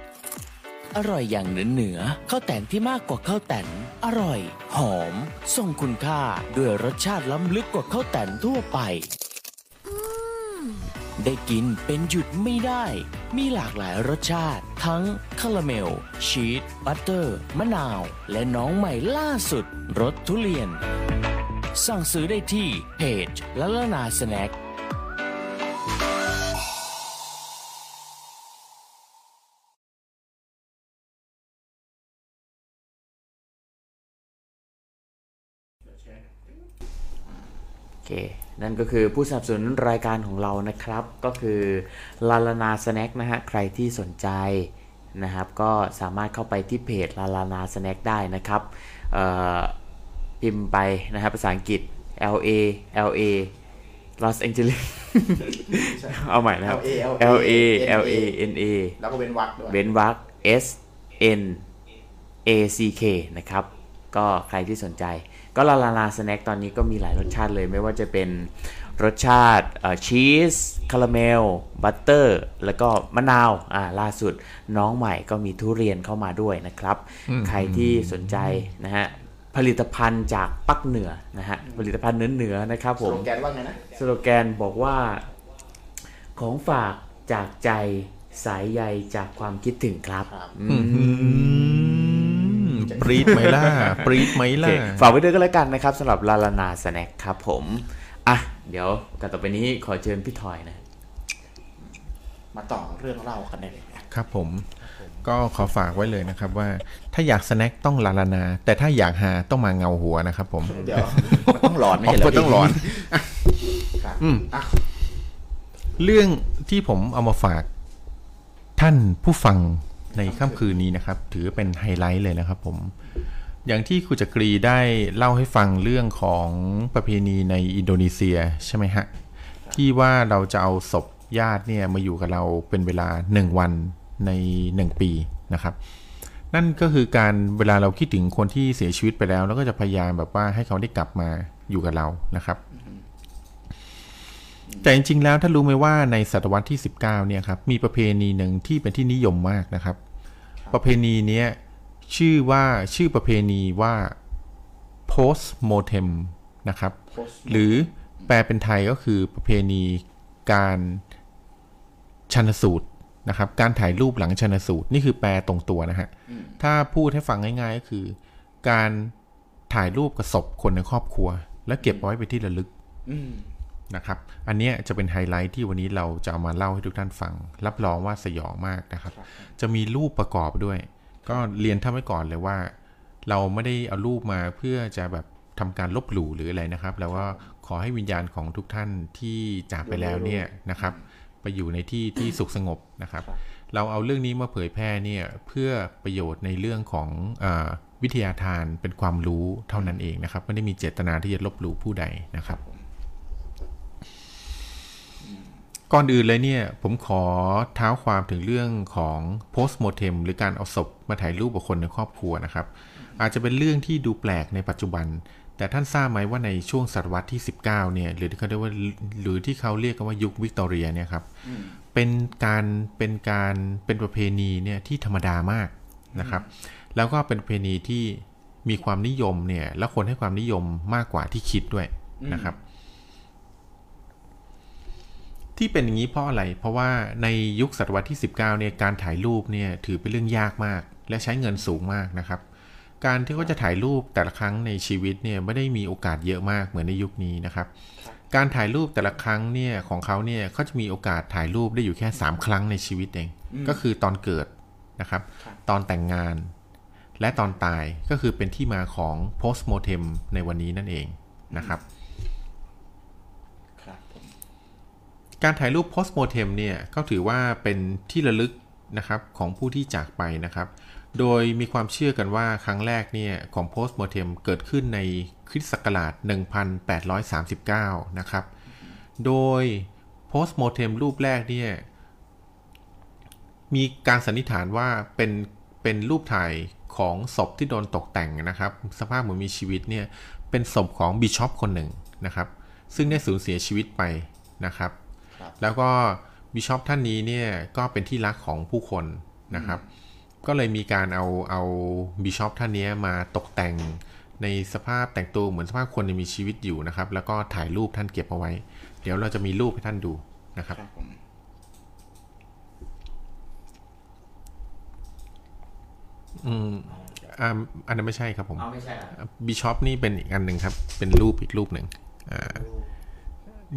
E: อร่อยอย่างเหนือเหนือข้าวแต่นที่มากกว่าข้าวแต่น อร่อย หอม ทรงคุณค่า ด้วยรสชาติล้ำลึกกว่าข้าวแต่นทั่วไป ได้กินเป็นหยุดไม่ได้ มีหลากหลายรสชาติ ทั้งคาราเมล ชีสบัตเตอร์ มะนาว และน้องใหม่ล่าสุดรสทุเรียน สั่งซื้อได้ที่เพจละละนาสแน็ค
C: โอเค นั่นก็คือผู้สนับสนุนรายการของเรานะครับ ก็คือลาลานาสแน็คนะฮะ ใครที่สนใจนะครับ ก็สามารถเข้าไปที่เพจลาลานาสแน็คได้นะครับเอ่อพิมพ์ไปนะครับภาษาอังกฤษ L A L A Los Angeles <laughs> เอาใหม่นะครับ
A: LA
C: L A L A N A
A: แล้วก็เว้นวักด้วย
C: เว้นวรรค S N A C K นะครับ ก็ใครที่สนใจ ก็ลาลาลาสแน็คตอนนี้ก็มีหลายรสชาติเลยไม่ว่าจะเป็นรสชาติชีสคาราเมล บัตเตอร์ แล้วก็มะนาวอ่าล่าสุดน้องใหม่ก็มีทุเรียนเข้ามาด้วยนะครับ ใครที่สนใจนะฮะ ผลิตภัณฑ์จากปักเหนือนะฮะ ผลิตภัณฑ์เนื้อเหนือๆนะครับผม
A: โปรแกนว่าไงนะ
C: สโลแกนบอกว่าของฝากจากใจสายใยจากความคิดถึงครับ
A: ครับ
C: อืม
B: อืมปรีดไหมล่ะ ปรีดไหม
C: โอเค
B: ล่ะ
C: ฝากไว้ด้วยก็แล้วกันนะครับสำหรับลาลานาสแน็คครับผม อ่ะ เดี๋ยวกันต่อไปนี้ขอเชิญพี่ทอยนะ
A: มาต่อเรื่องเล่ากันได้เลย
B: ครับผม ก็ขอฝากไว้เลยนะครับว่าถ้าอยากสแน็คต้องลาลานา แต่ถ้าอยากหาต้องมาเงาหัวนะครับผม
A: เดี๋ยว มันต้องหลอนไม่ใช่เหรอ
B: มันต้องหลอน
A: ครับ
B: อืม
A: อ่ะ
B: เรื่องที่ผมเอามาฝากท่านผู้ฟังในค่ำคืนนี้นะครับ ถือเป็นไฮไลท์เลยนะครับผม อย่างที่ครูจักรีได้เล่าให้ฟังเรื่องของประเพณีในอินโดนีเซียใช่ไหมฮะ ที่ว่าเราจะเอาศพญาติเนี่ยมาอยู่กับเราเป็นเวลา 1 วันใน 1 ปีนะครับ นั่นก็คือการเวลาเราคิดถึงคนที่เสียชีวิตไปแล้ว แล้วก็จะพยายามแบบว่าให้เขาได้กลับมาอยู่กับเรานะครับ แต่จริงๆ แล้วถ้านรู้ไหมว่าในศตวรรษที่ 19 เนี่ยครับ มีประเพณีหนึ่งที่เป็นที่นิยมมากนะครับ ประเพณีเนี้ยชื่อว่าชื่อประเพณีว่า post mortem นะครับ
A: Post
B: หรือแปลเป็นไทยก็คือประเพณีการชันสูตรนะครับ การถ่ายรูปหลังชันสูตร นี่คือแปลตรงตัวนะฮะ ถ้าพูดให้ฟังง่ายๆ ก็คือ การถ่ายรูปกับศพคนในครอบครัว และเก็บเอาไว้เป็นที่ระลึก
A: อืม
B: นะครับ อันเนี้ยจะเป็นไฮไลท์ที่วันนี้เราจะเอามาเล่าให้ทุกท่านฟัง รับรองว่าสยองมากนะครับ จะมีรูปประกอบด้วย ก็เรียนท่านไว้ก่อนเลยว่า เราไม่ได้เอารูปมาเพื่อจะแบบทำการลบหลู่หรืออะไรนะครับ แล้วก็ขอให้วิญญาณของทุกท่านที่จากไปแล้วเนี่ยนะครับ ไปอยู่ในที่ที่สุขสงบนะครับ เราเอาเรื่องนี้มาเผยแพร่เนี่ยเพื่อประโยชน์ในเรื่องของอาวิทยาทานเป็นความรู้เท่านั้นเองนะครับ ไม่ได้มีเจตนาที่จะลบหลู่ผู้ใดนะครับ ก่อนอื่นเลยเนี่ย ผมขอเท้าความถึงเรื่องของ post mortem หรือการเอาศพมาถ่ายรูปบุคคลในครอบครัวนะครับ อาจจะเป็นเรื่องที่ดูแปลกในปัจจุบัน แต่ท่านทราบไหมว่าในช่วงศตวรรษที่ 19 เนี่ย หรือที่เขาเรียกว่าหรือที่เขาเรียกกันว่ายุควิกตอเรียเนี่ยครับ เป็นการเป็นการเป็นประเพณีเนี่ยที่ธรรมดามากนะครับ แล้วก็เป็นประเพณีที่มีความนิยมเนี่ยและคนให้ความนิยมมากกว่าที่คิดด้วยนะครับ ที่เป็นอย่างนี้เพราะอะไร เพราะว่าในยุคศตวรรษที่ 19 เนี่ย การถ่ายรูปเนี่ยถือเป็นเรื่องยากมาก และใช้เงินสูงมากนะครับ การที่เขาจะถ่ายรูปแต่ละครั้งในชีวิตเนี่ยไม่ได้มีโอกาสเยอะมากเหมือนในยุคนี้นะครับ การถ่ายรูปแต่ละครั้งเนี่ยของเขาเนี่ยเขาจะมีโอกาสถ่ายรูปได้อยู่แค่ 3 ครั้งในชีวิตเอง ก็คือตอนเกิดนะครับ ตอนแต่งงาน และตอนตายก็คือเป็นที่มาของ post mortem ในวันนี้นั่นเองนะครับ
A: ครับผม
B: การถ่ายรูป post mortem เนี่ยก็ถือว่าเป็นที่ระลึกนะครับของผู้ที่จากไปนะครับ โดยมีความเชื่อกันว่าครั้งแรกเนี่ยของ post mortem เกิดขึ้นในคริสตศักราช 1839 นะครับ โดย post mortem รูปแรกเนี่ยมีการสันนิษฐานว่าเป็นเป็นรูปถ่ายของศพที่โดนตกแต่งนะครับ สภาพเหมือนมีชีวิตเนี่ยเป็นศพของบิชอปคนหนึ่งนะครับ ซึ่งได้สูญเสียชีวิตไปนะครับ แล้วก็บิชอปท่านนี้เนี่ยก็เป็นที่รักของผู้คนนะครับ ก็เลยมีการเอาเอาบิชอปท่านเนี้ยมาตกแต่งในสภาพแต่งตัวเหมือนสภาพคนยังมีชีวิตอยู่นะครับ แล้วก็ถ่ายรูปท่านเก็บเอาไว้ เดี๋ยวเราจะมีรูปให้ท่านดูนะครับ
A: ครับผม
B: อืมอ่าอันนั้นไม่ใช่ครับผม
D: เอาไม่ใช่เหรอ
B: บิชอปนี่เป็นอีกอันหนึ่งครับ เป็นรูปอีกรูปหนึ่งอ่า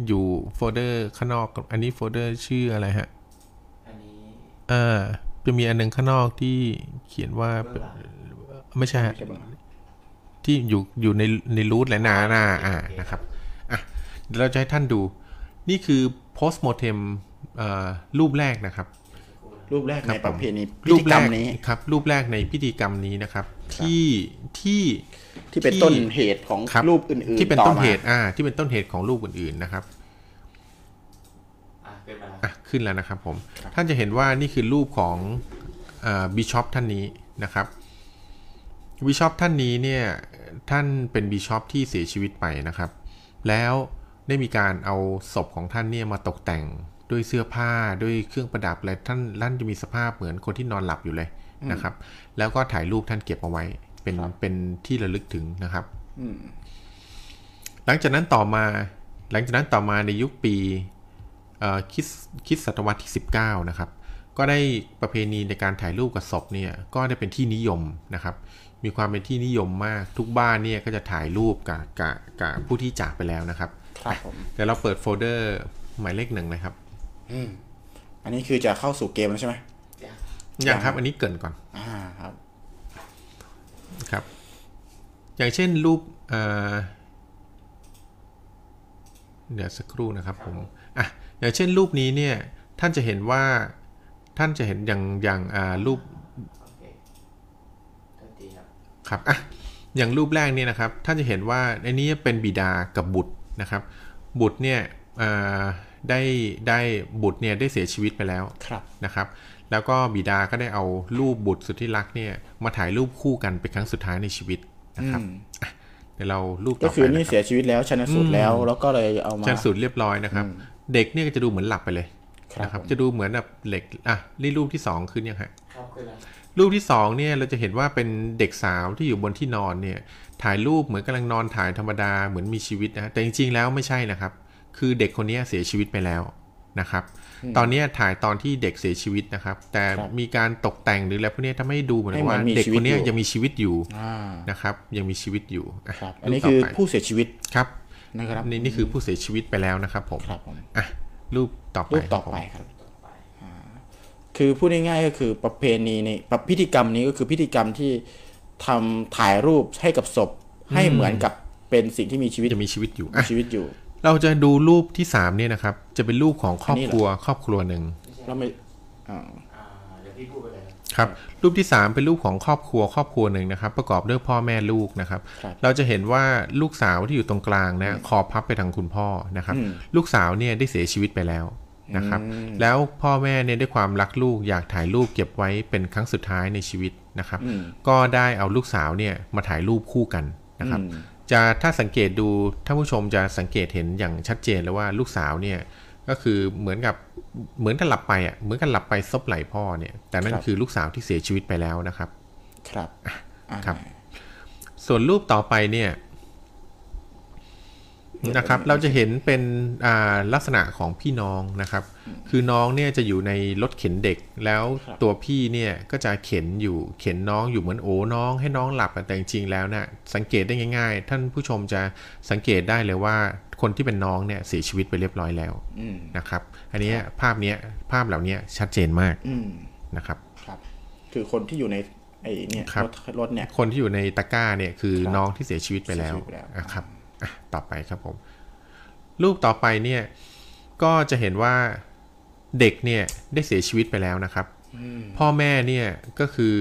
B: อยู่โฟลเดอร์ข้างนอก อันนี้โฟลเดอร์ชื่ออะไรฮะ
D: อันนี้
B: เออจะมีอันหนึ่งข้างนอกที่เขียนว่าไม่ใช่ฮะที่อยู่อยู่ในในรูทแหละนาหน้าอ่านะครับอ่ะเดี๋ยวเราจะให้ท่านดู นี่คือ post mortem เอ่อรูปแรกนะครับ
A: รูปแรก
B: ครั
A: ใน
B: บ
A: ประเพณี
B: ผม
A: พิธีกรรมนี้
B: รูปแกครับรูปแรกในพิธีกรรมนี้นะครับ ที่ที่
A: ที่เป็นต้นเหตุของ
B: ครับ
A: รูปอื่นๆ
B: ที่เป็นต้นเหตุ
A: มา
B: อ่า ที่เป็นต้นเหตุของรูปอื่นๆนะครับ
D: อ่ะเป็นมาแล้ว
B: อ่ะขึ้นแล้วนะครับผม ท่านจะเห็นว่านี่คือรูปของบิชอปท่านนี้นะครับบิชอปท่านนี้เนี่ยท่านเป็นบิชอปที่เสียชีวิตไปนะครับ แล้วได้มีการเอาศพของท่านเนี่ยมาตกแต่งด้วยเสื้อผ้าด้วยเครื่องประดับอะไรท่านท่านจะมีสภาพเหมือนคนที่นอนหลับอยู่เลยนะครับ แล้วก็ถ่ายรูปท่านเก็บเอาไว้เป็นเป็นที่ระลึกถึงนะครับ
A: อืม
B: หลังจากนั้นต่อมา หลังจากนั้นต่อมาในยุคปีเอ่อคริดคริดศตวรรษที่ 19 นะครับ ก็ได้ประเพณีในการถ่ายรูปกับศพเนี่ยก็ได้เป็นที่นิยมนะครับ มีความเป็นที่นิยมมากทุกบ้านเนี่ยก็จะถ่ายรูปกับกับกับผู้ที่จากไปแล้วนะครับ
A: ครับผม
B: เดี๋ยวเราเปิดโฟลเดอร์หมายเลขหนึ่งนะครับ
A: อืมอันนี้คือจะเข้าสู่เกมแล้วใช่ไหม
B: อย่างครับอันนี้เกรินก่อน
A: อ่าครับ
B: ครับ อย่างเช่นรูปเอ่อเดี๋ยวสักครู่นะครับผมอ่ะอย่างเช่นรูปนี้เนี่ยท่านจะเห็นว่าท่านจะเห็นอย่างอย่างอ่ารูป
D: โอเคทันทีครับ
B: ครับอ่ะอย่างรูปแรกเนี่ยนะครับ ท่านจะเห็นว่าในนี้เป็นบิดากับบุตรนะครับ บุตรเนี่ยเอ่อได้ได้บุตรเนี่ยได้เสียชีวิตไปแล้ว
A: ครับ
B: นะครับ แล้วก็บิดาก็ได้เอารูปบุตรสุดที่รักเนี่ยมาถ่ายรูปคู่กันเป็นครั้งสุดท้ายในชีวิตนะครับอ่ะเดี๋ยวเรารูปต่
A: ก็
B: อ
A: คือ
B: ไป
A: นี่
B: นะครับ
A: เสียชีวิตแล้วชันสูตรแล้ว แล้วก็เลยเอามา
B: ชันสูตรเรียบร้อยนะครับ เด็กเนี่ยก็จะดูเหมือนหลับไปเลย
A: ครับ
B: นะครับ
A: ผม
B: จะดูเหมือนแบบเหล็กอ่ะนี่รูปที่สองขึ้นยังฮะ
D: ครับคืออะไร
B: รูปที่สองเนี่ยเราจะเห็นว่าเป็นเด็กสาวที่อยู่บนที่นอนเนี่ยถ่ายรูปเหมือนกำลังนอนถ่ายธรรมดาเหมือนมีชีวิตนะแต่จริงๆแล้วไม่ใช่นะครับ คือเด็กคนเนี้ยเสียชีวิตไปแล้วนะครับ ตอนเนี้ยถ่ายตอนที่เด็กเสียชีวิตนะครับ แต่
A: ครับ
B: มีการตกแต่งหรืออะไรพวกเนี้ยทำให้ดูเหมือน
A: ให้มัน
B: ว่า
A: มี
B: เด็ก
A: ชีวิต
B: คนเนี้ย
A: อยู่
B: ยังมีชีวิตอยู่
A: อ่า
B: นะครับ ยังมีชีวิตอยู่อ่ะ
A: ครับ
B: รูป
A: อันนี้คือ
B: ต่ไป
A: ผู้เสียชีวิต
B: ครับ
A: นะครับ
B: นี่นี่คือผู้เสียชีวิตไปแล้วนะครับผม
A: ครับผม
B: อ่ะรูปต่อไป
A: รูปต่อไปครับอ่าคือพูดง่ายๆก็คือประเพณีในประพิธีกรรมนี้ก็คือพิธีกรรมที่ทำถ่ายรูปให้กับศพให้เหมือนกับเป็นสิ่งที่มีชีวิต
B: จะมีชีวิตอยู่
A: มี
B: อ่ะ
A: ชีวิตอยู่
B: เราจะดูรูปที่สามเนี่ยนะครับ จะเป็นรูปของครอบ
A: อันนี้เห
B: ค
A: รอ
B: รัวครอบครัวหนึ่ง
A: แล้วไม่อ่า
D: อ่า เดี๋ยวพี่พูดไปเลย
B: ครับ รูปที่สามเป็นรูปของครอบครัวครอบครัวหนึ่งนะครับ ประกอบด้วยพ่อแม่ลูกนะครับ
A: ครับ
B: เราจะเห็นว่าลูกสาวที่อยู่ตรงกลางนะคอพับไปทางคุณพ่อนะครับ
A: อืม
B: ลูกสาวเนี่ยได้เสียชีวิตไปแล้วนะครับ
A: อืม
B: แล้วพ่อแม่เนี่ยด้วยความรักลูกอยากถ่ายรูปเก็บไว้เป็นครั้งสุดท้ายในชีวิตนะครับ
A: อืม
B: ก็ได้เอาลูกสาวเนี่ยมาถ่ายรูปคู่กันนะครับ
A: อืม
B: จะถ้าสังเกตดูท่านผู้ชมจะสังเกตเห็นอย่างชัดเจนเลยว่าลูกสาวเนี่ยก็คือเหมือนกับเหมือนกันหลับไปอ่ะเหมือนกันหลับไปซบไหลพ่อเนี่ย แต่นั่น
A: ครับ
B: คือลูกสาวที่เสียชีวิตไปแล้วนะครับ
A: ครับอ่า
B: ครับ ส่วนรูปต่อไปเนี่ยนะครับ เราจะเห็นเป็นอ่าลักษณะของพี่น้องนะครับ คือน้องเนี่ยจะอยู่ในรถเข็นเด็กแล้ว
A: ครับ
B: ตัวพี่เนี่ยก็จะเข็นอยู่เข็นน้องอยู่เหมือนโอ้น้องให้น้องหลับอะแต่จริงๆแล้วน่ะสังเกตได้ง่าย ๆ ท่านผู้ชมจะสังเกตได้เลยว่าคนที่เป็นน้องเนี่ยเสียชีวิตไปเรียบร้อยแล้ว
A: อืม
B: นะครับ อันเนี้ยภาพเนี้ยภาพเหล่าเนี้ยชัดเจนมาก
A: อืม
B: นะครับ
A: ครับ คือคนที่อยู่ในไอ้เนี่ย
B: ครับ
A: รถรถเนี่ย
B: คนที่อยู่ในตะกร้าเนี่ยคือ
A: ครับ
B: น้องที่เสียชีวิตไปแล้ว
A: เสียชีวิตไปแล้ว
B: อ่ะครับอ่ะต่อไปครับผม รูปต่อไปเนี่ยก็จะเห็นว่าเด็กเนี่ยได้เสียชีวิตไปแล้วนะครับ พ่อแม่เนี่ยก็คือ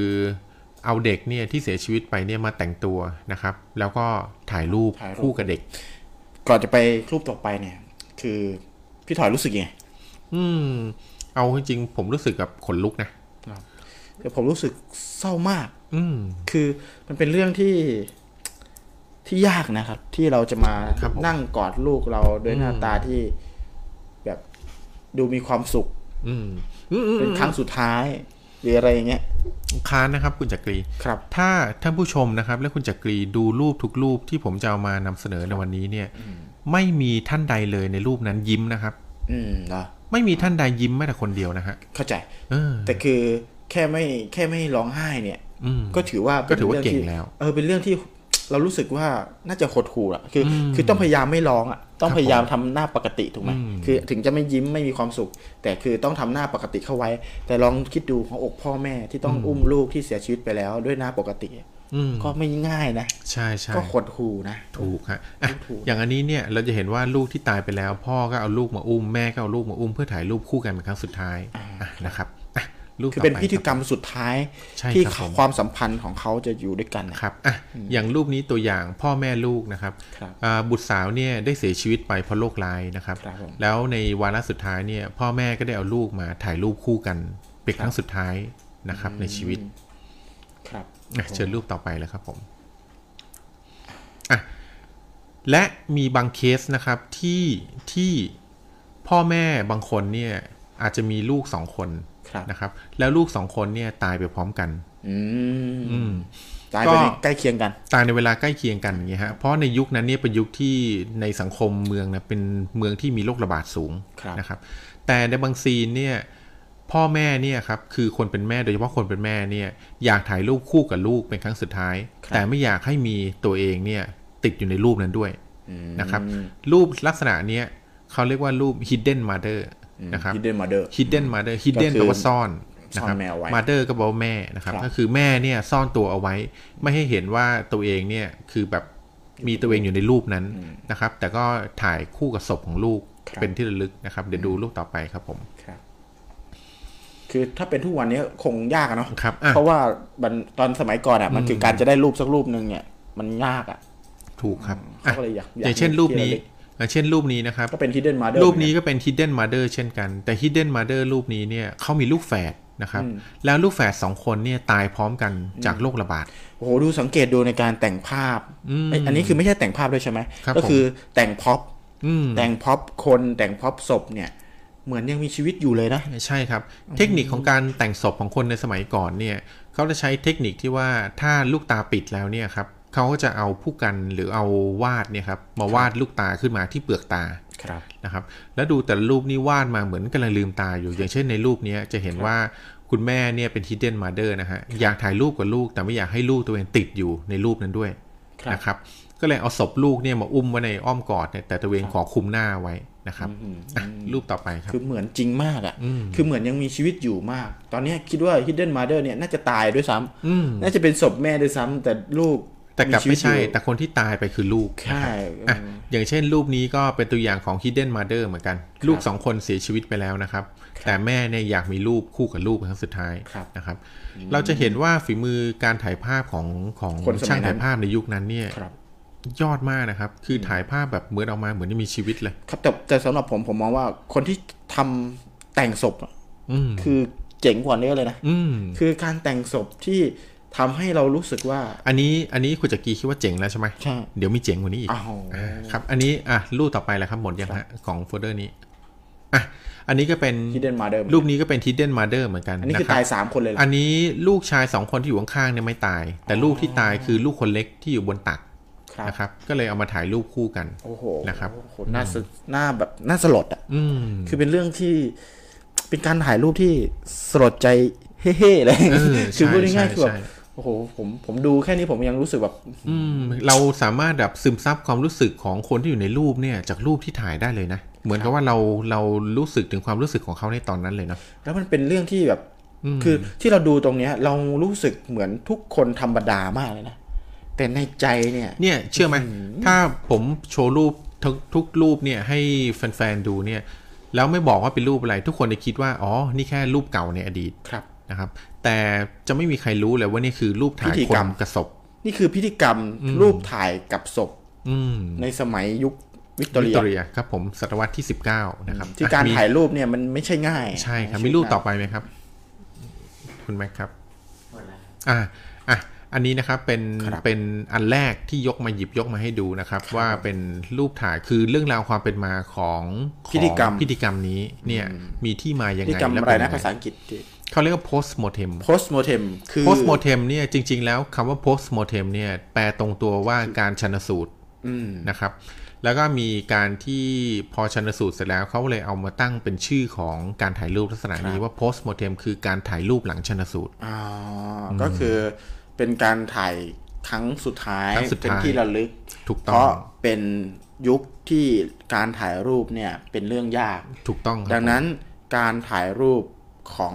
B: เอาเด็กเนี่ยที่เสียชีวิตไปเนี่ยมาแต่งตัวนะครับ แล้วก็ถ่ายรูป
A: ถ่ายรูป
B: คู่กับเด็ก
A: ก่อนจะไปรูปต่อไปเนี่ย คือพี่ถอยรู้สึกยังไง
B: อืม เอาจริงๆผมรู้สึกแบบขนลุกนะ
A: แต่ผมรู้สึกเศร้ามาก
B: อืม
A: คือมันเป็นเรื่องที่ที่ยากนะครับ ที่เราจะมา
B: ครับผม
A: นั่งกอดลูกเราด้วย
B: อืม
A: หน้าตาที่แบบดูมีความสุข
B: อืมอืมอืม
A: เป็นครั้งสุดท้าย หรืออะไรอย่างเงี้ย
B: ค้านนะครับ คุณจักรี
A: ครับ
B: ถ้าท่านผู้ชมนะครับ และคุณจักรีดูรูปทุกรูปที่ผมจะเอามานำเสนอในวันนี้เนี่ย ไม่มีท่านใดเลยในรูปนั้นยิ้มนะครับ
A: อืมเนาะ
B: ไม่มีท่านใดยิ้มแม้แต่คนเดียวนะฮะ
A: เข้าใจ
B: เออ
A: แต่คือแค่ไม่แค่ไม่ร้องไห้เนี่ย
B: อืม
A: ก็ถือว่า
B: ก็ถือว่า
A: ป็นรื่อง
B: เก่ง
A: ที่
B: แล้ว
A: เออเป็นเรื่องที่ เรารู้สึกว่าน่าจะหดหู่อะคืออ
B: ม
A: คือต้องพยายามไม่ร้องอะต้อง
B: ครับ
A: พยายามทำหน้าปกติถูกไหม
B: อืม
A: คือถึงจะไม่ยิ้มไม่มีความสุข แต่คือต้องทำหน้าปกติเข้าไว้ แต่ลองคิดดูของอกพ่อแม่ที่ต้องอุ้มลูกที่เสียชีวิตไปแล้วด้วยหน้าปกติ
B: อืม
A: ก็ไม่ง่ายนะ
B: ใช่ใช่
A: ก็หดหู่นะ
B: ถูกฮะอ่ะอย่างอันนี้เนี่ยเราจะเห็นว่าลูกที่ตายไปแล้ว พ่อก็เอาลูกมาอุ้มแม่ก็เอาลูกมาอุ้มเพื่อถ่ายรูปคู่กันเป็นครั้งสุดท้ายอ่ะนะครับอ่ะรูป
A: คือ
B: ต่อ
A: เป็น
B: ไ
A: พิธี
B: ครับ
A: กรรมสุดท้าย
B: ใช่
A: ที่
B: ครับผม
A: ความสัมพันธ์ของเขาจะอยู่ด้วยกันนะ
B: ครับอ่ะอย่างรูปนี้ตัวอย่างพ่อแม่ลูกนะครับ
A: ครับ
B: อ่าบุตรสาวเนี่ยได้เสียชีวิตไปเพราะโรคร้ายนะครับ
A: ครับผม
B: แล้วในวาระสุดท้ายเนี่ยพ่อแม่ก็ได้เอาลูกมาถ่ายรูปคู่กันเป็นครั้งสุดท้ายนะครับในชีวิต
A: ครับ
B: อ่ะเชิญรูปต่อไปเลยครับผมอ่ะและมีบางเคสนะครับที่ที่พ่อแม่บางคนเนี่ยอาจจะมีลูกสองคน
A: ครับ
B: นะครับ แล้วลูกสองคนเนี่ยตายไปพร้อมกัน
A: อืม
B: อืม
A: ตายไปใน
B: ก็
A: ใกล้เคียงกัน
B: ตายในเวลาใกล้เคียงกันอย่างเงี้ยฮะ เพราะในยุคนั้นเนี่ยเป็นยุคที่ในสังคมเมืองนะเป็นเมืองที่มีโรคระบาดสูง
A: ครับ
B: นะครับ แต่ในบางซีนเนี่ยพ่อแม่เนี่ยครับคือคนเป็นแม่โดยเฉพาะคนเป็นแม่เนี่ยอยากถ่ายรูปคู่กับลูกเป็นครั้งสุดท้าย แต่ไม่อยากให้มีตัวเองเนี่ยติดอยู่ในรูปนั้นด้วย นะครับ รูปลักษณะเนี้ยเขาเรียกว่ารูป hidden mother นะครับ
A: ฮิดเดนมาเดอร์
B: hidden mother hidden แป
A: ก็คือ
B: ลว่าซ่อน
A: ซ่อน
B: นะครับ
A: แมวไว้
B: mother ก็แปลว่าแม่นะครับ
A: ครับ
B: ก็คือแม่เนี่ยซ่อนตัวเอาไว้ ไม่ให้เห็นว่าตัวเองเนี่ยคือแบบมีตัวเองอยู่ในรูปนั้นนะครับ แต่ก็ถ่ายคู่กับศพของลูก
A: ครับ
B: เป็นที่ระลึกนะครับ เดี๋ยวดูรูปต่อไปครับผม
A: ครับ คือถ้าเป็นทุกวันนี้คงยากอะเนาะ
B: ครับอ่ะ
A: เพราะว่ามันตอนสมัยก่อนอะมันคือการจะได้รูปสักรูปหนึ่งเนี่ย มันยากอะ
B: ถูกครับ
A: เขาก็เลยอยาก
B: อย่างเช่นรูปนี้
A: อยากมีที่ระลึก
B: อย่างเช่นรูปนี้นะครับ
A: ก็เป็นฮิดเดนมาเดอร์
B: รูปนี้ก็เป็น hidden mother เช่นกัน แต่ hidden mother รูปนี้เนี่ยเขามีลูกแฝดนะครับ
A: อืม
B: แล้วลูกแฝดสองคนเนี่ยตายพร้อมกันจากโรคระบาด
A: โอ้โหดูสังเกตดูในการแต่งภาพ
B: อืม
A: เอ้ยอันนี้คือไม่ใช่แต่งภาพด้วยใช่ไหม
B: ครับ
A: ก็คือแต่งพ็อป
B: อืม
A: แต่งพ็อปคนแต่งพ็อปศพเนี่ย เหมือนยังมีชีวิตอยู่เลยนะ
B: ใช่ครับ เทคนิคของการแต่งศพของคนในสมัยก่อนเนี่ยเขาจะใช้เทคนิคที่ว่าถ้าลูกตาปิดแล้วเนี่ยครับเขาก็จะเอาผู้กันหรือเอาวาดเนี่ยครับมาวาดลูกตาขึ้นมาที่เปลือกตา
A: ครับ
B: นะครับแล้วดูแต่ละรูปนี่วาดมาเหมือนกำลังลืมตาอยู่ อย่างเช่นในรูปเนี้ยจะเห็นว่าคุณแม่เนี่ยเป็น hidden mother นะฮะอยากถ่ายรูปกับลูก แต่ไม่อยากให้ลูกตัวเองติดอยู่ในรูปนั้นด้วย
A: ครับ
B: นะครับก็เลยเอาศพลูกเนี่ยมาอุ้มไว้ในอ้อมกอดเนี่ยแต่ตัวเองขอคุมหน้าไว้นะครับอ่ะรูปต่อไปครับ
A: คือเหมือนจริงมากอะ่ะ
B: อืม
A: คือเหมือนยังมีชีวิตอยู่มาก ตอนเนี้ยคิดว่า Hidden Mother เนี่ยน่าจะตายด้วยซ้
B: อืม
A: ำ น่าจะเป็นศพแม่ด้วยซ้ำแต่ลูก
B: แต่กลับ
A: ชีวิ
B: ไม่
A: ตอยู่
B: ใช่ แต่คนที่ตายไปคือลูกนะ
A: ใช่
B: ครับ
A: อื
B: อ่ะ
A: ม
B: อย่างเช่นรูปนี้ก็เป็นตัวอย่างของ hidden mother เหมือนกัน ลูกสองคนเสียชีวิตไปแล้วนะครับ
A: ครับ
B: แต่แม่เนี่ยอยากมีลูกคู่กับลูกเป็นครั้งสุดท้าย
A: ครับ
B: นะครับเราจะเห็นว่าฝีมือการถ่ายภาพของของ
A: คนสมัยนั้น
B: ช่างถ่ายภาพในยุคนั้นเนี่ย
A: ครับ
B: ยอดมากนะครับ คือถ่ายภาพแบบเหมือนออกมาเหมือนจะมีชีวิตเลย
A: ครับแต่แต่สำหรับผมผมมองว่าคนที่ทำแต่งศพอะ
B: อืม
A: คือเจ๋งกว่าเยอะเลยนะ
B: อืม
A: คือการแต่งศพที่ทำให้เรารู้สึกว่า
B: อันนี้อันนี้คุณจักรีคิดว่าเจ๋งแล้วใช่ไหม
A: ใช่
B: เดี๋ยวมีเจ๋งกว่านี้อีก
A: อ้าว
B: อ่าครับ อันนี้อ่ะรูปต่อไปแล้วครับหมดยังฮะของโฟลเดอร์นี้อ่ะอันนี้ก็เป็น
A: ฮิดเดนมาเดิม
B: รูปนี้ก็เป็น hidden mother เหมือนกัน
A: อันนี้คือ
B: นะรับ
A: ตายสามคนเลยเหรอ
B: อันนี้ลูกชายสองคนที่อยู่ข้างๆเนี่ยไม่ตาย แต่ลูกที่ตายคือลูกคนเล็กที่อยู่บนตัก
A: ครับ
B: นะครับ ก็เลยเอามาถ่ายรูปคู่กัน
A: โอ้โห
B: นะครับ
A: โอ้โหน่าสะน่าแบบน่าสลดอ่ะ
B: อืม
A: คือเป็นเรื่องที่เป็นการถ่ายรูปที่สลดใจเฮ่ๆเลย
B: เออใช่
A: คือพูดง่าย
B: ใช่
A: ๆคือแบบ
B: ใช่
A: โอ้โหผมผมดูแค่นี้ผมยังรู้สึกแบบ
B: อืมเราสามารถแบบซึมซับความรู้สึกของคนที่อยู่ในรูปเนี่ยจากรูปที่ถ่ายได้เลยนะ เหมือนกับว่าเราเรารู้สึกถึงความรู้สึกของเขาในตอนนั้นเลยนะ
A: แล้วมันเป็นเรื่องที่แบบ คือที่เราดูตรงเนี้ย เรารู้สึกเหมือนทุกคนธรรมดามากเลยนะ แต่ในใจเนี่ย
B: เนี่ยเชื่อไหมถ้าผมโชว์รูปทุกทุกรูปเนี่ยให้แฟนๆดูเนี่ยแล้วไม่บอกว่าเป็นรูปอะไร ทุกคนจะคิดว่าอ๋อนี่แค่รูปเก่าในอดีต
A: ครับ
B: นะครับ แต่จะไม่มีใครรู้เลยว่านี่คือรูปถ่าย
A: พิธี
B: ค
A: กรร
B: น
A: ม
B: กระศพ
A: นี่คือพิธีกรรมรูปถ่ายกับศพ
B: อืม
A: ในสมัยยุควิกตอ
B: วิ
A: เรี
B: ก
A: ย
B: ตอเรียครับผมศตวรรษที่ 19 นะครับ
A: ที่การ
B: อ่ะมี
A: ถ่ายรูปเนี่ยมันไม่ใช่ง่าย
B: ใช่ครับ
A: ไใช่
B: มีรูป
A: ง่าย
B: ต่อไปไหมครับ คุณแม็กครับ
D: หมดแล้ว
B: อ่ะอ่ะ อันนี้นะครับเป็น
A: ครับ
B: เป็นอันแรกที่ยกมาหยิบยกมาให้ดูนะครับ ว่าเป็นรูปถ่ายคือเรื่องราวความเป็นมาของ
A: พิธีกรรม
B: ของพิธีกรรมนี้เนี่ยมีที่มายัง
A: พิธี
B: ไง
A: กรรม
B: และ
A: อะไร
B: เป็
A: นะ
B: ยั
A: ภาษาอังกฤษที่
B: เขาเรียกว่า post mortem
A: post mortem คือ
B: post mortem เนี่ยจริง ๆ แล้วคำว่า post mortem เนี่ยแปลตรงตัวว่าการชันสูตร
A: อืม
B: นะครับ แล้วก็มีการที่พอชันสูตรเสร็จแล้วเขาเลยเอามาตั้งเป็นชื่อของการถ่ายรูปลักษณะนี้
A: ครับ
B: ว่า post mortem คือการถ่ายรูปหลังชันสูตร
A: อ๋ออก็คือเป็นการถ่ายครั้งสุดท้าย
B: ครั้งสุดท้าย
A: เป็นที่ระลึก
B: ถูกต้อง
A: เพราะเป็นยุคที่การถ่ายรูปเนี่ยเป็นเรื่องยาก
B: ถูกต้องครับ
A: ดังนั้นการถ่ายรูปของ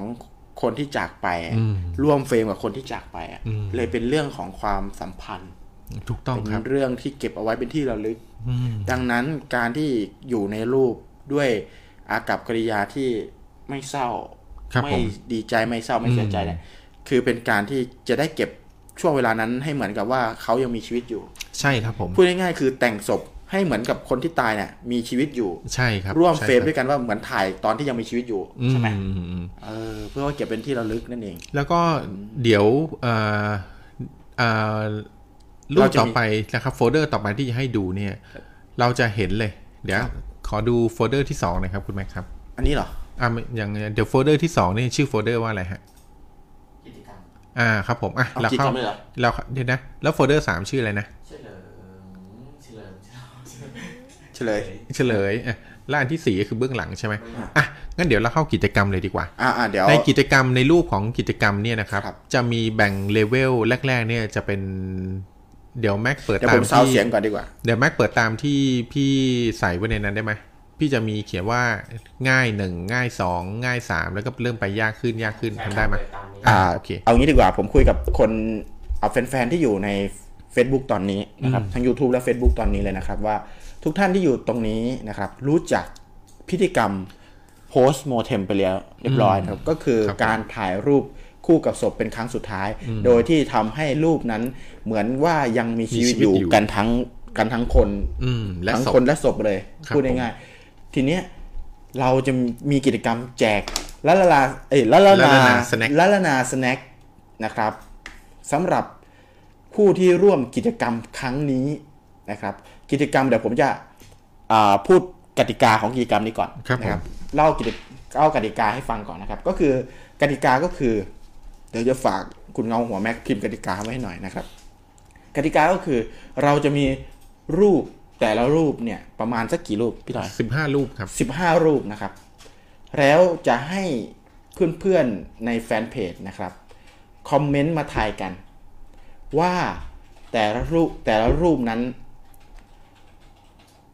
A: คนที่จากไปอะร่วมเฟรมกับคนที่จากไปอะเลยเป็นเรื่องของความสัมพันธ์
B: ถูกต้องค
A: เป็
B: รับ
A: นเรื่องที่เก็บเอาไว้เป็นที่ระลึก ดังนั้นการที่อยู่ในรูปด้วยอากับกริยาที่ไม่เศร้า
B: ครับ
A: ไม่
B: ผม
A: ดีใจไม่เศร้าไม่เสียใจเนี่ยคือเป็นการที่จะได้เก็บช่วงเวลานั้นให้เหมือนกับว่าเขายังมีชีวิตอยู่
B: ใช่ครับผม
A: พูดง่ายๆคือแต่งศพให้เหมือนกับคนที่ตายเนี่ยมีชีวิตอยู่
B: ใช่ครับ
A: ร่วม
B: ใช่
A: เฟร
B: ค
A: ม
B: บ
A: ด้วยกันว่าเหมือนถ่ายตอนที่ยังมีชีวิตอยู่
B: อืม
A: ใช่ไหม
B: อืมอืม
A: เออเพื่อว่าเก็บเป็นที่ระลึกนั่นเอง
B: แล้วก็เดี๋ยวเอ่อเอ่อรูป
A: เราจะมี
B: ต่อไปนะครับโฟลเดอร์ต่อไปที่จะให้ดูเนี่ย เราจะเห็นเลย เดี๋ยว ขอดูโฟลเดอร์ที่สองหนะครับคุณแม็กครับ
A: อันนี้เหรอ
B: อ่ะอย่างเดี๋ยวโฟลเดอร์ที่สองนี่ชื่อโฟลเดอร์ว่าอะไรฮะ
D: กิจกรรม
B: อ่าครับผมอ่ะ
A: เอา
B: เราเข้า
A: กิจกรรมเลยเหรอ
B: เราเข้าเดี๋ยวนะ แล้วโฟลเดอร์สามชื่ออะไรนะ
D: เฉลิมเฉลิมเฉลิมเฉลิม
A: เฉลย
B: เฉลยอ่ะแล้วอันที่สี่ก็คือเบื้องหลังใช่ไหมอ่ะงั้นเดี๋ยวเราเข้ากิจกรรมเลยดีกว่า
A: อ่าเดี๋ยว
B: ในกิจกรรมในรูปของกิจกรรมเนี่ยนะครับ
A: ครับ
B: จะมีแบ่งเลเวลแรกๆเนี่ยจะเป็น เดี๋ยวแม็กเปิด
A: เดี๋ยว
B: ตา
A: ผม มซาว
B: ที่
A: เสียงก่อนดีกว่า
B: เดี๋ยวแม็กเปิดตามที่พี่ใส่ไว้ในนั้นได้ไหมพี่จะมีเขียนว่าง่ายหนึ่งง่ายสองง่ายสามแล้วก็เริ่มไปยากขึ้นยากขึ้นทำได้ไหม
D: ตามนี้
B: อ่าโอเค
A: เอางี้ดีกว่าผมคุยกับคนเอาแฟนๆที่อยู่ใน Facebook ตอนนี้นะครับทั้ง YouTube และ Facebook ตอนนี้เลยนะครับ ว่าทุกท่านที่อยู่ตรงนี้นะครับ รู้จักพิธีกรรม post mortem ไปแล้วเรียบร้อยนะครับ ก็คือ
B: ครับ
A: การถ่ายรูปคู่กับศพเป็นครั้งสุดท้าย โดยที่ทำให้รูปนั้นเหมือนว่ายังมีชีวิต
B: มีชีวิต
A: อยู่
B: อยู่
A: กันทั้งกันทั้งคน
B: อืม และ
A: ทั้ง
B: สอง
A: คนและศพเลย
B: ครับ
A: พูดง่ายๆทีเนี้ยเราจะมีกิจกรรมแจกละละลาเอ้ยละละ
B: ละ
A: นา
B: ละนาสแน็ค
A: ละละนาสแน็ค นะครับสำหรับผู้ที่ร่วมกิจกรรมครั้งนี้นะครับ กิจกรรมเดี๋ยวผมจะอ่าพูดกติกาของกิจกรรมนี้ก่อน
B: ครับ
A: นะ
B: ผม
A: เล่ากิจเล่ากติกาให้ฟังก่อนนะครับ ก็คือกติกาก็คือ เดี๋ยวจะฝากคุณเงาหัวแม็กพิมพ์กติกาไว้ให้หน่อยนะครับ กติกาก็คือเราจะมีรูปแต่ละรูปเนี่ยประมาณสักกี่รูปพี่ถอย
B: สิบห้ารูปครับ
A: 15 รูปนะครับ แล้วจะให้เพื่อนๆในแฟนเพจนะครับ คอมเมนต์มาทายกัน ว่าแต่ละรูปแต่ละรูปนั้น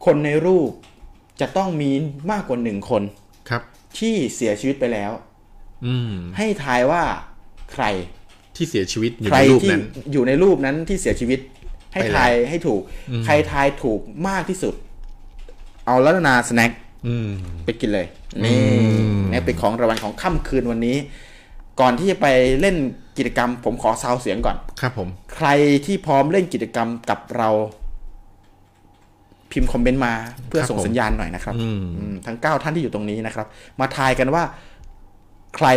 A: คนในรูปจะต้องมีมากกว่าหนึ่งคน
B: ครับ
A: ที่เสียชีวิตไปแล้ว
B: อืม
A: ให้ทายว่าใคร
B: ที่เสียชีวิตอยู่
A: ใคร
B: ในรูป
A: ที่
B: นั้น
A: อยู่ในรูปนั้นที่เสียชีวิตให้
B: ไปแล้ว
A: ทายให้ถูก
B: อืม
A: ใครทายถูกมากที่สุด เอาแล้วนาสแน็ค
B: อืม
A: ไปกินเลย นี่
B: ม
A: นี่เป็นของรางวัลของค่ำคืนวันนี้ ก่อนที่จะไปเล่นกิจกรรม ผมขอซาวเสียงก่อน
B: ครับผม
A: ใครที่พร้อมเล่นกิจกรรมกับเรา พิมพ์คอมเมนต์มาเพื่อส่งสัญญาณหน่อยนะครับ
B: อืม
A: อืมทั้งเก้าท่านที่อยู่ตรงนี้นะครับ มาทายกันว่า ใคร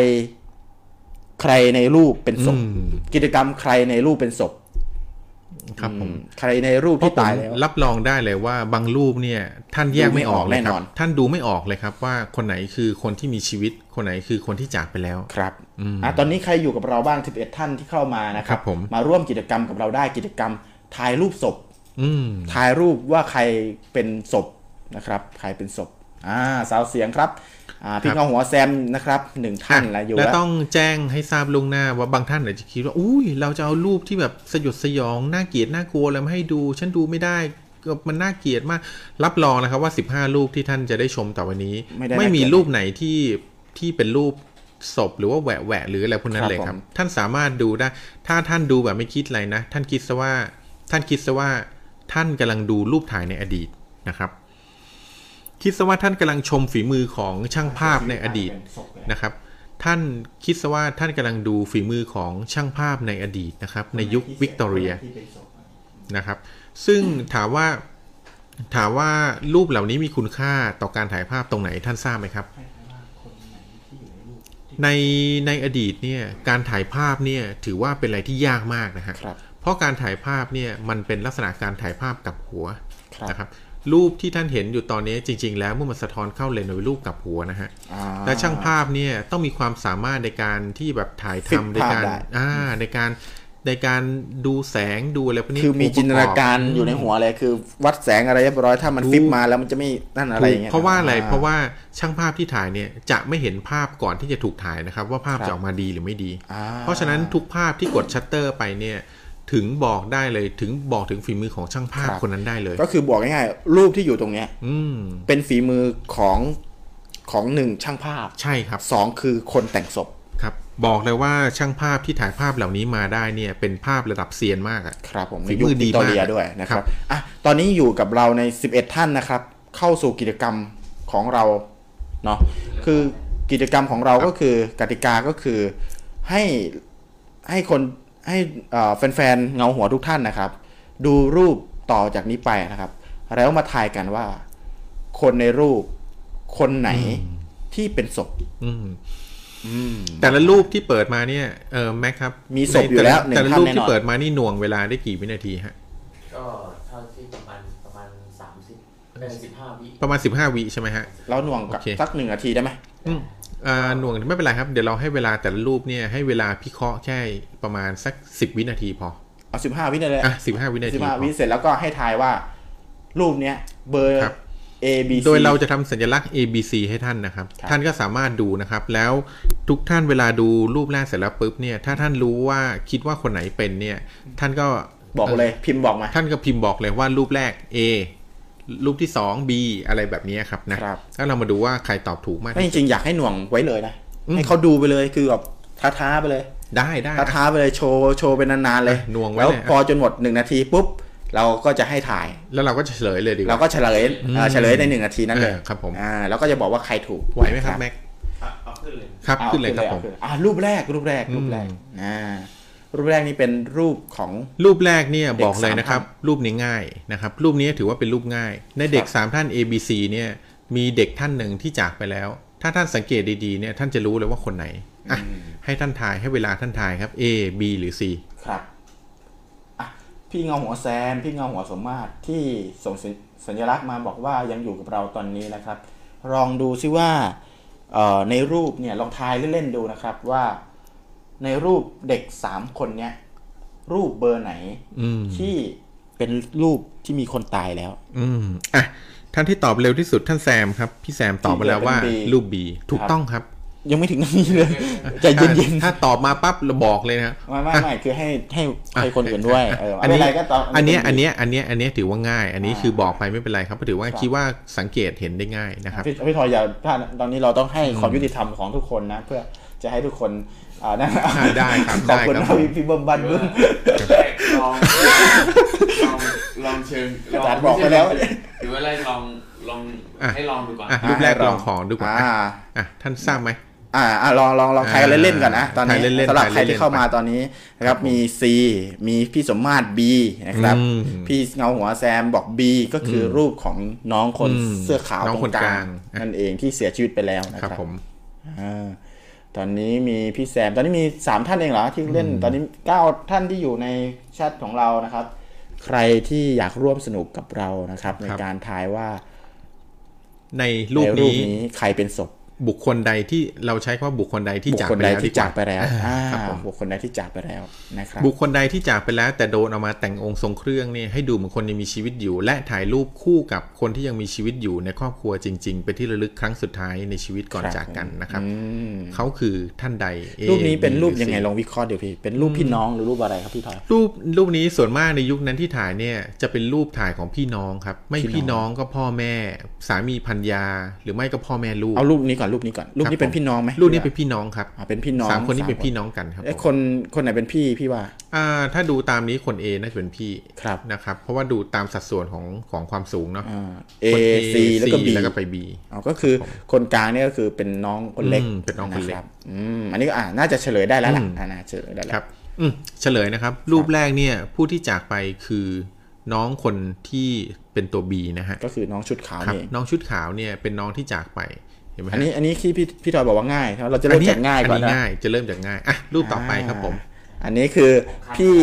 A: ใครในรูปเป็นศพ
B: อืม
A: กิจกรรมใครในรูปเป็นศพ
B: ครับผม
A: อืมใครในรูป
B: เพราะ
A: ที่
B: ผม
A: ตายแล้ว
B: รับรองได้เลยว่าบางรูปเนี่ยท่านแยกไม่ออกเลยค
A: ดูไม่ออกแน่
B: รั
A: น
B: บ
A: อน
B: ท่านดูไม่ออกเลยครับว่าคนไหนคือคนที่มีชีวิต คนไหนคือคนที่จากไปแล้ว
A: ครับ
B: อืม
A: อ่ะตอนนี้ใครอยู่กับเราบ้าง 11 ท่านที่เข้ามานะค
B: ครั
A: รับบ
B: ผม
A: ร่วมกิจกรรมกับเราได้กิจกรรมถ่ายรูปศพ
B: อืม
A: ถ่ายรูปว่าใครเป็นศพนะครับ ใครเป็นศพอ่าสาวเสียงครับอ่าพี่
B: ครับ
A: เงาหัวแซมนะครับหนึ่งท่านละอยู่
B: และ
A: แล้ว
B: ต้องแจ้งให้ทราบล่วงหน้าว่าบางท่านอาจจะคิดว่าอุ้ยเราจะเอารูปที่แบบสยดสยองน่าเกลียดน่ากลัวอะไรมาให้ดู ฉันดูไม่ได้ก็มันน่าเกลียดมาก รับรองนะครับว่า 15 รูปที่ท่านจะได้ชมต่อวันนี้มี
A: ด้น่าเกลียด
B: รูปไหนที่ที่เป็นรูปศพหรือว่าแหวะแหวะหรืออะไรพวกนั้
A: ครั
B: น
A: บ
B: เลยครับ
A: ผม
B: ท่านสามารถดูได้ ถ้าท่านดูแบบไม่คิดอะไรนะ ท่านคิดซะว่า ท่านคิดซะว่าท่านกำลังดูรูปถ่ายในอดีตนะครับ คิดซะว่าท่านกำลังชมฝีมือของช่างภาพในอดีตนะครับ ท่านคิดซะว่าท่านกำลังดูฝีมือของช่างภาพในอดีตนะครับ ในยุควิกตอเรียนะครับ ซึ่งถามว่าถามว่ารูปเหล่านี้มีคุณค่าต่อการถ่ายภาพตรงไหนท่านทราบไหมครับ ในในอดีตเนี่ยการถ่ายภาพเนี่ยถือว่าเป็นอะไรที่ยากมากนะฮะ
A: ครับ
B: เพราะการถ่ายภาพเนี่ยมันเป็นลักษณะการถ่ายภาพกับหัว
A: ครับ
B: นะครับรูปที่ท่านเห็นอยู่ตอนนี้จริง ๆ แล้วเมื่อมันสะท้อนเข้าเลนส์เป็นรูปกลับหัวนะฮะ
A: อ่
B: และช่างภาพเนี่ยต้องมีความสามารถในการที่แบบถ่าย
A: ฟิต
B: ทำในการ
A: ภาพได้
B: อ่าในการในการดูแสงดูอะไรพวกนี้
A: คือมีจินตนาการ
B: ม
A: อยู่ในหัวเลยคือ วัดแสงอะไรเรียบร้อยถ้ามันฟิปมาแล้วมันจะไม่นั่นอะไรอย่างเงี้ย
B: เพราะว่าอะไรเพราะว่าช่างภาพที่ถ่ายเนี่ยจะไม่เห็นภาพก่อนที่จะถูกถ่ายนะครับ ว่าภาพจะออกมาดีหรือไม่ดี
A: อ่
B: เพราะฉะนั้นทุกภาพที่กดชัตเตอร์ไปเนี่ยถึงบอกได้เลยถึงบอกถึงฝีมือของช่างภาพคนนั้นได้เลย
A: ก็คือบอกง่ายๆรูปที่อยู่ตรงเนี้ย
B: อืม
A: เป็นฝีมือของของหนึ่งช่างภาพ
B: ใช่ครับ
A: สองคือคนแต่งศพ
B: ครับบอกเลยว่าช่างภาพที่ถ่ายภาพเหล่านี้มาได้เนี่ยเป็นภาพระดับเซียนมากอะ
A: ครับผม
B: ฝีมือดี
A: ในยุควิกตอเรีย
B: มาก
A: ด้วยนะครั
B: ครับ บ
A: อ่ะตอนนี้อยู่กับเราใน 11 ท่านนะครับ เข้าสู่กิจกรรมของเราเนาะคือกิจกรรมของเราก็คือกติกาก็คือให้ให้คนให้เอ่อแฟนๆเงาหัวทุกท่านนะครับ ดูรูปต่อจากนี้ไปนะครับ แล้วมาทายกันว่า คนในรูปคนไหนที่เป็นศพ
B: อืมแต่ละรูปที่เปิดมาเนี่ยเออแม็กครับ
A: มีศพอยู่แล้วหนึ่ง
B: แต่ละ
A: ท่าน
B: รูป
A: แน่นอน
B: ที่เปิดมานี่หน่วงเวลาได้กี่วินาทีฮะ
D: ก็เท่าที่ประมาณประมาณสามสิบสิบห้าวิ
B: ประมาณ 15 วิใช่ไหมฮะ
A: เราหน่วงกับ
B: โอเค
A: สักหนึ่งนาทีได้ไหม
B: อืมอ่าหน่วงไม่เป็นไรครับ เดี๋ยวเราให้เวลาแต่ละรูปเนี่ยให้เวลาพิเคราะห์แค่ประมาณสัก 10 วินาทีพอ
A: เอาสิบห้าวินาที
B: อ่ะ15 วินา
A: สิ
B: ที
A: บห้า
B: พอ
A: วิเสร็จแล้วก็ให้ทายว่า รูปเนี้ย เบอร์
B: ครับ
A: A B C
B: โดยเราจะทำสัญลักษณ์ A B C ให้ท่านนะครับ
A: ครับ
B: ท่านก็สามารถดูนะครับ แล้วทุกท่านเวลาดูรูปแรกเสร็จแล้วปุ๊บเนี่ย ถ้าท่านรู้ว่าคิดว่าคนไหนเป็นเนี่ย ท่านก็
A: บอกเลยพิมพ์บอกมา
B: ท่านก็พิมพ์บอกเลยว่ารูปแรก A รูปที่สอง B อะไรแบบนี้ครับนะครับ แล้วเรามาดูว่าใครตอบถูกมาก
A: ไม่จริงๆอยากให้หน่วงไว้เลยนะ
B: อืม
A: ให้เขาดูไปเลยคือแบบท้าๆไปเลย
B: ได้ได้
A: ท้าท้าไปเลยโชว์โชว์เป็นนานๆเลย
B: อ่ะหน่วงไว้
A: แล้ว
B: เลยอ่ะ
A: พอจนหมดหนึ่งนาทีปุ๊บ เราก็จะให้ถ่าย
B: แล้วเราก็จะเฉลยเลยดีก
A: เรา
B: ว่า
A: ก็เฉลยเอ่อเฉลยในหนึ่งนาทีนั้นเลย
B: เออครับผม
A: อ่าแล้วก็จะบอกว่าใครถูก
B: ไหวไหมครับแม็ก
D: เอาขึ้นเลย
B: ครับ
A: อา
B: ขึ้นเลยครับผม
A: อาขึ้นอ่ารูปแรกรูปแรกรูปแรกอ่ารูปแรกนี่เป็นรูปของ
B: รูปแรกเนี่ย
A: เด็ก
B: บอกเลย
A: สาม
B: นะครับ
A: ท่
B: รูปนี้ง่ายนะครับ รูปนี้ถือว่าเป็นรูปง่าย ในเด็ก
A: ครับ
B: สามท่าน A B C เนี่ยมีเด็กท่านหนึ่งที่จากไปแล้ว ถ้าท่านสังเกตดีๆเนี่ยท่านจะรู้เลยว่าคนไหนอ่ะให้ท่านทายให้เวลาท่านทายครับ A B หรือ C
A: ครับอ่ะพี่เงาหัวแซม พี่เงาหัวสมมาตรที่ส่งสญสัญลักษณ์มาบอกว่ายังอยู่กับเราตอนนี้นะครับ ลองดูซิว่าเอ่อในรูปเนี่ยลองทายเล่นๆดูนะครับว่าในรูปเด็กสามคนเนี้ยรูปเบอร์ไหน
B: อืม
A: ที่เป็นรูปที่มีคนตายแล้ว
B: อืมอ่ะท่านที่ตอบเร็วที่สุดท่านแซมครับ พี่แซมตอบมาแล้วว่า
A: ที่เหลือเป็น B
B: รูป B ถูก
A: ครับ
B: ต้องครับ
A: ยังไม่ถึงนี่เลย <laughs> ใจเย็น
B: ถ้าถ้าตอบมาปั๊บเราบอกเลยนะ
A: ๆไม่ไม่ไม่คือให้ให้
B: อ่ะ
A: ให้คนอื่นด้วยเออ
B: อัน
A: อะไร
B: นี้
A: อะไรก็ตาม
B: อันเนี้ย
A: เป็
B: อันเนี้ยอันเนี้ยอันเนี้ยถือว่าง่าย อันนี้
A: อ่า
B: คือบอกไปไม่เป็นไรครับเพราะถือว่า
A: ครับ
B: คิดว่าสังเกตเห็นได้ง่ายนะครับ
A: พี่พี่ทอยอย่าพลาดนะตอนนี้เราต้องให้ความยุติธรรมของทุกคนนะ เพื่อจะให้ทุกคนอ่านั่น
B: ได้ครับ
A: <laughs> ขอบคุณ
B: ได้
A: นะครับ พี่พี่เบิ้มบันเบิ้ม
D: ลองลองลองเชิงลง
A: อาจารย์บอกไปแล้ว
D: หรือว่าอะไรลองลองให้ลองดูก่อน
B: อ่ะรูปแรก
A: อ่ะ
B: ลองของดูก่อน
A: อ่า
B: อ่ะอ่ะท่านทราบไหม
A: อ่าอ่าลองลองลอง
B: อ่า
A: ใครเล่นๆก่อนนะตอนนี้
B: ใครเล่นๆ
A: สำหรับ
B: ใค
A: ใค
B: ร
A: ร
B: เล่นๆ
A: ที่เข้ามาตอนนี้นะครับมี C มีพี่สมมาตร B นะครับ
B: อืม
A: พี่เงาหัวแซมบอก B ก็คืออรูปของน้องคน
B: อืม
A: เสื้อขาว
B: น้อง
A: ตรงก
B: คนก
A: ลา
B: ลาง ง
A: นั่นเองที่เสียชีวิตไปแล้วนะ
B: ค
A: ค
B: รั
A: รั
B: บบ ผม
A: อ่าตอนนี้มีพี่แซมตอนนี้มีสามท่านเองเหรอที่เล่นตอนนี้เก้าท่านที่อยู่ในแชทของเรานะครับ ใครที่อยากร่วมสนุกกับเรานะครับ ในการทายว่า
B: ในรูป
A: ใน
B: นี้
A: ใครเป็นศพ
B: บุคคลใดที่เราใช้คำว่าบุคคลใดที่
A: บุค
B: จาก
A: คล
B: ไป
A: ใด
B: แล้ว
A: ที่
B: ดีว่
A: จากไปแล้ว
B: อ่า
A: อ่า
B: ครับผม
A: บุคคลใดที่จากไปแล้วนะครับ
B: บุคคลใดที่จากไปแล้ว แต่โดนเอามาแต่งองค์ทรงเครื่องนี่ให้ดูเหมือนคนยังมีชีวิตอยู่ และถ่ายรูปคู่กับคนที่ยังมีชีวิตอยู่ในครอบครัวจริง ๆ เป็นที่ระลึกครั้งสุดท้ายในชีวิตก่อน
A: ครับ
B: จากกันนะครับ
A: อืม
B: เขาคือท่านใด A
A: รูปนี้เป็น
B: B
A: รูป
B: หอ
A: ยังไง
B: C
A: ลองวิเคราะห์เดี๋ยวพี่ เป็นรูปพี่น้องหรือรูปอะไรครับพี่ทอย
B: รูปรูปนี้ส่วนมากในยุคนั้นที่ถ่ายเนี่ยจะเป็นรูปถ่ายของพี่น้องครับ ไม่
A: พี่
B: พี่
A: น้
B: น้อ
A: อง ง
B: ก็พ่อแม่ สามีพันยา หรือไม่ก็พ่อแม่ลูก
A: เอารูปนี้ก่อนรูปนี้ก่อน รูปนี้
B: ครับ
A: เป็น
B: ผม
A: พี่น้องไหม
B: รูปนี้เป็นพี่น้องครับ
A: อ่าเป็นพี่น้อง
B: สามคนนี้เป็นพี่น้องกันครับ
A: เอ้ยคนคนไหนเป็นพี่พี่ว่า
B: อ่าถ้าดูตามนี้คน A น่าจะเป็นพี่
A: ครับ
B: นะครับ เพราะว่าดูตามสัดส่วนของของความสูงเนาะ
A: อ่า A
B: คน
A: C แล้วก็ B
B: แล้วก็ไป B
A: อ๋อก็คือคนกลางเนี่ยก็คือเป็นน้องคนเล็ก
B: อืมเป็นน้องคนเล็ก
A: ะรับอืมอันนี้ก็อ่าน่าจะเฉลยได้แล้วล่ะ
B: อืม
A: อ่าน่าจะเฉลยได้แล้ว
B: ครับอืมเฉลยนะครับ รูปแรกเนี่ยผู้ที่จากไปคือน้องคนที่เป็นตัว B นะฮะ
A: ก็คือน้องชุดขาว
B: ครับ
A: นี่เอง
B: น้องชุดขาวเนี่ยเป็นน้องที่จากไปเห็นไหม
A: อั
B: ฮะ
A: นนี้อันนี้ที่พี่พี่ทอยบอกว่าง่ายเราจะเริ่มจากง่ายก่อน
B: นี้
A: นะ
B: ง่ายจะเริ่มจากง่ายอ่ะรูปต่อไปครับผม
A: อ่าอันนี้คือพี่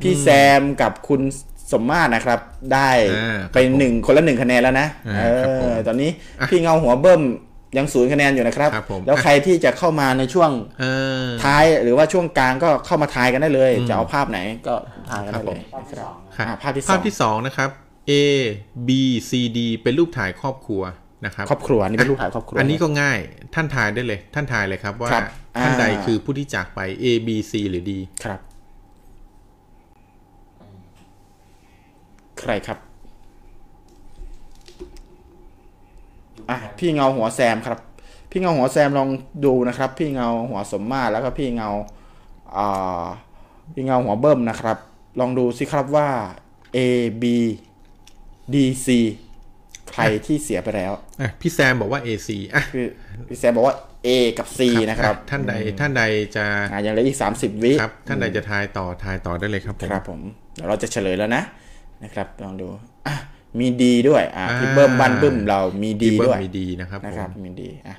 A: พี่แซมกับคุณสมมาตรนะครับ ได้
B: อ่าครับ
A: ไปหนึ่งคนละหนึ่งคะแนนแล้วนะ
B: อ่า
A: เอ
B: ครับผม
A: อตอนนี้พี่เงาหัวเบิ้มยังศูนย์คะแนนอยู่นะครับ
B: ครับผม
A: แล้วใครที่จะเข้ามาในช่วง
B: เออ
A: ท้ายหรือว่าช่วงกลางก็เข้ามาทายกันได้เลย จะเอาภาพไหนก็ทายกันได้เลยนะครับ
B: ครับ
A: อ่าภาพที่ส
B: ภา
A: อ
B: พ
A: ง
B: ที่ 2 นะครับ A B C D เป็นรูปถ่ายครอบครัวนะครับ
A: ครอบครัวอันนี่เป็นรูปถ่ายครอบครัว
B: อันนี้ก็ง่ายท่านทายได้เลย ท่านทายเลยครับว่า
A: ครับอ่า
B: ท่านใดคือผู้ที่จากไป A B C หรือ D
A: ครับ ใครครับอ่ะพี่เงาหัวแซมครับ พี่เงาหัวแซมลองดูนะครับ พี่เงาหัวสมมาตรแล้วก็พี่เงาอ่าพี่เงาหัวเบิ้มนะครับ ลองดูสิครับว่า A B D C ใครที่เสียไปแล้ว
B: อ่ะพี่แซมบอกว่า A C อ่ะ
A: พี่พี่แซมบอกว่า A กับ C นะครับ
B: อ่ท่านใดท่านใดจะ
A: อ่ะยังเหลืออีก 30 วิ
B: ครับท่านใดจะทายต่อทายต่อได้เลยครับผม
A: ครับผมเดี๋ยวเราจะเฉลยแล้วนะนะครับลองดูอ่ะมีดีด้วยอ่ะ
B: อ่า
A: พี่เบิ้มบันบึ้มเรามีดี
B: พี่เบิ้ม
A: ด้วย
B: มีดีนะครับ
A: นะ
B: ผ
A: ครั
B: ม
A: บมีดีอ่ะ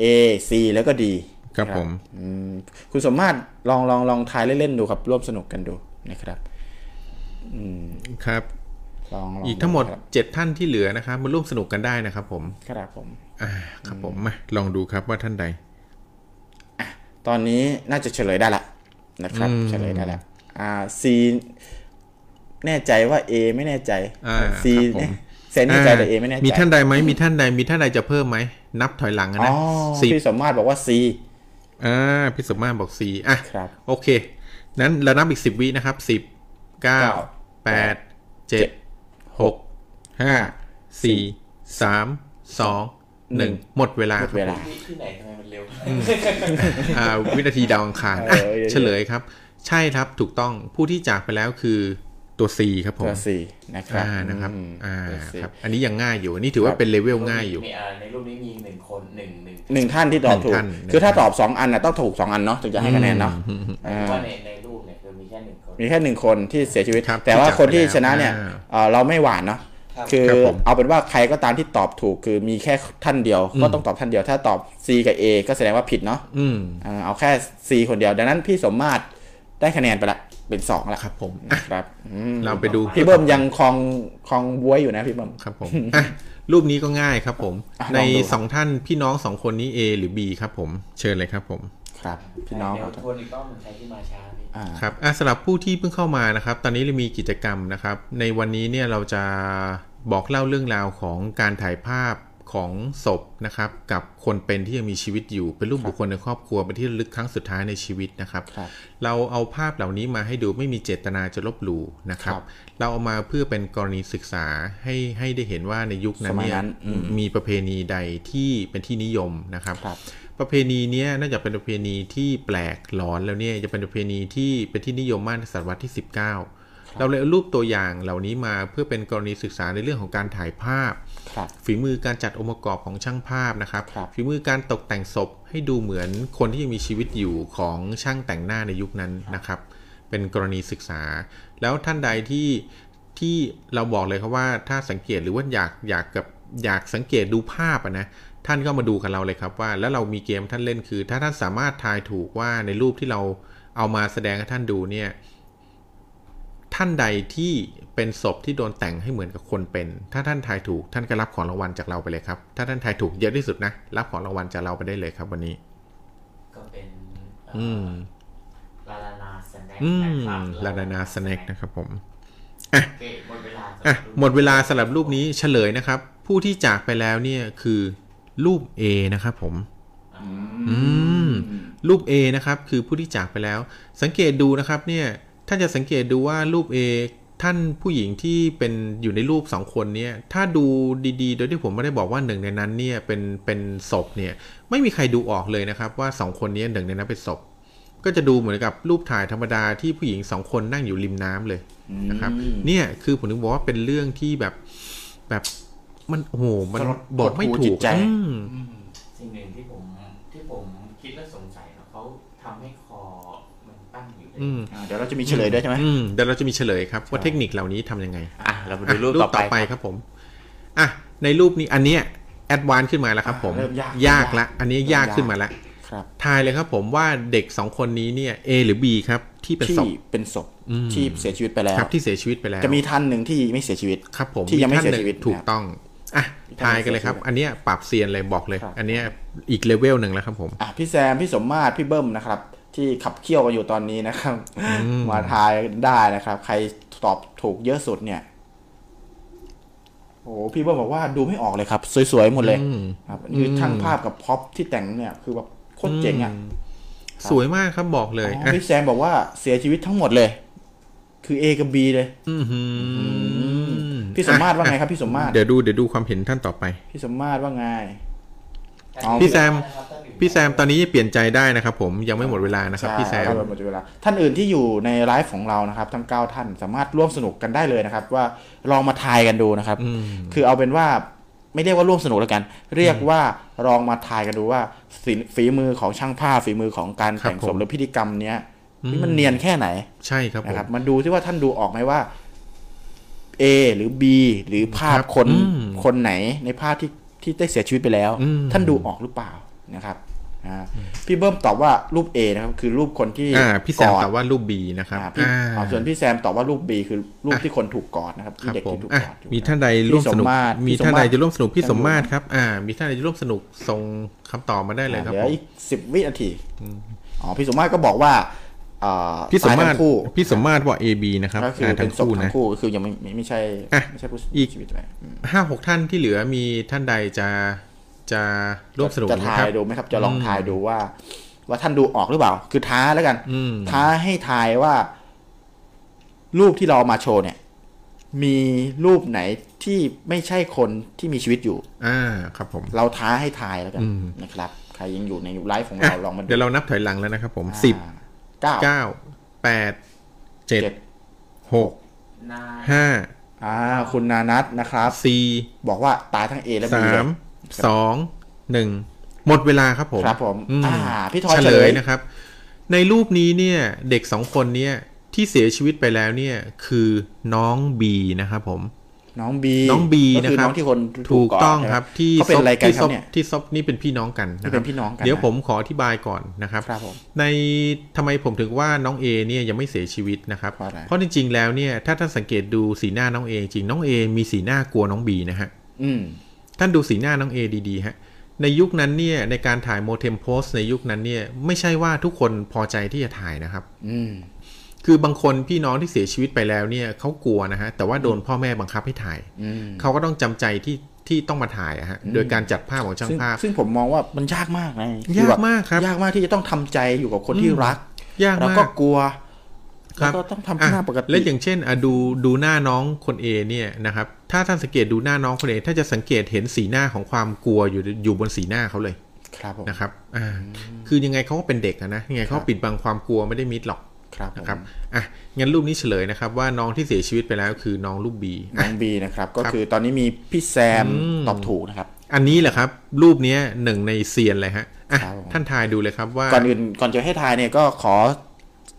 A: A C แล้วก็ดี
B: ครับผม
A: อืมคุณสมมาตรลองลองลองทายเล่นๆดูครับร่วมสนุกกันดูนะครับ
B: ครับ
A: ลองลอง
B: อีกทั้งหมด
A: ครับ
B: 7 ท่านที่เหลือนะครับมาร่วมสนุกกันได้นะครับผม
A: ครับผม
B: อ่าครับผมมาลองดูครับว่าท่านใด
A: ตอนนี้น่าจะเฉลยได้ละนะครับ เฉลยได้แล้วอ่า C แน่ใจว่า A ไม่แน่ใจ
B: อ่า
A: C
B: ครับผม
A: เนี่ยแซนแน่ใจแต่ A ไม่แน่ใจ
B: มีท่านใดไหมมีท่านใดมีท่านใดจะเพิ่มไหมนับถอยหลังอะ
A: อ๋อ
B: นะสิบ
A: พี่สมมาตรบอกว่า C
B: อ่าพี่สมมาตรบอกสี่อ่ะ
A: ครับ
B: โอเคนั้นเรานับอีกสิบวินะครับสิบเก้า
A: เก้า
B: แปดเจ็ดหกห้าสี่สามสองหนึ่งหมดเวลา
A: หมด
B: ครับ
A: เวลา
D: ที่ที่ไหนทำไมมันเร็ว
B: อ่าวินาทีดาวอังคารอ่ะ
A: เออเยอะๆ
B: เฉลยครับ ใช่ครับถูกต้องผู้ที่จากไปแล้วคือตัว C ครับผม
A: ตัวสี่นะครับ
B: อ่านะครับ
A: อืม
B: อ่า
A: ตัว C
B: ครับอันนี้ยังง่ายอยู่ อันนี้ถือว่าเป็นเลเวลง่ายอยู่
D: มีอ่าในรูปนี้มีหนึ่งคนหนึ่งหนึ่ง
A: หนึ่งท่านที่ตอบถูก
B: หนึ่งท่านหนึ่ง
A: คือถ้าตอบสองอันนะต้องถูกสองอันเนาะถึงจะให้คะแนนเนาะ
B: อืมอืม
A: อ่า
D: ว่าในในรูปเนี่ยคือมีแค่หนึ่งคน
A: มีแค่หนึ่งคนที่เสียชีวิต
B: ครับ
A: แต่ว่า
B: ที่จับ
A: คนที่
B: ไปแล้ว
A: ชนะเนี่ย
B: อ่า
A: เอ่อเราไม่หวานเนาะ
D: ครับ
A: คือ
B: ครับผม
A: เอาเป็นว่าใครก็ตามที่ตอบถูกคือมีแค่ท่านเดียว ก็ต้องตอบท่านเดียว ถ้าตอบ C กับ A ก็แสดงว่าผิดเนาะ
B: อืม
A: อ่าเอาแค่ C คนเดียว ดังนั้นพี่สมมาตรได้คะแนนไปละเป็นสอง
B: ค
A: ละครับ
B: รับผมอ่ะ
A: ครับอืม
B: เราไปดู
A: พี่เบิ้มยังคลองคลองบวยอยู่นะพี่เบิ้ม
B: ครับผมอ่ะรูปนี้ก็ง่ายครับผม
A: อ่ะ
B: ใน
A: ลองดู
B: สองท่านพี่น้องสองคนนี้ A หรือ B ครับผมเชิญเลยครับผม
A: ครับ พี่น้อง
D: เดี๋ยวทวนอีกรอบหนึ่งใครที่มาช้าพี่
A: อ่า
B: ครับอ่ะสำหรับผู้ที่เพิ่งเข้ามานะครับ ตอนนี้เรามีกิจกรรมนะครับ ในวันนี้เนี่ยเราจะบอกเล่าเรื่องราวของการถ่ายภาพของศพนะครับ กับคนเป็นที่ยังมีชีวิตอยู่ เป็นรูปบุคคลในครอบครัวเป็นที่ระลึกครั้งสุดท้ายในชีวิตนะครับ
A: ครับ
B: เราเอาภาพเหล่านี้มาให้ดูไม่มีเจตนาจะลบหลู่นะครับ
A: ครับ
B: เราเอามาเพื่อเป็นกรณีศึกษาให้ให้ได้เห็นว่าในยุคนั้น
A: สมัย
B: เนี่ย
A: นั้นอืม
B: มีประเพณีใดที่เป็นที่นิยมนะครับ
A: ครับ
B: ประเพณีเนี้ยน่าจะเป็นประเพณีที่แปลกหลอนแล้วเนี่ยจะเป็นประเพณีที่เป็นที่นิยมมากในศตวรรษที่ 19 เราเลยเอารูปตัวอย่างเหล่านี้มาเพื่อเป็นกรณีศึกษาในเรื่องของการถ่ายภาพ
A: ครับ
B: ฝีมือการจัดองค์ประกอบของช่างภาพนะครับ
A: ครับ
B: ฝีมือการตกแต่งศพให้ดูเหมือนคนที่ยังมีชีวิตอยู่ของช่างแต่งหน้าในยุคนั้นนะครับ เป็นกรณีศึกษา แล้วท่านใดที่ที่เราบอกเลยครับว่าถ้าสังเกตหรือว่าอยากอยากกับอยากสังเกตดูภาพอะนะท่านก็มาดูกับเราเลยครับว่า แล้วเรามีเกมท่านเล่นคือ ถ้าท่านสามารถทายถูกว่าในรูปที่เราเอามาแสดงให้ท่านดูเนี่ย ท่านใดที่เป็นศพที่โดนแต่งให้เหมือนกับคนเป็น ถ้าท่านทายถูกท่านก็รับของรางวัลจากเราไปเลยครับ ถ้าท่านทายถูกเยอะที่สุดนะ รับของรางวัลจากเราไปได้เลยครับวันนี้
D: ก็เป็นเอ่ออ
B: อืม
D: ลาลานาสแน็ค
B: อื
D: นะ
B: ม
D: ครับ
B: ลาดานาสแน็คนะครับผม
D: โอเคหมดเวลาสำห
B: อ่ะ
D: รับรูป
B: หมดเวลาสำหรับรูปนี้เฉลยนะครับ ผู้ที่จากไปแล้วเนี่ยคือรูป A นะครับผม อืม รูป A นะครับ คือผู้ที่จากไปแล้ว สังเกตดูนะครับเนี่ยท่านจะสังเกตดูว่ารูป A ท่านผู้หญิงที่เป็นอยู่ในรูปสองคนเนี่ยถ้าดูดีๆ โดยที่ผมไม่ได้บอกว่าหนึ่งในนั้นเนี่ยเป็นเป็นศพเนี่ยไม่มีใครดูออกเลยนะครับว่าสองคนเนี้หนึ่งในนั้นเป็นศพ ก็จะดูเหมือนกับรูปถ่ายธรรมดาที่ผู้หญิงสองคนนั่งอยู่ริมน้ำเลยนะครับเนี่ยคือผมถึงบอกว่าเป็นเรื่องที่แบบแบบมันโอ้โหมัน
A: สลด
B: บอกไม่
A: หดหู่จิ
B: ถู
A: ต
B: ก
A: ใจ
B: อืม
D: อืมสิ่งหนึ่งที่ผมที่ผมคิดและสงสัยเนอะเขาทำให้คอมันตั้งอยู่ได้
B: อืม
A: อ่าเดี๋ยวเราจะมีเฉลยด้วยใช่ไหม
B: อืมเดี๋ยวเราจะมีเฉลยครับว่าเทคนิคเหล่านี้ทำยังไง
C: อ่ะเรามาดูรูปต่อไป
B: ครับผมอ่ะในรูปนี้อันเนี้ยแอดวานซ์ขึ้นมาแล้วครับผม
A: อ่าเริ่มยาก
B: กละ อันนี้ยาก
A: เริ่มยาก
B: ขึ้นมาละ
A: ครับ
B: ทายเลยครับผมว่าเด็กสองคนนี้เนี่ย A หรือ B ครับที่เป็น
A: ที่
B: ศพ
A: เป็นศพ
B: อืม
A: ที่เสียชีวิตไปแล้ว
B: ครับที่เสียชีวิตไปแล้ว
A: จะมีท่านหนึ่งที่ไม่เสียชีวิต
B: ครับผม
A: ที่ยังไม่
B: ท่านห
A: เสีย
B: นึ่
A: ชีวิต
B: ถูก
A: นะครับ
B: ต้องอ่ะ
A: ที่
B: ทาย
A: ท่าน
B: กันเลยครับ
A: ไม่เสียชีวิต
B: อันเนี้ยปรับเซียนเลยบอกเลย
A: ครับ
B: อันเนี้ยอีกเลเวลหนึ่งแล้วครับผม
A: อ่ะพี่แซม พี่สมมาตรพี่เบิ้มนะครับ ที่ขับเคี่ยวกันอยู่ตอนนี้นะครับ มาทายได้นะครับ ใครตอบถูกเยอะสุดเนี่ยโอ้โหพี่เบิ้มบอกว่าดูไม่ออกเลยครับ สวยๆหมดเลย
B: อืม
A: ครับคือช่างภาพกับพร็อพที่แต่งเนี่ยคือแบบโคตรเจ๋งอ่ะ
B: สวยมากครับบอกเลย
A: อ๋อ
B: อ่ะ
A: พี่แซมบอกว่าเสียชีวิตทั้งหมดเลย คือ A กับ B เลย
B: อื้อหืออ
A: พี่สมมาตรว่าไง
B: อ่ะ
A: ครับพี่สมมาตร
B: เดี๋ยวดูเดี๋ยวดูความเห็นท่านต่อไป
A: พี่สมมาตรว่าไง
D: แต่
A: อ๋อ
D: ถ้า
B: พี่แซม
D: นะครับถ้าดื่ม
B: พี่แซมตอนนี้เปลี่ยนใจได้นะครับผมยังไม่หมดเวลานะครับพี่แซม
A: ใช่ครับหมดเวลาท่านอื่นที่อยู่ในไลฟ์ของเรานะครับ ทั้ง 9 ท่านสามารถร่วมสนุกกันได้เลยนะครับ ว่าลองมาทายกันดูนะครับ
B: อืม
A: คือเอาเป็นว่าไม่เรียกว่าร่วมสนุกแล้วกัน เรียกว่าลองมาทายกันดูว่าศิลป์ฝีมือของช่างภาพฝีมือของการแต่ง
B: ครับ
A: ศ
B: ผ
A: พ
B: ม
A: หรือพิธีกรรมเนี้ยมันเนียนแค่ไหน
B: ใช่ครับผ
A: นะ
B: ม
A: ครับมันดูที่ว่าท่านดูออกไหมว่า A หรือ B หรือภาพ
B: ครับ
A: คน
B: อืม
A: คนไหนในภาพที่ที่ได้เสียชีวิตไปแล้ว
B: อืม
A: ท่านดูออกหรือเปล่านะครับอ่าพี่เบิ้มตอบว่ารูป A นะครับคือรูปคนที่
B: อ่าพี่แซม
A: กอด
B: ตอบว่ารูป B นะครับ
A: อ่าพี่
B: อ่า
A: อ๋อส่วนพี่แซมตอบว่ารูปบีคือรูปที่คนถูกกอดนะครับ
B: ค
A: ที่
B: รับ
A: เด็ก
B: ผม
A: ที่ถูก
B: อ่ะ
A: กอดอยู่
B: มีท่านใดร่วมสนุก
A: พี่าตร
B: มี
A: พี่
B: ท่านใด
A: สมต
B: จะร่วมสนุกพี่สมมาตรครับอ่ามีท่านใดจะร่วมสนุกส่งคำตอบมาได้เลยครับ
A: เหลื
B: ผ
A: อ
B: ม
A: อีกสิบวินาทีอ๋อพี่สมมาตรก็บอกว่าอ่า
B: พี่สม
A: ตย
B: มาตร
A: ทั้
B: ง
A: คู่
B: พี่สมมาตรว่า A B นะครับ
A: ก็คือ
B: อ่า
A: เป็
B: ทั้
A: น
B: ง
A: ศพ
B: คู่
A: ทั้
B: นะ
A: งคู่คือยังไม่ไม่ไม่ใช่
B: อ่ะ
A: ไม่ใช่ผู้เสีย
B: อีก
A: ชีวิตอะไรอืม
B: ห้าหกท่านที่เหลือมีท่านใดจะจะร่วมสนุก
A: จะ
B: ไหม
A: ทา
B: ครับ
A: ยดูไหมครับ จะลองทายดูว่า ว่าท่านดูออกหรือเปล่า คือท้าแล้วกัน
B: อืม
A: ท้าให้ทายว่า รูปที่เราเอามาโชว์เนี่ย มีรูปไหนที่ไม่ใช่คนที่มีชีวิตอยู่
B: อ่าครับผม
A: เราท้าให้ทายแล้วกัน
B: อืม
A: นะครับ ใครยังอยู่ในไลฟ์ของ
B: อ่ะ
A: เราลองมาดู
B: เดี๋ยวเรานับถอยหลังแล้วนะครับผม
A: อ่า
B: สิบ
A: เก้า
B: เก้าแปดเจ็ด
A: เจ็ด
B: หก
D: นาย
B: ห้า
A: อ่าคุณนานัทนะครับ
B: สี่
A: บอกว่าตายทั้ง A และ B
B: สา
A: เลย
B: มสองหนึ่งหมดเวลาครับผม
A: ครับผม
B: อื
A: อ่าพี่ทอย
B: เฉ
A: เฉ
B: ล
A: ล
B: ย
A: ย
B: นะครับ ในรูปนี้เนี่ยเด็กสองคนเนี่ยที่เสียชีวิตไปแล้วเนี่ยคือน้องบีนะครับผม
A: น้องบี
B: น้องบี
A: ก็
B: นะ
A: คือ
B: ครับ
A: น้องที่คน
B: ถูกต้อง
A: นนะครับ
B: ที่
A: เขาเป็
B: ซ
A: น
B: บ
A: อะไรกัน
B: ที่
A: ค
B: ซ
A: รับบ เนี่ย
B: ที่ซบนี่เป็นพี่น้องกัน
A: นี่
B: นะค
A: เป็
B: รับ
A: นพี่น้องกัน
B: เดี๋ยว
A: นะ
B: ผมขออธิบายก่อนนะครับ
A: ครับผม
B: ในทำไมผมถึงว่าน้องเอเนี่ยยังไม่เสียชีวิตนะครับ
A: เพราะอะไร
B: เพราะจริงๆแล้วเนี่ยถ้าท่านสังเกตดูสีหน้าน้องเอจริงน้องเอมีสีหน้ากลัวน้องบีนะฮะ
A: อืม
B: ท่านดูสีหน้าน้องเอดีๆฮะในยุคนั้นเนี่ยในการถ่ายโมเทมโพสในยุคนั้นเนี่ยไม่ใช่ว่าทุกคนพอใจที่จะถ่ายนะครับ
A: อืม
B: คือบางคนพี่น้องที่เสียชีวิตไปแล้วเนี่ยเขากลัวนะฮะแต่ว่าโดนพ่อแม่บังคับให้ถ่าย
A: อืม
B: เขาก็ต้องจำใจที่ที่ต้องมาถ่ายอะฮะโดยการจัดภาพของช่าง
A: ซึ่ง
B: ภาพ
A: ซึ่งผมมองว่ามันยากมากนะ
B: ยากมากครับ
A: ยากมากที่จะต้องทำใจอยู่กับคนที่
B: อืม
A: รัก
B: ยาก
A: แล้ว
B: มา
A: ก็
B: ก
A: กลัว
B: ค
A: แล้
B: รับ
A: วก็ต้องทำ
B: อ่ะ
A: หน้าปกติ
B: และอย่างเช่นอ่ะดูดูหน้าน้องคนเอเนี่ยนะครับถ้าท่านสังเกตดูหน้าน้องคนเอถ้าจะสังเกตเห็นสีหน้าของความกลัวอยู่อยู่บนสีหน้าเขาเลย
A: ครับผม
B: นะครับอ่าคือยังไงเขาก็เป็นเด็กอะนะยังไงเขา
A: ครับ
B: ปิดบังความกลัวไม่ได้มิดหรอก
A: ครับ
B: นะครับ
A: ผม
B: อ่ะงั้นรูปนี้เฉลยนะครับว่าน้องที่เสียชีวิตไปแล้วคือน้องลูกบี
A: น้
B: อ่ะ
A: องบีนะครับ ก็
B: ครับ
A: คือตอนนี้มีพี่แซม
B: อืม
A: ตอบถูกนะครับ
B: อันนี้แหละครับ รูปเนี้ยหนึ่งในเซียนเลยฮะอ่ะ
A: ครับผม
B: ท่านทายดูเลยครับว่า
A: ก่อนอื่นก่อนจะให้ทายเนี่ยก็ขอ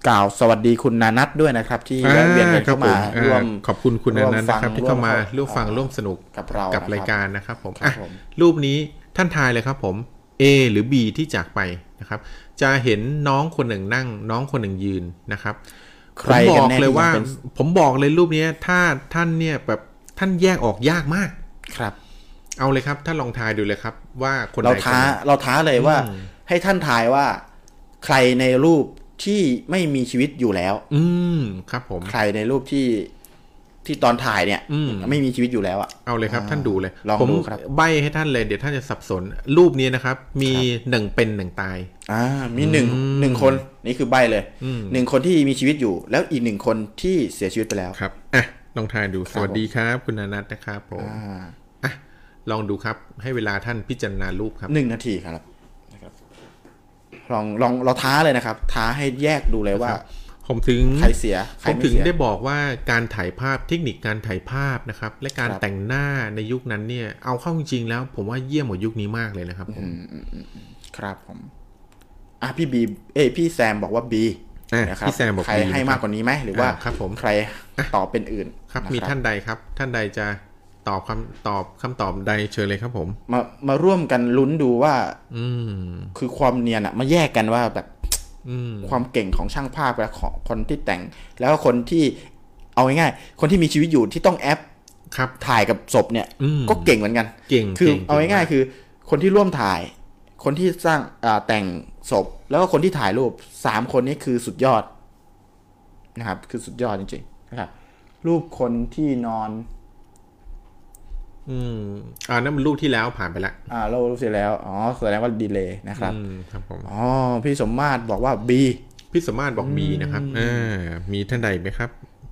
A: กล่าวสวัสดีคุณนานัทด้วยนะครับ ที่แวะเวียนกันเข้ามา
B: อ่ครับผ
A: ร่วม
B: อ่าขอบคุณคุณอนันต์
A: ร่วมฟั
B: นะ
A: ง
B: ครับที่เข้ามา
A: ร่
B: ร่ว
A: ว
B: ม
A: ม
B: ฟัง
A: เอ่อ
B: ร่วมสนุก
A: กับเรา
B: กับ
A: นะครับ
B: รายการนะครับผม
A: ครับ
B: อ่ะ
A: ผม
B: รูปนี้ท่านทายเลยครับผม A หรือ B ที่จากไปนะครับ จะเห็นน้องคนหนึ่งนั่ง น้องคนหนึ่งยืนนะครับ
A: ใค
B: ผมบอก
A: รกันแน่
B: เลยว่า
A: ที่เป็น
B: ผมบอกเลยรูปเนี้ยถ้าท่านเนี่ยแบบท่านแยกออกยากมาก
A: ครับ
B: เอาเลยครับท่านลองทายดูเลยครับ ว่าคนไหน
A: เรา
B: คน
A: ท้า
B: ไหน
A: เราท้าเลยว่า
B: อืม
A: ให้ท่านทายว่า ใครในรูปที่ไม่มีชีวิตอยู่แล้ว
B: อืมครับผม
A: ใครในรูปที่ที่ตอนถ่ายเนี่ย
B: อืม
A: ไม่มีชีวิตอยู่แล้วอะ
B: เอาเลยครับ
A: อ่า
B: ท่านดูเลย
A: ลอง
B: ผม
A: ดูครับ
B: ใบให้ท่านเลยเดี๋ยวท่านจะสับสน รูปนี้นะครับ มีหนึ่งเป็นหนึ่งตาย
A: อ่ามีหนึ่ง
B: อืม
A: หนึ่งคนนี่คือใบเลย
B: อืม
A: หนึ่งคนที่มีชีวิตอยู่ แล้วอีกหนึ่งคนที่เสียชีวิตไปแล้ว
B: ครับ อ่ะ ลองทายดู
A: ค
B: ส
A: รับ
B: วัสดีครับ คุณอนัทนะครับผม
A: อ่า
B: อ่ะ ลองดูครับ ให้เวลาท่านพิจารณารูปครับ
A: หนึ่งนาทีครับนะครับลองลองเราท้าเลยนะครับ ท้าให้แยกดูเลยว่า
B: ผมถึง
A: ใครเสียใค
B: ผ
A: ร
B: ม
A: ไม่
B: ถึง
A: เสีย
B: ได้บอกว่าการถ่ายภาพ เทคนิคการถ่ายภาพนะครับ และการ
A: ครับ
B: แต่งหน้าในยุคนั้นเนี่ย เอาเข้าจริงๆแล้ว ผมว่าเยี่ยมกว่ายุคนี้มากเลยนะครับผม
A: ครับผม อ่ะพี่บีเอยพี่แซมบอกว่าบี
B: อ่ะ
A: นะครับ
B: พี่แซมบอก
A: ใคร
B: ดีนะ
A: ให้มากกว่านี้ไหมหรือว่า
B: อ่าครับผม
A: ใครตอบเป็นอื่น
B: ครับ
A: นะ
B: มีท่านใดครับ ท่านใดจะตอบคำตอบคำตอบใดเชิญเลยครับผม
A: มามาร่วมกันลุ้นดูว่า
B: อืม
A: คือความเนียนอะมาแยกกันว่าแบบ
B: อืม
A: ความเก่งของช่างภาพและของคนที่แต่ง แล้วก็คนที่เอาง่ายๆคนที่มีชีวิตอยู่ที่ต้องแอป
B: ครับ
A: ถ่ายกับศพเนี่ย
B: อืม
A: ก็เก่งเหมือนกัน
B: เก่ง
A: คือ
B: ก่
A: เอาง่าย
B: ก่
A: ๆคือ คนที่ร่วมถ่าย คนที่สร้างอ่าแต่งศพ แล้วก็คนที่ถ่ายรูปสามคนนี้คือสุดยอดนะครับ คือสุดยอดจริงๆนะครับรูปคนที่นอน
B: อืมอ่านั่นมันรูปที่แล้วผ่านไปแล้ว
A: อ่าเรารู้เสียแล้วอ๋อแสดงว่าดีเลย์นะครับ
B: อืมครับผม
A: อ๋อพี่สมมาตรบอกว่า B
B: พี่สมมาตรบอกมีนะครับอ่ามีท่านใดไหมครับ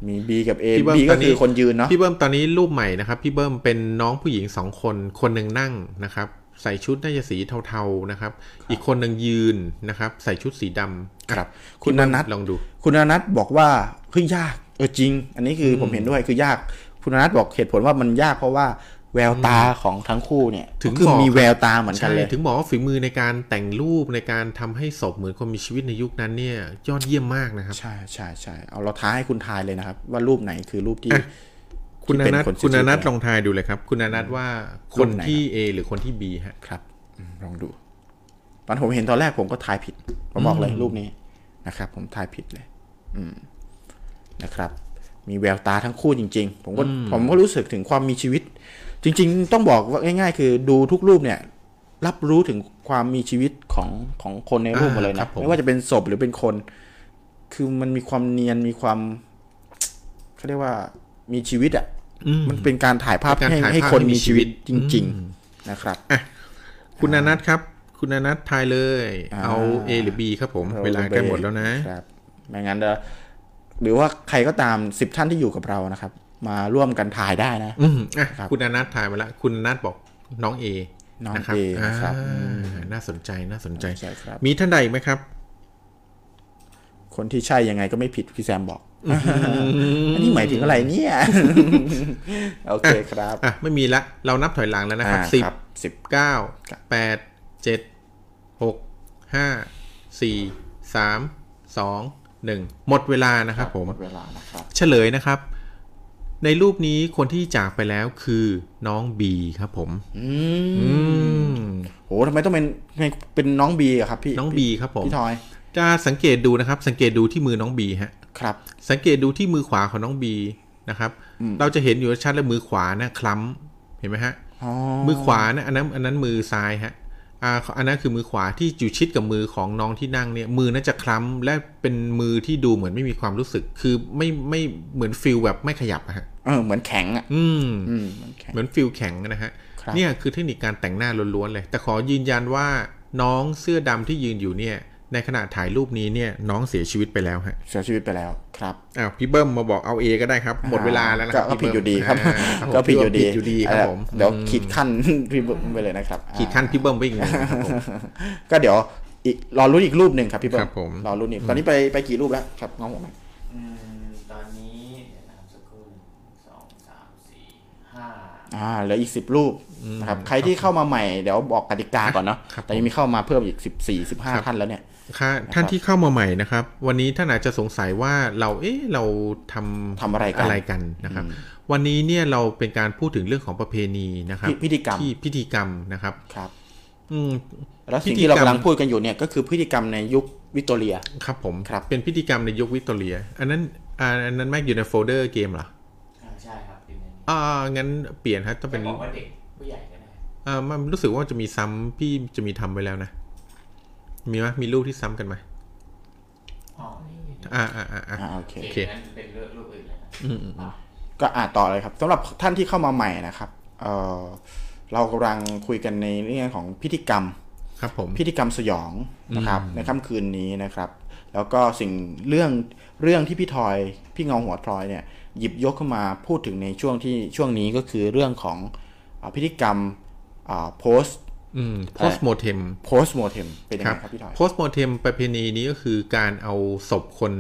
A: มี B กับ A
B: พี่เบิ้ม
A: B ก็คือคนยืนเนาะ
B: พี่เบิ้มตอนนี้รูปใหม่นะครับ พี่เบิ้มเป็นน้องผู้หญิงสองคน คนหนึ่งนั่งนะครับ ใส่ชุดน่าจะสีเทาๆนะครับ อีกคนหนึ่งยืนนะครับ ใส่ชุดสีดำ
A: ครับ
B: อ่ะ
A: คุณ
B: พี่เบิ้ม
A: นัท
B: ลองดู
A: คุณอนัทบอกว่าเฮ้ยยากเออจริง อันนี้คืออผมเห็นด้วยคือยาก คุณอนัทบอกเหตุผลว่ามันยากเพราะว่าแววตาของทั้งคู่เนี่ย
B: ถึง
A: คือ
B: บอก
A: มีแววตาเหมือนกัน
B: ใช่
A: เลย
B: ถึงบอกว่าฝีมือในการแต่งรูปในการทำให้ศพเหมือนคนมีชีวิตในยุคนั้นเนี่ย ยอดเยี่ยมมากนะครับ
A: ใช่ใช่ใช่เอาเราท้าให้คุณทายเลยนะครับ ว่ารูปไหนคือรูปที่
B: อ่ะ คุณอนัท
A: ที่เป็นคน
B: คุณอนัท
A: ชื่อ
B: ลองทายดูเลยครับ คุณอนัทว่าคน
A: รูปไหน
B: ที่ A หรือคนที่ B ฮะ
A: ครับอืมลองดู ตอนผมเห็นตอนแรกผมก็ทายผิด ผมบอกเลยรูปนี้นะครับ ผมทายผิดเลย อืมนะครับ มีแววตาทั้งคู่จริง ๆ ผมก็ผมก็รู้สึกถึงความมีชีวิต จริง ๆ ต้องบอกว่าง่าย ๆ คือดูทุกรูปเนี่ย รับรู้ถึงความมีชีวิตของของคนในรูปหมดเลย
B: อ่าครั
A: นะ
B: บผม
A: ไม่ว่าจะเป็นศพหรือเป็นคน คือมันมีความเนียนมีความเขาเรียกว่ามีชีวิตอ่ะ
B: อืม
A: มันเป็นการถ่ายภาพ
B: เป็นการ
A: ให้
B: ถ่าย
A: ให้
B: ภาพ
A: คน
B: ให้มี
A: มีชีวิต
B: ชีวิ
A: จ
B: ต
A: ริง ๆ นะครับ
B: คุณอนัทครับ คุณอนัททายเลย เอา
A: อ่า
B: A หรือ B ครับผม
A: ร
B: เวลาใกล้หมดแล้วนะ
A: ครับไม่งั้นเดอหรือว่าใครก็ตามสิบท่านที่อยู่กับเรานะครับ มาร่วมกันถ่ายได้นะ
B: อืมอ่ะ
A: ครับ
B: คุณอนัทถ่ายมาแล้วคุณอนัทบอกน้องเอ
A: น้อง A นะครับอืม
B: อ่าน่าสนใจน่าสนใจ
A: ใช่ครับ
B: มีท่านใดอีกไหมครับ
A: คนที่ใช่ยังไงก็ไม่ผิดพี่แซมบอก อันนี้หมายถึงอะไรเนี่ย โอเคครับ
B: อ่ะไม่มีละเรานับถอยหลังแล้วนะครับ
A: อ่า
B: สิบ
A: ครับสิบ
B: เก้า
A: ครับ
B: แปดเจ็ดหกห้าสี่สามสองหนึ่งหมดเวลานะครับผม
A: เวลานะครับ
B: เฉลยนะครับ ในรูปนี้คนที่จากไปแล้วคือน้องบีครับผม
A: อื
B: อื
A: ม
B: ม
A: โหทำไมต้องเป็นเป็นน้องบีอะครับ พี่
B: น้องบีครับผม
A: พี่ทอย
B: จะสังเกตดูนะครับ สังเกตดูที่มือน้องบีฮะ
A: ครับ
B: สังเกตดูที่มือขวาของน้องบีนะครับ เราจะเห็นอยู่ชัดเลยมือขวาเนี่ยคล้ำเห็นไหมฮะ
A: อ๋อ
B: มือขวานะอันนั้นอันนั้นมือซ้ายฮะอ่าอันนั้นคือมือขวาที่อยู่ชิดกับมือของน้องที่นั่งเนี่ย มือน่าจะคล้ำและเป็นมือที่ดูเหมือนไม่มีความรู้สึก คือไม่ไม่เหมือนฟิลแบบไม่ขยับอะฮะ
A: เออ เหมือนแข็งอะ
B: อืม
A: อืมเหมือนแข็ง
B: เหมือนฟิลแข็งนะฮะ
A: ครับ
B: เนี่ยคือเทคนิคการแต่งหน้าล้วนๆเลย แต่ขอยืนยันว่าน้องเสื้อดำที่ยืนอยู่เนี่ย ในขณะถ่ายรูปนี้เนี่ยน้องเสียชีวิตไปแล้วฮะ
A: เสียชีวิตไปแล้วครับ
B: อ้าวพี่เบิ้มมาบอกเอาเอก็ได้ครับ หมดเวลาแล้วนะครับ
A: ก็ผิด
B: พี่
A: อ
B: เบิ้ม
A: ยู่ดีครับ
B: อ่าผม
A: ก็ผิดอยู่ดี
B: ผิดอยู่ดีครับผม
A: เอ่อเดี๋ยวขีดขั้น <laughs> พี่เบิ้มไปเลยนะครับ
B: ขีดขั้นพี่เบิ้มไปอีกหนึ่งครับผม
A: ก็เดี๋ยวอีกรอรุ่นอีกรูปหนึ่งครับพี่เบิ้
B: ครับผม
A: รอรุ่นอีกตอนนี้ไปไปกี่รูปแล้วครับน้องผม
D: อืมตอนนี้เดี๋ยวนะครับสักครู่หนึ่งสองสามสี่ห้า
A: อ่าเหลืออีกสิบรูปนะครับใครที่เข้ามาใหม่เดี๋ยวบอกกติกาก่อนเนาะ
B: ครับ
A: แต่ยังมีเข้ามาเพิ่มอีกสิบสี่สิบห้า
B: ครับ
A: ท่านแล้วเนี่ย
B: ค่ะท่านที่เข้ามาใหม่นะครับ วันนี้ท่านอาจจะสงสัยว่าเราเอ๊ะเราทำ
A: ทำอะไรกัน
B: กันนะครับ วันนี้เนี่ยเราเป็นการพูดถึงเรื่องของประเพณีนะครับ
A: พิพิธีกรรม
B: ที่พิธีกรรมนะครับ
A: ครับ
B: อืม
A: แล้วสิ่ง
B: พิธี
A: ที่เรา
B: กรรม
A: กำลังพูดกันอยู่เนี่ยก็คือพฤติกรรมในยุควิกตอเรีย
B: ครับผม
A: ครับ
B: เป็นพิธีกรรมในยุควิกตอเรีย อันนั้นอ่าอันนั้นแม็กอยู่ในโฟลเดอร์เกมเหรอ
D: อ่าใช่ครับเป็นอย่างนี้
B: อ่างั้นเปลี่ยนฮะต้อง
D: จะ
B: เป็น
D: บอกว่าเด็กผู้ใหญ่ก็ได้
B: อ่ามันรู้สึกว่าจะมีซ้ำพี่จะมีทำไว้แล้วนะ มีไหมมีรูปที่ซ้ำกันไหม
D: อ๋อนี่
B: อ่าอ่าอ่าอ่า
A: อ่าโอเค
D: โอเคนั้นเป็นเรื่องรูปอื่นแล้วนะ
B: อืมอืมอืม
A: ก็อ่านต่อเลยครับสำหรับท่านที่เข้ามาใหม่นะครับเอ่อเรากำลังคุยกันในเรื่องของพิธีกรรม
B: ครับผม
A: พิธีกรรมสยองนะครับในค่ำคืนนี้นะครับ แล้วก็สิ่งเรื่องเรื่องที่พี่ทอยพี่เงาหัวทอยเนี่ยหยิบยกขึ้นมาพูดถึงในช่วงที่ช่วงนี้ก็คือเรื่องของอาพิธีกรรมโพส
B: อืม post mortem
A: โพสโมเทมเป็นยัง
B: ค
A: ไง
B: รับ
A: ครับพี่ทอย
B: post mortem ประเพณีนี้ก็คือการเอาศพคน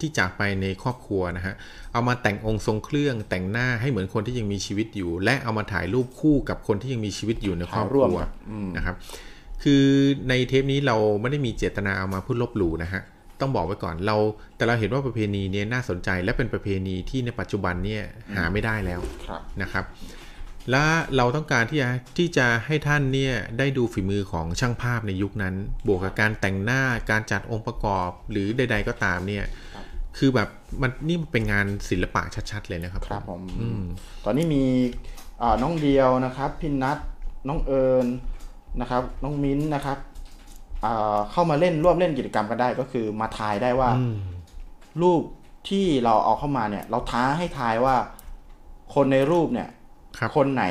B: ที่จากไปในครอบครัวนะฮะ เอามาแต่งองค์ทรงเครื่องแต่งหน้าให้เหมือนคนที่ยังมีชีวิตอยู่ และเอามาถ่ายรูปคู่กับคนที่ยังมีชีวิตอยู่ในครอบค
A: ร่วม
B: รัว
A: กับอืม
B: นะครับ คือในเทปนี้เราไม่ได้มีเจตนาเอามาเพูดลบหลู่นะฮะ ต้องบอกไว้ก่อนเรา แต่เราเห็นว่าประเพณีเนี้น่าสนใจและเป็นประเพณีที่ในปัจจุบันเนี่ยหาไม่ได้แล้ว
A: ครับ
B: นะครับ และเราต้องการที่จะที่จะให้ท่านเนี่ยได้ดูฝีมือของช่างภาพในยุคนั้น บวกกับการแต่งหน้าการจัดองค์ประกอบ หรือใด ๆก็ตามเนี่ย คือแบบมันนี่มันเป็นงานศิลปะชัดๆเลยนะครับ
A: ครับผม
B: อืม
A: ตอนนี้มีอ่าน้องเดียวนะครับ พี่นัทน้องเอิญนะครับ น้องมิ้นท์นะครับอ่าเข้ามาเล่นร่วมเล่นกิจกรรมกันได้ก็คือมาทายได้ว่า
B: อืม
A: รูปที่เราเอาเข้ามาเนี่ย เราท้าให้ทายว่า คนในรูปเนี่ย
B: ครับ
A: คนไหน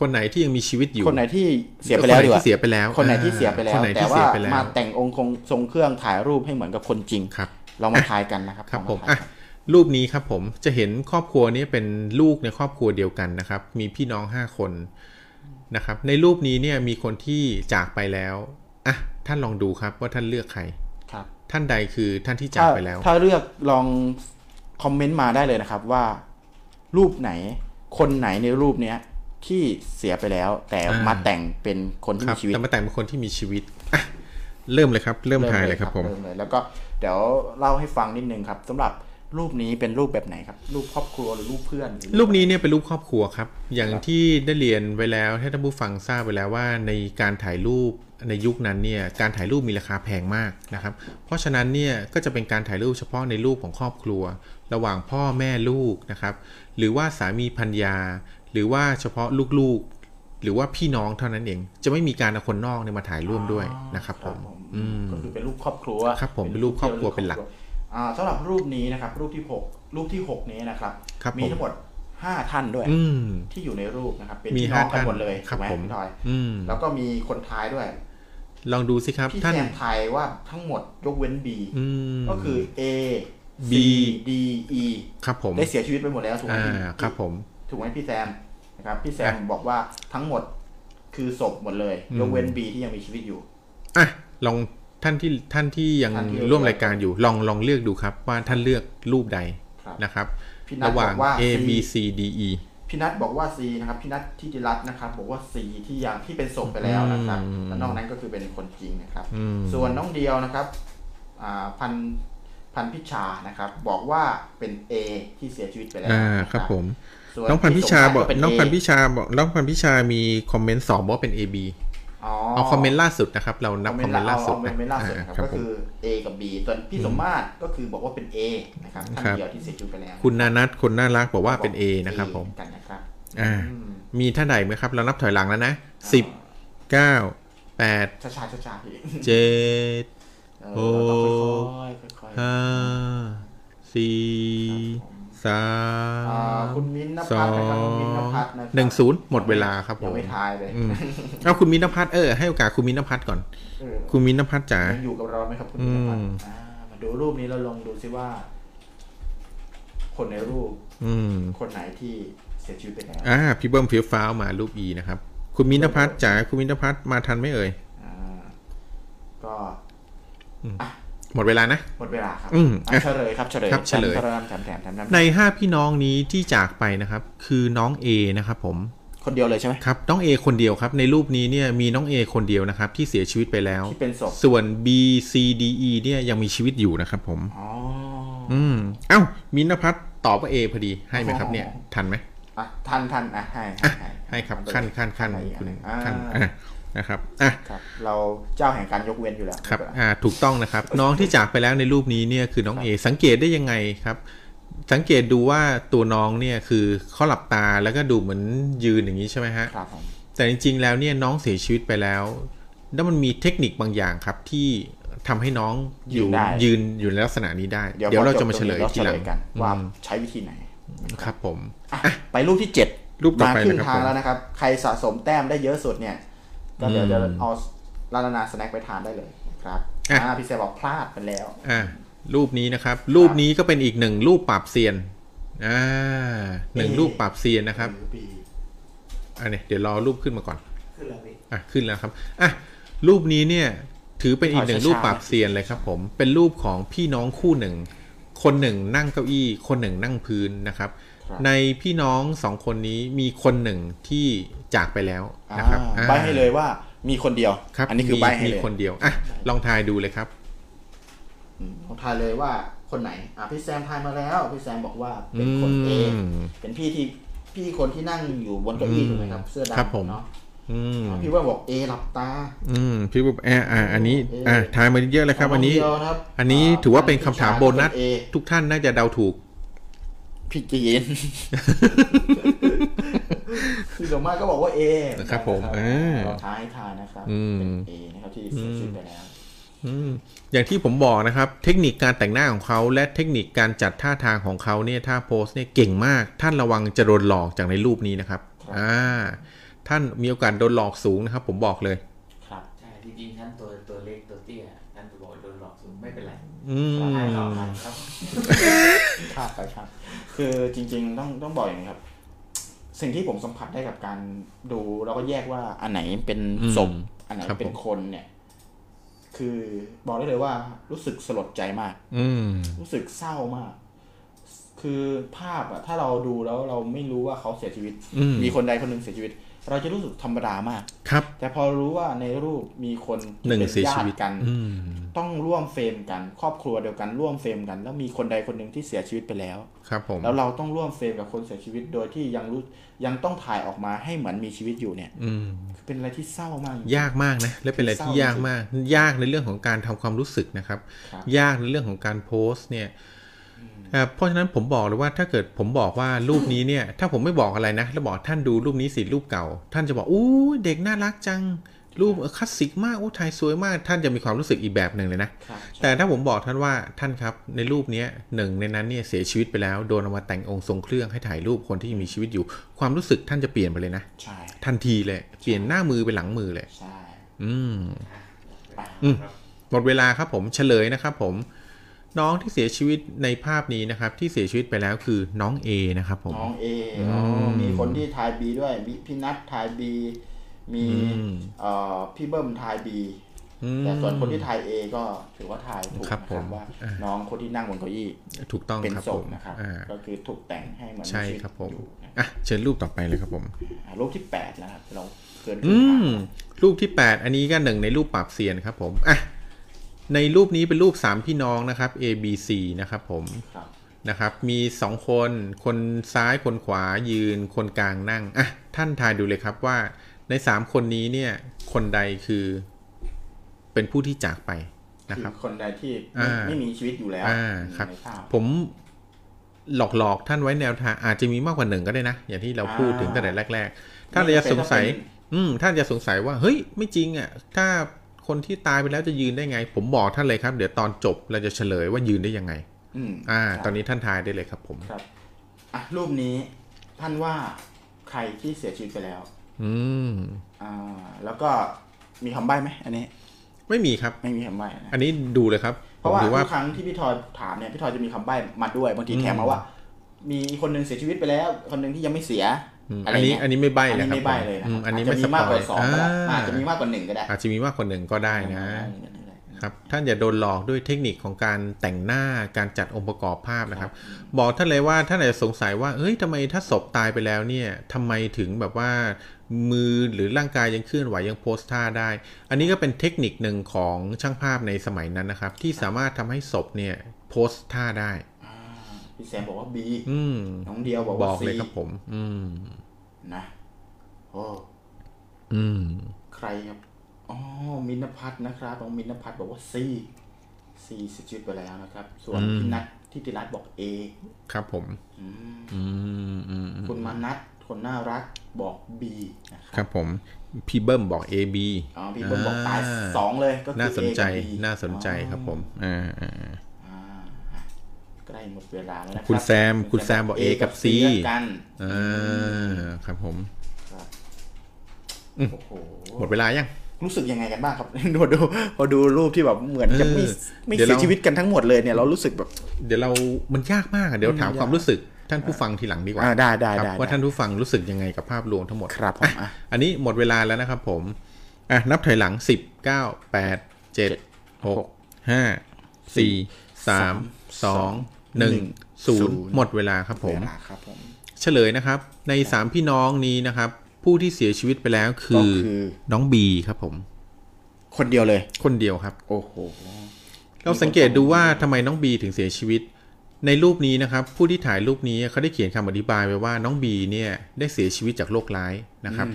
B: คนไหนที่ยังมีชีวิตอยู่
A: คนไหนที่เสียไปแล้วดีก
B: คนไห
A: ว่า
B: นที่เสียไปแล้ว
A: คนไหนที่เสียไปแล้
B: คน
A: ว
B: ไหนที่
A: แต่
B: เสี
A: ว่าย
B: ไปแล้ว
A: มาแต่งองค์คงทรงเครื่องถ่ายรูปให้เหมือนกับคนจริง
B: ครับ
A: เรามาทายกันนะครับ
B: ครับ
A: เาา
B: ผม
A: ทาย
B: อ่ะ
A: กัน
B: รูปนี้ครับผมจะเห็นครอบครัวนี้เป็นลูกในครอบครัวเดียวกันนะครับ มีพี่น้องห้าคนนะครับ ในรูปนี้เนี่ยมีคนที่จากไปแล้วอ่ะท่านลองดูครับว่าท่านเลือกใคร
A: ครับ
B: ท่านใดคือท่านที่จากไปแล้ว
A: ถ้าถ้าเลือกลองคอมเมนต์มาได้เลยนะครับว่า รูปไหน คนไหนในรูปเนี้ยที่เสียไปแล้ว แต่
B: อ่าม
A: มาแต่งเป็นคนที่
B: ครับ
A: มีชีวิต
B: แต่มาแต่งเป็นคนที่มีชีวิตอ่ะเริ่มเลยครับ เริ่มทายเลยครับผม
A: เริ่เลยแล้วก็เดี๋ยวเล่าให้ฟังนิดนึงครับสำหรับรูปนี้เป็นรูปแบบไหนครับ รูปครอบครัวหรือรูปเพื่อนหอ
B: รูปนี้เนี่ยเป็นรูปครอบครัวครับ อย่างที่ได้เรียนไว้แล้วให้ท่านผู้ฟังทราบไปแล้วว่าในการถ่ายรูปในยุคนั้นเนี่ยการถ่ายรูปมีราคาแพงมากนะครับ เพราะฉะนั้นเนี่ยก็จะเป็นการถ่ายรูปเฉพาะในรูปของครอบครัว ระหว่างพ่อแม่ลูกนะครับ หรือว่าสามีภรรยา หรือว่าเฉพาะลูกๆ หรือว่าพี่น้องเท่านั้นเอง จะไม่มีการเอาคนนอกเนี่ยมาถ่ายร่วมด้วยนะครับผมอืม
A: ก็คือเป็นรูปครอบครัว
B: ครับผมเป็นรูปครอบครัวเป็นหลัก
A: อ่าสำหรับรูปนี้นะครับ รูปที่หกรูปที่หกนี้นะครับ
B: ครับผม
A: มีทั้งหมดห้าท่านด้วย
B: อืม
A: ที่อยู่ในรูปนะครับ เป็น
B: มี
A: พี่น้
B: ห้า
A: องกั
B: ท่า
A: น
B: น
A: หมดเลย
B: ครับ
A: ถูกไหม
B: ผม
A: พี่ทอย
B: อืม
A: แล้วก็มีคนท้ายด้วย
B: ลองดูสิครับ
A: พี่
B: ท่าน
A: แซมทายว่าทั้งหมดยกเว้น B
B: อืม
A: ก็คือ A
B: B
A: D E
B: ครับผม
A: ได้เสียชีวิตไปหมดแล้วถูกไหม
B: อ่า
A: พี่
B: ครับผม
A: ถูกไหมพี่แซมนะครับพี่แซม
B: อ่ะ
A: บอกว่าทั้งหมดคือศพหมดเลยยกเว้น B ที่ยังมีชีวิตอยู่
B: อ่ะลองท่านที่ท่านที่ยัง
A: ท่านที่
B: ร่วมรายการอยู่ ลองลองเลือกดูครับ ว่าท่านเลือกรูปใด
A: ครับ
B: นะครับ
A: พี่นัท
B: ระห
A: บ
B: ว่า
A: อง กว่า
B: A
A: C
B: B C D E
A: พี่นัทบอกว่า C นะครับพี่นัททิติรัตน์นะครับ บอกว่า C ที่ยังที่เป็นศพไปแล้วนะครับ
B: อืม
A: แล้วนอกนั้นก็คือเป็นคนจริงนะครับ
B: อืม
A: ส่วนน้องเดียวนะครับอ่าพันพันพิชานะครับ บอกว่าเป็น A ที่เสียชีวิตไปแล้ว
B: อ่า
A: นะครับ
B: ผม
A: ส่วน
B: น้องพันพิชาบอก
A: ที่ส
B: น้อง
A: สัย
B: พันพิชาบอกน้องพันพิชามีคอมเมนต์สองบอกเป็น A B
A: อ๋อ
B: เอาคอมเมนต์ล่าสุดนะครับ เรานับคอมเมนต์ล่าสุด
A: เอาคอม
B: นะ
A: เมนต์ล่าสุด
B: อ่า
A: นะครับ
B: ครับ
A: ก็
B: ผม
A: คือ A กับ B ส่วนพี่สมมาตรก็คือบอกว่าเป็น A นะครับท่าน
B: ครับ
A: เดียวที่เสียชีวิตไปแล้ว
B: คุณนานัทคนน่ารักบอกว่าเป็น A นะครับผม
A: กันนะครับ
B: อ่า
A: อืม
B: มีท่านใดไหมครับ เรานับถอยหลังแล้วนะสิบเก้าแปด
A: ช้าๆช้าๆพี่
B: เจ็ด
A: เอ
B: โอ้
A: อเราต้องค่อยๆค่อยๆ
B: ห้าสี่สา
A: อ่าม คุณมิ้นท์น
B: สอ
A: ภั
B: ง
A: สนะครับคุณมิ้นท์นภัสนะครับ
B: หนึ่งศูนย์หมดเวลาครับผ
A: ยัง
B: ม
A: ไม่ทายเลย
B: อืมเอาคุณมินทพัฒน์เออให้โอกาสคุณมินทพัฒน์ก่อน
A: เออ
B: คุณมินทพัฒน์จ๋า
A: ยังอยู่กับเราไหมครับคุณมิ้นท์นภัส
B: อืม
A: อ่ามาดูรูปนี้เราลองดูซิว่า คนในรูป
B: อืม
A: คนไหนที่เสียชีวิตไปแล้ว
B: อ่าพี่เบิ้มฟิวฟ้าวมารูปอีนะครับ คุณมินทพัฒน์จ๋าคุณมินทพัฒน์มาทันไหมเอ่ย
A: อ่าก็
B: หมดเวลานะ
A: หมดเวลาครับ
B: อืม
A: อ่ะเฉลยครับเฉลย
B: ครับเฉลย
A: แถมแถมแถมแถมแถม
B: ใน 5 พี่น้องนี้ที่จากไปนะครับ คือน้อง A นะครับผม
A: คนเดียวเลยใช่ไหม
B: ครับ น้อง A คนเดียวครับ ในรูปนี้เนี่ยมีน้อง A คนเดียวนะครับ ที่เสียชีวิตไปแล้ว
A: ที่เป็นศพ
B: ส่วน B C D E เนี่ยยังมีชีวิตอยู่นะครับผม
A: อ๋อ
B: อืม เอ้า มินทพัฒน์ตอบว่า A พอดี ให้ไหมครับเนี่ย ทันไหม
A: อ่ะทันทันอ่ะให้
B: อ่ะ
A: ให้
B: ให้ครับ ขั้นขั้นขั้น
A: อะไรอีกอั
B: คุณ
A: หงอ่า
B: ขั้นอ่ะนะครับ อ่ะ
A: ครับ เราเจ้าแห่งการยกเว้นอยู่แล้ว
B: ครับ
A: ไม่เป็นไ
B: อ่า ถูกต้องนะครับ น้องที่จากไปแล้วในรูปนี้เนี่ยคือน้องเอ สังเกตได้ยังไงครับ สังเกตดูว่าตัวน้องเนี่ยคือเขาหลับตาแล้วก็ดูเหมือนยืนอย่างนี้ใช่ไหมฮะ
A: ครับผม
B: แต่จริงๆ แล้วเนี่ยน้องเสียชีวิตไปแล้ว แล้วมันมีเทคนิคบางอย่างครับที่ทำให้น้องอยู่
A: ยืนได้
B: ยืนอยู่ในลักษณะนี้ได้ เดี๋ยวเราจะมาเฉลย
A: เรา
B: ที
A: เฉ
B: ห
A: ล
B: ลัง
A: ยกันว่า
B: อืม
A: ใช้วิธีไหน
B: ครับผม
A: อ่ะไปรูปที่เจ็ด
B: รูปต่อไป
A: มาครึ่ง
B: นะครับ
A: ทา
B: ผ
A: ง
B: ม
A: แล้วนะครับ ใครสะสมแต้มได้เยอะสุดเนี่ยก็เดี๋ย
B: อื
A: ว
B: ม
A: จะเอาลาลานาสแน็คไปทานได้เลยนะครับ
B: อ่ะ
A: อ่าพี่เซบอกพลาดไปแล้ว
B: อ่ารูปนี้นะครับ รูปนี้ก็เป็นอีกหนึ่งรูปปราบเซียนอ่าหนึ่ง
A: เอ๊ะ
B: รูปปราบเซียนนะครับ
A: หอปี
B: อันนี้เดี๋ยวรอรูปขึ้นมาก่อน
A: ขึ้นแล้วพี่
B: อ่ะขึ้นแล้วครับอ่ะรูปนี้เนี่ยถือเป็นอีกหนึ่งรูปปราบเซียนเลยครับ ผมเป็นรูปของพี่น้องคู่หนึ่ง คนหนึ่งนั่งเก้าอี้ คนหนึ่งนั่งพื้นนะครับ
A: ครับ
B: ในพี่น้องสองคนนี้มีคนหนึ่งที่จากไปแล้วนะครับ
A: อ่า
B: อ่า
A: ใบให้เลยว่ามีคนเดียว
B: ครับ
A: อันี้คือ
B: มี
A: ใบให้
B: มี
A: เลย
B: คนเดียวอ่ะลองทายดูเลยครับ
A: อืมผมทายเลยว่าคนไหน อ่ะพี่แซมทายมาแล้ว พี่แซมบอกว่าเป็นคนเอ
B: อืม
A: เป็นพี่ที่พี่คนที่นั่งอยู่บนเก้าอี้ถูกไหมครับ เสื้อ
B: ครับผม
A: ดำเนาะ
B: อืม
A: อ๋อพี่ว่าบอกเอหลับตา
B: อืมพี่บุ๊บแอะอ่ะอันนี้
A: เอ๊ะ
B: อ่ะทายมาเยอะเลยครับ อันนี้
A: เดียวะครับ
B: อันนี้ถือว่าเป็นคำถามโบนัส
A: เป็ A
B: ทุกท่านน่าจะเดาถูก
A: พี่จี
B: <laughs>
A: น พี่สมมาตรก็บอกว่าเอ
B: ครับผมเออ
A: เราทายให้ทายนะครับ
B: อืม
A: เป็นเอนะครับที่เสียชีวิตไปแล้ว
B: อืมอย่างที่ผมบอกนะครับ เทคนิคการแต่งหน้าของเขาและเทคนิคการจัดท่าทางของเขาเนี่ยท่าโพสเนี่ยเก่งมาก ท่านระวังจะโดนหลอกจากในรูปนี้นะครับ
A: ครับ
B: อ่าท่านมีโอกาสโดนหลอกสูงนะครับ ผมบอกเลย
A: ครับ
D: ใช่จริงๆท่านตัวตัวเล็กตัวเตี้ยท่านบอกว่าโดนหลอกสูงไม่เป็นไร
B: อืม
D: ทายหลอกทันครับ
B: <laughs>
A: คาดไปครับ คือจริง ๆ ต้องต้องบอกอย่างนี้ครับ สิ่งที่ผมสัมผัสได้กับการดูเราก็แยกว่าอันไหนเป็น
B: อืม
A: ศพอันไหน
B: ครับ
A: เป็น
B: ผม
A: คนเนี่ย คือบอกได้เลยว่ารู้สึกสลดใจมาก
B: อืม
A: รู้สึกเศร้ามาก คือภาพอะถ้าเราดูแล้วเราไม่รู้ว่าเขาเสียชีวิต
B: อืม
A: มีคนใดคนหนึ่งเสียชีวิต เราจะรู้สึกธรรมดามาก
B: ครับ
A: แต่พอรู้ว่าในรูปมีคนที่
B: หนึ่ง
A: ป็
B: เสียชีวิต
A: ญากัน
B: อืม
A: ต้องร่วมเฟรมกัน ครอบครัวเดียวกันร่วมเฟรมกัน แล้วมีคนใดคนหนึ่งที่เสียชีวิตไปแล้ว
B: ครับผม
A: แล้วเราต้องร่วมเฟรมกับคนเสียชีวิตโดยที่ยังรู้ยังต้องถ่ายออกมาให้เหมือนมีชีวิตอยู่เนี่ย
B: อืม
A: เป็นอะไรที่เศร้ามาก
B: ยากมากนะ และเป็นอะไรที่ยากมาก ยากในเรื่องของการทำความรู้สึกนะครับ
A: ครับ
B: ยากในเรื่องของการโพสต์เนี่ยอ่าเพราะฉะนั้นผมบอกเลยว่าถ้าเกิดผมบอกว่ารูปนี้เนี่ย ถ้าผมไม่บอกอะไรนะแล้วบอกท่านดูรูปนี้สิรูปเก่า ท่านจะบอกอู้เด็กน่ารักจัง รูปคลาสสิกมากอู้ถ่ายสวยมาก ท่านจะมีความรู้สึกอีกแบบหนึ่งเลยนะ
A: ครับ
B: แต่ถ้าผมบอกท่านว่าท่านครับในรูปเนี้ยหนึ่งในนั้นเนี่ยเสียชีวิตไปแล้วโดนเอามาแต่งองค์ทรงเครื่องให้ถ่ายรูปคนที่ยังมีชีวิตอยู่ ความรู้สึกท่านจะเปลี่ยนไปเลยนะ
A: ใช่
B: ทันทีเลยเปลี่ยนหน้ามือเป็นหลังมือเลย
A: ใช่
B: อืม
A: ไป
B: อืม หมดเวลาครับผมเฉลยนะครับผม น้องที่เสียชีวิตในภาพนี้นะครับ ที่เสียชีวิตไปแล้วคือน้องเอนะครับผม
A: น้องเอ
B: อืม
A: มีคนที่ทายบีด้วยมีพี่นัททายบีมี
B: อืม
A: เอ่อพี่เบิ้มทายบี
B: อืม
A: แต่ส่วนคนที่ทายเอก็ถือว่าทายถูก
B: ครับ
A: นะ
B: ผม
A: ว่า
B: อ่า
A: น้องคนที่นั่งบนเก้าอี้
B: ถูกต้อง
A: เป็น
B: ครับ
A: ศ
B: ผ
A: พ
B: ม
A: นะครับ
B: อ่า
A: ก็คือถูกแต่งให้เหมือน
B: ใช่
A: มีวิต
B: ครับผม
A: อยู่นะ
B: อ่ะ เชิญรูปต่อไปเลยครับผม
A: อ่ารูปที่แปดแล้วครับเราเกินครึ่
B: อื
A: งทาง
B: ม รูปที่ 8 อันนี้ก็หนึ่งในรูปปราบเซียนครับผม อ่ะ ในรูปนี้เป็นรูป 3 พี่น้องนะครับ A B C นะครับผม
A: ครับ
B: นะครับ มี 2 คน คนซ้ายคนขวายืน คนกลางนั่ง อ่ะ ท่านทายดูเลยครับว่าใน 3 คนนี้เนี่ย คนใดคือ เป็นผู้ที่จากไปนะค
A: คื
B: รับ
A: อคนใดที่ไม่
B: อ่า
A: ไม่มีชีวิตอยู่แล้ว
B: อ่าครับ
A: ในภาพ
B: ผมหลอกๆท่านไว้แนวทางอาจจะมีมากกว่าหนึ่งก็ได้นะ อย่างที่เราพูดถึงตั้งแต่แรกๆท่านจะสงสัย อืมท่านจะสงสัยว่า เฮ้ย ไม่จริงอ่ะ ถ้าคนที่ตายไปแล้วจะยืนได้ไง ผมบอกท่านเลยครับ เดี๋ยวตอนจบเราจะเฉลยว่ายืนได้ยังไง
A: อืม
B: อ่า
A: ครับ
B: ตอนนี้ท่านทายได้เลยครับผม
A: ครับอ่ะรูปนี้ท่านว่าใครที่เสียชีวิตไปแล้ว
B: อืม
A: อ่า แล้วก็มีคำใบ้ไหมอันนี้
B: ไม่มีครับ
A: ไม่มีคำใบ้นะ
B: อันนี้ดูเลยครับ
A: เพราะ
B: ผ
A: ว่า
B: มถือว่า
A: ทุกครั้งที่พี่ทอยถามเนี่ยพี่ทอยจะมีคำใบ้มาด้วยบางที
B: อืม
A: แถมมาว่า มีคนหนึ่งเสียชีวิตไปแล้ว คนหนึ่งที่ยังไม่เสีย
B: อืม
A: อะไร
B: อันนี้
A: เงี้ย
B: อันนี้ไม่ใบ
A: อัน
B: นะครับ
A: นี้ไม่ใบ้เลยนะ
B: อื
A: ค
B: ม
A: รับ
B: อันนี้
A: อาจ
B: ไม่
A: จะ
B: ส
A: มี
B: ป
A: มาก
B: อก
A: ว่าย สองก็ได้อา
B: อา
A: จจะมีมากกว่าหนึ่งก็ได้
B: อาจจะมีมากกว่าหนึ่งก็ได้นะ ครับท่านอย่าโดนหลอกด้วยเทคนิคของการแต่งหน้าการจัดองค์ประกอบภาพนะครับ บอกท่านเลยว่าท่านอาจจะสงสัยว่าเอ้ยทำไมถ้าศพตายไปแล้วเนี่ยทำไมถึงแบบว่ามือหรือร่างกายยังเคลื่อนไหวยังโพสท่าได้ อันนี้ก็เป็นเทคนิคหนึ่งของช่างภาพในสมัยนั้นนะครับ ที่สามารถทำให้ศพเนี่ยโพสท่าได้
A: อ่าพี่แซมบอกว่าบี
B: อืม
A: น้องเดียวบอก
B: บ
A: ว่า
B: อก
A: ซี
B: เลยครับผม อืม
A: นะโอ้
B: อืม
A: ใครครับ อ๋อ มินพัฒน์นะครับน้องมินพัฒน์บอกว่า C C เสียชีวิตไปแล้วนะครับ ส่วน
B: อืม
A: พี่นัทที่ติรัตน์บอก A
B: ครับผม
A: อืม
B: อืมอืมอืม
A: คุณมานัทคนน่ารักบอก B นะค
B: ครั
A: รับบ
B: ผม พี่เบิ้มบอก A B
A: อ๋อพี่เบิ้มบอกตายสองเลยก็คือ
B: น่าสนใจ
A: A กับ B
B: น่าสนใจครับผมอ่าอ่าอ่า
A: อ๋ออ่าอ่ะใกล้หมดเวลาแล้วนะรับ
B: คุณแซมคุณแซมบอก A กับ C
A: เลือกกัน
B: อ่าครับผม
A: ครับโอ้โห
B: หมดเวลายัง
A: รู้สึกยังไงกันบ้างครับ <laughs> ดูดูพอดูรูปที่แบบเหมือนจะไม่
B: เออ
A: ไม่
B: เดี๋ยว
A: เสีย
B: เรา
A: ชีวิตกันทั้งหมดเลยเนี่ยเรารู้สึกแบบ
B: เดี๋ยวเรา มันยากมากอะเดี๋ยวถาม
A: มันยาก
B: ความรู้สึกท่านผู้ฟังทีหลังดีกว่า
A: อ่าได้ได้
B: ครับ
A: ได้
B: ว่า
A: ได้
B: ท่านผู้ฟังรู้สึกยังไงกับภาพรวมทั้งหมด
A: ครับผมอ่ะ
B: <coughs> อันนี้หมดเวลาแล้วนะครับผม อ่ะ นับถอยหลังสิบเก้าแปดเจ็ดหกห้าสี่สามสองหนึ่งศูนย์หมดเวลาครับผม
A: เวลาครับผม
B: เฉลยนะครับ ในสามพี่น้องนี้นะครับ ผู้ที่เสียชีวิตไปแล้วคือน้องบีครับผม
A: คนเดียวเลย
B: คนเดียวครับ
A: โอ้โห
B: เราสังเกตดูว่าทำไมน้องบีถึงเสียชีวิต ในรูปนี้นะครับ ผู้ที่ถ่ายรูปนี้เขาได้เขียนคำอธิบายไว้ว่าน้องบีเนี่ยได้เสียชีวิตจากโรคร้ายนะครับ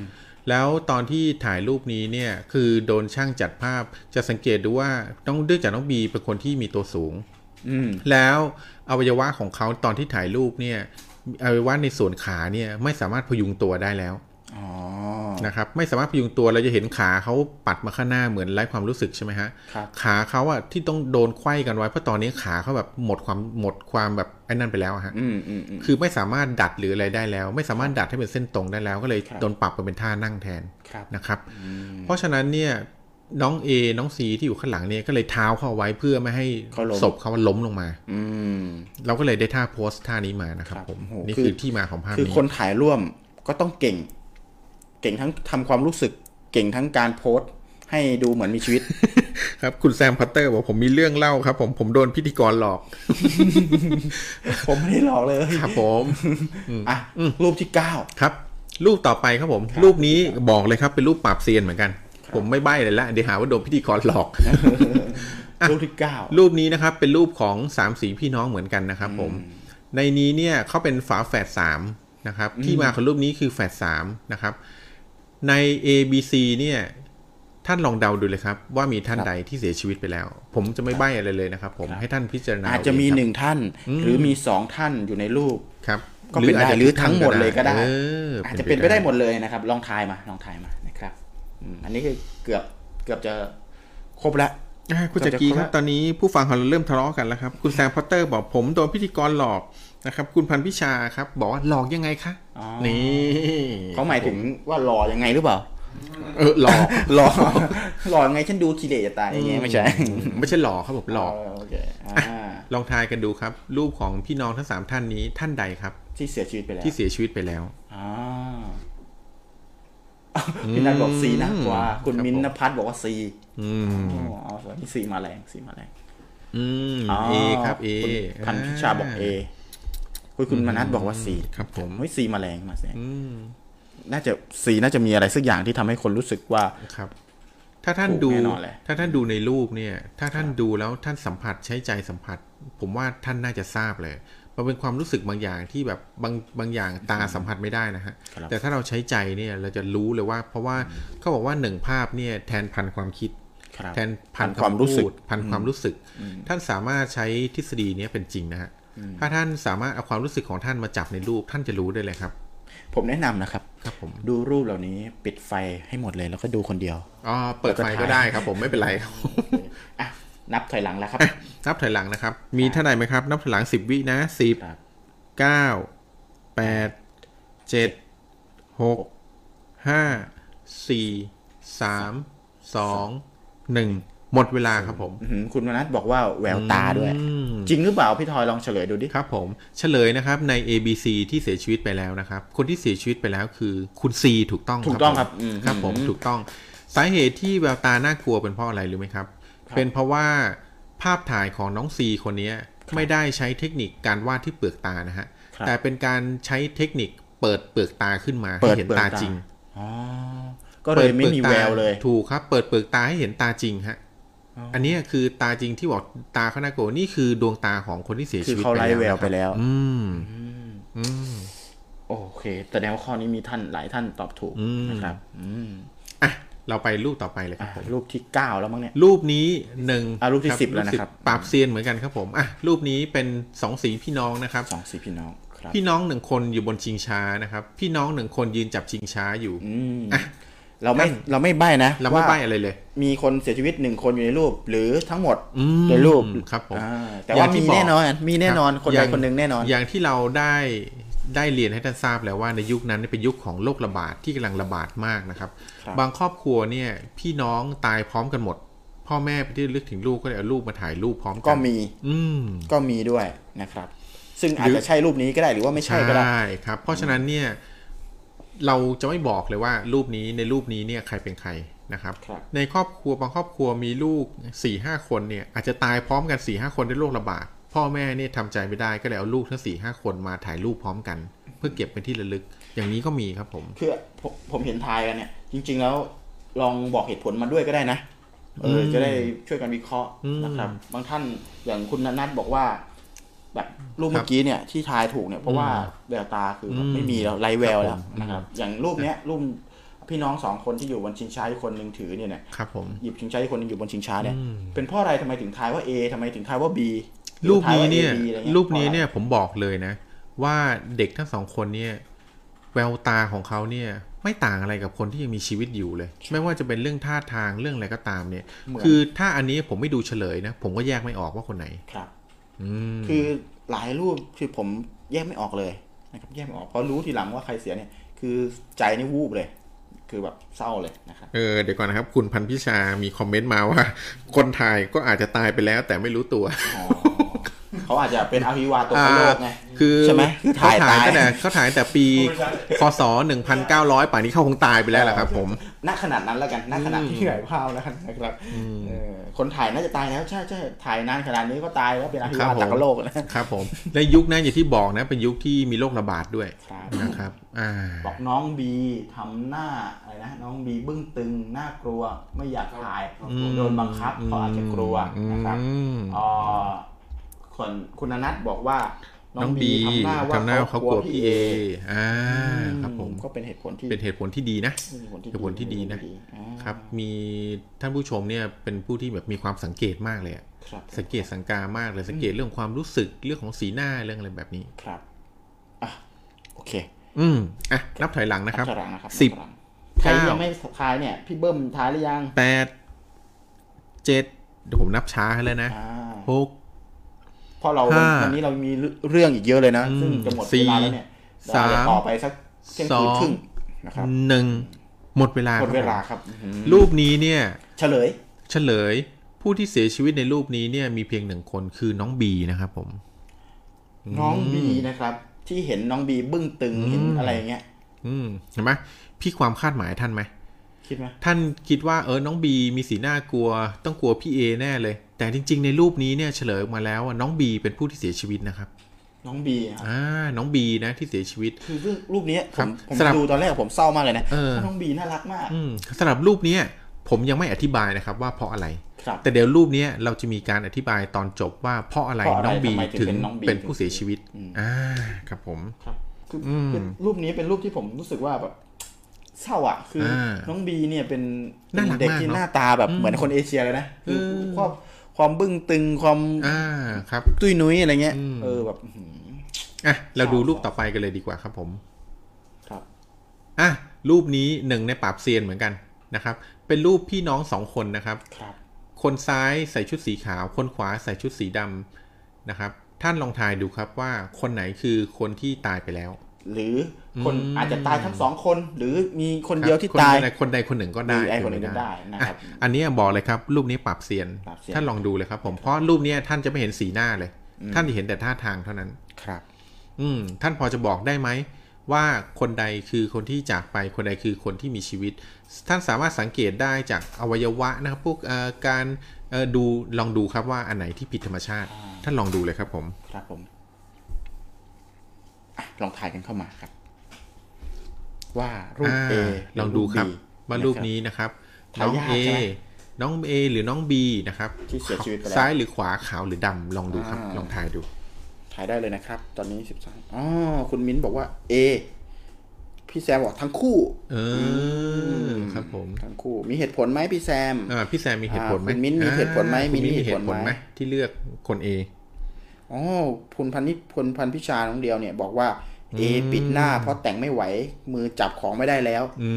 B: แล้วตอนที่ถ่ายรูปนี้เนี่ยคือโดนช่างจัดภาพจะสังเกตดูว่าต้องเนื่องจากน้องบีเป็นคนที่มีตัวสูง
A: อืม
B: แล้วอวัยวะของเขาตอนที่ถ่ายรูปเนี่ยอวัยวะในส่วนขาเนี่ยไม่สามารถพยุงตัวได้แล้ว
A: อ๋อ
B: นะครับไม่สามารถพยุงตัวเราจะเห็นขาเขาปัดมาข้างหน้าเหมือนไร้ความรู้สึกใช่ไหมฮะ
A: ครับ
B: ขาเขาอะที่ต้องโดนไขว้กันไว้เพราะตอนนี้ขาเขาแบบหมดความหมดความแบบไอ้นั่นไปแล้วอะฮะ
A: อืมอืมอืม
B: คือไม่สามารถดัดหรืออะไรได้แล้ว ไม่สามารถดัดให้เป็นเส้นตรงได้แล้ว ก็เลย
A: ครับ
B: โดนปรับมาเป็นท่านั่งแทน
A: ครับ
B: นะครับ เพราะฉะนั้นเนี่ยน้อง A น้อง C ที่อยู่ข้างหลังเนี่ยก็เลยเท้าเข้าไว้เพื่อไม่ให้
A: เขาล้ม
B: ศพเขาล้มลงมา
A: อืม
B: เราก็เลยได้ท่าโพสท่านี้มานะครับ
A: ครับ
B: ผม
A: โอ้โห
B: นี่
A: คือ
B: คือที่มาของภาพ
A: คือ
B: นี้
A: คนถ่ายร่วมก็ต้องเก่ง เก่งทั้งทำความรู้สึก เก่งทั้งการโพสต์ ให้ดูเหมือนมีชีวิต <laughs>
B: ครับคุณแซมพัตเตอร์บอกผมมีเรื่องเล่าครับ ผมผมโดนพิธีกรหลอก
A: ผมไม่ได้หลอกเลย
B: ครับผม
A: อ่ะ รูปที่เก้า
B: ครับ รูปต่อไปครับผม รูปนี้บอกเลยครับเป็นรูปปราบเซียนเหมือนกัน
A: ครับ
B: ผมไม่ใบ้เลยละเดี๋ยวหาว่าโดนพิธีกรหลอก
A: รูปที่เก้า
B: รูปนี้นะครับเป็นรูปของสามสีพี่น้องเหมือนกันนะครับผม ในนี้เนี่ยเขาเป็นฝาแฝดสามนะครับ ที่มาของรูปนี้คือแฝดสามนะครับ ใน A B C เนี่ย ท่านลองเดาดูเลยครับ ว่ามีท่าน
A: ครับ
B: ใดที่เสียชีวิตไปแล้ว ผมจะไม่ใบ้อะไรเลยนะครับ ผมให้ท่านพิจารณา
A: อาจจะมี
B: เครับ
A: หนึ่งท่าน
B: อืม
A: หรือมีสองท่านอยู่ในรูป
B: ครับ
A: ก็เป็นได้
B: าจจะ
A: หรือทั้งหมดเลยก็ได้
B: ออ
A: อาจจะเป็นไปได้หมดเลยนะครับ ลองทายมา ลองทายมานะครับอืมอันนี้คือเกือบ เกือบจะครบละ
B: อ่ะคุณจักรีครับ ตอนนี้ผู้ฟังของเราเริ่มทะเลาะกันแล้วครับ คุณแซมพอตเตอร์บอกผมโดนพิธีกรหลอกนะครับ คุณพันพิชาครับ บอกว่าหลอกยังไงคะ
A: อ๋อ
B: นี่
A: เขาหมายถึงว่ารอยังไงหรือเปล่า
B: เออหลอก
A: หล่อ <laughs> หล่อไงฉันดูขี้เหร่จะตายอย่างเงี้ยไม่ใช่
B: ไม่ใช่หลอกครับผมหลอก
A: โอเคอ่า
B: ลองทายกันดูครับ รูปของพี่น้องทั้งสามท่านนี้ท่านใดครับ
A: ที่เสียชีวิตไปแล้ว
B: ที่เสียชีวิตไปแล้ว
A: อ่าพี่นัทบอกสีนะกว่า คุณ
B: ครับ
A: มิน
B: ผม
A: นพัฒน์บอกว่าสี
B: อืม
A: อ๋อเอาสินี่สีมาแรงสีมาแรง
B: อืมเอครับเอ
A: คุณพันธิชาบอกเอคุณคุณมนัทบอกว่าสี
B: ครับผม
A: เฮ้ยสีมาแรงมาแรง
B: อืม
A: น่าจะสีน่าจะมีอะไรสักอย่างที่ทำให้คนรู้สึกว่า
B: ครับ ถ้าท่าน
A: ถูก
B: ดู
A: แน่นอนแหละ
B: ถ้าท่านดูในรูปเนี่ย ถ้าท่านดูแล้วท่านสัมผัสใช้ใจสัมผัส ผมว่าท่านน่าจะทราบเลย มันเป็นความรู้สึกบางอย่างที่แบบบางบางอย่างตาสัมผัสไม่ได้นะฮะ แต่ถ้าเราใช้ใจเนี่ยเราจะรู้เลยว่า เพราะว่าเขาบอกว่าหนึ่งภาพเนี่ยแทนพันความคิด
A: ครับ
B: แทนพัน
A: พันความรู้สึก
B: ำพูดพันความรู้สึก ท่านสามารถใช้ทฤษฎีเนี้ยเป็นจริงนะฮะถ้าท่านสามารถเอาความรู้สึกของท่านมาจับในรูปท่านจะรู้ได้เลยครับ
A: ผมแนะนำนะครับ
B: ครับผม
A: ดูรูปเหล่านี้ปิดไฟให้หมดเลยแล้วก็ดูคนเดียว
B: อ๋อเปิดไฟก็ได้ครับผมไม่เป็นไรครับ
A: อ่ะ นับถอยหลังแล้วครับ
B: นับถอยหลังนะครับ มีเท่าไหร่ไหมครับ นับถอยหลังสิบวินะสิบ
A: ครับ
B: เก้าแปดเจ็ดหกห้าสี่สามสองหนึ่งหมดเวลาครับผม
A: อื้อหือคุณมนัทบอกว่าแววตาด้วย
B: อืม
A: จริงหรือเปล่า พี่ทอยลองเฉลยดูดิ
B: ครับผมเฉลยนะครับใน ABC ที่เสียชีวิตไปแล้วนะครับ คนที่เสียชีวิตไปแล้วคือคุณ C ถูกต้อง
A: ถูกต้องครับ
B: ผม
A: อืม
B: ครับผมถูกต้อง สาเหตุที่แววตาน่ากลัวเป็นเพราะอะไรรู้ไหมครับ
A: ครับ
B: เป็นเพราะว่าภาพถ่ายของน้อง C คนเนี้ยไม่ได้ใช้เทคนิคการวาดที่เปลือกตานะฮะแต่เป็นการใช้เทคนิคเปิดเปลือกตาขึ้นมาให้เห็น
A: ปลือก
B: ตาจริง
A: อ๋อ ก็เลยไม่มีแววเลย
B: ถูกครับ เปิดเปลือกตาให้เห็นตาจริงฮะ
A: อ๋ออั
B: อันเนี้ยคือตาจริงที่บอกตาเขาน่ากลัวนี่คือดวงตาของคนที่เสีย
A: คือ
B: ชีวิต
A: เขา
B: ไป
A: ไล่
B: แล้ว
A: แวว
B: นะค
A: ไป
B: รับ
A: แล้ว
B: อืมอืม
A: โอเค แต่แนวาข้อนี้มีท่านหลายท่านตอบถูก
B: อืม
A: นะครับ อืม
B: อ่ะเราไปรูปต่อไปเลยครั
A: อ่ะ
B: บผม
A: รูปที่เก้าแล้วมั้งเนี่ย
B: รูปนี้หนึ่ง
A: อ่ะรูปที่สิบแล้วนะครับ
B: ปราบเซียนเหมือนกันครับผมอ่ะรูปนี้เป็นสองสีพี่น้องนะครับ
A: สองสี่พี่น้องครับ
B: พี่น้องหนึ่งคนอยู่บนชิงช้านะครับ พี่น้องหนึ่งคนยืนจับชิงช้าอยู่
A: อืมเราไม่เราไม่ใบ้นะ
B: เราไม่
A: ว่
B: ใบ้อะไรเลย
A: มีคนเสียชีวิตหนึ่งคนอยู่ในรูป หรือทั้งหมด
B: อืม
A: ในรูป
B: ครับผม
A: อ่าแต่
B: อย่า
A: ว่าง
B: ที่
A: มี
B: บอก
A: แน่นอนมีแน่นอนคน
B: อ
A: ใด
B: ย่า
A: คนหนึ่งแน่นอน
B: อย่างที่เราได้ได้เรียนให้ท่านทราบแล้วว่าในยุคนั้นเนี่ยเป็นยุคของโรคระบาดที่กำลังระบาดมากนะครับ
A: ครับ
B: งครอบครัวเนี่ยพี่น้องตายพร้อมกันหมด พ่อแม่ไปที่ลึกถึงลูกก็เลยเอาลูกมาถ่ายรูปพร้อมกั
A: ก็มี
B: อืม
A: ก็มีด้วยนะครับ ซึ่งอาจจะใช่รูปนี้ก็ได้หรือว่าไม่ใช่ก็ได้
B: ใช่ครับ เพราะฉะนั้นเนี่ยเราจะไม่บอกเลยว่ารูปนี้ในรูปนี้เนี่ยใครเป็นใครนะครับ
A: ครับ
B: ในครอบครัวบางครอบครัวมีลูก4ี่ห้าคนเนี่ยอาจจะตายพร้อมกัน4ี่ห้าคนด้วยโรคระบาดพ่อแม่เนี่ยทำใจไม่ได้ก็เลยเอาลูกทั้ง4ี่ห้าคนมาถ่ายรูปพร้อมกัน เพื่อเก็บเป็นที่ระลึก อย่างนี้ก็มีครับผม
A: คือผมผมเห็นทายกันเนี่ย จริง ๆ แล้วลองบอกเหตุผลมาด้วยก็ได้นะเอออ
B: ม
A: จะได้ช่วยกันวิเคราะห์นะครับ
B: อืม
A: บางท่านอย่างคุณนัทบอกว่า แบบรูป
B: ครับ
A: เมื่อกี้เนี่ยที่ทายถูกเนี่ยเพราะว่าแววตาคือแบบ
B: อืม
A: ไม่มีแล้วไรแววแล้ว
B: ครับผม
A: นะครับ อย่างรูปเนี้ยรูปพี่น้องสองคนที่อยู่บนชิงช้าอีกคนหนึ่งถือเนี่ยเนี่ย
B: ครับผม
A: หยิบชิงช้าอีกคนหนึงอยู่บนชิงช้าเนี่ย
B: อืม
A: เป็นเพ่ออะไรทำไมถึงทายว่า A ทำไมถึงทายว่า B ห
B: รู
A: อ
B: ป
A: ทา
B: นี้
A: ว่า A
B: เนี่ย
A: อะไรงี้
B: รูปนี้
A: พราะอะไร
B: เนี่ยผมบอกเลยนะ ว่าเด็กทั้งสองคนเนี่ยแววตาของเขาเนี่ยไม่ต่างอะไรกับคนที่ยังมีชีวิตอยู่เลย ไม่ว่าจะเป็นเรื่องท่าทางเรื่องอะไรก็ตามเนี่ย
A: เหมือน
B: คือถ้าอันนี้ผมไม่ดูเฉลยนะ ผมก็แยกไม่ออกว่าคนไหน
A: ครับ
B: อืม
A: คือหลายรูปคือผมแยกไม่ออกเลยนะครับแยกไม่ออกเพราะรู้ทีหลังว่าใครเสียเนี่ย คือใจนี่วูบเลย คือแบบเศร้าเลยนะครับ
B: เออเดี๋ยวก่อนนะครับ คุณพันพิชามีคอมเมนต์มาว่า คนถ่ายก็อาจจะตายไปแล้วแต่ไม่รู้ตัว
A: อ๋อ <laughs> เขาอาจจะเป็นอภิวาตกโลกไง
B: อ่าคือ
A: ใช่ไหมคือ
B: เขาถ่าย
A: ถ่ายตาย
B: ตั้งแต่เขาถ่ายตั้งแต่ปีพศ1900ป่านนี้เขาคงตายไปแล้วแหละครับ ผม
A: ณขนาดนั้นแล้วกันณขนาดที่เหนื่อยพาวแล้วกันนะครับเออคนถ่ายน่าจะตายแล้วใช่ใช่ถ่ายนานขนาดนี้ก็ตายแล้วเป็นอภิวาตกโลกนะครับ
B: ผมในยุคนั้นอย่างที่บอกนะ เป็นยุคที่มีโรคระบาดด้วย
A: ครับ
B: นะครับอ่า
A: บอกน้องบีทำหน้าอะไรนะน้องบีบึ้งตึงน่ากลัวไม่อยากถ่ายโดนบังคับเขาอาจจะกลัวนะครับ
B: อืม
A: เอ่อส่วนคุณอนัทบอกว่า น้
B: น้
A: อ
B: อง ง
A: บี
B: บี
A: ทำหน้าว่า
B: ทำหน้าว่าเขากลัวพี่เออ่า
A: อื
B: ครับผม
A: ก็เป็นเหตุผลที่
B: เป็นเหตุผลที่ดีนะ
A: เหตุผลที่
B: เหตุผลที่ดีนะ
A: อ่า
B: ครับ มีท่านผู้ชมเนี่ยเป็นผู้ที่แบบมีความสังเกตมากเลยอะ
A: ครับ
B: สังเกตสังกามากเลยสังเกตเรื่องความรู้สึกเรื่องของสีหน้าเรื่องอะไรแบบนี้
A: ครับอ่ะโอเค
B: อืมอ่ะนับถอยหลังนะครับ
A: อักขรังนะครับ
B: สิบ
A: อักขรังใคร
B: เก้า
A: ยังไม่ทายเนี่ย พี่เบิ้มทายหรือยัง
B: แปดเจ็ดเดี๋ยวผมนับช้าให้เลยนะ
A: อ่า
B: หก
A: เพราะเรา
B: ห้า
A: วันนี้เรามีเรื่องอีกเยอะเลยนะ
B: อืม
A: ซึ่งจะหมด
B: สี่
A: เวลาแล้วเนี่ยเดี๋ย
B: สา
A: ว
B: ม
A: เรจะต่อไปสักเที่ยงคืน
B: สอง
A: ครึ่งนะครับ
B: หนึ่ง หมดเวลา
A: หมดเวลา
B: ค
A: ครับอืม
B: รับรูปนี้เนี่ย
A: เฉลย
B: เฉลยผู้ที่เสียชีวิตในรูปนี้เนี่ยมีเพียงหนึ่งคนคือน้องบีนะครับผม
A: น้องบีนะครับ ที่เห็นน้องบีบึ้งตึงเห็นอะไรอย่างเงี้ย
B: อืมเห็นไหมพี่ความคาดหมายท่านไหม
A: คิดไหม
B: ท่านคิดว่าเออน้องบีมีสีหน้ากลัว ต้องกลัวพี่เอแน่เลย แต่จริง ๆ ในรูปนี้เนี่ยเฉลยออกมาแล้วว่าน้องบีเป็นผู้ที่เสียชีวิตนะครับ
A: น้องบีอะ
B: อ่า น้องบีนะที่เสียชีวิต
A: คือเรื่องรูปเนี้ยผ
B: ครับ
A: มผม
B: สำหรับ
A: ดูตอนแรกผมเศร้ามากเลยนะ
B: เออ
A: เพราะน้องบีน่ารักมาก
B: อืมสำหรับรูปเนี้ยผมยังไม่อธิบายนะครับว่าเพราะอะไร
A: ครับ
B: แต่เดี๋ยวรูปเนี้ยเราจะมีการอธิบายตอนจบว่าเพราะอะไร
A: เพราะอะไร
B: น้องบี
A: ทำไมถึง
B: ถึง
A: เป็นน้องบี
B: เป็นผู้เสียชีวิต
A: อืม
B: อ่า ครับผม
A: ครับคือ
B: อืม
A: คือรูปนี้เป็นรูปที่ผมรู้สึกว่าแบบเศร้าอ่ะ คืออา น้องบีเนี่ยเป็น
B: น่ารัก
A: เด็ก
B: มาก
A: ที่
B: เนอะ
A: หน้าตาแบบเหมือนคนเอเชียเลยนะคือ
B: เออ
A: ความความบึ้งตึงความ
B: อ่า ครับ
A: ตุ้ยนุ้ยอะไรเงี้ย
B: อืม
A: เออแบบอื้อหือ
B: อ่ะ เราดูรูปต่อไปกันเลยดีกว่าครับผม
A: ครับ
B: อ่ะ รูปนี้หนึ่งในปราบเซียนเหมือนกันนะครับ เป็นรูปพี่น้องสองคนนะครับ
A: ครับ
B: คนซ้ายใส่ชุดสีขาว คนขวาใส่ชุดสีดำนะครับ ท่านลองทายดูครับว่าคนไหนคือคนที่ตายไปแล้ว
A: หรือคน
B: อืม
A: อาจจะตายทั้งสองคน หรือมีคน
B: ครับ
A: เดียวที่
B: คน
A: ตาย
B: ใดคนใดคนหนึ่งก็ได้
A: มีไอ้คนหนึ่งก็ได้นะครับ
B: อ่อันเนี้ยบอกเลยครับรูปนี้ปรับเซียน
A: ปรับเซียน
B: ท่านลองดูเลยครับผมเพราะรูปเนี้ยท่านจะไม่เห็นสีหน้าเลย ท่านจะเห็นแต่ท่าทางเท่านั้น
A: ครับ
B: อืมท่านพอจะบอกได้ไหมว่าคนใดคือคนที่จากไปคนใดคือคนที่มีชีวิต ท่านสามารถสังเกตได้จากอวัยวะนะครับพวกเอ่อการเอ่อดูลองดูครับว่าอันไหนที่ผิดธรรมชาติ ท่านลองดูเลยครับผม
A: ครับผมอ่ะลองถ่ายกันเข้ามาครับ ว่ารูป
B: อ่า
A: A
B: ลองดูครับ
A: หอ
B: ว่ารูปนี้นะครับ
A: ทา
B: น้อง
A: ยา
B: A
A: ทใช่ไหม
B: น้อง A หรือน้อง B นะครับ
A: ที่เสียชีวิตไปแล้ว
B: ซ้ายหรือขวาขาวหรือดำลองดูครับ
A: อ่า
B: ลองถ่ายดู
A: ถ่ายได้เลยนะครับ ตอนนี้สิบสองอ๋อคุณมิ้นบอกว่า A พี่แซมบอกทั้งคู่
B: เออครับผม
A: ทั้งคู่ มีเหตุผลไหมพี่แซม
B: อ่าพี่แซมมีเหตุผลไหม
A: อ่าคุณมิ้นมีเหตุผลไหม
B: อ่าคุณ
A: มิ้
B: มิ้น
A: นมี
B: มีเห
A: เหตุ
B: ตุผ
A: ผ
B: ล
A: ล
B: ไห
A: ไห
B: ม
A: ม
B: ที่เลือกคน A
A: อ๋อพลพันนิพลพันพิชาน้องเดียวเนี่ย บอกว่า A ปิดหน้าเพราะแต่งไม่ไหว มือจับของไม่ได้แล้ว
B: อื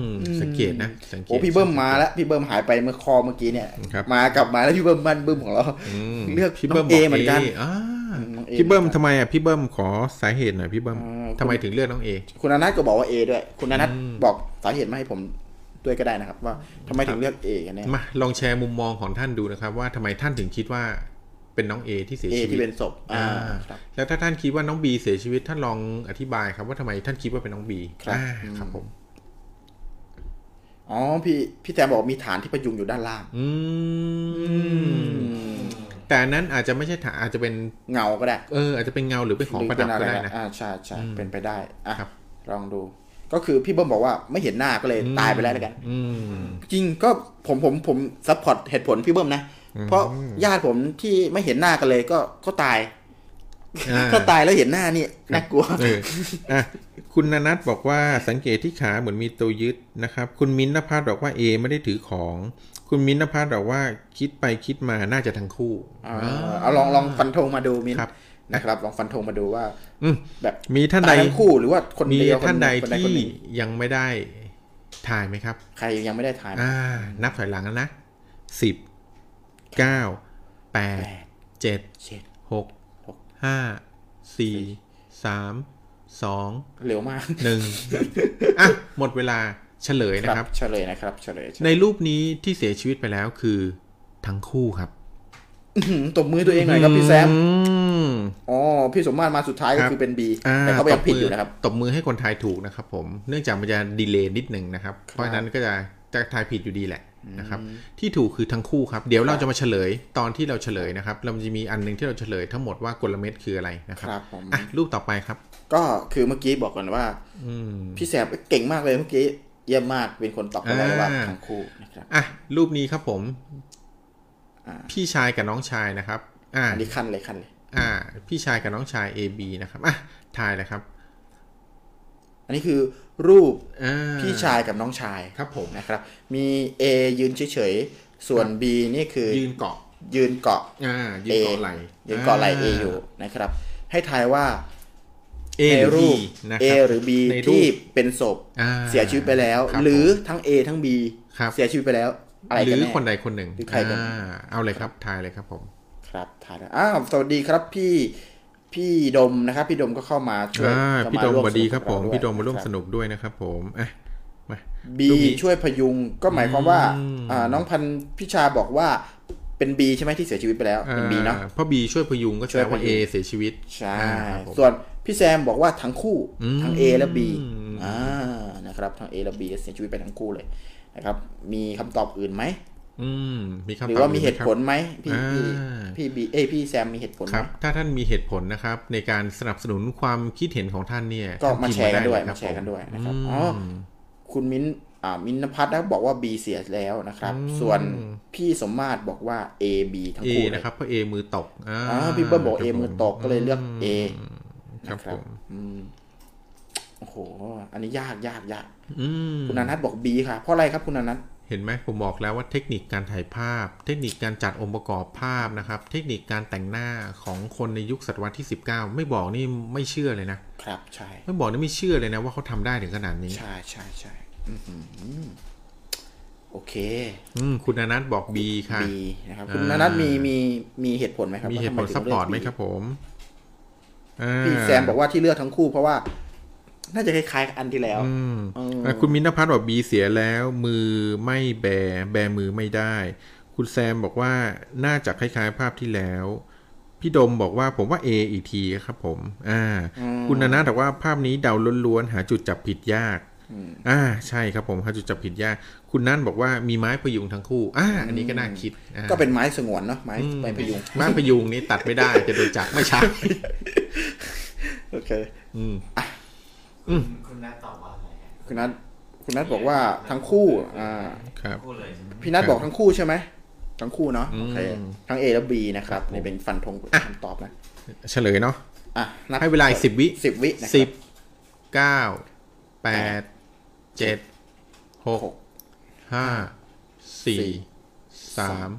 B: มสังเกตนะสังเกต
A: โอ้พี่เบิ้มมาแล้วพี่เบิ้มหายไปเมื่อคอเมื่อกี้เนี่ย
B: ครับ
A: มากลับมาแล้วพี่เบิ้มบ้านเบิ้มของเรา
B: อืม
A: เลือก
B: พี่
A: น้อง
B: เบิ้มบ
A: A เหมือนกัน
B: อ่า
A: น้อง A
B: พี่เบิ้ม
A: เหมือนกั
B: ทำ
A: น
B: ไมอ่ะพี่เบิ้มขอสาเหตุหน่อยพี่เบิ้ม
A: อ่า
B: ทำไมถึงเลือกน้อง A
A: คุณอนัทก็บอกว่า A ด้วย คุณอนัทบอกสาเหตุมาให้ผมด้วยก็ได้นะครับ ว่าทำไมถึงเลือก A กันแน่
B: มาลองแชร์มุมมองของท่านดูนะครับ ว่าทำไมท่านถึงคิดว่าเป็นน้อง A ที่เสีย
A: A
B: ชีวิต
A: ที่เป็นศพอ่า
B: อ่า
A: ครับ
B: แล้วถ้าท่านคิดว่าน้องบีเสียชีวิตท่านลองอธิบายครับว่าทำไมท่านคิดว่าเป็นน้องบี
A: ครับ
B: อ่าครับผม
A: อ๋อพี่พี่แจมบอกมีฐานที่ประยุงอยู่ด้านล่าง
B: อืมแต่อันนั้นอาจจะไม่ใช่ฐานอาจจะเป็น
A: เงาก็ได้
B: เอออาจจะเป็นเงาหรือเป็นของประดับ
A: ห
B: ก็
A: อ
B: ได้
A: เนอ
B: นะ
A: อ่าใช่ใช่เป็นไปได้อ่ะ
B: ครับ
A: ลองดู ก็คือพี่เบิ้มบอกว่าไม่เห็นหน้าก็เลยตายไปแล้วแล้วกัน
B: อืม
A: จริงก็ผมผมผมซัพพอร์ตเหตุผลพี่เบิ้มนะ เพราะญาติผมที่ไม่เห็นหน้ากันเลยก็ก็ตาย
B: อ่า
A: ก็ตายแล้วเห็นหน้านี่น่ากลัว
B: เอออ่ะคุณนนัทบอกว่าสังเกตที่ขาเหมือนมีตัวยึดนะครับ คุณมิ้นท์นภัสบอกว่าเอไม่ได้ถือของ คุณมิ้นท์นภัสบอกว่าคิดไปคิดมาน่าจะทั้งคู่
A: เอ
B: อ่า
A: อเอาลองลองฟันธงมาดูมิ้น
B: ครับ
A: นะครับ ลองฟันธงมาดูว่า
B: อืม
A: แบบ
B: มีท่านใด
A: ตยทั้งคู่หรือว่าคน
B: มี
A: เดียวค
B: ท่านใด
A: คค
B: ที่
A: หนึ่ง
B: ยังไม่ได้ถ่ายไหมครับ
A: ใครยังไม่ได้ถ่าย
B: อ่า นับถอยหลังแล้วนะสิบเก้าแปดเจ็ด
A: เช็ด
B: หกห้าสี่สามสอง
A: เร็วมาก
B: หนึ่ง <laughs> อ่ะ หมดเวลาเฉลยนะครับ
A: เฉลยนะครับเฉลย
B: ในรูปนี้ที่เสียชีวิตไปแล้วคือทั้งคู่ครับ
A: อื้อหือตบมือตัวเองหน่อยครับพี่แซม
B: อืม
A: อ๋อพี่สมมาตรมาสุดท้ายก็
B: ครับ
A: คือเป็นบี
B: อ่
A: แต่เขาก็ยังผิด
B: ตมื
A: อยู่นะครับ
B: ตบมือให้คนทายถูกนะครับผม เนื่องจากมันจะดีเลย์นิดหนึ่งนะครับ เพราะฉะนั้นก็จะจะทายผิดอยู่ดีแหละนะครับ ที่ถูกคือทั้งคู่ครับ เดี๋ยวเราจะมาเฉลยตอนที่เราเฉลยนะครับ เราจะมีอันหนึงที่เราเฉลยทั้งหมดว่ากลเม็ดคืออะไรนะครับ
A: ครับผม
B: อ่ะรูปต่อไปครับ
A: ก็คือเมื่อกี้บอกก่อนว่า
B: อืม
A: พี่แซมเก่งมากเลยเมื่อกี้เยี่ยมมากเป็นคนตอบคนแรกว่า
B: อ่า
A: ทั้งคู่นะครับ
B: อ่ะรูปนี้ครับผม
A: อ่า
B: พี่ชายกับน้องชายนะครับ อ่า
A: อันนี้ขั้นเลยขั้นเลย
B: อ่า พี่ชายกับน้องชาย AB นะครับอ่ะทายเลยครับ
A: อันนี้คือรูป
B: อ่า
A: พี่ชายกับน้องชาย
B: ครับผม
A: นะครับ มี A ยืนเฉยๆ ส่วน B นี่คือ
B: ยืนเกาะ
A: ยืนเกาะ
B: อ่า ยืน
A: A
B: เกาะไหล
A: ยืนเกาะไหล A อยู่นะครับ ให้ทายว่า
B: เอ
A: A
B: หรือ
A: รูป
B: B นะค
A: A
B: รับ
A: หรือ B
B: ในรู
A: ที่
B: ป
A: เป็นศพ
B: อ่า
A: เสียชีวิตไปแล้ว
B: ครับ
A: หรือทั้ง A ทั้ง B
B: ครับ
A: เสียชีวิตไปแล้ว อะไร
B: หรื
A: กัน
B: อ
A: แน่
B: คนใดคนหนึ่ง
A: หรือใครคนหนึ่ง
B: อ่าเอาเลยครับทายเลยครับผม
A: ครับทายแล้วอ้าวสวัสดีครับพี่พี่ดมนะครับ พี่ดมก็เข้ามาช่วย
B: อ่า
A: เข้า
B: พี่โดม
A: ร่ว
B: สวัสดีครับ
A: ส
B: ผ
A: นุก
B: ม
A: กัเา
B: พี่โดมมาร่วม
A: ครับ
B: สนุกด้วยนะครับผมอ่ะ มา
A: บี
B: ลูกนี้
A: ช่วยพยุงก็หมายความว่า
B: อืม
A: อ่าน้องพันธุ์พิชาบอกว่าเป็นบีใช่ไหมที่เสียชีวิตไปแล้วเป็นบีเนาะ
B: อ่เพราะบีช่วยพยุงก็
A: ช่
B: แป
A: วย
B: ลว่า
A: พยุง
B: เอเสียชีวิต
A: ใช่
B: อ่าครับผม
A: ส่วนพี่แซมบอกว่าทั้งคู่
B: อืม
A: ทั้ง A และ B
B: อืม
A: อ่านะครับทั้ง A และ B เสียชีวิตไปทั้งคู่เลยนะครับมีคำตอบอื่นไหม
B: อืมมีคำตอบ
A: หรือว่ามี
B: ไคบ
A: เหตุผลไหมพี่พี่
B: อ่า
A: พี่บีเอยพี่แซมมีเหตุผล
B: ค
A: ไหม
B: รับ ถ้าท่านมีเหตุผลนะครับ ในการสนับสนุนความคิดเห็นของท่านเนี่ย
A: ก็
B: ท่
A: มา
B: พิพ์
A: แชร์กันด้วย
B: ไเล
A: มาแชร์กันด้วยนะครับ บ
B: ผม
A: อ๋ออคุณมิ้นอ่ามินพัฒน์นะครับบอกว่า B เสียแล้วนะครับ ส่วนพี่สมมาตรบอกว่า A B ทั้ง
B: เอ
A: คู่เลย
B: นะครับเพราะเอมือตกอ่า
A: อ่าพี่เบิ้ลบอก
B: ค
A: A มือตกก็เลยเลือก A
B: ครับ
A: นะครั
B: ผ
A: บ
B: ม
A: อืมโอ้โห อันนี้ยากยากยาก
B: อืม
A: คุณอนัทบอก B ค่ะ เพราะอะไรครับคุณอนัท
B: เห็นไหมผมบอกแล้วว่าเทคนิคการถ่ายภาพ เทคนิคการจัดองค์ประกอบภาพนะครับ เทคนิคการแต่งหน้าของคนในยุคศตวรรษที่ 19 ไม่บอกนี่ไม่เชื่อเลยนะครับ
A: ใช่
B: ไม่บอกนี่ไม่เชื่อเลยนะว่าเขาทำได้ถึงขนาดนี้
A: ใช่ใช่ใช่อื้อหือโอเค
B: อืมคุณอนัทบอก B ค่ะ
A: B นะครับ
B: อ่า
A: คุณอนัทมีมีมีเหตุผลไหมครับ
B: มีเหตุผล
A: ว่าทำไถึ
B: ซัพ
A: งลื
B: พ
A: ก
B: อร์ตไหม
A: B
B: ครับผมอ่า
A: พี่แซมบอกว่าที่เลือกทั้งคู่เพราะว่า น่าจะคล้ายๆกับอันที่แล้ว
B: อืม
A: เอออ่
B: ะคุณมินทพัฒน์บอกบีเสียแล้ว มือไม่แบ แบมือไม่ได้ คุณแซมบอกว่าน่าจะคล้ายๆภาพที่แล้ว พี่ดมบอกว่าผมว่า A อีกทีครับผม อ่า คุณนานาบอกว่าภาพนี้เดาล้วนๆหาจุดจับผิดยาก อ่า ใช่ครับผมหาจุดจับผิดยาก คุณนั่นบอกว่ามีไม้พยุงทั้งคู่ อ่า อันนี้ก็น่าคิดอ่า
A: ก็เป็นไม้สงวนเนาะไม้ไม้พยุง
B: ไม้พยุงนี้ตัดไม่ได้จะโดนจับไม่ใช่
A: โอเค
B: อืม
D: คุณน้าตอบว่าอะไรอะ
A: คุณนัทคุณนัทบอกว่าทั้งคู่อ่า
B: ครับ
D: พูดเลยใช่ไหม
A: พี่นัทบอกทั้งคู่ใช่ไหมทั้งคู่เนาะ
B: อืม
A: โอเคทั้ง A และ B นะครับนี่เป็นฟันธง
B: อ่ะ
A: คำตอบนะ
B: เฉลยเนาะ
A: อ่ะนับ
B: ให้เวลาอีกสิบวิ
A: สิบวินะค
B: สิ
A: รั
B: บบ เก้าแปดเจ็ดหก
A: หก
B: ห้าสี่
A: สี่
B: สาม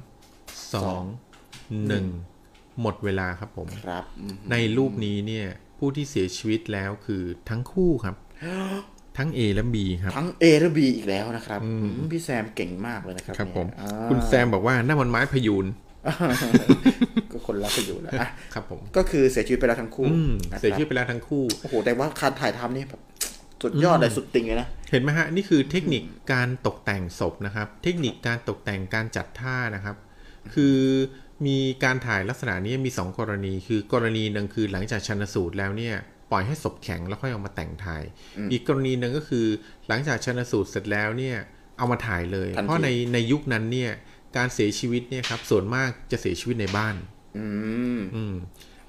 B: สองห
A: หนึ่
B: นึ่ง
A: ง
B: หมดเวลาครับผม
A: ครับอืม
B: ในรูปนี้เนี่ย ผู้ที่เสียชีวิตแล้วคือทั้งคู่
A: <gasps>
B: ครับ ทั้ง A และ B ครับ
A: ทั้ง A และ B อีกแล้วนะครับอืมพี่แซมเก่งมากเลยนะครับ
B: ครับ
A: เนี่ย
B: ผม
A: อ่า
B: คุณแซมบอกว่าหน้ามันไม้พยูน
A: <laughs> ก็คนรักกันอยู่แล้วอ่ะ
B: ครับผม
A: ก็คือเสียชีวิตไปแล้วทั้งคู่
B: อืม
A: นะครับ
B: เสียชีวิตไปแล้วทั้งคู่
A: โอ้โห แต่ว่าการถ่ายทำนี่แบบ สุดยอดเลยสุดติ่งเลยนะ
B: เห็นไหมฮะ นี่คือเทคนิคการตกแต่งศพนะครับ เทคนิคการตกแต่งการจัดท่านะครับ คือมีการถ่ายลักษณะนี้มี 2 กรณี คือกรณีหนึ่งคือหลังจากชันสูตรแล้วเนี่ยปล่อยให้ศพแข็งแล้วค่อยเอามาแต่งถ่าย อีกกรณีหนึ่งก็คือหลังจากชันสูตรเสร็จแล้วเนี่ยเอามาถ่ายเลย
A: ทันที
B: เพราะในในยุคนั้นเนี่ยการเสียชีวิตเนี่ยครับส่วนมากจะเสียชีวิตในบ้าน
A: อืม
B: อืม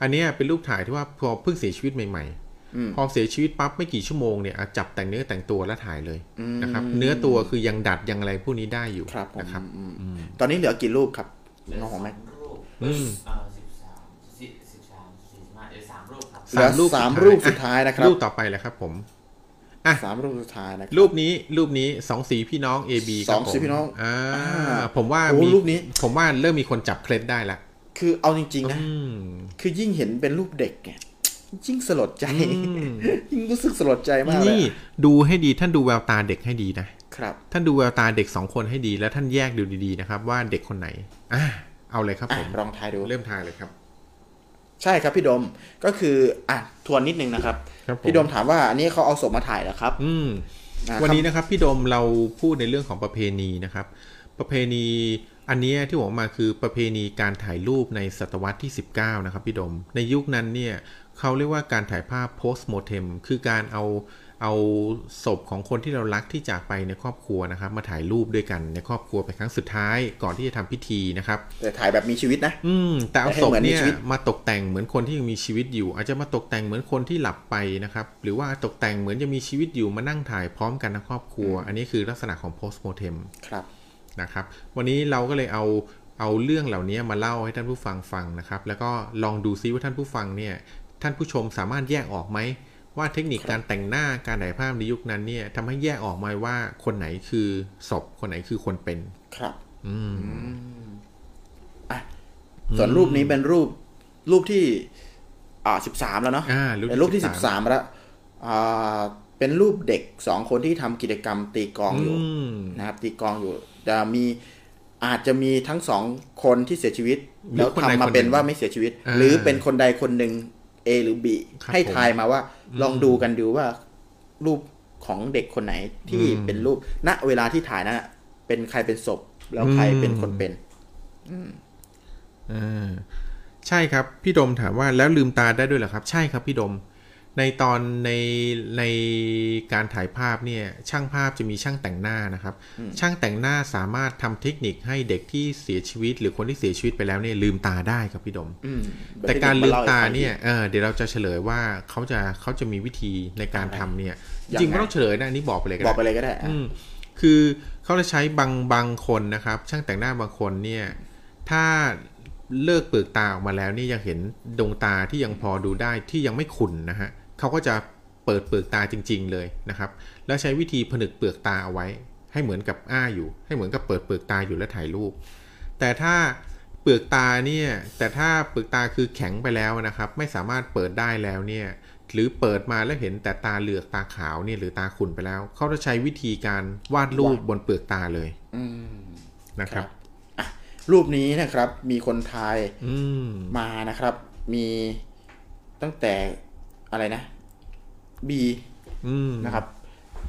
B: อันเนี้ยเป็นรูปถ่ายที่ว่าพอเพิ่งเสียชีวิตใหม่
A: อืม
B: ๆ พอเสียชีวิตปั๊บไม่กี่ชั่วโมงเนี่ยอ่ะจับแต่งเนื้อแต่งตัวแล้วถ่ายเลย
A: อืม
B: นะครับ เนื้อตัวคือยังดัดยังอะไรพวกนี้ได้อยู่
A: ครับผม
B: นะครับ
A: อืมตอนนี้เหลือกี่รูปครับน้องของแม็ก
D: รูป
B: อื
D: เอ
B: ม
D: อสิบสามสิบสิบสามสี่สิบห้าเดี๋ยวสามรูปครับ
A: เหลือสามรูปสุดท้ายนะครับ
B: รูปต่อไปแหละครับผม อ่ะ
A: สามรูปสุดท้ายนะครับ
B: รูปนี้รูปนี้สองสีพี่น้อง A B
A: สองสีพี่น้อง
B: อ่า
A: อ่า
B: ผมว่า
A: โอ้
B: มี
A: รูปนี้
B: ผมว่าเริ่มมีคนจับเคล็ดได้ละ
A: คือเอาจริงๆนะ
B: อืม
A: คือยิ่งเห็นเป็นรูปเด็กเนี่ยยิ่งสลดใจ
B: อืม
A: ยิ่งรู้สึกสลดใจมากเลย
B: นี่
A: อะ
B: ดูให้ดีท่านดูแววตาเด็กให้ดีนะ
A: ครับ
B: ท่านดูแววตาเด็กสองคนให้ดีแล้วท่านแยกดูดีๆนะครับ ว่าเด็กคนไหนอ่ะเอาเลยครับ
A: อ่ะ
B: ผม
A: ลองทายดู
B: เริ่มทายเลยครับ
A: ใช่ครับพี่โดม ก็คือ อ่ะ ทวนนิดนึงนะครับ
B: ครับผม
A: พี่โดมถามว่าอันนี้เขาเอาศพมาถ่ายเหรอครับ
B: อืม
A: อ่า
B: วันนี้นะครับพี่ดมเราพูดในเรื่องของประเพณีนะครับ ประเพณีอันเนี้ยที่ผมเอามาคือประเพณีการถ่ายรูปในศตวรรษที่ 19 นะครับพี่ดม ในยุคนั้นเนี่ยเขาเรียกว่าการถ่ายภาพ post mortem คือการเอาเอาศพของคนที่เรารักที่จากไปในครอบครัวนะครับ มาถ่ายรูปด้วยกันในครอบครัวเป็นครั้งสุดท้ายก่อนที่จะทำพิธีนะครับ
A: แต่ถ่ายแบบมีชีวิตนะ
B: อืมแต่เอาศพเนี่ย
A: ให้เหมือนมีชีวิต
B: มาตกแต่งเหมือนคนที่ยังมีชีวิตอยู่ อาจจะมาตกแต่งเหมือนคนที่หลับไปนะครับ หรือว่าตกแต่งเหมือนจะมีชีวิตอยู่มานั่งถ่ายพร้อมกันในครอบครัว อันนี้คือลักษณะของ post mortem
A: ครับ
B: นะครับ วันนี้เราก็เลยเอาเอาเรื่องเหล่านี้มาเล่าให้ท่านผู้ฟังฟังนะครับ แล้วก็ลองดูซิว่าท่านผู้ฟังเนี่ยท่านผู้ชมสามารถแยกออกไหมว่าเทคนิคการแต่งหน้าการถ่ายภาพในยุคนั้นเนี่ยทำให้แยกออกไหมว่าคนไหนคือศพคนไหนคือคนเป็น
A: ครับ
B: อืม
A: ส่วนรูปนี้เป็นรูปรูปที่ อ่าสิบสามแล้วเนาะ
B: อ่ารูปที่
A: เป็นรูปที่
B: 13
A: สิบสามแล้วอ่าเป็นรูปเด็กสองคนที่ทำกิจกรรมตีกลองอยู่
B: อืม
A: นะครับ ตีกลองอยู่จะมีอาจจะมีทั้งสองคนที่เสียชีวิต
B: หรือ
A: แล้ว
B: คน
A: ทำ
B: ใด
A: มา
B: คนหนึ่ง
A: เป็นว่าไม่เสียชีวิต
B: อ่า
A: หรือเป็นคนใดคนหนึ่ง A หรือ B
B: ครับ
A: ให้
B: ผม
A: ทายมาว่า ลองดูกันดูว่า รูป ของเด็กคนไหนที่
B: อืม
A: เป็นรูปณเวลาที่ถ่ายนนอะเป็นใครเป็นศพแล้วใคร
B: อืม
A: เป็นคนเป็น
B: อ่าใช่ครับ พี่ดมถามว่าแล้วลืมตาได้ด้วยเหรอครับ ใช่ครับพี่ดม ในตอนในในการถ่ายภาพเนี่ยช่างภาพจะมีช่างแต่งหน้านะครับ ช่างแต่งหน้าสามารถทำเทคนิคให้เด็กที่เสียชีวิต หรือคนที่เสียชีวิตไปแล้วเนี่ยลืมตาได้ครับพี่ดม
A: อืม
B: แต่การ
A: แบบ
B: ลื
A: ที่ผ
B: ม
A: มล่ให้
B: ตา
A: ฟัง
B: เนี่ยเออเดี๋ยวเราจะเฉลยว่าเขาจะเขาจะมีวิธีในการทำเนี่ย
A: ยังไง
B: จริงไม่ต้องเฉลยนะอันนี้บอกไปเลยก็
A: บ
B: ได้
A: อกไปเลยก็ได้อะ
B: อืมคือเขาจะใช้บางบางคนนะครับ ช่างแต่งหน้าบางคนเนี่ย ถ้าเลิกเปลือกตาออกมาแล้วเนี่ยยังเห็นดวงตาที่ยังพอดูได้ที่ยังไม่ขุ่นนะฮะเขาก็จะเปิดเปลือกตาจริง ๆ เลยนะครับ แล้วใช้วิธีผนึกเปลือกตาเอาไว้ ให้เหมือนกับอ้าอยู่ ให้เหมือนกับเปิดเปลือกตาอยู่และถ่ายรูป แต่ถ้าเปลือกตาเนี่ยแต่ถ้าเปลือกตาคือแข็งไปแล้วนะครับ ไม่สามารถเปิดได้แล้วเนี่ยหรือเปิดมาแล้วเห็นแต่ตาเหลือกตาขาวเนี่ยหรือตาขุ่นไปแล้วเขาจะใช้วิธีการวาดรูปบนเปลือกตาเลย
A: อืม
B: นะค
A: ครั
B: รับ
A: บ รูปนี้นะครับ มีคนไทย
B: อืม
A: มานะครับ มีตั้งแต่อะไรนะ B
B: อืม
A: นะครับ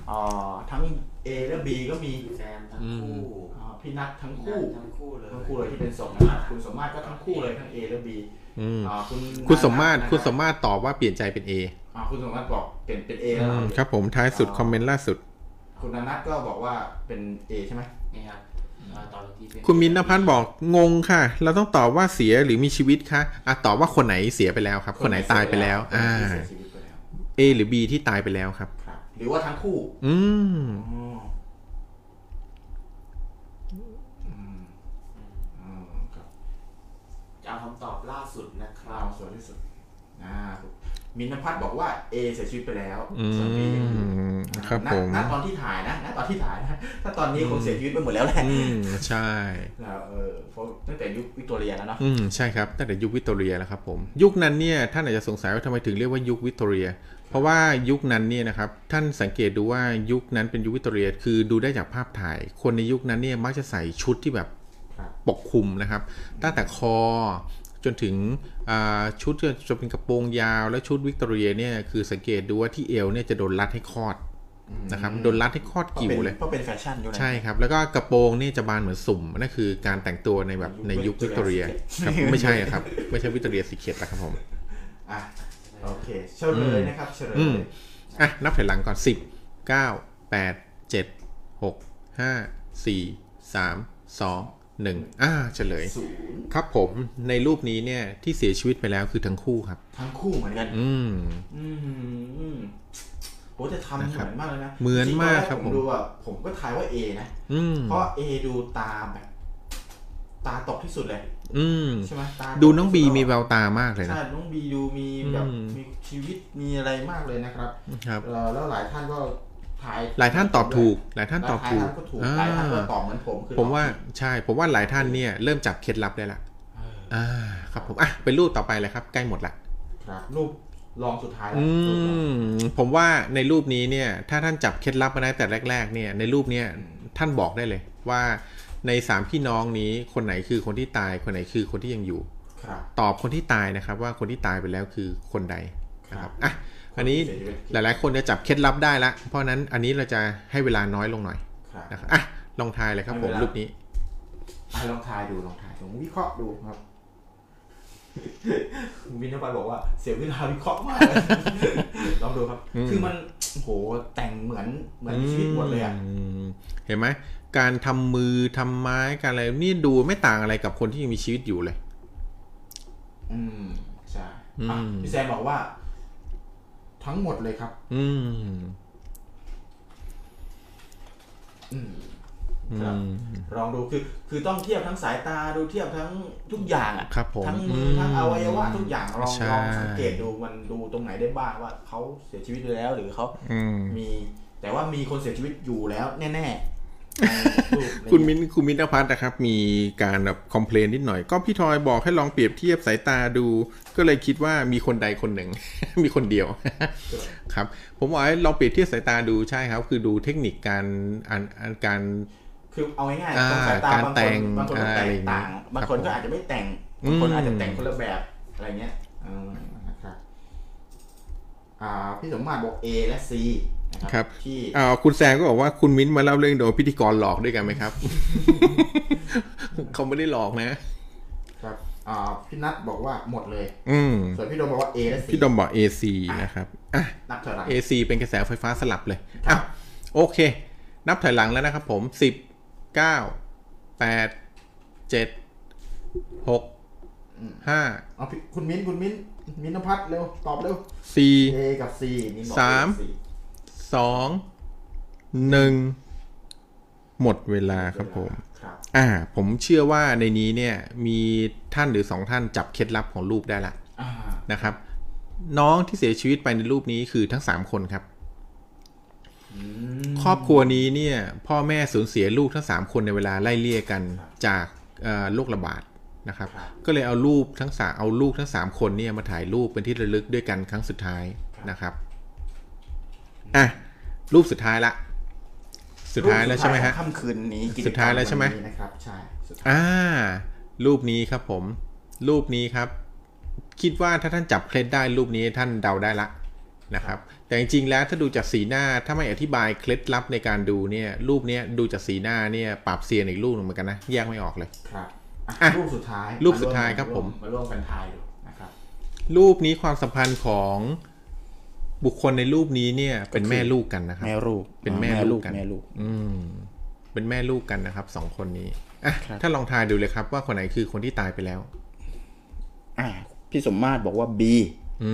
A: เอ่อทั้ง A และ B ก็มี
D: แซมทั้งคู่
A: อ่าพี่นัททั้ง
D: คู่
A: คู่
D: ทั้งคู่เลย
A: ทั้งคู่เลยที่เป็นศพนะครับคุณสมมาตรก็ทั้งคู่เลยทั้ง A และ B
B: อืม
A: อ่าคุณ
B: คุณสมมาตร
A: นะรับ
B: คุณสมมาตรตอบว่าเปลี่ยนใจเป็น A
A: อ่าคุณสมมาตรบอกเปลี่ยนเป็น A
B: อ
A: แล้วเหรอ
B: มครับผมท้ายสุดคอมเมนต์ล่าสุด
A: คุณนัทก็บอกว่าเป็น A ใช่ไหม
D: นี่ครับเอ่อตอนที่เป็น
B: คุณมินท์นภัทรบอกงงค่ะ เราต้องตอบว่าเสียหรือมีชีวิตคะอ่ะตอบว่าคนไหนเสียไปแล้วครับ คนไหนตายไปแล้ว
A: คน
B: อ่า
A: ไหนเสียชีวิตไปแล้ว
B: A หรือ B ที่ตายไปแล้วครับ
A: ครับ หรือว่าทั้งคู่
B: อืม
A: อ๋ออืมอืมครับ
D: จะเอาคำตอบล่าสุดนะครั
A: เอา
D: บ
A: สวยที่สุดอ่ามินทพัฒน์บอกว่า A เสียชีวิตไปแล้ว
B: อืม
A: ส่วน B ยังอยู่
B: ครับ
A: ณ
B: ผม
A: ณตอนที่ถ่ายนะณตอนที่ถ่ายนะ ถ้าตอนนี้คงเสียชีวิตไปหมดแล้วแหละ
B: อืม ใช่
A: แล้วเออเพราะตั้งแต่ยุควิกตอเรียแล้วเนาะ
B: อืม ใช่ครับตั้งแต่ยุควิกตอเรียแล้วครับผม ยุคนั้นเนี่ยท่านอาจจะสงสัยว่าทำไมถึงเรียกว่ายุควิกตอเรีย เพราะว่ายุคนั้นเนี่ยนะครับท่านสังเกตดูว่ายุคนั้นเป็นยุควิกตอเรีย คือดูได้จากภาพถ่าย คนในยุคนั้นเนี่ยมักจะใส่ชุดที่แบบ
A: ครับ
B: ปกคลุมนะครับ ตั้งแต่คอจนถึงอ่าชุดจะจะเป็นกระโปรงยาวและชุดวิกตอเรียเนี่ยคือสังเกตดูว่าที่เอวเนี่ยจะโดนรัดให้คลอดนะครับโดนรัดให้คลอด
A: เพราะ
B: กิ่ว
A: เป็น
B: เลย
A: เพราะเป็นแฟชั่นอยู่นะ
B: ใช่ครับ แล้วก็กระโปรงนี่จะบานเหมือนสุ่มนั่นคือการแต่งตัวในแบบในยุควิกตอเรียครับไม่ใช่ครับ ไม่ใช่วิกตอเรียสีเขียดนะครับผม
A: อ่ะโอเคเฉลยนะครับเฉลย
B: อืม อ่ะ นับถอยหลังก่อน 10 9 8 7 6 5 4 3 2 1 อ่าเฉลย
A: ศูนย์
B: ครับผมในรูปนี้เนี่ยที่เสียชีวิตไปแล้วคือทั้งคู่ครับ
A: ทั้งคู่เหมือนกัน
B: อืม
A: อืมโหจะทำ
B: นะ
A: เห
B: ครับ
A: มือนมากเลยนะ
B: เหมือนมากค
A: จงๆต
B: รับผม
A: แผมดูอ่ะผมก็ทายว่า A นะ
B: อืม
A: เพราะ A ดูตาแบบ ตาตกที่สุดเลย
B: อืม
A: ใช่ไหมตา
B: ดูน้องบีมีแว
A: แบบ
B: วตามากเลยนะ
A: ใช่น้องบีดูมีแบบ
B: อืม
A: มีชีวิตมีอะไรมากเลยนะครับ
B: ครับ
A: เอ่อแล้วหลายท่านก็ทาย
B: หลายท่านตอบถูก หลายท่านตอบถู
A: ห
B: ก
A: ลายท่านก็ถูก
B: อ่า
A: หลายท่านก็ตอบเหมือนผมคือ
B: ผมว่า
A: ตอบ
B: ใช่ผมว่าหลายท่านเนี่ยเริ่มจับเคล็ดลับได้ละอ่าครับผมอ่ะเป็นรูปต่อไปเลยครับ ใกล้หมดละ
A: ผิดครับรูปลองสุดท้ายแล้ว
B: อื
A: รูปลอง
B: มผมว่าในรูปนี้เนี่ย ถ้าท่านจับเคล็ดลับมาได้แต่แรก ๆ เนี่ย ในรูปเนี่ยท่านบอกได้เลย ว่าในสามพี่น้องนี้คนไหนคือคนที่ตายคนไหนคือคนที่ยังอยู่
A: ครับ
B: ตอบคนที่ตายนะครับว่าคนที่ตายไปแล้วคือคนใดนะครับอ่ะอันนี้
A: คนที่เสียชีวิต
B: หลายๆ คนจะจับเคล็ดลับได้ละเพราะฉะนั้นอันนี้เราจะให้เวลาน้อยลงหน่อย
A: ครับ
B: นะครับอ่ะลองทายเลยครับ
A: ให้
B: ผ
A: เว
B: ม
A: ลา
B: รูปนี้
A: อ่ะลองทายดูลองทายดูวิเคราะห์ดูครับ วินทบาลบอกว่าเสียเวลาวิเคราะห์มากเลย <laughs> ลองดูครับ คือมันโหแต่งเหมือนเหมือนมีชีวิตหมดเลยอ่ะ
B: อืมเห็นไหมการทำมือทำไม้การอะไรนี่ดูไม่ต่างอะไรกับคนที่ยังมีชีวิตอยู่เลย
A: อืมใช่
B: อืม
A: อ่ะพี่แซมบอกว่า ทั้งหมดเลยครับ
B: อืม
A: อืม
B: อื
A: ครับ
B: ม
A: ลองดูคือ คือต้องเทียบทั้งสายตาดูเทียบทั้งทุกอย่างอ่ะ
B: ครับผม
A: ทั้งมืออ
B: ม
A: ทั้งอวัยวะทุกอย่างลอง
B: ใช่
A: ลองสังเกตดูมันดูตรงไหนได้บ้างว่าเขาเสียชีวิตไปแล้วหรือเขา
B: อืม
A: มีแต่ว่ามีคนเสียชีวิตอยู่แล้วแน่ๆในรูป
B: คุณมินคุณมินทพัฒน์นะครับ มีการแบบคอมเพลนนิดหน่อย ก็พี่ทอยบอกให้ลองเปรียบเทียบสายตาดู ก็เลยคิดว่ามีคนใดคนหนึ่ง <laughs> มีคนเดียว ครับผมบอกให้ลองเปรียบเทียบสายตาดูใช่ครับ คือดูเทคนิคการอันอันการ
A: คือเอาง่าย
B: อ่า
A: ๆตรงสายตา
B: การ
A: บาง
B: แต่
A: คน
B: ง
A: บางคนก็
B: อ่า
A: แต
B: อะไรอก ย่างงี้
A: ต่างบางคนก็อาจจะไม่แต่ง
B: อืม
A: บางคนอาจจะแต่งคนละแบบอะไรเงี้ยอืมนะครับอ่าพี่สมมาตรบอก A และ C นะครับที่
B: อ่าคุณแซมก็บอกว่าคุณมิ้นท์มาเล่าเรื่องโดนพิธีกรหลอกด้วยกันไหมครับ <laughs> เขาไม่ได้หลอกนะ
A: ครับอ่าพี่นัทบอกว่าหมดเลย
B: อืม
A: ส่วนพี่โดมบอกว่า A และ C
B: พี่ดอมบอก AC นะครับอ่ะ
A: นับถอยหลัง
B: AC เป็นกระแสไฟฟ้าสลับเลย
A: ครั
B: อ่ะ
A: บ
B: โอเค นับถอยหลังแล้วนะครับผม 10 9 8 7 6 5
A: เอาพี่คุณมิ้น คุณมิ้น มิ้นนภัสเร็ว ตอบเร็ว A
B: 4
A: กับ C มิ้นบอก A
B: สาม
A: กับ C
B: 2 1 หมดเวลาครับผม
A: ครับ
B: อ่า ผมเชื่อว่าในนี้เนี่ย มีท่านหรือสองท่านจับเคล็ดลับของรูปได้ละ
A: อ่า
B: นะครับ น้องที่เสียชีวิตไปในรูปนี้คือทั้ง 3 คนครับ ครอบครัวนี้เนี่ย พ่อแม่สูญเสียลูกทั้ง 3 คนในเวลาไล่เลี่ยกันจากเอ่อโรคระบาดนะครับ ก็เลยเอารูปทั้งสามเอาลูกทั้ง 3 คนเนี่ยมาถ่ายรูปเป็นที่ระลึกด้วยกันครั้งสุดท้ายนะครับอ่ะรูปสุดท้ายละ สุดท้ายแล้วใช่ไหมฮะ
A: ค่ำคืนนี้กิจกร
B: สุดท้ายแล้วใช่ไหม
A: นนี้นะครับ ใช่สุดท้าย
B: อ่า รูปนี้ครับผม รูปนี้ครับ คิดว่าถ้าท่านจับเคล็ดได้รูปนี้ท่านเดาได้ละนะครับ แต่จริงๆแล้วถ้าดูจากสีหน้าถ้าไม่อธิบายเคล็ดลับในการดูเนี่ย รูปเนี้ยดูจากสีหน้าเนี่ยปราบเซียนอีกรูปหนึ่งเหมือนกันนะแยกไม่ออกเลย
A: ครับอ่ะ
B: อ่ะ
A: รูปสุดท้าย
B: รูปสุดท้ายครับผม
A: มาร่วมกันทายดูนะครับ
B: รูปนี้ความสัมพันธ์ของบุคคลในรูปนี้เนี่ย เป็นแม่ลูกกันนะครับ
A: แม่ลูก
B: เป็นแม่ลูกกัน
A: แม่ลูก
B: อืม เป็นแม่ลูกกันนะครับสองคนนี้อ่ะถ้าลองทายดูเลยครับ ว่าคนไหนคือคนที่ตายไปแล้ว
A: อ่ะพี่สมมาตรบอกว่า B
B: อื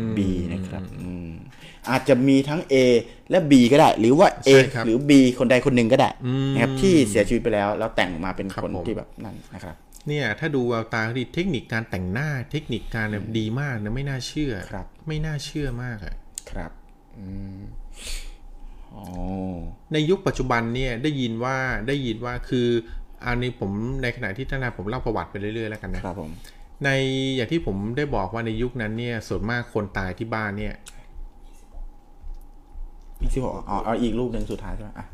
B: ม
A: B นะครับอืมอาจจะมีทั้ง A และ B ก็ได้ หรือว่า A
B: ใช่ครับ
A: หรือ B คนใดคนหนึ่งก็ได้
B: อืม
A: นะครับที่เสียชีวิตไปแล้ว แล้วแต่งมาเป็น
B: ครับ
A: คน
B: ผม
A: ที่แบบนั่นนะครับ
B: เนี่ย ถ้าดูแววตาเขาดีเทคนิคการแต่งหน้าเทคนิคการแบบดีมากนะไม่น่าเชื่อ
A: ครับ
B: ไม่น่าเชื่อมากอะ
A: ครับอืมอ๋อ
B: ในยุคปัจจุบันเนี่ยได้ยินว่าได้ยินว่าคืออันนี้ผมในขณะที่ท่านนายผมเล่าประวัติไปเรื่อยๆแล้วกันนะครับ
A: ผม
B: ในอย่างที่ผมได้บอกว่าในยุคนั้นเนี่ย ส่วนมากคนตายที่บ้านเนี่ย
A: ที่บอกอ๋อเอาอีกรูปหนึ่งสุดท้ายใช่ไหมอ่ะ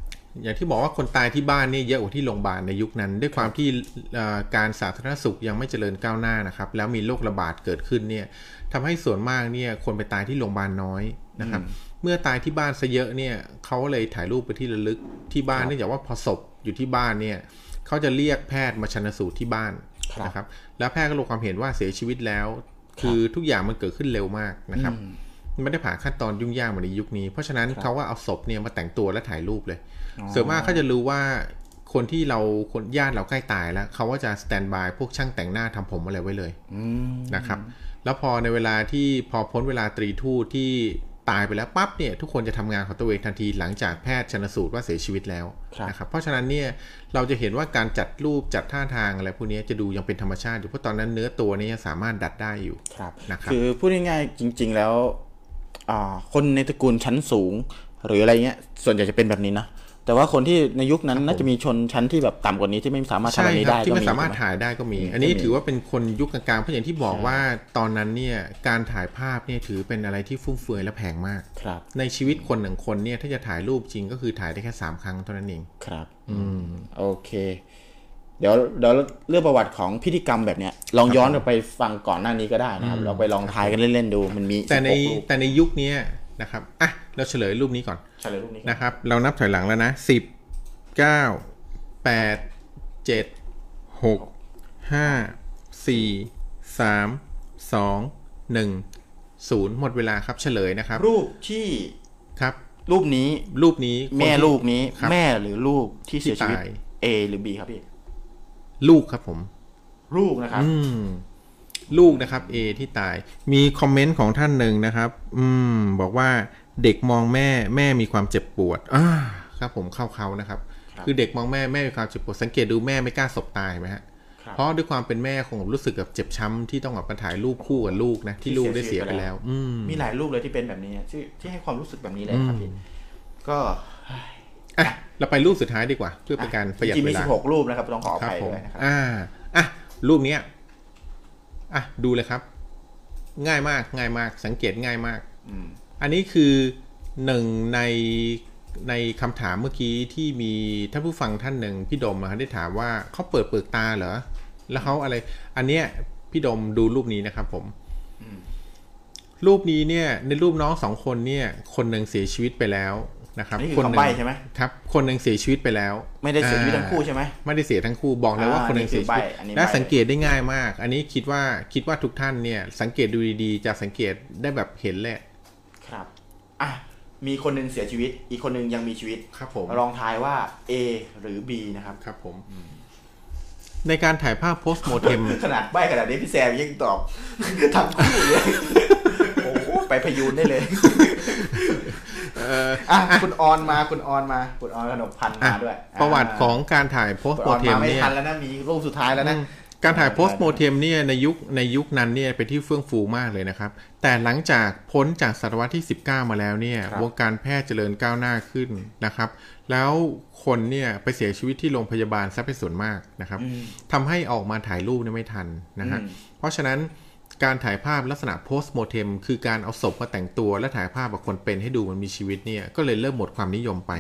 B: อย่างที่บอกว่าคนตายที่บ้านเนี่ยเยอะกว่าที่โรงพยาบาลในยุคนั้น ด้วยความที่เอ่อการสาธารณสุขยังไม่เจริญก้าวหน้านะครับ แล้วมีโรคระบาดเกิดขึ้นเนี่ยทำให้ส่วนมากเนี่ยคนไปตายที่โรงพยาบาลน้อยนะครับ เมื่อตายที่บ้านซะเยอะเนี่ยเขาเลยถ่ายรูปไปนที่ระลึกที่บ้านเนื่องจากว่าพอศพอยู่ที่บ้านเนี่ยเขาจะเรียกแพทย์มาชันสูตรที่บ้าน
A: ครับ
B: นะครับแล้วแพทย์ก็ลงความเห็นว่าเสียชีวิตแล้ว คือทุกอย่างมันเกิดขึ้นเร็วมากนะครับ ไม่ได้ผ่านขั้นตอนยุ่งยากเหมือนในยุคนี้ เพราะฉะนั้นเขาก็เอาศพเนี่ยมาแต่งตัวและถ่ายรูปเลยส่วนมากเขาจะรู้ว่าคนที่เราคนญาติเราใกล้ตายแล้วเขาก็จะสแตนบายพวกช่างแต่งหน้าทำผมอะไรไว้เลย
A: อืม
B: นะครับ แล้วพอในเวลาที่พอพ้นเวลาตรีทูตที่ตายไปแล้วปั๊บเนี่ยทุกคนจะทำงานของตัวเองทันทีหลังจากแพทย์ชนสูตรว่าเสียชีวิตแล้ว
A: ครับ
B: นะครับเพราะฉะนั้นเนี่ยเราจะเห็นว่าการจัดรูปจัดท่าทางอะไรพวกนี้จะดูยังเป็นธรรมชาติอยู่เพราะตอนนั้นเนื้อตัวเนี่ยยังสามารถดัดได้อยู่
A: ครับ
B: นะครับ
A: คือพูดง่ายๆจริง ๆ แล้วอ่าคนในตระกูลชั้นสูง หรืออะไรเงี้ย ส่วนใหญ่จะเป็นแบบนี้นะ แต่ว่าคนที่ในยุคนั้นน่าจะมีชนชั้นที่แบบต่ำกว่านี้ที่ไม่สามารถทำ
B: ใช่
A: แบบนี้
B: ครั
A: ได้
B: บที่
A: ก็
B: ไม่
A: มี
B: สามารถ
A: ถูกไห
B: ถ่ายได้ก็มี
A: อืม
B: อันนี้
A: ก็มี
B: ถือว่าเป็นคนยุคกลางๆเพราะอย่างที่บอก
A: ใช่
B: ว่าตอนนั้นเนี่ยการถ่ายภาพเนี่ยถือเป็นอะไรที่ฟุ่มเฟือยและแพงมาก
A: ครับ
B: ในชีวิตคนหนึ่งคนเนี่ยถ้าจะถ่ายรูปจริงก็คือถ่ายได้แค่ 3 ครั้งเท่านั้นเอง
A: ครับ
B: อืม
A: โอเค เดี๋ยวเดี๋ยวเรื่องประวัติของพิธีกรรมแบบเนี้ย ลองย้อนกลับไปฟังก่อนหน้านี้ก็ได้นะครับเราไปลองทายกันเล่นๆดู มันมี
B: แต่ใน
A: 16รูป
B: แต่ในยุคเนี้ยนะครับอ่ะเราเฉลยรูปนี้ก่อน
A: ใช่เลยรูปนี้ครับ
B: นะครับ เรานับถอยหลังแล้วนะสิบเก้าแปดเจ็ดหกห้าสี่สามสองหนึ่งศูนย์หมดเวลาครับเฉลยนะครับ
A: รูปที่
B: ครับ
A: รูปนี้
B: รูปนี้คนที่
A: แม่ลูกนี้
B: ครับ
A: แม่หรือลูกที่เสียชีวิต
B: ที่ตาย
A: A หรือ B ครับพี่
B: ลูกครับผม
A: ลูกนะครับ
B: อืม ลูกนะครับ A ที่ตาย มีคอมเมนต์ของท่านหนึ่งนะครับ อืม บอกว่าเด็กมองแม่แม่มีความเจ็บปวดอ่าครับผมเข้าเขานะครับ
A: ครับ
B: คือเด็กมองแม่แม่มีความเจ็บปวดสังเกตดูแม่ไม่กล้าสบตายไหมฮะ
A: ครับ
B: เพราะด้วยความเป็นแม่คงรู้สึกกับเจ็บช้ำที่ต้องแบบมาถ่ายรูปคู่กับลูกนะที่ลูกได้เสียไปแล้ว อืม
A: มีหลายรูปเลยที่เป็นแบบนี้ที่ที่ให้ความรู้สึกแบบนี้เลยครับพี่ก็
B: อ่ะ เราไปรูปสุดท้ายดีกว่า เพื่อเป็นการประหยัด
A: จงๆ
B: เว
A: มี
B: ลา
A: สิบหกรูปนะครับต้องขออ
B: ครับ
A: ภัย
B: ผม
A: ด้วยนะครับ
B: อ่า อ่ะ รูปเนี้ย อ่ะ ดูเลยครับ ง่ายมาก ง่ายมาก สังเกตง่ายมาก
A: อืม
B: อันนี้คือหนึ่งในในคำถามเมื่อกี้ที่มีท่านผู้ฟังท่านหนึ่งพี่ดมอะได้ถามว่าเขาเปิดเปลือกตาเหรอ แล้วเขาอะไร อันเนี้ยพี่ดมดูรูปนี้นะครับผม รูปนี้เนี่ยในรูปน้องสองคนเนี่ยคนหนึ่งเสียชีวิตไปแล้วนะครับ
A: อันนี้คือ
B: หนึ่
A: คำใบ้
B: ง
A: ใช่ไหม
B: ครับ คนหนึ่งเสียชีวิตไปแล้ว
A: ไม่ได้เสียชีวิต
B: อ่า
A: ทั้งคู่ใช่ไหม
B: ไม่ได้เสียทั้งคู่บอกเลยว่า
A: อ่า
B: คนหนึ่งเสียชีวิต
A: อันนี้ใบ้อันนี้ใบ้
B: และสังเกตได้ง่ายมาก อันนี้คิดว่าคิดว่าทุกท่านเนี่ย สังเกตดูดีๆ จะสังเกตได้แบบเห็นแหละ
A: ครับอ่ะมีคนหนึ่งเสียชีวิต อีกคนหนึ่งยังมีชีวิต
B: ครับผม
A: ลองทายว่า A หรือ B นะครับ
B: ครับผม ในการถ่ายภาพโพสต์โมเทม
A: ขนาดใบขนาดนี้พี่แซมยังตอบ <laughs> ทั้งคู่เลย <laughs> โอ้โหไปพยูนได้เลย <laughs> อ่ะคุณออนมาคุณออนมา คุณออนขนมพันธ์มาด้วย
B: ประวัติของการถ่ายโพส
A: คุณ
B: ต์โม
A: ออน
B: เท
A: มาม ไม่
B: เนี่ย
A: ทันแล้วนะมีรูปสุดท้ายแล้วนะ
B: การถ่ายโพสต์โมเทมเนี่ยในยุคในยุคนั้นเนี่ยเป็นที่เฟื่องฟูมากเลยนะครับ แต่หลังจากพ้นจากศตวรรษที่ 19 มาแล้วเนี่ย
A: ครับ
B: วงการแพทย์เจริญก้าวหน้าขึ้นนะครับ แล้วคนเนี่ยไปเสียชีวิตที่โรงพยาบาลซะเป็นส่วนมากนะครับ
A: อืม
B: ทำให้ออกมาถ่ายรูปเนี่ยไม่ทันนะฮะ
A: อืม
B: เพราะฉะนั้นการถ่ายภาพลักษณะ post mortem คือการเอาศพมาแต่งตัว และถ่ายภาพแบบคนเป็นให้ดูมันมีชีวิตเนี่ย ก็เลยเริ่มหมดความนิยมไป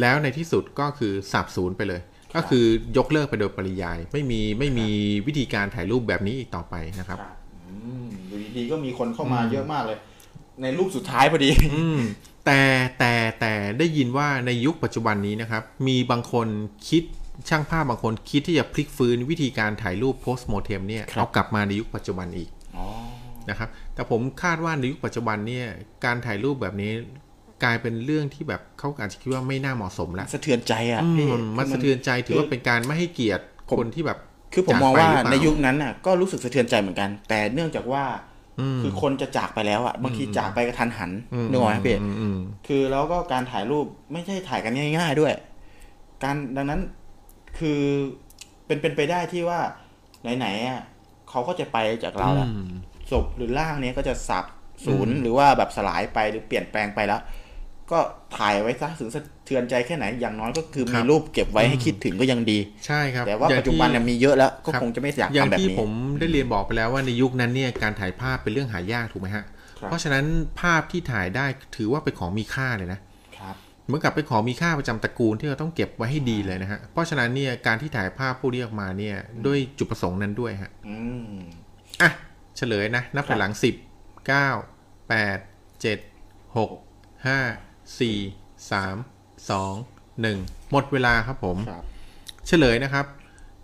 B: แล้วในที่สุดก็คือสาบสูญไปเลย ก็คือยกเลิกไปโดยปริยาย ไม่มีไม่มีวิธีการถ่ายรูปแบบนี้อีกต่อไปนะครับ
A: ครับอืมอยู่ดีๆก็มีคนเข้ามาเยอะมากเลย ในรูปสุดท้ายพอดี
B: อืมแต่แต่แต่ได้ยินว่าในยุคปัจจุบันนี้นะครับ มีบางคนคิดช่างภาพบางคนคิดที่จะพลิกฟื้นวิธีการถ่ายรูป post mortem เนี่ย
A: ครับ
B: เอากลับมาในยุคปัจจุบันอีก
A: อ๋อ
B: นะครับแต่ผมคาดว่าในยุคปัจจุบันเนี่ยการถ่ายรูปแบบนี้ กลายเป็นเรื่องที่แบบเขาอาจจะคิดว่าไม่น่าเหมาะสมแล้ว
A: สะเทือนใจอ่ะ
B: อืม
A: พี่
B: มันสะเทือนใจถือว่าเป็นการไม่ให้เกียรติคนที่แบบ
A: คือผมมอง
B: จกไปห
A: ว่า
B: รือเปล่
A: ในยุคนั้นน่ะก็รู้สึกสะเทือนใจเหมือนกัน แต่เนื่องจากว่าคือคนจะจากไปแล้วอ่ะบางทีจากไปกระทันหัน
B: อืม
A: นึกออกไหมพี่
B: อืมอืม
A: คือแล้วก็การถ่ายรูปไม่ใช่ถ่ายกันง่าย ๆด้วย การดังนั้นคือเป็นเป็นไปได้ที่ว่าไหนๆอ่ะเขาก็จะไปจากเราแล้ว
B: อืม
A: ศพหรือร่างเนี้ยก็จะสับสูญหรือว่าแบบสลายไปหรือเปลี่ยนแปลงไปแล้ว ก็ถ่ายไว้ซะถึงสะเทือนใจแค่ไหนอย่างน้อยก็คือ
B: ครั
A: มี
B: บ
A: รูปเก็บไว้ให้คิดถึงก็ยังดี
B: ใช่ครับ
A: แต่ว่า
B: อย่ง
A: ปัจจุบันเนี่ย
B: ที่
A: มีเยอะแล้วก็
B: ครับ
A: คงจะไม่อยาก
B: อย่าง
A: ทำแบบ
B: ที่
A: นี้
B: ผมได้เรียนบอกไปแล้วว่าในยุคนั้นเนี่ยการถ่ายภาพเป็นเรื่องหายากถูกไหมฮะ
A: ครับ
B: เพราะฉะนั้นภาพที่ถ่ายได้ถือว่าเป็นของมีค่าเลยนะ
A: ครับ
B: เหมือนกับเป็นของมีค่าประจำตระกูลที่เราต้องเก็บไว้ให้ดีเลยนะฮะเพราะฉะนั้นเนี่ยการที่ถ่ายภาพพวกนี้ออกมาเนี่ยด้วยจุดประสงค์นั้นด้วยฮะ
A: อืม
B: อ่ะ เฉลยนะ นับถอยหลังสิบเก้าแปดเจ็ดหกห้าสี่สามสองหนึ่งหมดเวลาครับผม
A: ครับ
B: เฉลยนะครับ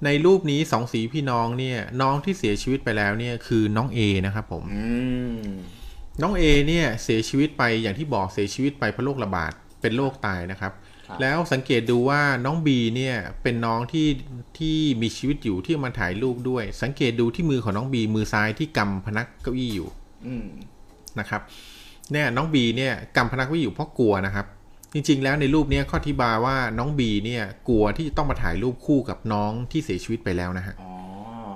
B: ในรูปนี้สองสีพี่น้องเนี่ย น้องที่เสียชีวิตไปแล้วเนี่ยคือน้อง A นะครับผม
A: อืม
B: น้อง A เนี่ยเสียชีวิตไปอย่างที่บอกเสียชีวิตไปเพราะโรคระบาดเป็นโรคตายนะครับ
A: ครับ
B: แล้วสังเกตดูว่าน้อง B เนี่ยเป็นน้องที่ที่มีชีวิตอยู่ที่มาถ่ายรูปด้วย สังเกตดูที่มือของน้อง B มือซ้ายที่กำพนักเก้าอี้อยู่
A: อืม
B: นะครับเนี่ยน้อง B เนี่ยกำพนักเก้าอี้อยู่เพราะกลัวนะครับ จริงๆแล้วในรูปเนี้ยข้อที่บายว่าน้อง B เนี่ยกลัวที่จะต้องมาถ่ายรูปคู่กับน้องที่เสียชีวิตไปแล้วนะฮะ
A: อ๋อ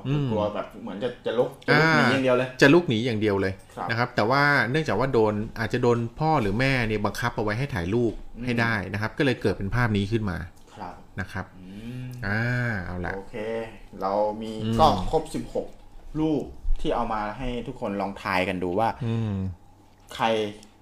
B: อืม
A: กลัวแบบเหมือนจะจะลุกจะลุกหนีอย่างเดียวเลย
B: จะลุกหนีอย่างเดียวเลย
A: ครับ
B: นะครับแต่ว่าเนื่องจากว่าโดนอาจจะโดนพ่อหรือแม่เนี่ยบังคับเอาไว้ให้ถ่ายรูปให้ได้นะครับ ก็เลยเกิดเป็นภาพนี้ขึ้นมา
A: ครับ
B: นะครับ
A: อืม
B: อ่าเอาละ
A: โอเค เรามี
B: อืม
A: ก็ครบสิบหกรูปที่เอามาให้ทุกคนลองทายกันดูว่า
B: อืม
A: ใคร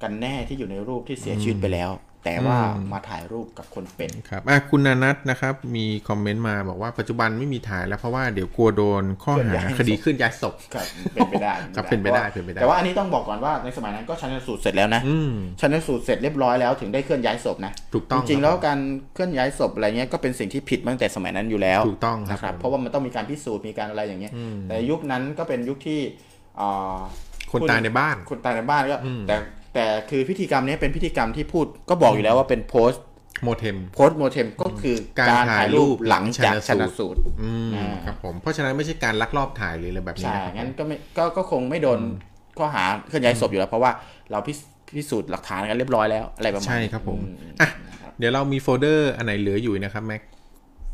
A: กันแน่ที่อยู่ในรูปที่เสียชีวิตไปแล้ว แต่ว่า
B: อืม
A: มาถ่ายรูปกับคนเป็น
B: ครับอ่ะคุณนานัทนะครับ มีคอมเมนต์มาบอกว่าปัจจุบันไม่มีถ่ายแล้วเพราะว่าเดี๋ยวกลัวโดนข้อ
A: เคลื่อ
B: หา
A: นย้าย
B: คดีเคลื่อนย้ายศพ
A: ครับเป็นไปได้
B: <laughs> ครับเป็นไปได้เป็นไปได้
A: แต่ว่าอันนี้ต้องบอกก่อนว่าในสมัยนั้นก็ชันสูตรเสร็จแล้วนะ
B: อืม
A: ชันสูตรเสร็จเรียบร้อยแล้วถึงได้เคลื่อนย้ายศพนะ
B: ถูกต้อง
A: จริงๆ
B: ค
A: แล้
B: รับ
A: วการเคลื่อนย้ายศพอะไรเงี้ยก็เป็นสิ่งที่ผิดมาตั้งแต่สมัยนั้นอยู่แล้ว
B: ถูกต้องครับ
A: นะครับ
B: ผม
A: เพราะว่ามันต้องมีการพิสูจน์มีการอะไรอย่างเงี้ยแต่ยุคนั้นก็เป็นยุคที่เอ่อ
B: คนตายในบ้าน
A: คนตายในบ้านก็
B: อืม
A: แต่แต่คือพิธีกรรมเนี้ยเป็นพิธีกรรมที่พูดก็บอกอยู่แล้วว่าเป็นโพส
B: โมเทม
A: โพสโมเทมก็คือการถ่ายรูปหลังจากชนะสูตร
B: อืม
A: อ่า
B: ครับผมเพราะฉะนั้นไม่ใช่การลักลอบถ่ายเลยอะไรแบบนี้
A: ใช่
B: นะครับ
A: งั้นก็ไม่ก็ก็คงไม่โดนข้อหาเคลื่อนย้ายศพอยู่แล้ว เพราะว่าเราพิสพิสูจน์หลักฐานกันเรียบร้อยแล้วอะไรประมาณ
B: ใช่
A: นี้
B: ครับผม
A: อื
B: อ่ะ
A: นะครับ
B: เดี๋ยวเรามีโฟลเดอร์อันไหนเหลืออยู่นะครับแม็ก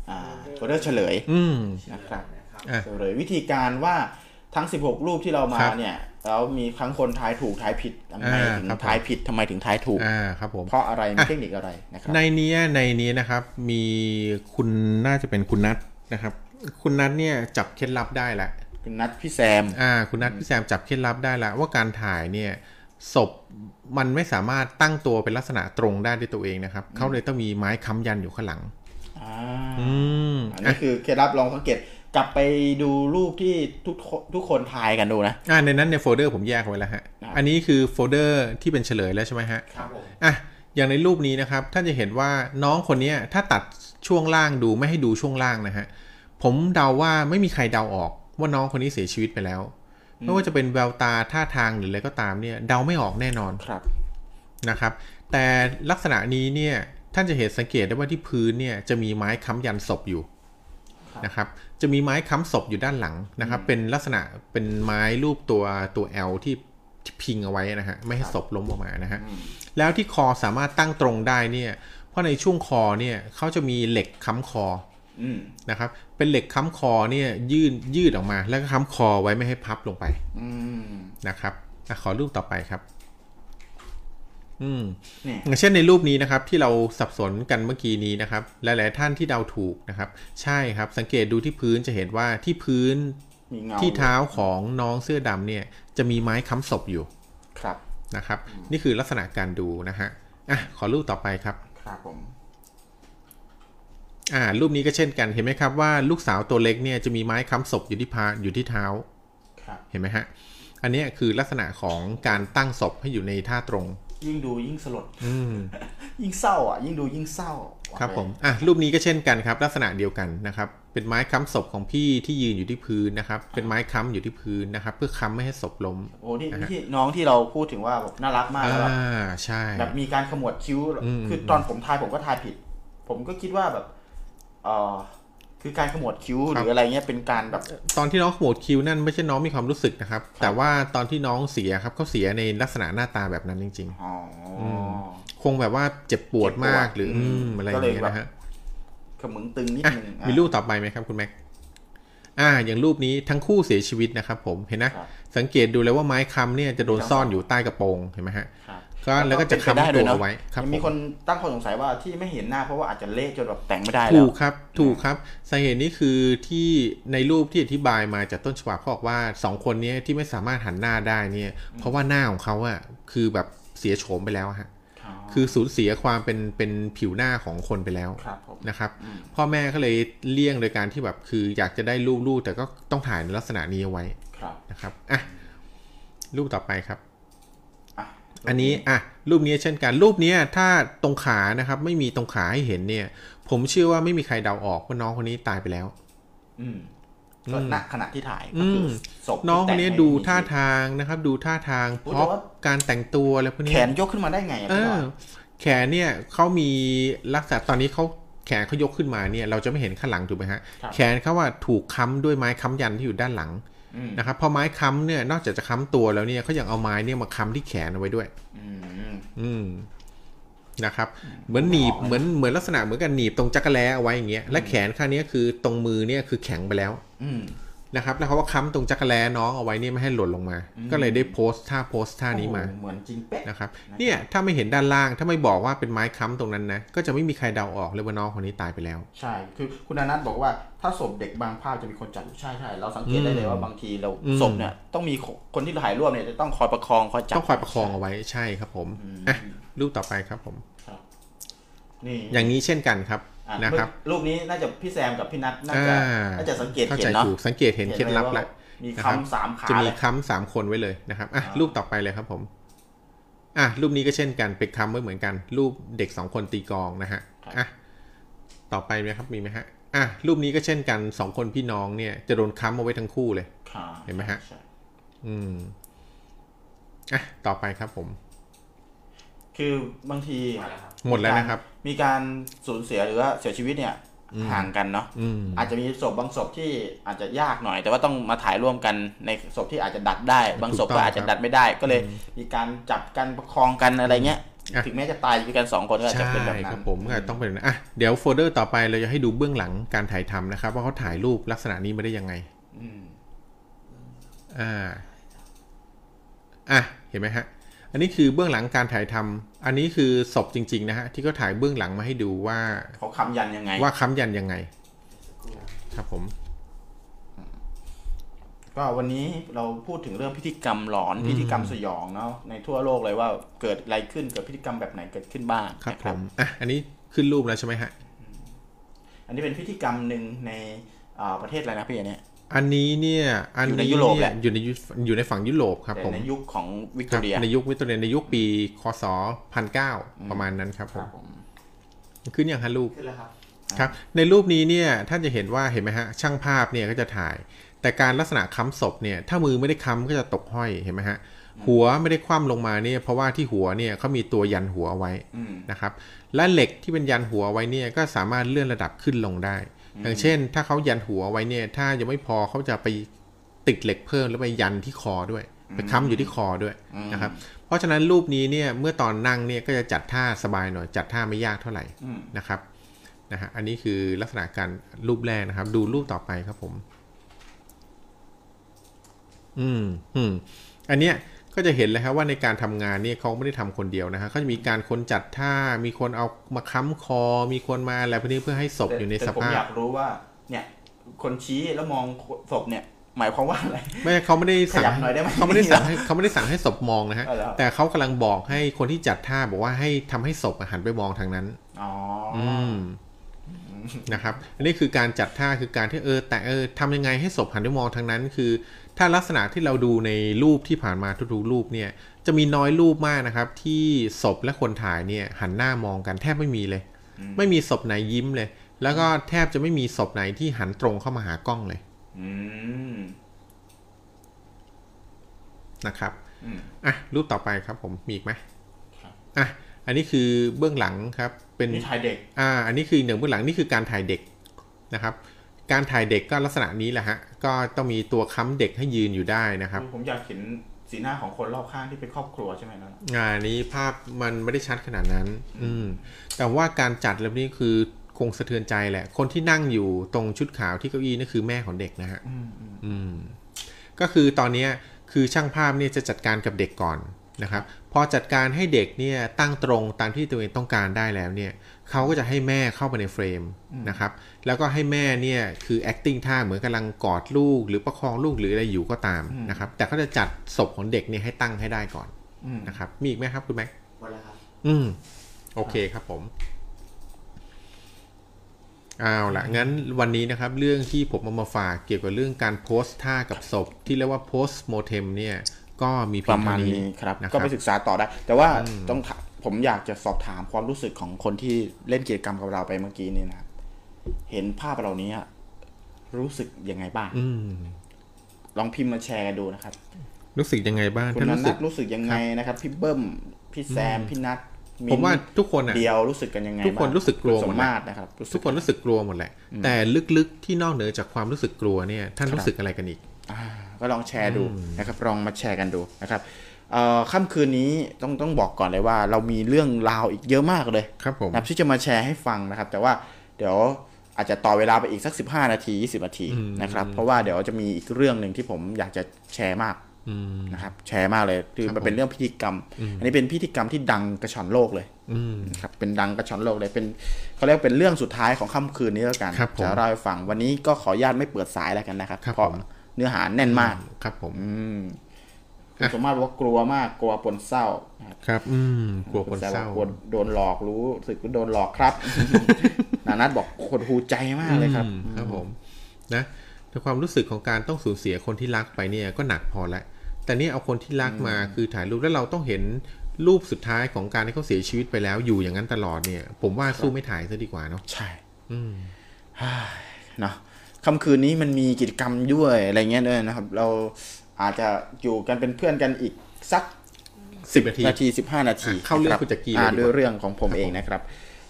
A: อ่าโฟลเดอร์เฉลย
B: อืม
A: นะครับ
B: อ่ะ
A: เฉลยวิธีการว่าทั้ง 16 รูปที่เรามา
B: ครับ
A: เนี่ยแล้วมีทั้งคนทายถูกทายผิดทำไม
B: อ่า
A: ถึง
B: ครับผม
A: ทายผิดทำไมถึงทายถูก
B: อ่าครับผม
A: เพราะอะไรมีเทคนิคอะไรนะครับ
B: ในเนี้ยในนี้นะครับมีคุณน่าจะเป็นคุณนัทนะครับ คุณนัทเนี่ยจับเคล็ดลับได้ละ
A: คุณนัดพี่แซม
B: อ่า คุณนัทพี่แซมจับเคล็ดลับได้ละว่าการถ่ายเนี่ยศพมันไม่สามารถตั้งตัวเป็นลักษณะตรงได้ด้วยตัวเองนะครับเขาเลยต้องมีไม้ค้ำยันอยู่ข้างหลัง
A: อ่า
B: อืม
A: อัน
B: อ่ะ
A: นี้คือเคล็ดลับลองสังเกตกลับไปดูรูปที่ทุกคนทุกคนทายกันดูนะ
B: อ่าในนั้นในโฟลเดอร์ผมแยกไว้แล้วฮะ
A: อ่า
B: อันนี้คือโฟลเดอร์ที่เป็นเฉลยแล้วใช่ไหมฮะ
D: ครับผม
B: อ่ะอย่างในรูปนี้นะครับท่านจะเห็นว่าน้องคนเนี้ยถ้าตัดช่วงล่างดูไม่ให้ดูช่วงล่างนะฮะผมเดาว่าไม่มีใครเดาออกว่าน้องคนนี้เสียชีวิตไปแล้ว ไม่ว่าจะเป็นแววตาท่าทางหรืออะไรก็ตามเนี่ยเดาไม่ออกแน่นอน
A: ครับ
B: นะครับแต่ลักษณะนี้เนี่ยท่านจะเห็นสังเกตได้ว่าที่พื้นเนี่ยจะมีไม้ค้ำยันศพอยู่นะครับจะมีไม้ค้ำศพอยู่ด้านหลังนะครับเป็นลักษณะเป็นไม้รูปตัวตัว L ที่ที่พิงเอาไว้นะฮะไม่ให้ศพล้มออกมานะฮะ แล้วที่คอสามารถตั้งตรงได้เนี่ย เพราะในช่วงคอเนี่ยเขาจะมีเหล็กค้ำคอ
A: อืม
B: นะครับ เป็นเหล็กค้ำคอเนี่ยยืดยืดออกมา แล้วก็ค้ำคอไว้ไม่ให้พับลงไป
A: อืม
B: นะครับอะขอรูปต่อไปครับ อืม
A: เนี่ย
B: อย่างเช่นในรูปนี้นะครับที่เราสับสนกันเมื่อกี้นี้นะครับหลายๆท่านที่เดาถูกนะครับ ใช่ครับ สังเกตดูที่พื้นจะเห็นว่าที่พื้น
A: มีเงา
B: ที่เท้าของน้องเสื้อดำเนี่ย จะมีไม้ค้ำศพอยู่
A: ครับ
B: นะครับ นี่คือลักษณะการดูนะฮะอ่ะขอรูปต่อไปครับ
A: ครับผม
B: อ่ารูปนี้ก็เช่นกันเห็นไหมครับว่าลูกสาวตัวเล็กเนี่ยจะมีไม้ค้ำศพอยู่ที่พาอยู่ที่เท้า
A: ครับ
B: เห็นไหมฮะอันเนี้ยคือลักษณะของการตั้งศพให้อยู่ในท่าตรง
A: ยิ่งดูยิ่งสลด
B: อืม
A: <laughs> ยิ่งเศร้าอ่ะ ยิ่งดูยิ่งเศร้า
B: ครับผมอ่ะรูปนี้ก็เช่นกันครับ ลักษณะเดียวกันนะครับ เป็นไม้ค้ำศพของพี่ที่ยืนอยู่ที่พื้นนะครับ เป็นไม้ค้ำอยู่ที่พื้นนะครับ เพื่อค้ำไม่ให้ศพล้ม
A: โอ้นี่
B: นะฮะ
A: ที่น้องที่เราพูดถึงว่าแบบน่ารักมาก
B: อ่า
A: แล้วแบบ
B: ใช่
A: แบบมีการขมวดคิ้ว
B: อืม
A: คือตอนผมทายผมก็ทายผิด ผมก็คิดว่าแบบเออคือการขมวดคิ้วหรืออะไรเงี้ยเป็นการแบบ
B: ตอนที่น้องขมวดคิ้วนั่นไม่ใช่น้องมีความรู้สึกนะครับ แต่ว่าตอนที่น้องเสียครับเขาเสียในลักษณะหน้าตาแบบนั้นจริง ๆ
A: อ๋ออ
B: คงแบบว่าเจ็บปวดมากหรืออืมอะไรอย่างเงี้ยนะฮะ
A: ขมึงตึงนิด
B: อ่ะ
A: นึงอ่ะ
B: มีรูปต่อไปไหมครับคุณแม็กอ่า อย่างรูปนี้ทั้งคู่เสียชีวิตนะครับผมเห็นนะครับ สังเกตดูเลยว่าไม้ค้ำเนี่ยจะโดนซ่อนอยู่ใต้กระโปรงเห็นไหมฮะ
A: ครับ
B: ก็แล้วก็จะ
A: เป็นไป
B: ค้ำตัว
A: ด้ยนะ
B: เอาไว้ครับ
A: ยังมี
B: ผ
A: ค
B: ม
A: นตั้งข้อสงสัยว่าที่ไม่เห็นหน้าเพราะว่าอาจจะเละจนแบบแต่งไม่ได้แล้
B: ถู
A: ว
B: กครับ ถูกครับสาเหตุนี้คือที่ในรูปที่อธิบายมาจากต้นฉบับเขาบอกว่าสองคนเนี้ที่ไม่สามารถหันหน้าได้เนี่ย เพราะว่าหน้าของเขาอะคือแบบเสียโฉมไปแล้วอะฮะ คือสูญเสียความเป็นเป็นผิวหน้าของคนไปแล้ว
A: ครับผม
B: นะครับ
A: อืม
B: พ่อแม่ก็เลยเลี่ยงโดยการที่แบบคืออยากจะได้รูปลูกแต่ก็ต้องถ่ายในลักษณะนี้เอาไว้
A: ครับ
B: นะครับอ่ะรูปต่อไปครับ
A: อ่ะ
B: อันนี้อ่ะรูปนี้เช่นกันรูปเนี้ยถ้าตรงขานะครับ ไม่มีตรงขาให้เห็นเนี่ย ผมเชื่อว่าไม่มีใครเดาออกว่าน้องคนนี้ตายไปแล้ว
A: อืมก็ณขณะที่ถ่ายก็
B: อื
A: คือ
B: ม
A: ศพ
B: น้องคนนี้ดูท่า
A: ทาง
B: ทางนะครับ ดูท่าทาง
A: โอ้
B: เพ
A: แต่
B: ราะ
A: ว่า
B: การแต่งตัวอะไรพวกนี้
A: แขนยกขึ้นมาได้ไงอ่ะ
B: เอ
A: พี่ห
B: อ
A: น่อย
B: แขนเนี่ยเขามีลักษณะตอนนี้เขาแขนเขายกขึ้นมาเนี่ยเราจะไม่เห็นข้างหลังถูกไหมฮะแขนเขาว่าถูกค้ำด้วยไม้ค้ำยันที่อยู่ด้านหลัง
A: อืม
B: นะครับพอไม้ค้ำเนี่ยนอกจากจะค้ำตัวแล้วเนี่ยเขายังเอาไม้เนี่ยมาค้ำที่แขนเอาไว้ด้วย
A: อืม
B: อืมนะครับ เหมือนหนีบเหมือนเหมือนลักษณะเหมือนกันหนีบตรงจักรแล้เอาไว้อย่างเงี้ยและแขนข้างเนี้ยคือตรงมือเนี่ยคือแข็งไปแล้ว
A: อืม
B: นะครับ แล้วเขาว่าค้ำตรงจักรแล้น้องเอาไว้เนี่ยไม่ให้หล่นลงมา ก็เลยได้โพสต์ท่าโพสต์ท่านี้มา
A: โอ้โหเหมือนจริงเป๊ะ
B: นะครับ
A: นะครับ
B: เนี่ยถ้าไม่เห็นด้านล่างถ้าไม่บอกว่าเป็นไม้ค้ำตรงนั้นนะ ก็จะไม่มีใครเดาออกเลยว่าน้องคนนี้ตายไปแล้ว
A: ใช่ คือคุณอนัทบอกว่าถ้าศพเด็กบางภาพจะมีคนจับอยู่ใช่ใช่เราสังเกตได้เลยว่าบางทีเรา
B: อืม
A: ศพเนี่ยต้องมีคนที่ถ่ายร่วมเนี่ยจะต้องคอยประคองคอยจับ
B: ต้องคอยประคองเอาไว้ใช่ครับผม
A: อืม
B: อ่ะรูปต่อไปครับผม
A: นี่
B: อย่างนี้เช่นกันครับ
A: อ่ะ
B: นะครับ
A: เมื่อรูปนี้น่าจะพี่แซมกับพี่นัทน่าจะ
B: อ่า
A: น่าจะสังเกต
B: เข้า
A: เห็
B: ใจ
A: นเนาะ
B: ถูกสังเกตเห็นเคล็ดลับแล้ว
A: มี
B: นะครับ
A: คำสามขา
B: จะมี
A: เลย
B: ค้ำสามคนไว้เลยนะครับอ่ะ
A: อ่ารู
B: รูปต่อไปเลยครับผมอ่ะรูปนี้ก็เช่นกันเป็นค้ำไว้เหมือนกัน รูปเด็กสองคนตีกลองนะฮะอ่ะต่อไปไหมครับมีไหมฮะอ่ะรูปนี้ก็เช่นกันสองคนพี่น้องเนี่ยจะโดนค้ำเอาไว้ทั้งคู่เลย
A: ขา
B: เห็นไหมฮะ
A: ใช่
B: อืมอ่ะต่อไปครับผม
A: คือบางที
B: หมดแล้วนะครับ
A: มีการสูญเสียหรือว่าเสียชีวิตเนี่ยห่างกันเนาะ
B: อืม
A: อาจจะมีศพบางศพที่อาจจะยากหน่อย แต่ว่าต้องมาถ่ายร่วมกันในศพที่อาจจะดัดได้ บางศพ
B: ถูกต้อ
A: ก็
B: ง
A: อาจจะดัดไม่ได้ ก็เลยมีการจับกันประคองกันอะไรเงี้ย
B: อ่ะ
A: ถึงแม้จะตายอยู่ด้วยกันสองคนก็อาจ
B: ใช่
A: จะเป็นแบบ
B: ค
A: นั้
B: รั
A: น
B: บผมก็ต้องเป็นแบบนั้นอ่ะเดี๋ยวโฟลเดอร์ต่อไปเราจะให้ดูเบื้องหลังการถ่ายทำนะครับ ว่าเขาถ่ายรูปลักษณะนี้มาได้ยังไง
A: อืม
B: อ่า อ่ะ เห็นไหมฮะ อันนี้คือเบื้องหลังการถ่ายทำอันนี้คือศพจริง ๆ นะฮะ ที่เขาถ่ายเบื้องหลังมาให้ดูว่า
A: เขาคำยันยังไง
B: ว่าค้ำยันยังไง ครับผม
A: ก็วันนี้เราพูดถึงเรื่องพิธีกรรมหลอนพิธีกรรมสยองเนาะในทั่วโลกเลยว่าเกิดอะไรขึ้นเกิดพิธีกรรมแบบไหนเกิดขึ้นบ้าง
B: ครับ
A: นะ
B: ผม อ่ะ อันนี้ขึ้นรูปแล้วใช่ไหมฮะ
A: อันนี้เป็นพิธีกรรมหนึ่งในอ่าประเทศอะไรนะพี่เนี่ย
B: อันนี้เนี่ยอัน
A: อยู่ใน
B: นี้
A: ยุโรปแห
B: เนี่
A: ละ
B: ยอยู่ในยุอยู่ในฝั่งยุโรปครับ
A: แต่
B: ผม
A: ในยุคของวิกต
B: ค
A: อ
B: รับ
A: เรีย
B: ในยุควิกตอเรียในยุคปีคศพันเก้าประมาณนั้นครับ
A: ค
B: ผ
A: รับ
B: ม
A: ผม
B: ขึ้นอย่างฮะลูก
D: ขึ้นแล้วครับ
B: ครับในรูปนี้เนี่ยท่านจะเห็นว่าเห็นไหมฮะช่างภาพเนี่ยก็จะถ่าย แต่การลักษณะค้ำศพเนี่ยถ้ามือไม่ได้ค้ำก็จะตกห้อยเห็นไหมฮะหัวไม่ได้คว่ำลงมาเนี่ยเพราะว่าที่หัวเนี่ยเขามีตัวยันหัวเอาไว้
A: อืม
B: นะครับและเหล็กที่เป็นยันหัวเอาไว้เนี่ยก็สามารถเลื่อนระดับขึ้นลงได้ อย่างเช่น ถ้าเขายันหัวเอาไว้เนี่ยถ้ายังไม่พอเขาจะไปติดเหล็กเพิ่มแล้วไปยันที่คอด้วยไปค้ำอยู่ที่คอด้วยนะครับเพราะฉะนั้นรูปนี้เนี่ยเมื่อตอนนั่งเนี่ยก็จะจัดท่าสบายหน่อยจัดท่าไม่ยากเท่าไหร่
A: อืม
B: นะครับ นะฮะ อันนี้คือลักษณะการรูปแรกนะครับ ดูรูปต่อไปครับผม อืมอืมอันเนี้ยก็จะเห็นเลยครับว่าในการทำงานเนี่ยเขาไม่ได้ทำคนเดียวนะฮะเขาจะมีการคนจัดท่า มีคนเอามาค้ำคอ มีคนมาอะไรพวกนี้เพื่อให้ศพอยู่ใน
A: แต่
B: ส
A: ผม
B: ภา
A: อ
B: พ
A: ยากรู้ว่า เนี่ย คนชี้แล้วมองศพเนี่ย หมายความว่าอะไร
B: ไม่เขาไม่ได้สั่ง
A: ขยับหน่อยได้ไหม
B: เขาไม่ได้สั่งให้เขาไม่ได้สั่งให้ศพมองนะฮะ
A: เอาเหรอ
B: แต่เขากำลังบอกให้คนที่จัดท่าบอกว่าให้ทำให้ศพอะหันไปมองทางนั้น
A: อ๋ออ
B: อืมนะครับ อันนี้คือการจัดท่าคือการที่เออ แต่เออทำยังไงให้ศพหันไปมองทางนั้นคือ ถ้าลักษณะที่เราดูในรูปที่ผ่านมาทุกๆรูปเนี่ย จะมีน้อยรูปมากนะครับ ที่ศพและคนถ่ายเนี่ย หันหน้ามองกันแทบไม่มีเลย ไม่มีศพไหนยิ้มเลย แล้วก็แทบจะไม่มีศพไหนที่หันตรงเข้ามาหากล้องเลย
A: อืม
B: นะครับ
A: อืม
B: อ่ะรูปต่อไปครับผมมีอีกไหมอ่ะอันนี้คือเบื้องหลังครับเป็น
A: นี่ถ่ายเด็ก
B: อ่า อันนี้คือหนึ่งเบื้องหลังนี่คือการถ่ายเด็กนะครับ การถ่ายเด็กก็ลักษณะนี้แหละฮะ ก็ต้องมีตัวค้ำเด็กให้ยืนอยู่ได้นะครับ
A: ผมอยากเห็นสีหน้าของคนรอบข้างที่เป็นครอบครัวใช่ไหมนั่นน่ะ
B: งานนี้ภาพมันไม่ได้ชัดขนาดนั้น อืม แต่ว่าการจัดเรื่องนี้คือคงสะเทือนใจแหละ คนที่นั่งอยู่ตรงชุดขาวที่เก้าอี้นั่นคือแม่ของเด็กนะฮะ
A: อืมอืม
B: อืมก็คือตอนเนี้ยคือช่างภาพเนี่ยจะจัดการกับเด็กก่อนนะครับพอจัดการให้เด็กเนี่ยตั้งตรงตามที่ตัวเองต้องการได้แล้วเนี่ยเขาก็จะให้แม่เข้าไปในเฟรมนะครับแล้วก็ให้แม่เนี่ยคือ acting ท่าเหมือนกำลังกอดลูก หรือประคองลูกหรืออะไรอยู่ก็ตาม
A: อืม
B: นะครับแต่เขาจะจัดศพของเด็กเนี่ยให้ตั้งให้ได้ก่อน
A: อืม
B: นะครับมีอีกไหมครับคุณแม็ก
D: หมดแล้วครับ
B: อืมโอเคครับผมเอาละงั้นวันนี้นะครับ เรื่องที่ผมเอามาฝากเกี่ยวกับเรื่องการโพสต์ท่ากับศพ ที่เรียกว่า post mortem เนี่ย ก็มีเพี
A: ป
B: ยง
A: ระมา
B: เท่า
A: ณ
B: นี้
A: นี้ครับ
B: นะค
A: ก็
B: รับ
A: ไปศึกษาต่อได้ แต่ว่าต้องถามผมอยากจะสอบถามความรู้สึกของคนที่เล่นกิจกรรมกับเราไปเมื่อกี้นี่นะครับ เห็นภาพเหล่านี้อะรู้สึกยังไงบ้าง
B: อืม
A: ลองพิมพ์มาแชร์กันดูนะครับ
B: รู้สึกยังไงบ้าง
A: คุณ
B: ถ้า
A: นั
B: รู้สึ
A: ท
B: ก
A: รู้สึกยังไงนะครับ พี่เบิ้ม พี่แซม พี่นัทนท์
B: ผมว่าทุกคนอ่ะ
A: เดียวรู้สึกกันยังไง
B: ทุกคน
A: บ้าง
B: รู้สึกกลัวหมด
A: สมมาตรนะครับ
B: ทุกคนรู้สึกกลัวหมดแหละ แต่ลึกๆที่นอกเหนือจากความรู้สึกกลัวเนี่ย ท่านรู้สึกอะไรกันอีก
A: อ่าก็ลองแชร์ดูนะครับ ลองมาแชร์กันดูนะครับเอ่อค่ำคืนนี้ต้องต้องบอกก่อนเลยว่า เรามีเรื่องราวอีกเยอะมากเลย
B: ครับผม
A: นะครับที่จะมาแชร์ให้ฟังนะครับ แต่ว่าเดี๋ยวอาจจะต่อเวลาไปอีกสัก 15 นาที 20 นาที
B: อืม
A: นะครับ เพราะว่าเดี๋ยวจะมีอีกเรื่องหนึ่งที่ผมอยากจะแชร์มาก
B: อืม
A: นะครับแชร์มากเลยคื
B: ค
A: อ
B: รับ
A: มันเป็นเรื่องพิธีกรรม อันนี้เป็นพิธีกรรมที่ดังกระชอนโลกเลย
B: อืม
A: นะครับเป็นดังกระชอนโลกเลยเป็นเขาเรียกเป็นเรื่องสุดท้ายของค่ำคืนนี้แล้วกัน
B: ครับผม
A: จะเล่าให้ฟังวันนี้ก็ขออนุญาตไม่เปิดสายแล้วกันนะครับ
B: ครับ
A: เพราะ
B: ผม
A: เนื้อหาแน่นมาก
B: ครับผม
A: อืมคุณสมมาตรบอกว่ากลัวมากกลัวปนเศร้านะครับ
B: ครับ อืมกลัวคนเศร้า
A: กลัวโดนหลอกรู้สึกว่าโดนหลอก
B: <laughs>
A: ครับ นานัทบอกคนหูใจมากเลยครับ
B: อืมครับผมนะแต่ความรู้สึกของการต้องสูญเสียคนที่รักไปเนี่ยก็หนักพอแล้วแต่นี่เอาคนที่รักมาคือถ่ายรูปแล้วเราต้องเห็นรูปสุดท้ายของการที่เขาเสียชีวิตไปแล้วอยู่อย่างนั้นตลอดเนี่ย ผมว่าสู้ไม่ถ่ายซะดีกว่าเนาะ
A: ใช่
B: อืม
A: เนาะค่ำคืนนี้มันมีกิจกรรมด้วยอะไรเงี้ยด้วยนะครับ เราอาจจะอยู่กันเป็นเพื่อนกันอีกสัก
B: 10นาที
A: นาทีสิบห้านาที
B: อ่ะเข้าเรื่อง
A: นะบ
B: คุณจักรี
A: อ่า
B: เลยดีกว่า
A: ด้วยเรื่องของผมเองนะครับ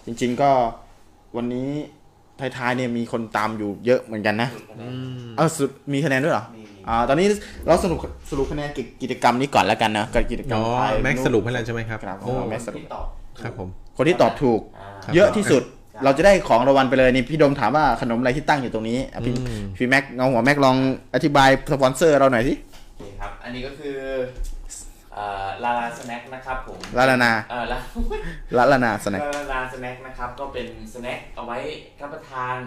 A: จริง ๆก็วันนี้ท้ายๆเนี่ยมีคนตามอยู่เยอะเหมือนกันนะ เออสรุปมีคะแนนด้วยเหรอ
D: มี
A: อ่า ตอนนี้เราสรุปสรุปคะแนนกิจกิจกรรมนี้ก่อนแล้วกันนะกับกิจกรร
B: อ๋
A: ม
B: อ
A: ถ่าย
B: แม็กซ์
A: ป
B: สรุปให้แล้วใช่ไหมครับ
A: ครับ
B: โอ้
A: ผม
D: สรุปตอบ
B: ครับผม
A: คนที่ตอบถูก
D: อ่า
B: ครับ
A: เยอะที่สุด
D: ครับ
A: เราจะได้ของรางวัลไปเลยนี่พี่โดมถามว่าขนมอะไรที่ตั้งอยู่ตรงนี้อ่ะพี่
B: อืม
A: พี่แม็กเงาหัวแม็กลองอธิบายสปอนเซอร์เราหน่อยสิ
D: โอเคครับ อันนี้ก็คือเอ่อลาลาสแน็คนะครับผม
A: ลาลานา
D: เออลา <laughs>
A: ลาลานาสแน็ค
D: ลาลาสแน็คนะครับก็เป็นสแน็คเอาไว้รับประทาน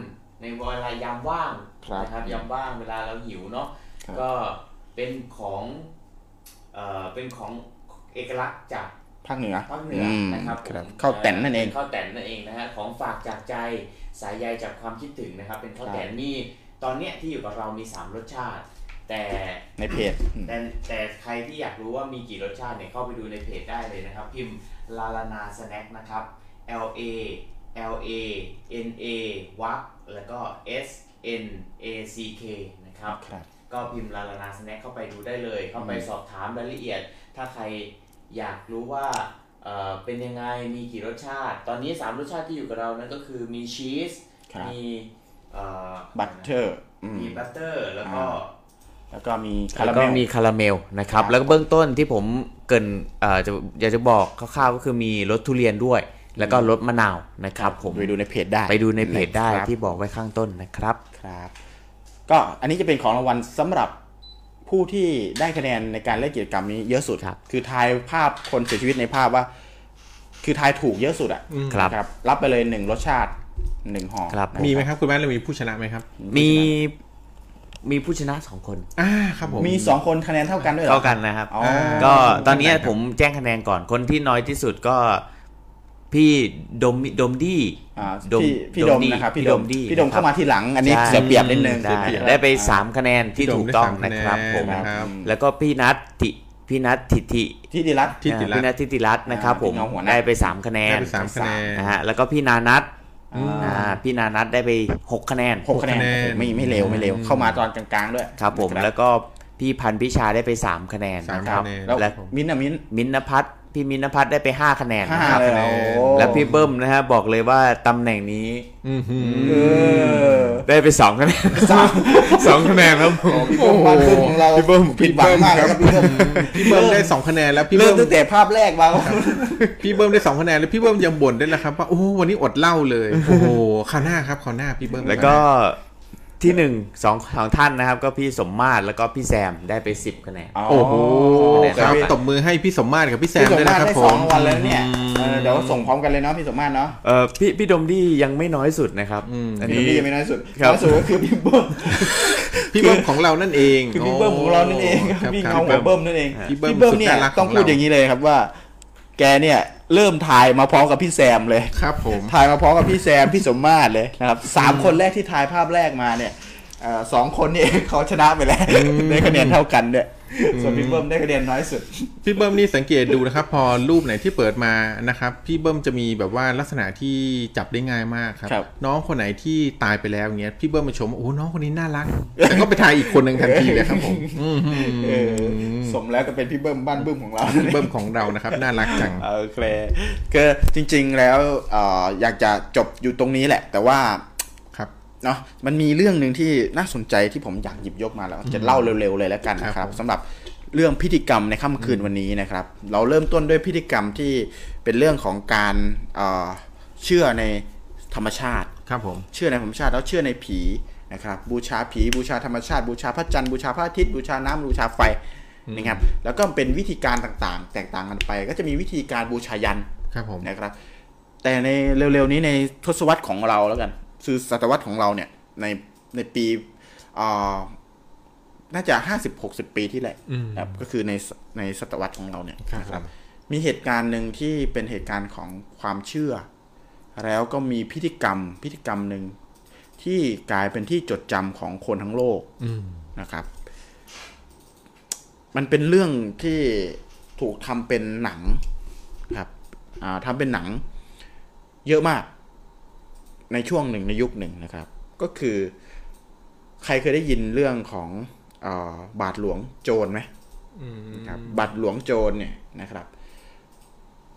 D: ในเวลายามว่าง
A: ครับ
D: นะครับยามว่างเวลาเราหิวเนาะ
A: ครับ
D: ก็เป็นของเอ่อเป็นของเอกลักษณ์จาก
A: ภาคเหนือ
D: ภาคเหนือ
A: ม
D: นะครับ
A: ครับ
D: ผม
A: ข้าวแต่นนั่นเอง
D: ป็ข้าวแต่นนั่นเองนะฮะของฝากจากใจสายใยจากความคิดถึงนะครับ เป็นข้าว
A: ครับ
D: แต่นนี่ ตอนเนี้ยที่อยู่กับเรามีสามรสชาติ แต่
A: ในเพจอืม
D: แต่แต่ใครที่อยากรู้ว่ามีกี่รสชาติเนี่ยเข้าไปดูในเพจได้เลยนะครับ พิมพ์ลาลานาสแน็คนะครับ L A L A N A วักแล้วก็ S N A C K นะครับ
A: ครับ
D: ก็พิมพ์ลาลานาสแน็คเข้าไปดูได้เลย เข้าไป
A: อืม
D: สอบถามรายละเอียด ถ้าใครอยากรู้ว่าเอ่อเป็นยังไง มีกี่รสชาติ ตอนนี้ 3 รสชาติที่อยู่กับเรานั่นก็คือมีชีส
A: ครับ
D: มีเอ่อ
A: บัตเตอร์อืม
D: มีบัตเตอร์ แล้วก็
A: แล้วก็มีคา
C: แล้
A: ราว เม
C: ก็
A: ล
C: มีคาราเมลนะครับ
A: ครับ
C: แล้วก็เบื้องต้นที่ผมเกรินเอ่อจะอยากจะบอกคร่าวๆก็คือมีรสทุเรียนด้วย แล้วก็รสมะนาวนะครับผม
A: ไปดูในเพจได้
C: ไปดูในเพจได้
A: ครับ
C: ที่บอกไว้ข้างต้นนะครับ
A: ครับ ก็อันนี้จะเป็นของรางวัลสำหรับผู้ที่ได้คะแนนในการเล่นกิจกรรมนี้เยอะสุด
C: ครับ
A: อทายภาพคนเสียชีวิตในภาพว่า คือทายถูกเยอะสุดอ่ะ
B: อืม
A: ครับ รับไปเลยหนึ่งรสชาติหนึ่งห่อ
C: ครับ
A: นะ
B: มีไหมครับคุณแม่เรามีผู้ชนะไหมครับ
C: มีมีผู้ชนะสองคน
B: อ่าครับผม
A: มีสองคนคะแนนเท่ากันด้วยหรอ
C: เท่ากันนะครับ
A: อ๋อ
C: ก็ตอนเนี้ยผมแจ้งคะแนนก่อนคนที่น้อยที่สุดก็พี่ดมดมดี้
A: อ่า
C: ดม
A: พี่พี่ดม
C: ดี้
A: นะครับ
C: พี่ดมดี้
A: พี่ดมเข้ามาทีหลัง อันนี้
C: ใช่
A: เสียเปรียบนิดนึง
C: ได้ได้ไป 3 คะแนนที่
B: พี่ดม
C: ถูก
B: ได้
C: ต้อง
B: สาม
C: นะครับ
B: คะแนน
C: ผม
B: นะครับ
C: แล้วก็พี่นัททิพี่นัททิทิ
A: ที่ดิรัตน์
B: ที่ติดละ
C: อ่าพี่นัททิติรัตน์นะครับ
A: อ่า
C: ผม
A: พี่น้องหัวหน้า
C: ได้ไป 3 คะแนน
B: ได้ไปสามคะแนน
C: นะฮะแล้วก็พี่นานัท
A: อ่า
C: อ่าพี่นานัทได้ไป 6 คะแนน
A: หกคะแนน
B: หกคะแนน
A: โอ้โหไม่ไม่เร็วไม่เร็วเข้ามาตอนกลางๆด้วย
C: ครับผม
A: นะ
C: แล้วก็พี่พันธุ์พิชาได้ไป 3 คะแนน
B: สาม
C: นะค
B: คะ
C: รับ
B: แนน
A: แล้ว
C: และ
A: มิ้นท์อะมิ้นท์
C: มินท์นพัฒน์พี่มินท์นพัฒน์ได้ไป 5 คะแนน
A: ห้า
C: นะครับ
A: เลยเหรอโอ้
C: และพี่เบิ้มนะฮะบอกเลยว่าตำแหน่งนี้
B: อือหือ
A: เออ
C: ได้ไปสองคะแนน
A: สาม
B: สองคะแนนครับผม
A: พี่เบิ้มบ้านเพิ่งของเรา
B: พี่เบิ้ม
A: ผิดหวังมากเลยครับพี่เบิ้ม
B: พี่เบิ้มได้สองคะแนนแล้วพี่
A: เริ่
B: เบิ้
A: ม
B: ม
A: ตั้งแต่ภาพแรกมา
B: <laughs> พี่เบิ้มได้สองคะแนนแล้วพี่เบิ้มยังบ่นด้วยนะครับว่าโอ้โหวันนี้อดเหล้า
A: <laughs>
B: เลยโอ้โหข้าวหน้าครับข้าวหน้าพี่เบิ้ม
C: แล้วก็ที่หนึ่งสองสองท่านนะครับ ก็พี่สมมาตรแล้วก็พี่แซมได้ไปสิบคะแนน
B: โอ้โห
A: ค
B: ค
A: รั
B: รับ บตบมือให้พี่สมมาตรกับพี่แซ
A: พี่
B: ม
A: สม
B: ด้วย
A: มา
B: นะค
A: ตร
B: รับ
A: ได้
B: ผ
A: สอ
B: ม
A: งรางวันแล้วเนี่ยเออเดี๋ยวส่งพร้อมกันเลยเนาะพี่สมมาตรเนาะ
C: เออพี่พี่ดมดี้ยังไม่น้อยสุดนะครับ
B: อืม
C: อัน
A: พี่
C: นี้
A: ดีไม่น้อยสุด
C: ครับ
A: น้อยสุดก็คือพี่เบิ้ม
B: พี่เบิ้มของเรานั่นเอง
A: คือพี่เบิ้มของเรานั่นเอง
B: ครับ
A: พี่
B: ค
A: เงา
B: รับ
A: ของเบิ้มนั่นเอง
B: พี่
A: พี่
B: เบิ้ม
A: เบิ้มเนี่ย
B: สุดน่ารักของเรา
A: ต้องพูดอย่างนี้เลยครับว่า แกเนี่ยเริ่มถ่ายมาพร้อมกับพี่แซมเลย
B: ครับผม
A: ถ่ายมาพร้อมกับพี่แซม พี่สมมาตรเลยนะครับสามคนแรกที่ถ่ายภาพแรกมาเนี่ยเอ่อสองคนนี่ <laughs> เขาชนะไปแล้วได้คะแนนเท่ากันด้วยส่วนพี่เบิ้มได้คะแนนน้อยสุด
B: พี่เบิ้มนี่สังเกตดูนะครับ พอรูปไหนที่เปิดมานะครับพี่เบิ้มจะมีแบบว่าลักษณะที่จับได้ง่ายมากครับ
A: ครับ
B: น้องคนไหนที่ตายไปแล้วอย่างเงี้ยพี่เบิ้มมาชมว่าโอ้น้องคนนี้น่ารัก <laughs> แต่ก็ไปทายอีกคนหนึ่งทันทีเลยครับผมอืม
A: เออสมแล้วก็เป็นพี่เบิ้มบ้านเบิ้มของเรา
B: พี่เบิ้มของเรานะครับน่ารักจัง
A: โอเคก็จริง ๆแล้วเอ่ออยากจะจบอยู่ตรงนี้แหละ แต่ว่า
B: ครับ
A: เนาะมันมีเรื่องหนึ่งที่น่าสนใจที่ผมอยากหยิบยกมาแล้วจะเล่าเร็วๆเลยแล้วกันนะค
B: ครั
A: รับบ
B: ผม
A: สำหรับเรื่องพิธีกรรมในค่ำคืนวันนี้นะครับ เราเริ่มต้นด้วยพิธีกรรมที่เป็นเรื่องของการเอ่อเชื่อในธรรมชาติ
B: ครับผม
A: เชื่อในธรรมชาติแล้วเชื่อในผีนะครับบูชาผีบูชาธรรมชาติ บูชาพระจันทร์บูชาพระอาทิตย์บูชาน้ำบูชาไฟนะครับแล้วก็เป็นวิธีการต่างๆ แตกต่างกันไป ก็จะมีวิธีการบูชายัน
B: ครับผม
A: นะครับ แต่ในเร็วๆนี้ในทศวรรษของเราแล้วกันคือศตวรรษของเราเนี่ยในในปีเอ่อน่าจะ 50-60 ปีที่แหละ
B: อืม
A: นะครับก็คือในในศตวรรษของเราเนี่ย
B: ครับ
A: นะ
B: ผ
A: ครับ
B: ม
A: มีเหตุการณ์หนึ่งที่เป็นเหตุการณ์ของความเชื่อ แล้วก็มีพิธีกรรมพิธีกรรมหนึ่งที่กลายเป็นที่จดจำของคนทั้งโลก
B: อืม
A: นะครับ มันเป็นเรื่องที่ถูกทำเป็นหนังครับอ่าทำเป็นหนังเยอะมาก ในช่วงหนึ่งในยุคหนึ่งนะครับ ก็คือใครเคยได้ยินเรื่องของเออบาทหลวงโจรไหม
B: อืม
A: นะครับบัตรหลวงโจรเนี่ยนะครับ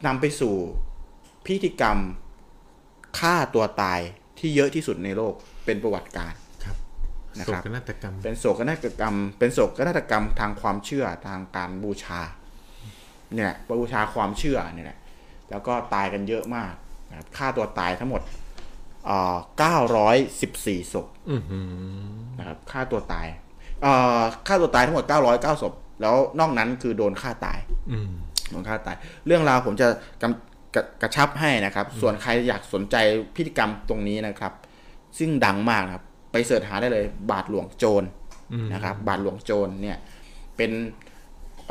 A: นำไปสู่พิธีกรรมฆ่าตัวตายที่เยอะที่สุดในโลกเป็นประวัติการณ์
B: ครับ
A: นะ
B: โศ
A: ครับ
B: กนาฏกรรม
A: เป็นโศกนาฏกรรม เป็นโศกนาฏกรรมทางความเชื่อทางการบูชา เนี่ยแหละบูชาความเชื่อเนี่ยแหละแล้วก็ตายกันเยอะมากนะครับฆ่าตัวตายทั้งหมดเอ่อ914ศพ
B: อือหือ
A: นะครับฆ่าตัวตายเอ่อฆ่าตัวตายทั้งหมด 909ศพ แล้วนอกนั้นคือโดนฆ่าตาย
B: อืม
A: โดนฆ่าตาย เรื่องราวผมจะกำกระกระชับให้นะครับ ส่วนใครอยากสนใจพิธีกรรมตรงนี้นะครับ ซึ่งดังมากนะครับ ไปเสิร์ชหาได้เลย บาทหลวงโจร
B: อืม
A: นะครับ บาทหลวงโจรเนี่ย เป็น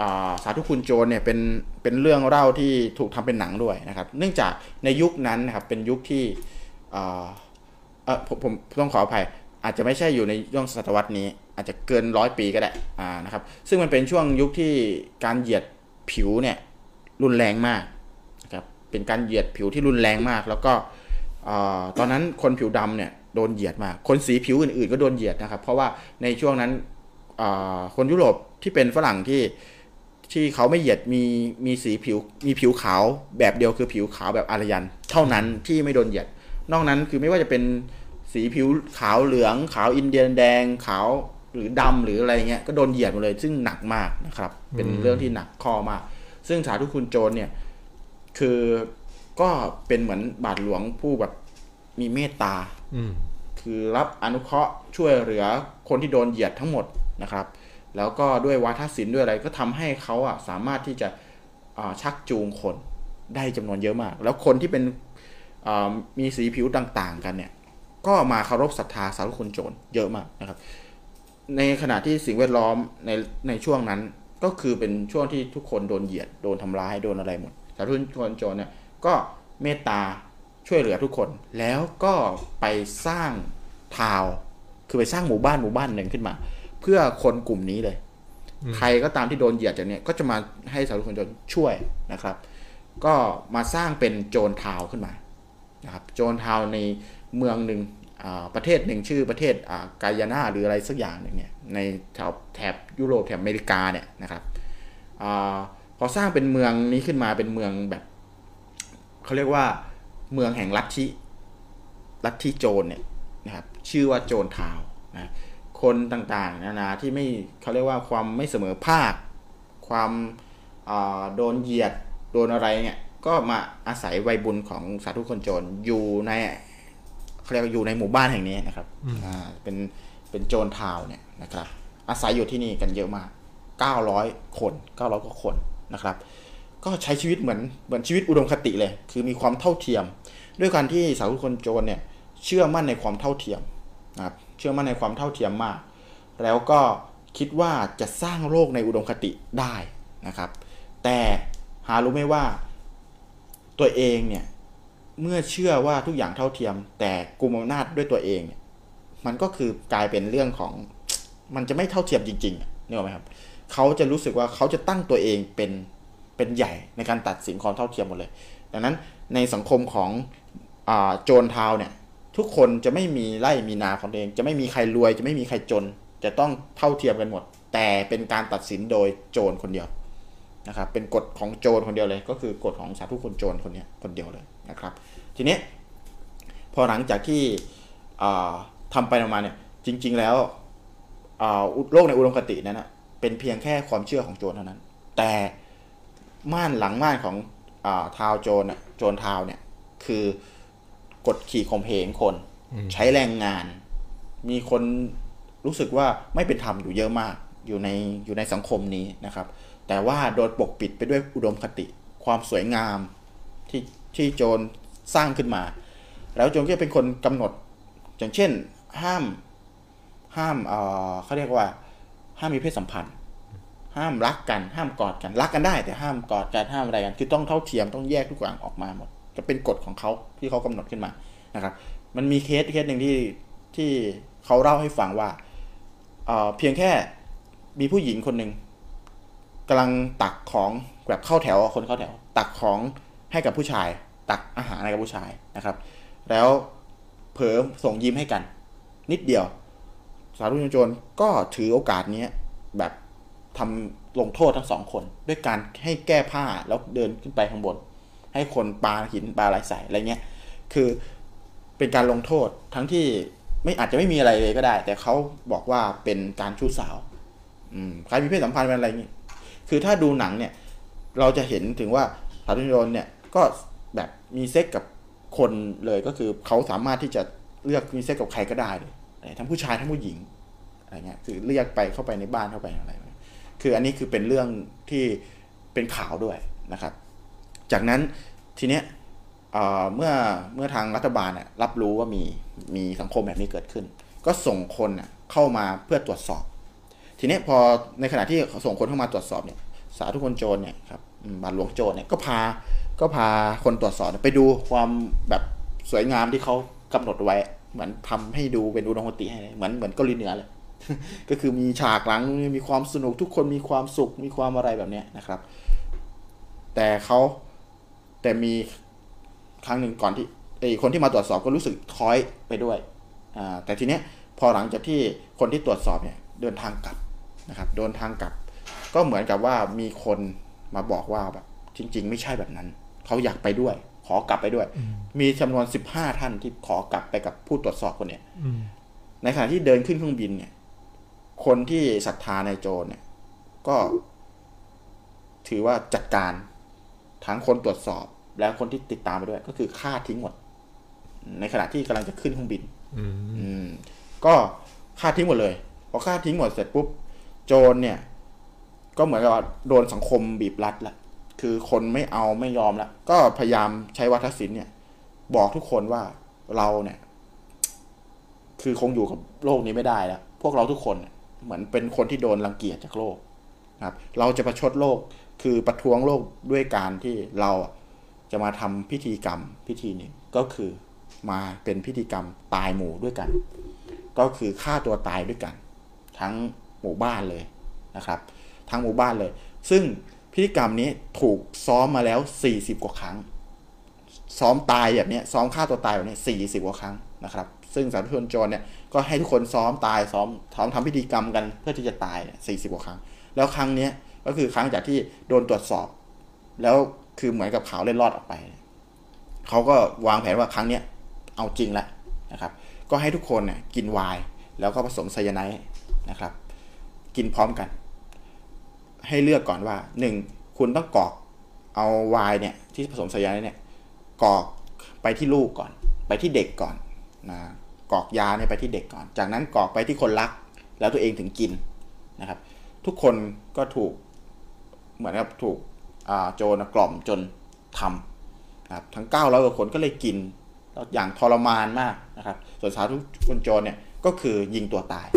A: อ่าสาธุคุณโจรเนี่ย เป็น เป็นเรื่องเล่าที่ถูกทำเป็นหนังด้วยนะครับ เนื่องจากในยุคนั้นนะครับ เป็นยุคที่อ่า เออผมผมต้องขออภัย อาจจะไม่ใช่อยู่ในช่วงศตวรรษนี้ อาจจะเกินร้อยปีก็ได้อ่านะครับ ซึ่งมันเป็นช่วงยุคที่การเหยียดผิวเนี่ยรุนแรงมากนะครับเป็นการเหยียดผิวที่รุนแรงมาก แล้วก็เอ่อตอนนั้นคนผิวดำเนี่ยโดนเหยียดมาก คนสีผิวอื่นๆก็โดนเหยียดนะครับ เพราะว่าในช่วงนั้นเอ่อคนยุโรปที่เป็นฝรั่งที่ ที่เขาไม่เหยียดมีมีสีผิวมีผิวขาวแบบเดียวคือผิวขาวแบบอารยัน เท่านั้นที่ไม่โดนเหยียด นอกนั้นคือไม่ว่าจะเป็นสีผิวขาวเหลือง ขาวอินเดียนแดง ขาวหรือดำหรืออะไรเงี้ยก็โดนเหยียดหมดเลย ซึ่งหนักมากนะครับ เป็น
B: อืม
A: เรื่องที่หนักข้อมาก ซึ่งสาธุคุณโจรเนี่ย คือก็เป็นเหมือนบาทหลวงผู้แบบมีเมตตา
B: อืม
A: คือรับอนุเคราะห์ช่วยเหลือคนที่โดนเหยียดทั้งหมดนะครับ แล้วก็ด้วยวาทศิลป์ด้วยอะไรก็ทำให้เขาอะสามารถที่จะอ่าชักจูงคนได้จำนวนเยอะมาก แล้วคนที่เป็นอ่ามีสีผิวต่างๆกันเนี่ย ก็มาเคารพศรัทธาสารคุณโจรเยอะมากนะครับ ในขณะที่สิ่งแวดล้อมในในช่วงนั้นก็คือเป็นช่วงที่ทุกคนโดนเหยียดโดนทำร้ายโดนอะไรหมดสารคุณโจรเนี่ยก็เมตตาช่วยเหลือทุกคน แล้วก็ไปสร้างทาวน์คือไปสร้างหมู่บ้านหมู่บ้านหนึ่งขึ้นมา เพื่อคนกลุ่มนี้เลย
B: อืม
A: ใครก็ตามที่โดนเหยียดจากเนี้ยก็จะมาให้สารคุณโจรช่วยนะครับ ก็มาสร้างเป็นโจรทาวน์ขึ้นมา นะครับโจนทาวน์ในเมืองหนึ่งอ่าประเทศหนึ่งชื่อประเทศอ่ากายานาหรืออะไรสักอย่างหนึ่งเนี่ยในแถวแถบยุโรปแถบอเมริกาเนี่ยนะครับอาพอสร้างเป็นเมืองนี้ขึ้นมาเป็นเมืองแบบเขาเรียกว่าเมืองแห่งลัทธิลัทธิโจรเนี่ยนะครับชื่อว่าโจนทาวน์นะคนต่างๆนานาที่ไม่เขาเรียกว่าความไม่เสมอภาค ความอ่าโดนเหยียดโดนอะไรเนี่ยก็มาอาศัยวัยบุญของสาธุคนจนอยู่ในเขาเรียกว่าอยู่ในหมู่บ้านแห่งนี้นะครับอ่าเป็นเป็นโจรทาวน์เนี่ยนะครับอาศัยอยู่ที่นี่กันเยอะมาก 900 คน 900กว่าคนนะครับ ก็ใช้ชีวิตเหมือนเหมือนชีวิตอุดมคติเลย คือมีความเท่าเทียม ด้วยการที่สาธุคนโจรเนี่ยเชื่อมั่นในความเท่าเทียมนะครับเชื่อมั่นในความเท่าเทียมมาก แล้วก็คิดว่าจะสร้างโลกในอุดมคติได้นะครับ แต่หารู้ไหมว่าตัวเองเนี่ย เมื่อเชื่อว่าทุกอย่างเท่าเทียม แต่กลุ่มอำนาจด้วยตัวเองเนี่ยมันก็คือกลายเป็นเรื่องของ มันจะไม่เท่าเทียมจริงๆอะนึกออกไหมครับเขาจะรู้สึกว่าเขาจะตั้งตัวเองเป็นเป็นใหญ่ในการตัดสินความเท่าเทียมหมดเลย ดังนั้นในสังคมของอาโจรทาวน์เนี่ย ทุกคนจะไม่มีไร่มีนาของตัวเอง จะไม่มีใครรวย จะไม่มีใครจน จะต้องเท่าเทียมกันหมด แต่เป็นการตัดสินโดยโจรคนเดียวนะครับ เป็นกฎของโจรคนเดียวเลย ก็คือกฎของสาธุคนโจรคนเนี้ยคนเดียวเลยนะครับ ทีนี้พอหลังจากที่อ่าทำาไปประมาณเนี่ย จริง ๆ แล้วอ่าอุโลกในอุดมคตินั้นนะเป็นเพียงแค่ความเชื่อของโจรเท่านั้น แต่ม่านหลังม่านของอาทาวโจรน่ะโจรทาวเนี่ยคือ กดขี่ข่มเหงคน ใช้แรงงาน มีคนรู้สึกว่าไม่เป็นธรรมอยู่เยอะมาก อยู่ในอยู่ในสังคมนี้นะครับ แต่ว่าโดนปกปิดไปด้วยอุดมคติ ความสวยงามที่ที่โจรสร้างขึ้นมา แล้วโจรก็จะเป็นคนกำหนด อย่างเช่น ห้ามห้ามเอ่อเขาเรียกว่า ห้ามมีเพศสัมพันธ์ ห้ามรักกัน ห้ามกอดกัน รักกันได้ แต่ห้ามกอดกันห้ามอะไรกัน คือต้องเท่าเทียมต้องแยกทุกอย่างออกมาหมดจะเป็นกฎของเขาที่เขากำหนดขึ้นมานะครับ มันมีเคสเคสหนึ่งที่ที่เขาเล่าให้ฟังว่าเอ่อเพียงแค่มีผู้หญิงคนหนึ่งกำลังตักของแบบเข้าแถวอะคนเข้าแถว ตักของให้กับผู้ชาย ตักอาหารให้กับผู้ชายนะครับ แล้วเผลอส่งยิ้มให้กัน นิดเดียว สารุญโจรก็ถือโอกาสเนี้ยแบบทำลงโทษทั้งสองคน ด้วยการให้แก้ผ้าแล้วเดินขึ้นไปข้างบน ให้คนปาหินปาอะไรใส่อะไรเงี้ยคือเป็นการลงโทษทั้งที่ไม่อาจจะไม่มีอะไรเลยก็ได้ แต่เขาบอกว่าเป็นการชู้สาว อืมใครมีเพศสัมพันธ์เป็นอะไรเงี้ยคือถ้าดูหนังเนี่ย เราจะเห็นถึงว่าสารุญโจรเนี่ยก็แบบมีเซ็กกับคนเลยก็คือเขาสามารถที่จะเลือกมีเซ็กกับใครก็ได้เลยทั้งผู้ชายทั้งผู้หญิง อะไรเงี้ยคือเรียกไปเข้าไปในบ้านเข้าไปอะไรแบบนี้คืออันนี้คือเป็นเรื่องที่เป็นข่าวด้วยนะครับ จากนั้นทีเนี้ยเอ่อเมื่อเมื่อทางรัฐบาลเนี่ยรับรู้ว่ามีมีสังคมแบบนี้เกิดขึ้น ก็ส่งคนน่ะเข้ามาเพื่อตรวจสอบ ทีเนี้ยพอในขณะที่เขาส่งคนเข้ามาตรวจสอบเนี่ยสาธุคนโจรเนี่ยครับอืมบาทหลวงโจรเนี่ยก็พาก็พาคนตรวจสอบเนี่ยไปดูความแบบสวยงามที่เขากำหนดไว้ เหมือนทำให้ดูเป็นอุดมคติให้เลยเหมือนเหมือนเกาหลีเหนือเลย ก็คือมีฉากหลังมีความสนุกทุกคนมีความสุขมีความอะไรแบบเนี้ยนะครับ แต่เขาแต่มีครั้งหนึ่งก่อนที่ไอคนที่มาตรวจสอบก็รู้สึกท้อยไปด้วยอ่าแต่ทีเนี้ยพอหลังจากที่คนที่ตรวจสอบเนี่ยเดินทางกลับนะครับเดินทางกลับ ก็เหมือนกับว่ามีคนมาบอกว่าแบบจริง ๆ ไม่ใช่แบบนั้น เขาอยากไปด้วย ขอกลับไปด้วย มีจำนวน 15 ท่านที่ขอกลับไปกับผู้ตรวจสอบคนเนี่ย
B: อืม
A: ในขณะที่เดินขึ้นเครื่องบินเนี่ย คนที่ศรัทธาในโจรเนี่ย ก็ ถือว่าจัดการทั้งคนตรวจสอบ และคนที่ติดตามไปด้วย ก็คือฆ่าทิ้งหมด ในขณะที่กำลังจะขึ้นเครื่องบิน
B: อืม
A: อืมก็ฆ่าทิ้งหมดเลย พอฆ่าทิ้งหมดเสร็จปุ๊บ โจรเนี่ย ก็เหมือนกับว่าโดนสังคมบีบรัดละคือคนไม่เอาไม่ยอมละก็พยายามใช้วัฒศิลป์เนี่ย บอกทุกคนว่าเราเนี่ย คือคงอยู่กับโลกนี้ไม่ได้แล้ว พวกเราทุกคนเนี่ยเหมือนเป็นคนที่โดนรังเกียจจากโลกนะครับ เราจะประชดโลกคือประท้วงโลกด้วยการที่เราอะจะมาทำพิธีกรรมพิธีหนึ่งก็คือมาเป็นพิธีกรรมตายหมู่ด้วยกัน ก็คือฆ่าตัวตายด้วยกัน ทั้งหมู่บ้านเลยนะครับ ทั้งหมู่บ้านเลย ซึ่งพิธีกรรมนี้ถูกซ้อมมาแล้ว 40 กว่าครั้ง ซ้อมตายแบบเนี้ยซ้อมฆ่าตัวตายแบบเนี้สี่สิบกว่าครั้งนะครับ ซึ่งสาธุชนโจรเนี่ยก็ให้ทุกคนซ้อมตายซ้อมซ้อมทำพิธีกรรมกันเพื่อที่จะตายสี่สิบกว่าครั้ง แล้วครั้งเนี้ยก็คือครั้งจากที่โดนตรวจสอบ แล้วคือเหมือนกับเขาเล่นรอดออกไปเนี่ยเขาก็วางแผนว่าครั้งเนี้ยเอาจริงละนะครับ ก็ให้ทุกคนเนี่ยกินไวน์แล้วก็ผสมไซยาไนด์นะครับ กินพร้อมกัน ให้เลือกก่อนว่าหนึ่งคุณต้องกรอกเอาไวน์เนี่ยที่ผสมไซยาไนด์เนี่ย กรอกไปที่ลูกก่อน ไปที่เด็กก่อนนะกรอกยาเนี่ยไปที่เด็กก่อน จากนั้นกรอกไปที่คนรัก แล้วตัวเองถึงกินนะครับ ทุกคนก็ถูกเหมือนกับถูกอ่าโจรนะกล่อมจนทำนะครับทั้ง 900กว่าคนก็เลยกินแล้วอย่างทรมานมากนะครับส่วนสาวทุกคนโจรเนี่ยก็คือยิงตัวตาย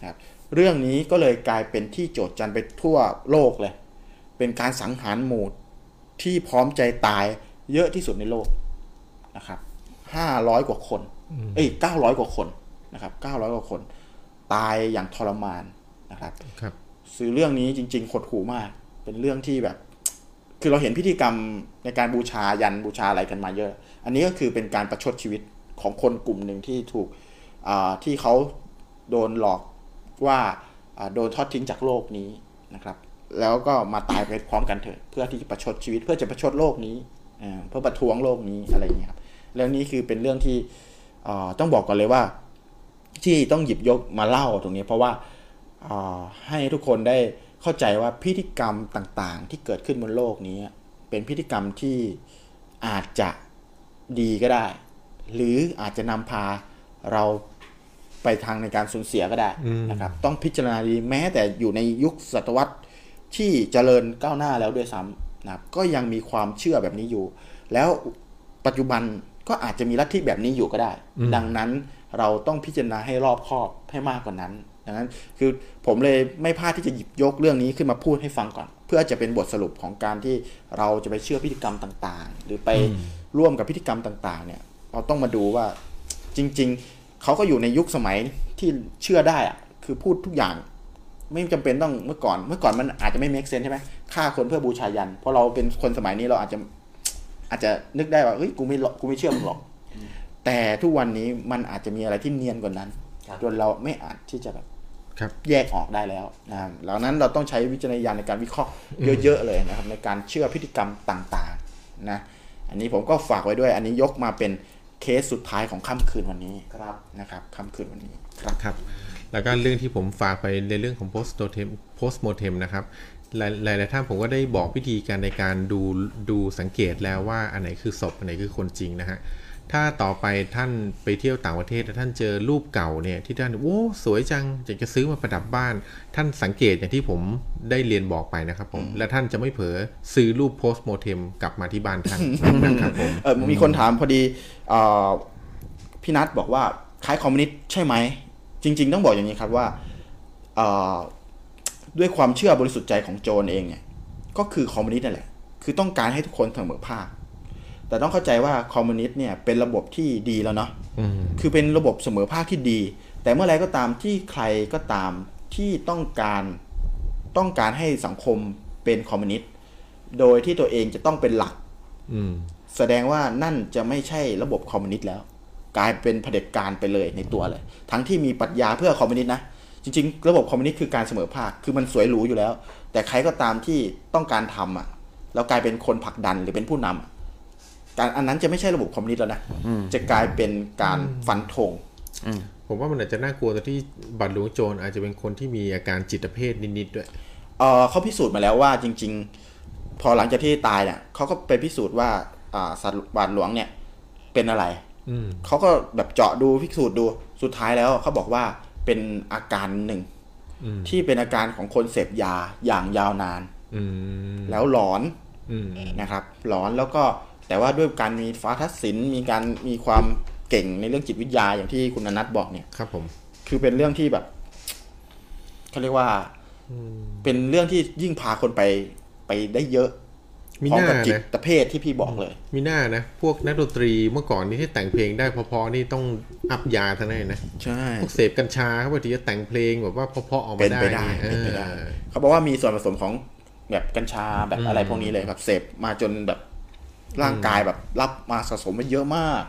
A: นะครับเรื่องนี้ก็เลยกลายเป็นที่โจทย์จันไปทั่วโลกเลย เป็นการสังหารหมู่ ที่พร้อมใจตายเยอะที่สุดในโลกนะครับ ห้าร้อยกว่าคน เอ้ยเก้าร้อยกว่าคนนะครับ เก้าร้อยกว่าคน ตายอย่างทรมานนะครับ
B: ครับ
A: ซื้อเรื่องนี้จริงๆหดหูมาก เป็นเรื่องที่แบบ คือเราเห็นพิธีกรรมในการบูชายันบูชาอะไรกันมาเยอะ อันนี้ก็คือเป็นการประชดชีวิตของคนกลุ่มหนึ่งที่ถูกอ่าที่เขาโดนหลอกว่าอ่าโดนทอดทิ้งจากโลกนี้นะครับ แล้วก็มาตายไปพร้อมกันเถอะเพื่อที่จะประชดชีวิตเพื่อจะประชดโลกนี้อ่าเพื่อประท้วงโลกนี้อะไรอย่างเงี้ยครับแล้วนี่คือเป็นเรื่องที่อ่าต้องบอกก่อนเลยว่า ที่ต้องหยิบยกมาเล่าตรงนี้ เพราะว่า อ่าให้ทุกคนได้เข้าใจว่าพิธีกรรมต่างๆ ที่เกิดขึ้นบนโลกนี้ เป็นพิธีกรรมที่อาจจะดีก็ได้ หรืออาจจะนำพาเราไปทางในการสูญเสียก็ได้
B: อืม
A: นะครับ ต้องพิจารณาดีแม้แต่อยู่ในยุคศตวรรษที่เจริญก้าวหน้าแล้วด้วยซ้ำนะครับก็ยังมีความเชื่อแบบนี้อยู่ แล้วปัจจุบันก็อาจจะมีลัทธิแบบนี้อยู่ก็ได้ ดังนั้นเราต้องพิจารณาให้รอบคอบให้มากกว่านั้น ดังนั้นคือผมเลยไม่พลาดที่จะหยิบยกเรื่องนี้ขึ้นมาพูดให้ฟังก่อน เพื่อจะเป็นบทสรุปของการที่เราจะไปเชื่อพิธีกรรมต่างๆ หรือไปร่วมกับพิธีกรรมต่างๆ เนี่ย เราต้องมาดูว่าจริง ๆเขาก็อยู่ในยุคสมัยที่เชื่อได้อะคือพูดทุกอย่าง ไม่จำเป็นต้องเมื่อก่อน เมื่อก่อนมันอาจจะไม่ make sense ใช่ไหมฆ่าคนเพื่อบูชายัน เพราะเราเป็นคนสมัยนี้เราอาจจะ อาจจะนึกได้ว่าเฮ้ยกูไม่หลอกกูไม่เชื่อมึงหรอก แต่ทุกวันนี้มันอาจจะมีอะไรที่เนียนกว่านั้น
D: ครับ
A: จนเราไม่อาจที่จะแบบ
B: ครับ
A: แยกออกได้แล้วนะครับแล้วนั้นเราต้องใช้วิจารณญาณในการวิเคราะห์เยอะๆเลยนะครับ ในการเชื่อพฤติกรรมต่างๆนะอันนี้ผมก็ฝากไว้ด้วย อันนี้ยกมาเป็นเคสสุดท้ายของค่ำคืนวันนี้
D: ครับ
A: นะครับค่ำคืนวันนี้ครับ
B: ครับ แล้วก็เรื่องที่ผมฝากไปในเรื่องของ post mortem post mortem นะครับหลายหลายหลายท่านผมก็ได้บอกวิธีการในการดูดูสังเกตแล้วว่าอันไหนคือศพอันไหนคือคนจริงนะฮะ ถ้าต่อไปท่านไปเที่ยวต่างประเทศแล้วท่านเจอรูปเก่าเนี่ยที่ท่านโอ้สวยจังอยากจะซื้อมาประดับบ้าน ท่านสังเกตอย่างที่ผมได้เรียนบอกไปนะครับผม และท่านจะไม่เผลอซื้อรูป post mortem กลับมาที่บ้านท่านนะครับผม
A: เออมีคนถามพอดีเอ่อพี่นัทบอกว่าคล้ายคอมมิวนิสต์ใช่ไหม จริง ๆ ต้องบอกอย่างนี้ครับว่าเอ่อด้วยความเชื่อบริสุทธิ์ใจของโจรเองเนี่ย ก็คือคอมมิวนิสต์นั่นแหละ คือต้องการให้ทุกคนเสมอภาค แต่ต้องเข้าใจว่าคอมมิวนิสต์เนี่ยเป็นระบบที่ดีแล้วเนาะ
B: อืม
A: คือเป็นระบบเสมอภาคที่ดี แต่เมื่อไรก็ตามที่ใครก็ตามที่ต้องการต้องการให้สังคมเป็นคอมมิวนิสต์โดยที่ตัวเองจะต้องเป็นหลัก
B: อืม
A: แสดงว่านั่นจะไม่ใช่ระบบคอมมิวนิสต์แล้ว กลายเป็นเผด็จการไปเลยในตัวเลย ทั้งที่มีปรัชญาเพื่อคอมมิวนิสต์นะ จริงๆ ระบบคอมมิวนิสต์คือการเสมอภาคคือมันสวยหรูอยู่แล้ว แต่ใครก็ตามที่ต้องการทำอ่ะแล้วกลายเป็นคนผลักดันหรือเป็นผู้นำอะการอันนั้นจะไม่ใช่ระบบคอมมิวนิสต์แล้วนะจะกลายเป็นการฟันธง
B: ผมว่ามันอาจจะน่ากลัวตรงที่บัตรหลวงโจรอาจจะเป็นคนที่มีอาการจิตเภทนิดๆด้วย
A: เอ่อเขาพิสูจน์มาแล้วว่าจริง ๆ พอหลังจากที่ตายเนี่ยเขาก็ไปพิสูจน์ว่าอ่าสัตว์บาทหลวงเนี่ยเป็นอะไร
B: อืม
A: เขาก็แบบเจาะดูพิสูจน์ดูสุดท้ายแล้วเขาบอกว่าเป็นอาการหนึ่ง
B: อืม
A: ที่เป็นอาการของคนเสพยาอย่างยาวนาน
B: อืม
A: แล้วหลอน
B: อืม
A: นะครับ หลอนแล้วก็แต่ว่าด้วยการมีฟ้าทัศศิลป์มีการมีความเก่งในเรื่องจิตวิทยาอย่างที่คุณอนัทบอกเนี่ย
B: ครับผม
A: คือเป็นเรื่องที่แบบ เขาเรียกว่าเป็นเรื่องที่ยิ่งพาคนไปไปได้เยอะ
B: มี
A: พร้อ
B: ห
A: ม
B: น้า
A: กับจิ
B: นะ
A: ตเภทที่พี่บอกเลย
B: มีหน้านะ พวกนักดนตรีเมื่อก่อนนี่ที่แต่งเพลงได้พอๆนี่ต้องอัพยาทั้งนั้นเลยนะ
A: ใช่
B: พวกเสพกัญชาเขาบางทีจะแต่งเพลงแบบว่าเพราะๆออก
A: เป็
B: มาน ได้
A: ไปได้
B: เนี่ย
A: เป็นไปได้
B: เออ
A: เขาบอกว่ามีส่วนผสมของแบบกัญชาแบบอะไรพวกนี้เลยแบบเสพมาจนแบบร่างกายแบบรับมาสะสมมาเยอะมาก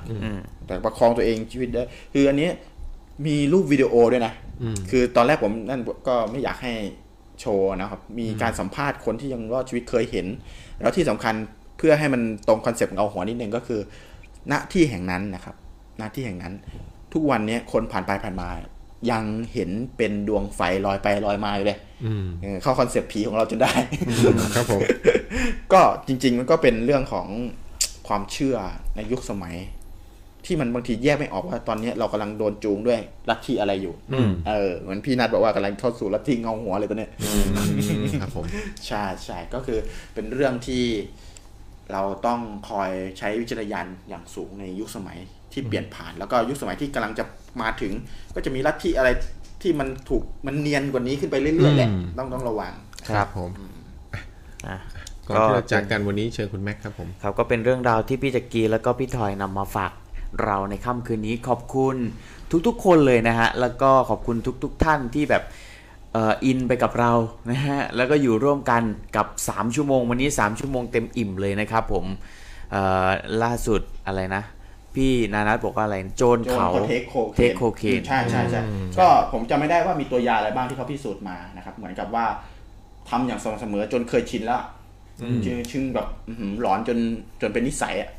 A: แต่ประคองตัวเองชีวิตได้ คืออันนี้มีรูปวิดีโอด้วยนะคือตอนแรกผมนั่นก็ไม่อยากให้โชว์นะครับ มีการสัมภาษณ์คนที่ยังรอดชีวิตเคยเห็น แล้วที่สำคัญเพื่อให้มันตรงคอนเซปต์ของเอาหัวนิดนึงก็คือ ณที่แห่งนั้นนะครับ ณที่แห่งนั้น ทุกวันเนี้ยคนผ่านไปผ่านมา ยังเห็นเป็นดวงไฟลอยไปลอยมาอยู่เลย
B: อืม
A: เออเข้าคอนเซปต์ผีของเราจนได้
B: ครับผม
A: <laughs> ก็จริง ๆ มันก็เป็นเรื่องของความเชื่อในยุคสมัย ที่มันบางทีแยกไม่ออกว่าตอนเนี้ยเรากำลังโดนจูงด้วยลัทธิอะไรอยู่เออเหมือนพี่นัดบอกว่ากำลังเข้าสู่ลัทธิเงาหัวเลยตอนเนี้ย
B: ครับผม
A: ใช่ใช่ก็คือเป็นเรื่องที่เราต้องคอยใช้วิจารณญาณอย่างสูงในยุคสมัยที่เปลี่ยนผ่าน แล้วก็ยุคสมัยที่กำลังจะมาถึง ก็จะมีลัทธิอะไรที่มันถูกมันเนียนกว่านี้ขึ้นไปเรื่อยๆแหละ
B: อืม
A: ต้องต้องระวัง
B: ครับผม
D: อ่ะ
B: ก่อนที่เราจากกันวันนี้เชิญคุณแม็กซ์ครับผม
D: ครับก็เป็นเรื่องราวที่พี่จักรีแล้วก็พี่ทอยนำมาฝากเราในค่ำคืนนี้ขอบคุณทุกๆคนเลยนะฮะ แล้วก็ขอบคุณทุกๆท่านที่แบบเอ่ออินไปกับเรานะฮะ แล้วก็อยู่ร่วมกันกับ 3 ชั่วโมง วันนี้ 3 ชั่วโมงเต็มอิ่มเลยนะครับผมเอ่อล่าสุดอะไรนะ พี่นานัทบอกว่าอะไรโจร
A: โจร
D: เขา
A: เขาเทคโคเคน
D: เทคโคเคน
A: ใช่ใช่ใช่ก็ผมจำไม่ได้ว่ามีตัวยาอะไรบ้างที่เขาพิสูจน์มานะครับ เหมือนกับว่าทำอย่างสม่ำเสมอจนเคยชินแล้วอะชงชึงแบบอื้อหือหลอนจนจนเป็นนิสัยอ่ะ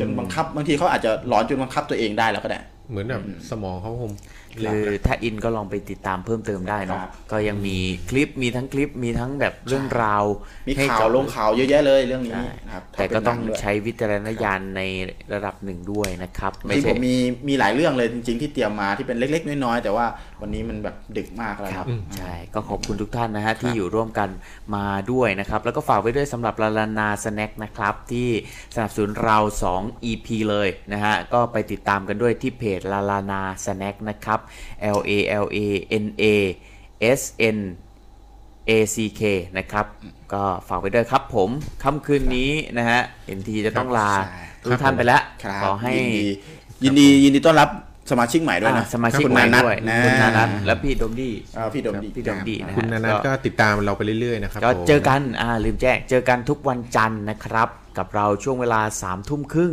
A: จนบังคับบางทีเขาอาจจะหลอนจนบังคับตัวเองได้แล้วก็ได้
B: เหมือนแบบสมองเขาคง
D: ห
B: ห
D: รื
B: ลับ
D: อ
B: นะ
D: ถ้าอินก็ลองไปติดตามเพิ่มเติมได้เนาะ
A: ครับ
D: ก็ยังมีคลิปมีทั้งคลิปมีทั้งแบบเรื่องราว
A: มี
D: ให้
A: ข่า
D: กั
A: ว
D: บ
A: ลงข่าวเยอะแยะเลยเรื่องนี้
D: ใช่
A: นะครับ
D: แต่ก็ต้อง
A: ถ้าเป็นหนัด้วย
D: ใช้วิจารณญาณในระดับหนึ่งด้วยนะครับ
A: จ
D: ไม่
A: ริงๆ
D: ใช่
A: ผมมีมีหลายเรื่องเลยจริง ๆ ที่เตรียมมาที่เป็นเล็ก ๆ น้อยๆแต่ว่าวันนี้มันแบบดึกมากแล้ว
D: ครับ
A: อืม
D: ใช่ก็ขอบคุณทุกท่านนะฮะ ที่อยู่ร่วมกันมาด้วยนะครับ แล้วก็ฝากไว้ด้วยสำหรับลาลานาสแน็คนะครับ ที่สนับสนุนเรา 2 EP เลยนะฮะ ก็ไปติดตามกันด้วยที่เพจลาลานาสแน็คนะครับ L A L A N A S N A C K นะครับ ก็ฝากไว้ด้วยครับผมค่ำคืนนี้นะฮะ MT จะต้องลา
A: ใช่
D: ทุกท่านไปแล้ว
A: ครับ
D: ขอให้
A: ยินดียินดียินดีต้อนรับสมาชิกใหม่ด้วยนะ
D: อ่าสมาชิก
A: คุณ
D: ใหม่
A: นัท
D: ด้วย
A: นะ
D: คุณนานัทและพี่โดมดี้
A: อ่าพี่โดมดี
D: พี่โดมดีนะฮะ
B: คุณนันท
D: ก็
B: ก็ติดตามเราไปเรื่อยๆนะครับ
D: ก็
B: ผม
D: เจอกันอ่าลืมแจ้งเจอกันทุกวันจันทร์นะครับ กับเราช่วงเวลา3ามทุ่มครึ่ง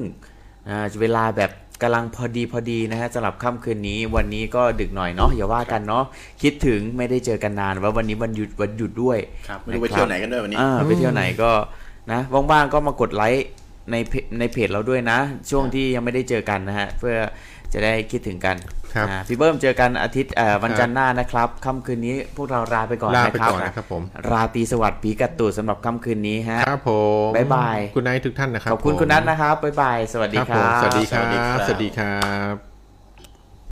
D: อ่าเวลาแบบกำลังพอดีพอดีนะฮะสำหรับค่ำคืนนี้วันนี้ก็ดึกหน่อยเนาะอย่าว่ากันเนาะคิดถึงไม่ได้เจอกันนานว่าวันนี้วันหยุดวันหยุดด้วย
A: ครับไม่รู้ไปเที่ยวไหนกันด้วยวันนี้
D: อ่าไปเที่ยวไหนก็นะว่างๆก็มากดไลค์ในเพจในเพจเราด้วยนะ ช่วงที่ยังไม่ได้เจอกันนะฮะเพื่อจะได้คิดถึงกัน
B: ครับ
D: อ่าพี่เบิ้มเจอกันอาทิตย์เอ่อวันจันทร์หน้านะครับค่ำคืนนี้พวกเราลาไปก่อน
B: ลา
D: นะ
B: ไป
D: ครับ
B: ก่อนนะครับผม
D: ราตรีสวัสดิ์ผีกัดตูดสำหรับค่ำคืนนี้ฮะ
B: ครับผม
D: บ๊ายบาย
B: คุณนายทุกท่านนะครับ
D: ขอบคุณ
B: ผม
D: คุณนัทนะครับ บ๊ายบาย สวัสดี
B: ครับ
D: ค
B: ผ
D: รั
B: ม
D: บ
B: สวัสดีครับส
A: สวั
B: วั
A: ส
B: ส
A: ดี
B: ดีค
A: ครั
B: รับ บ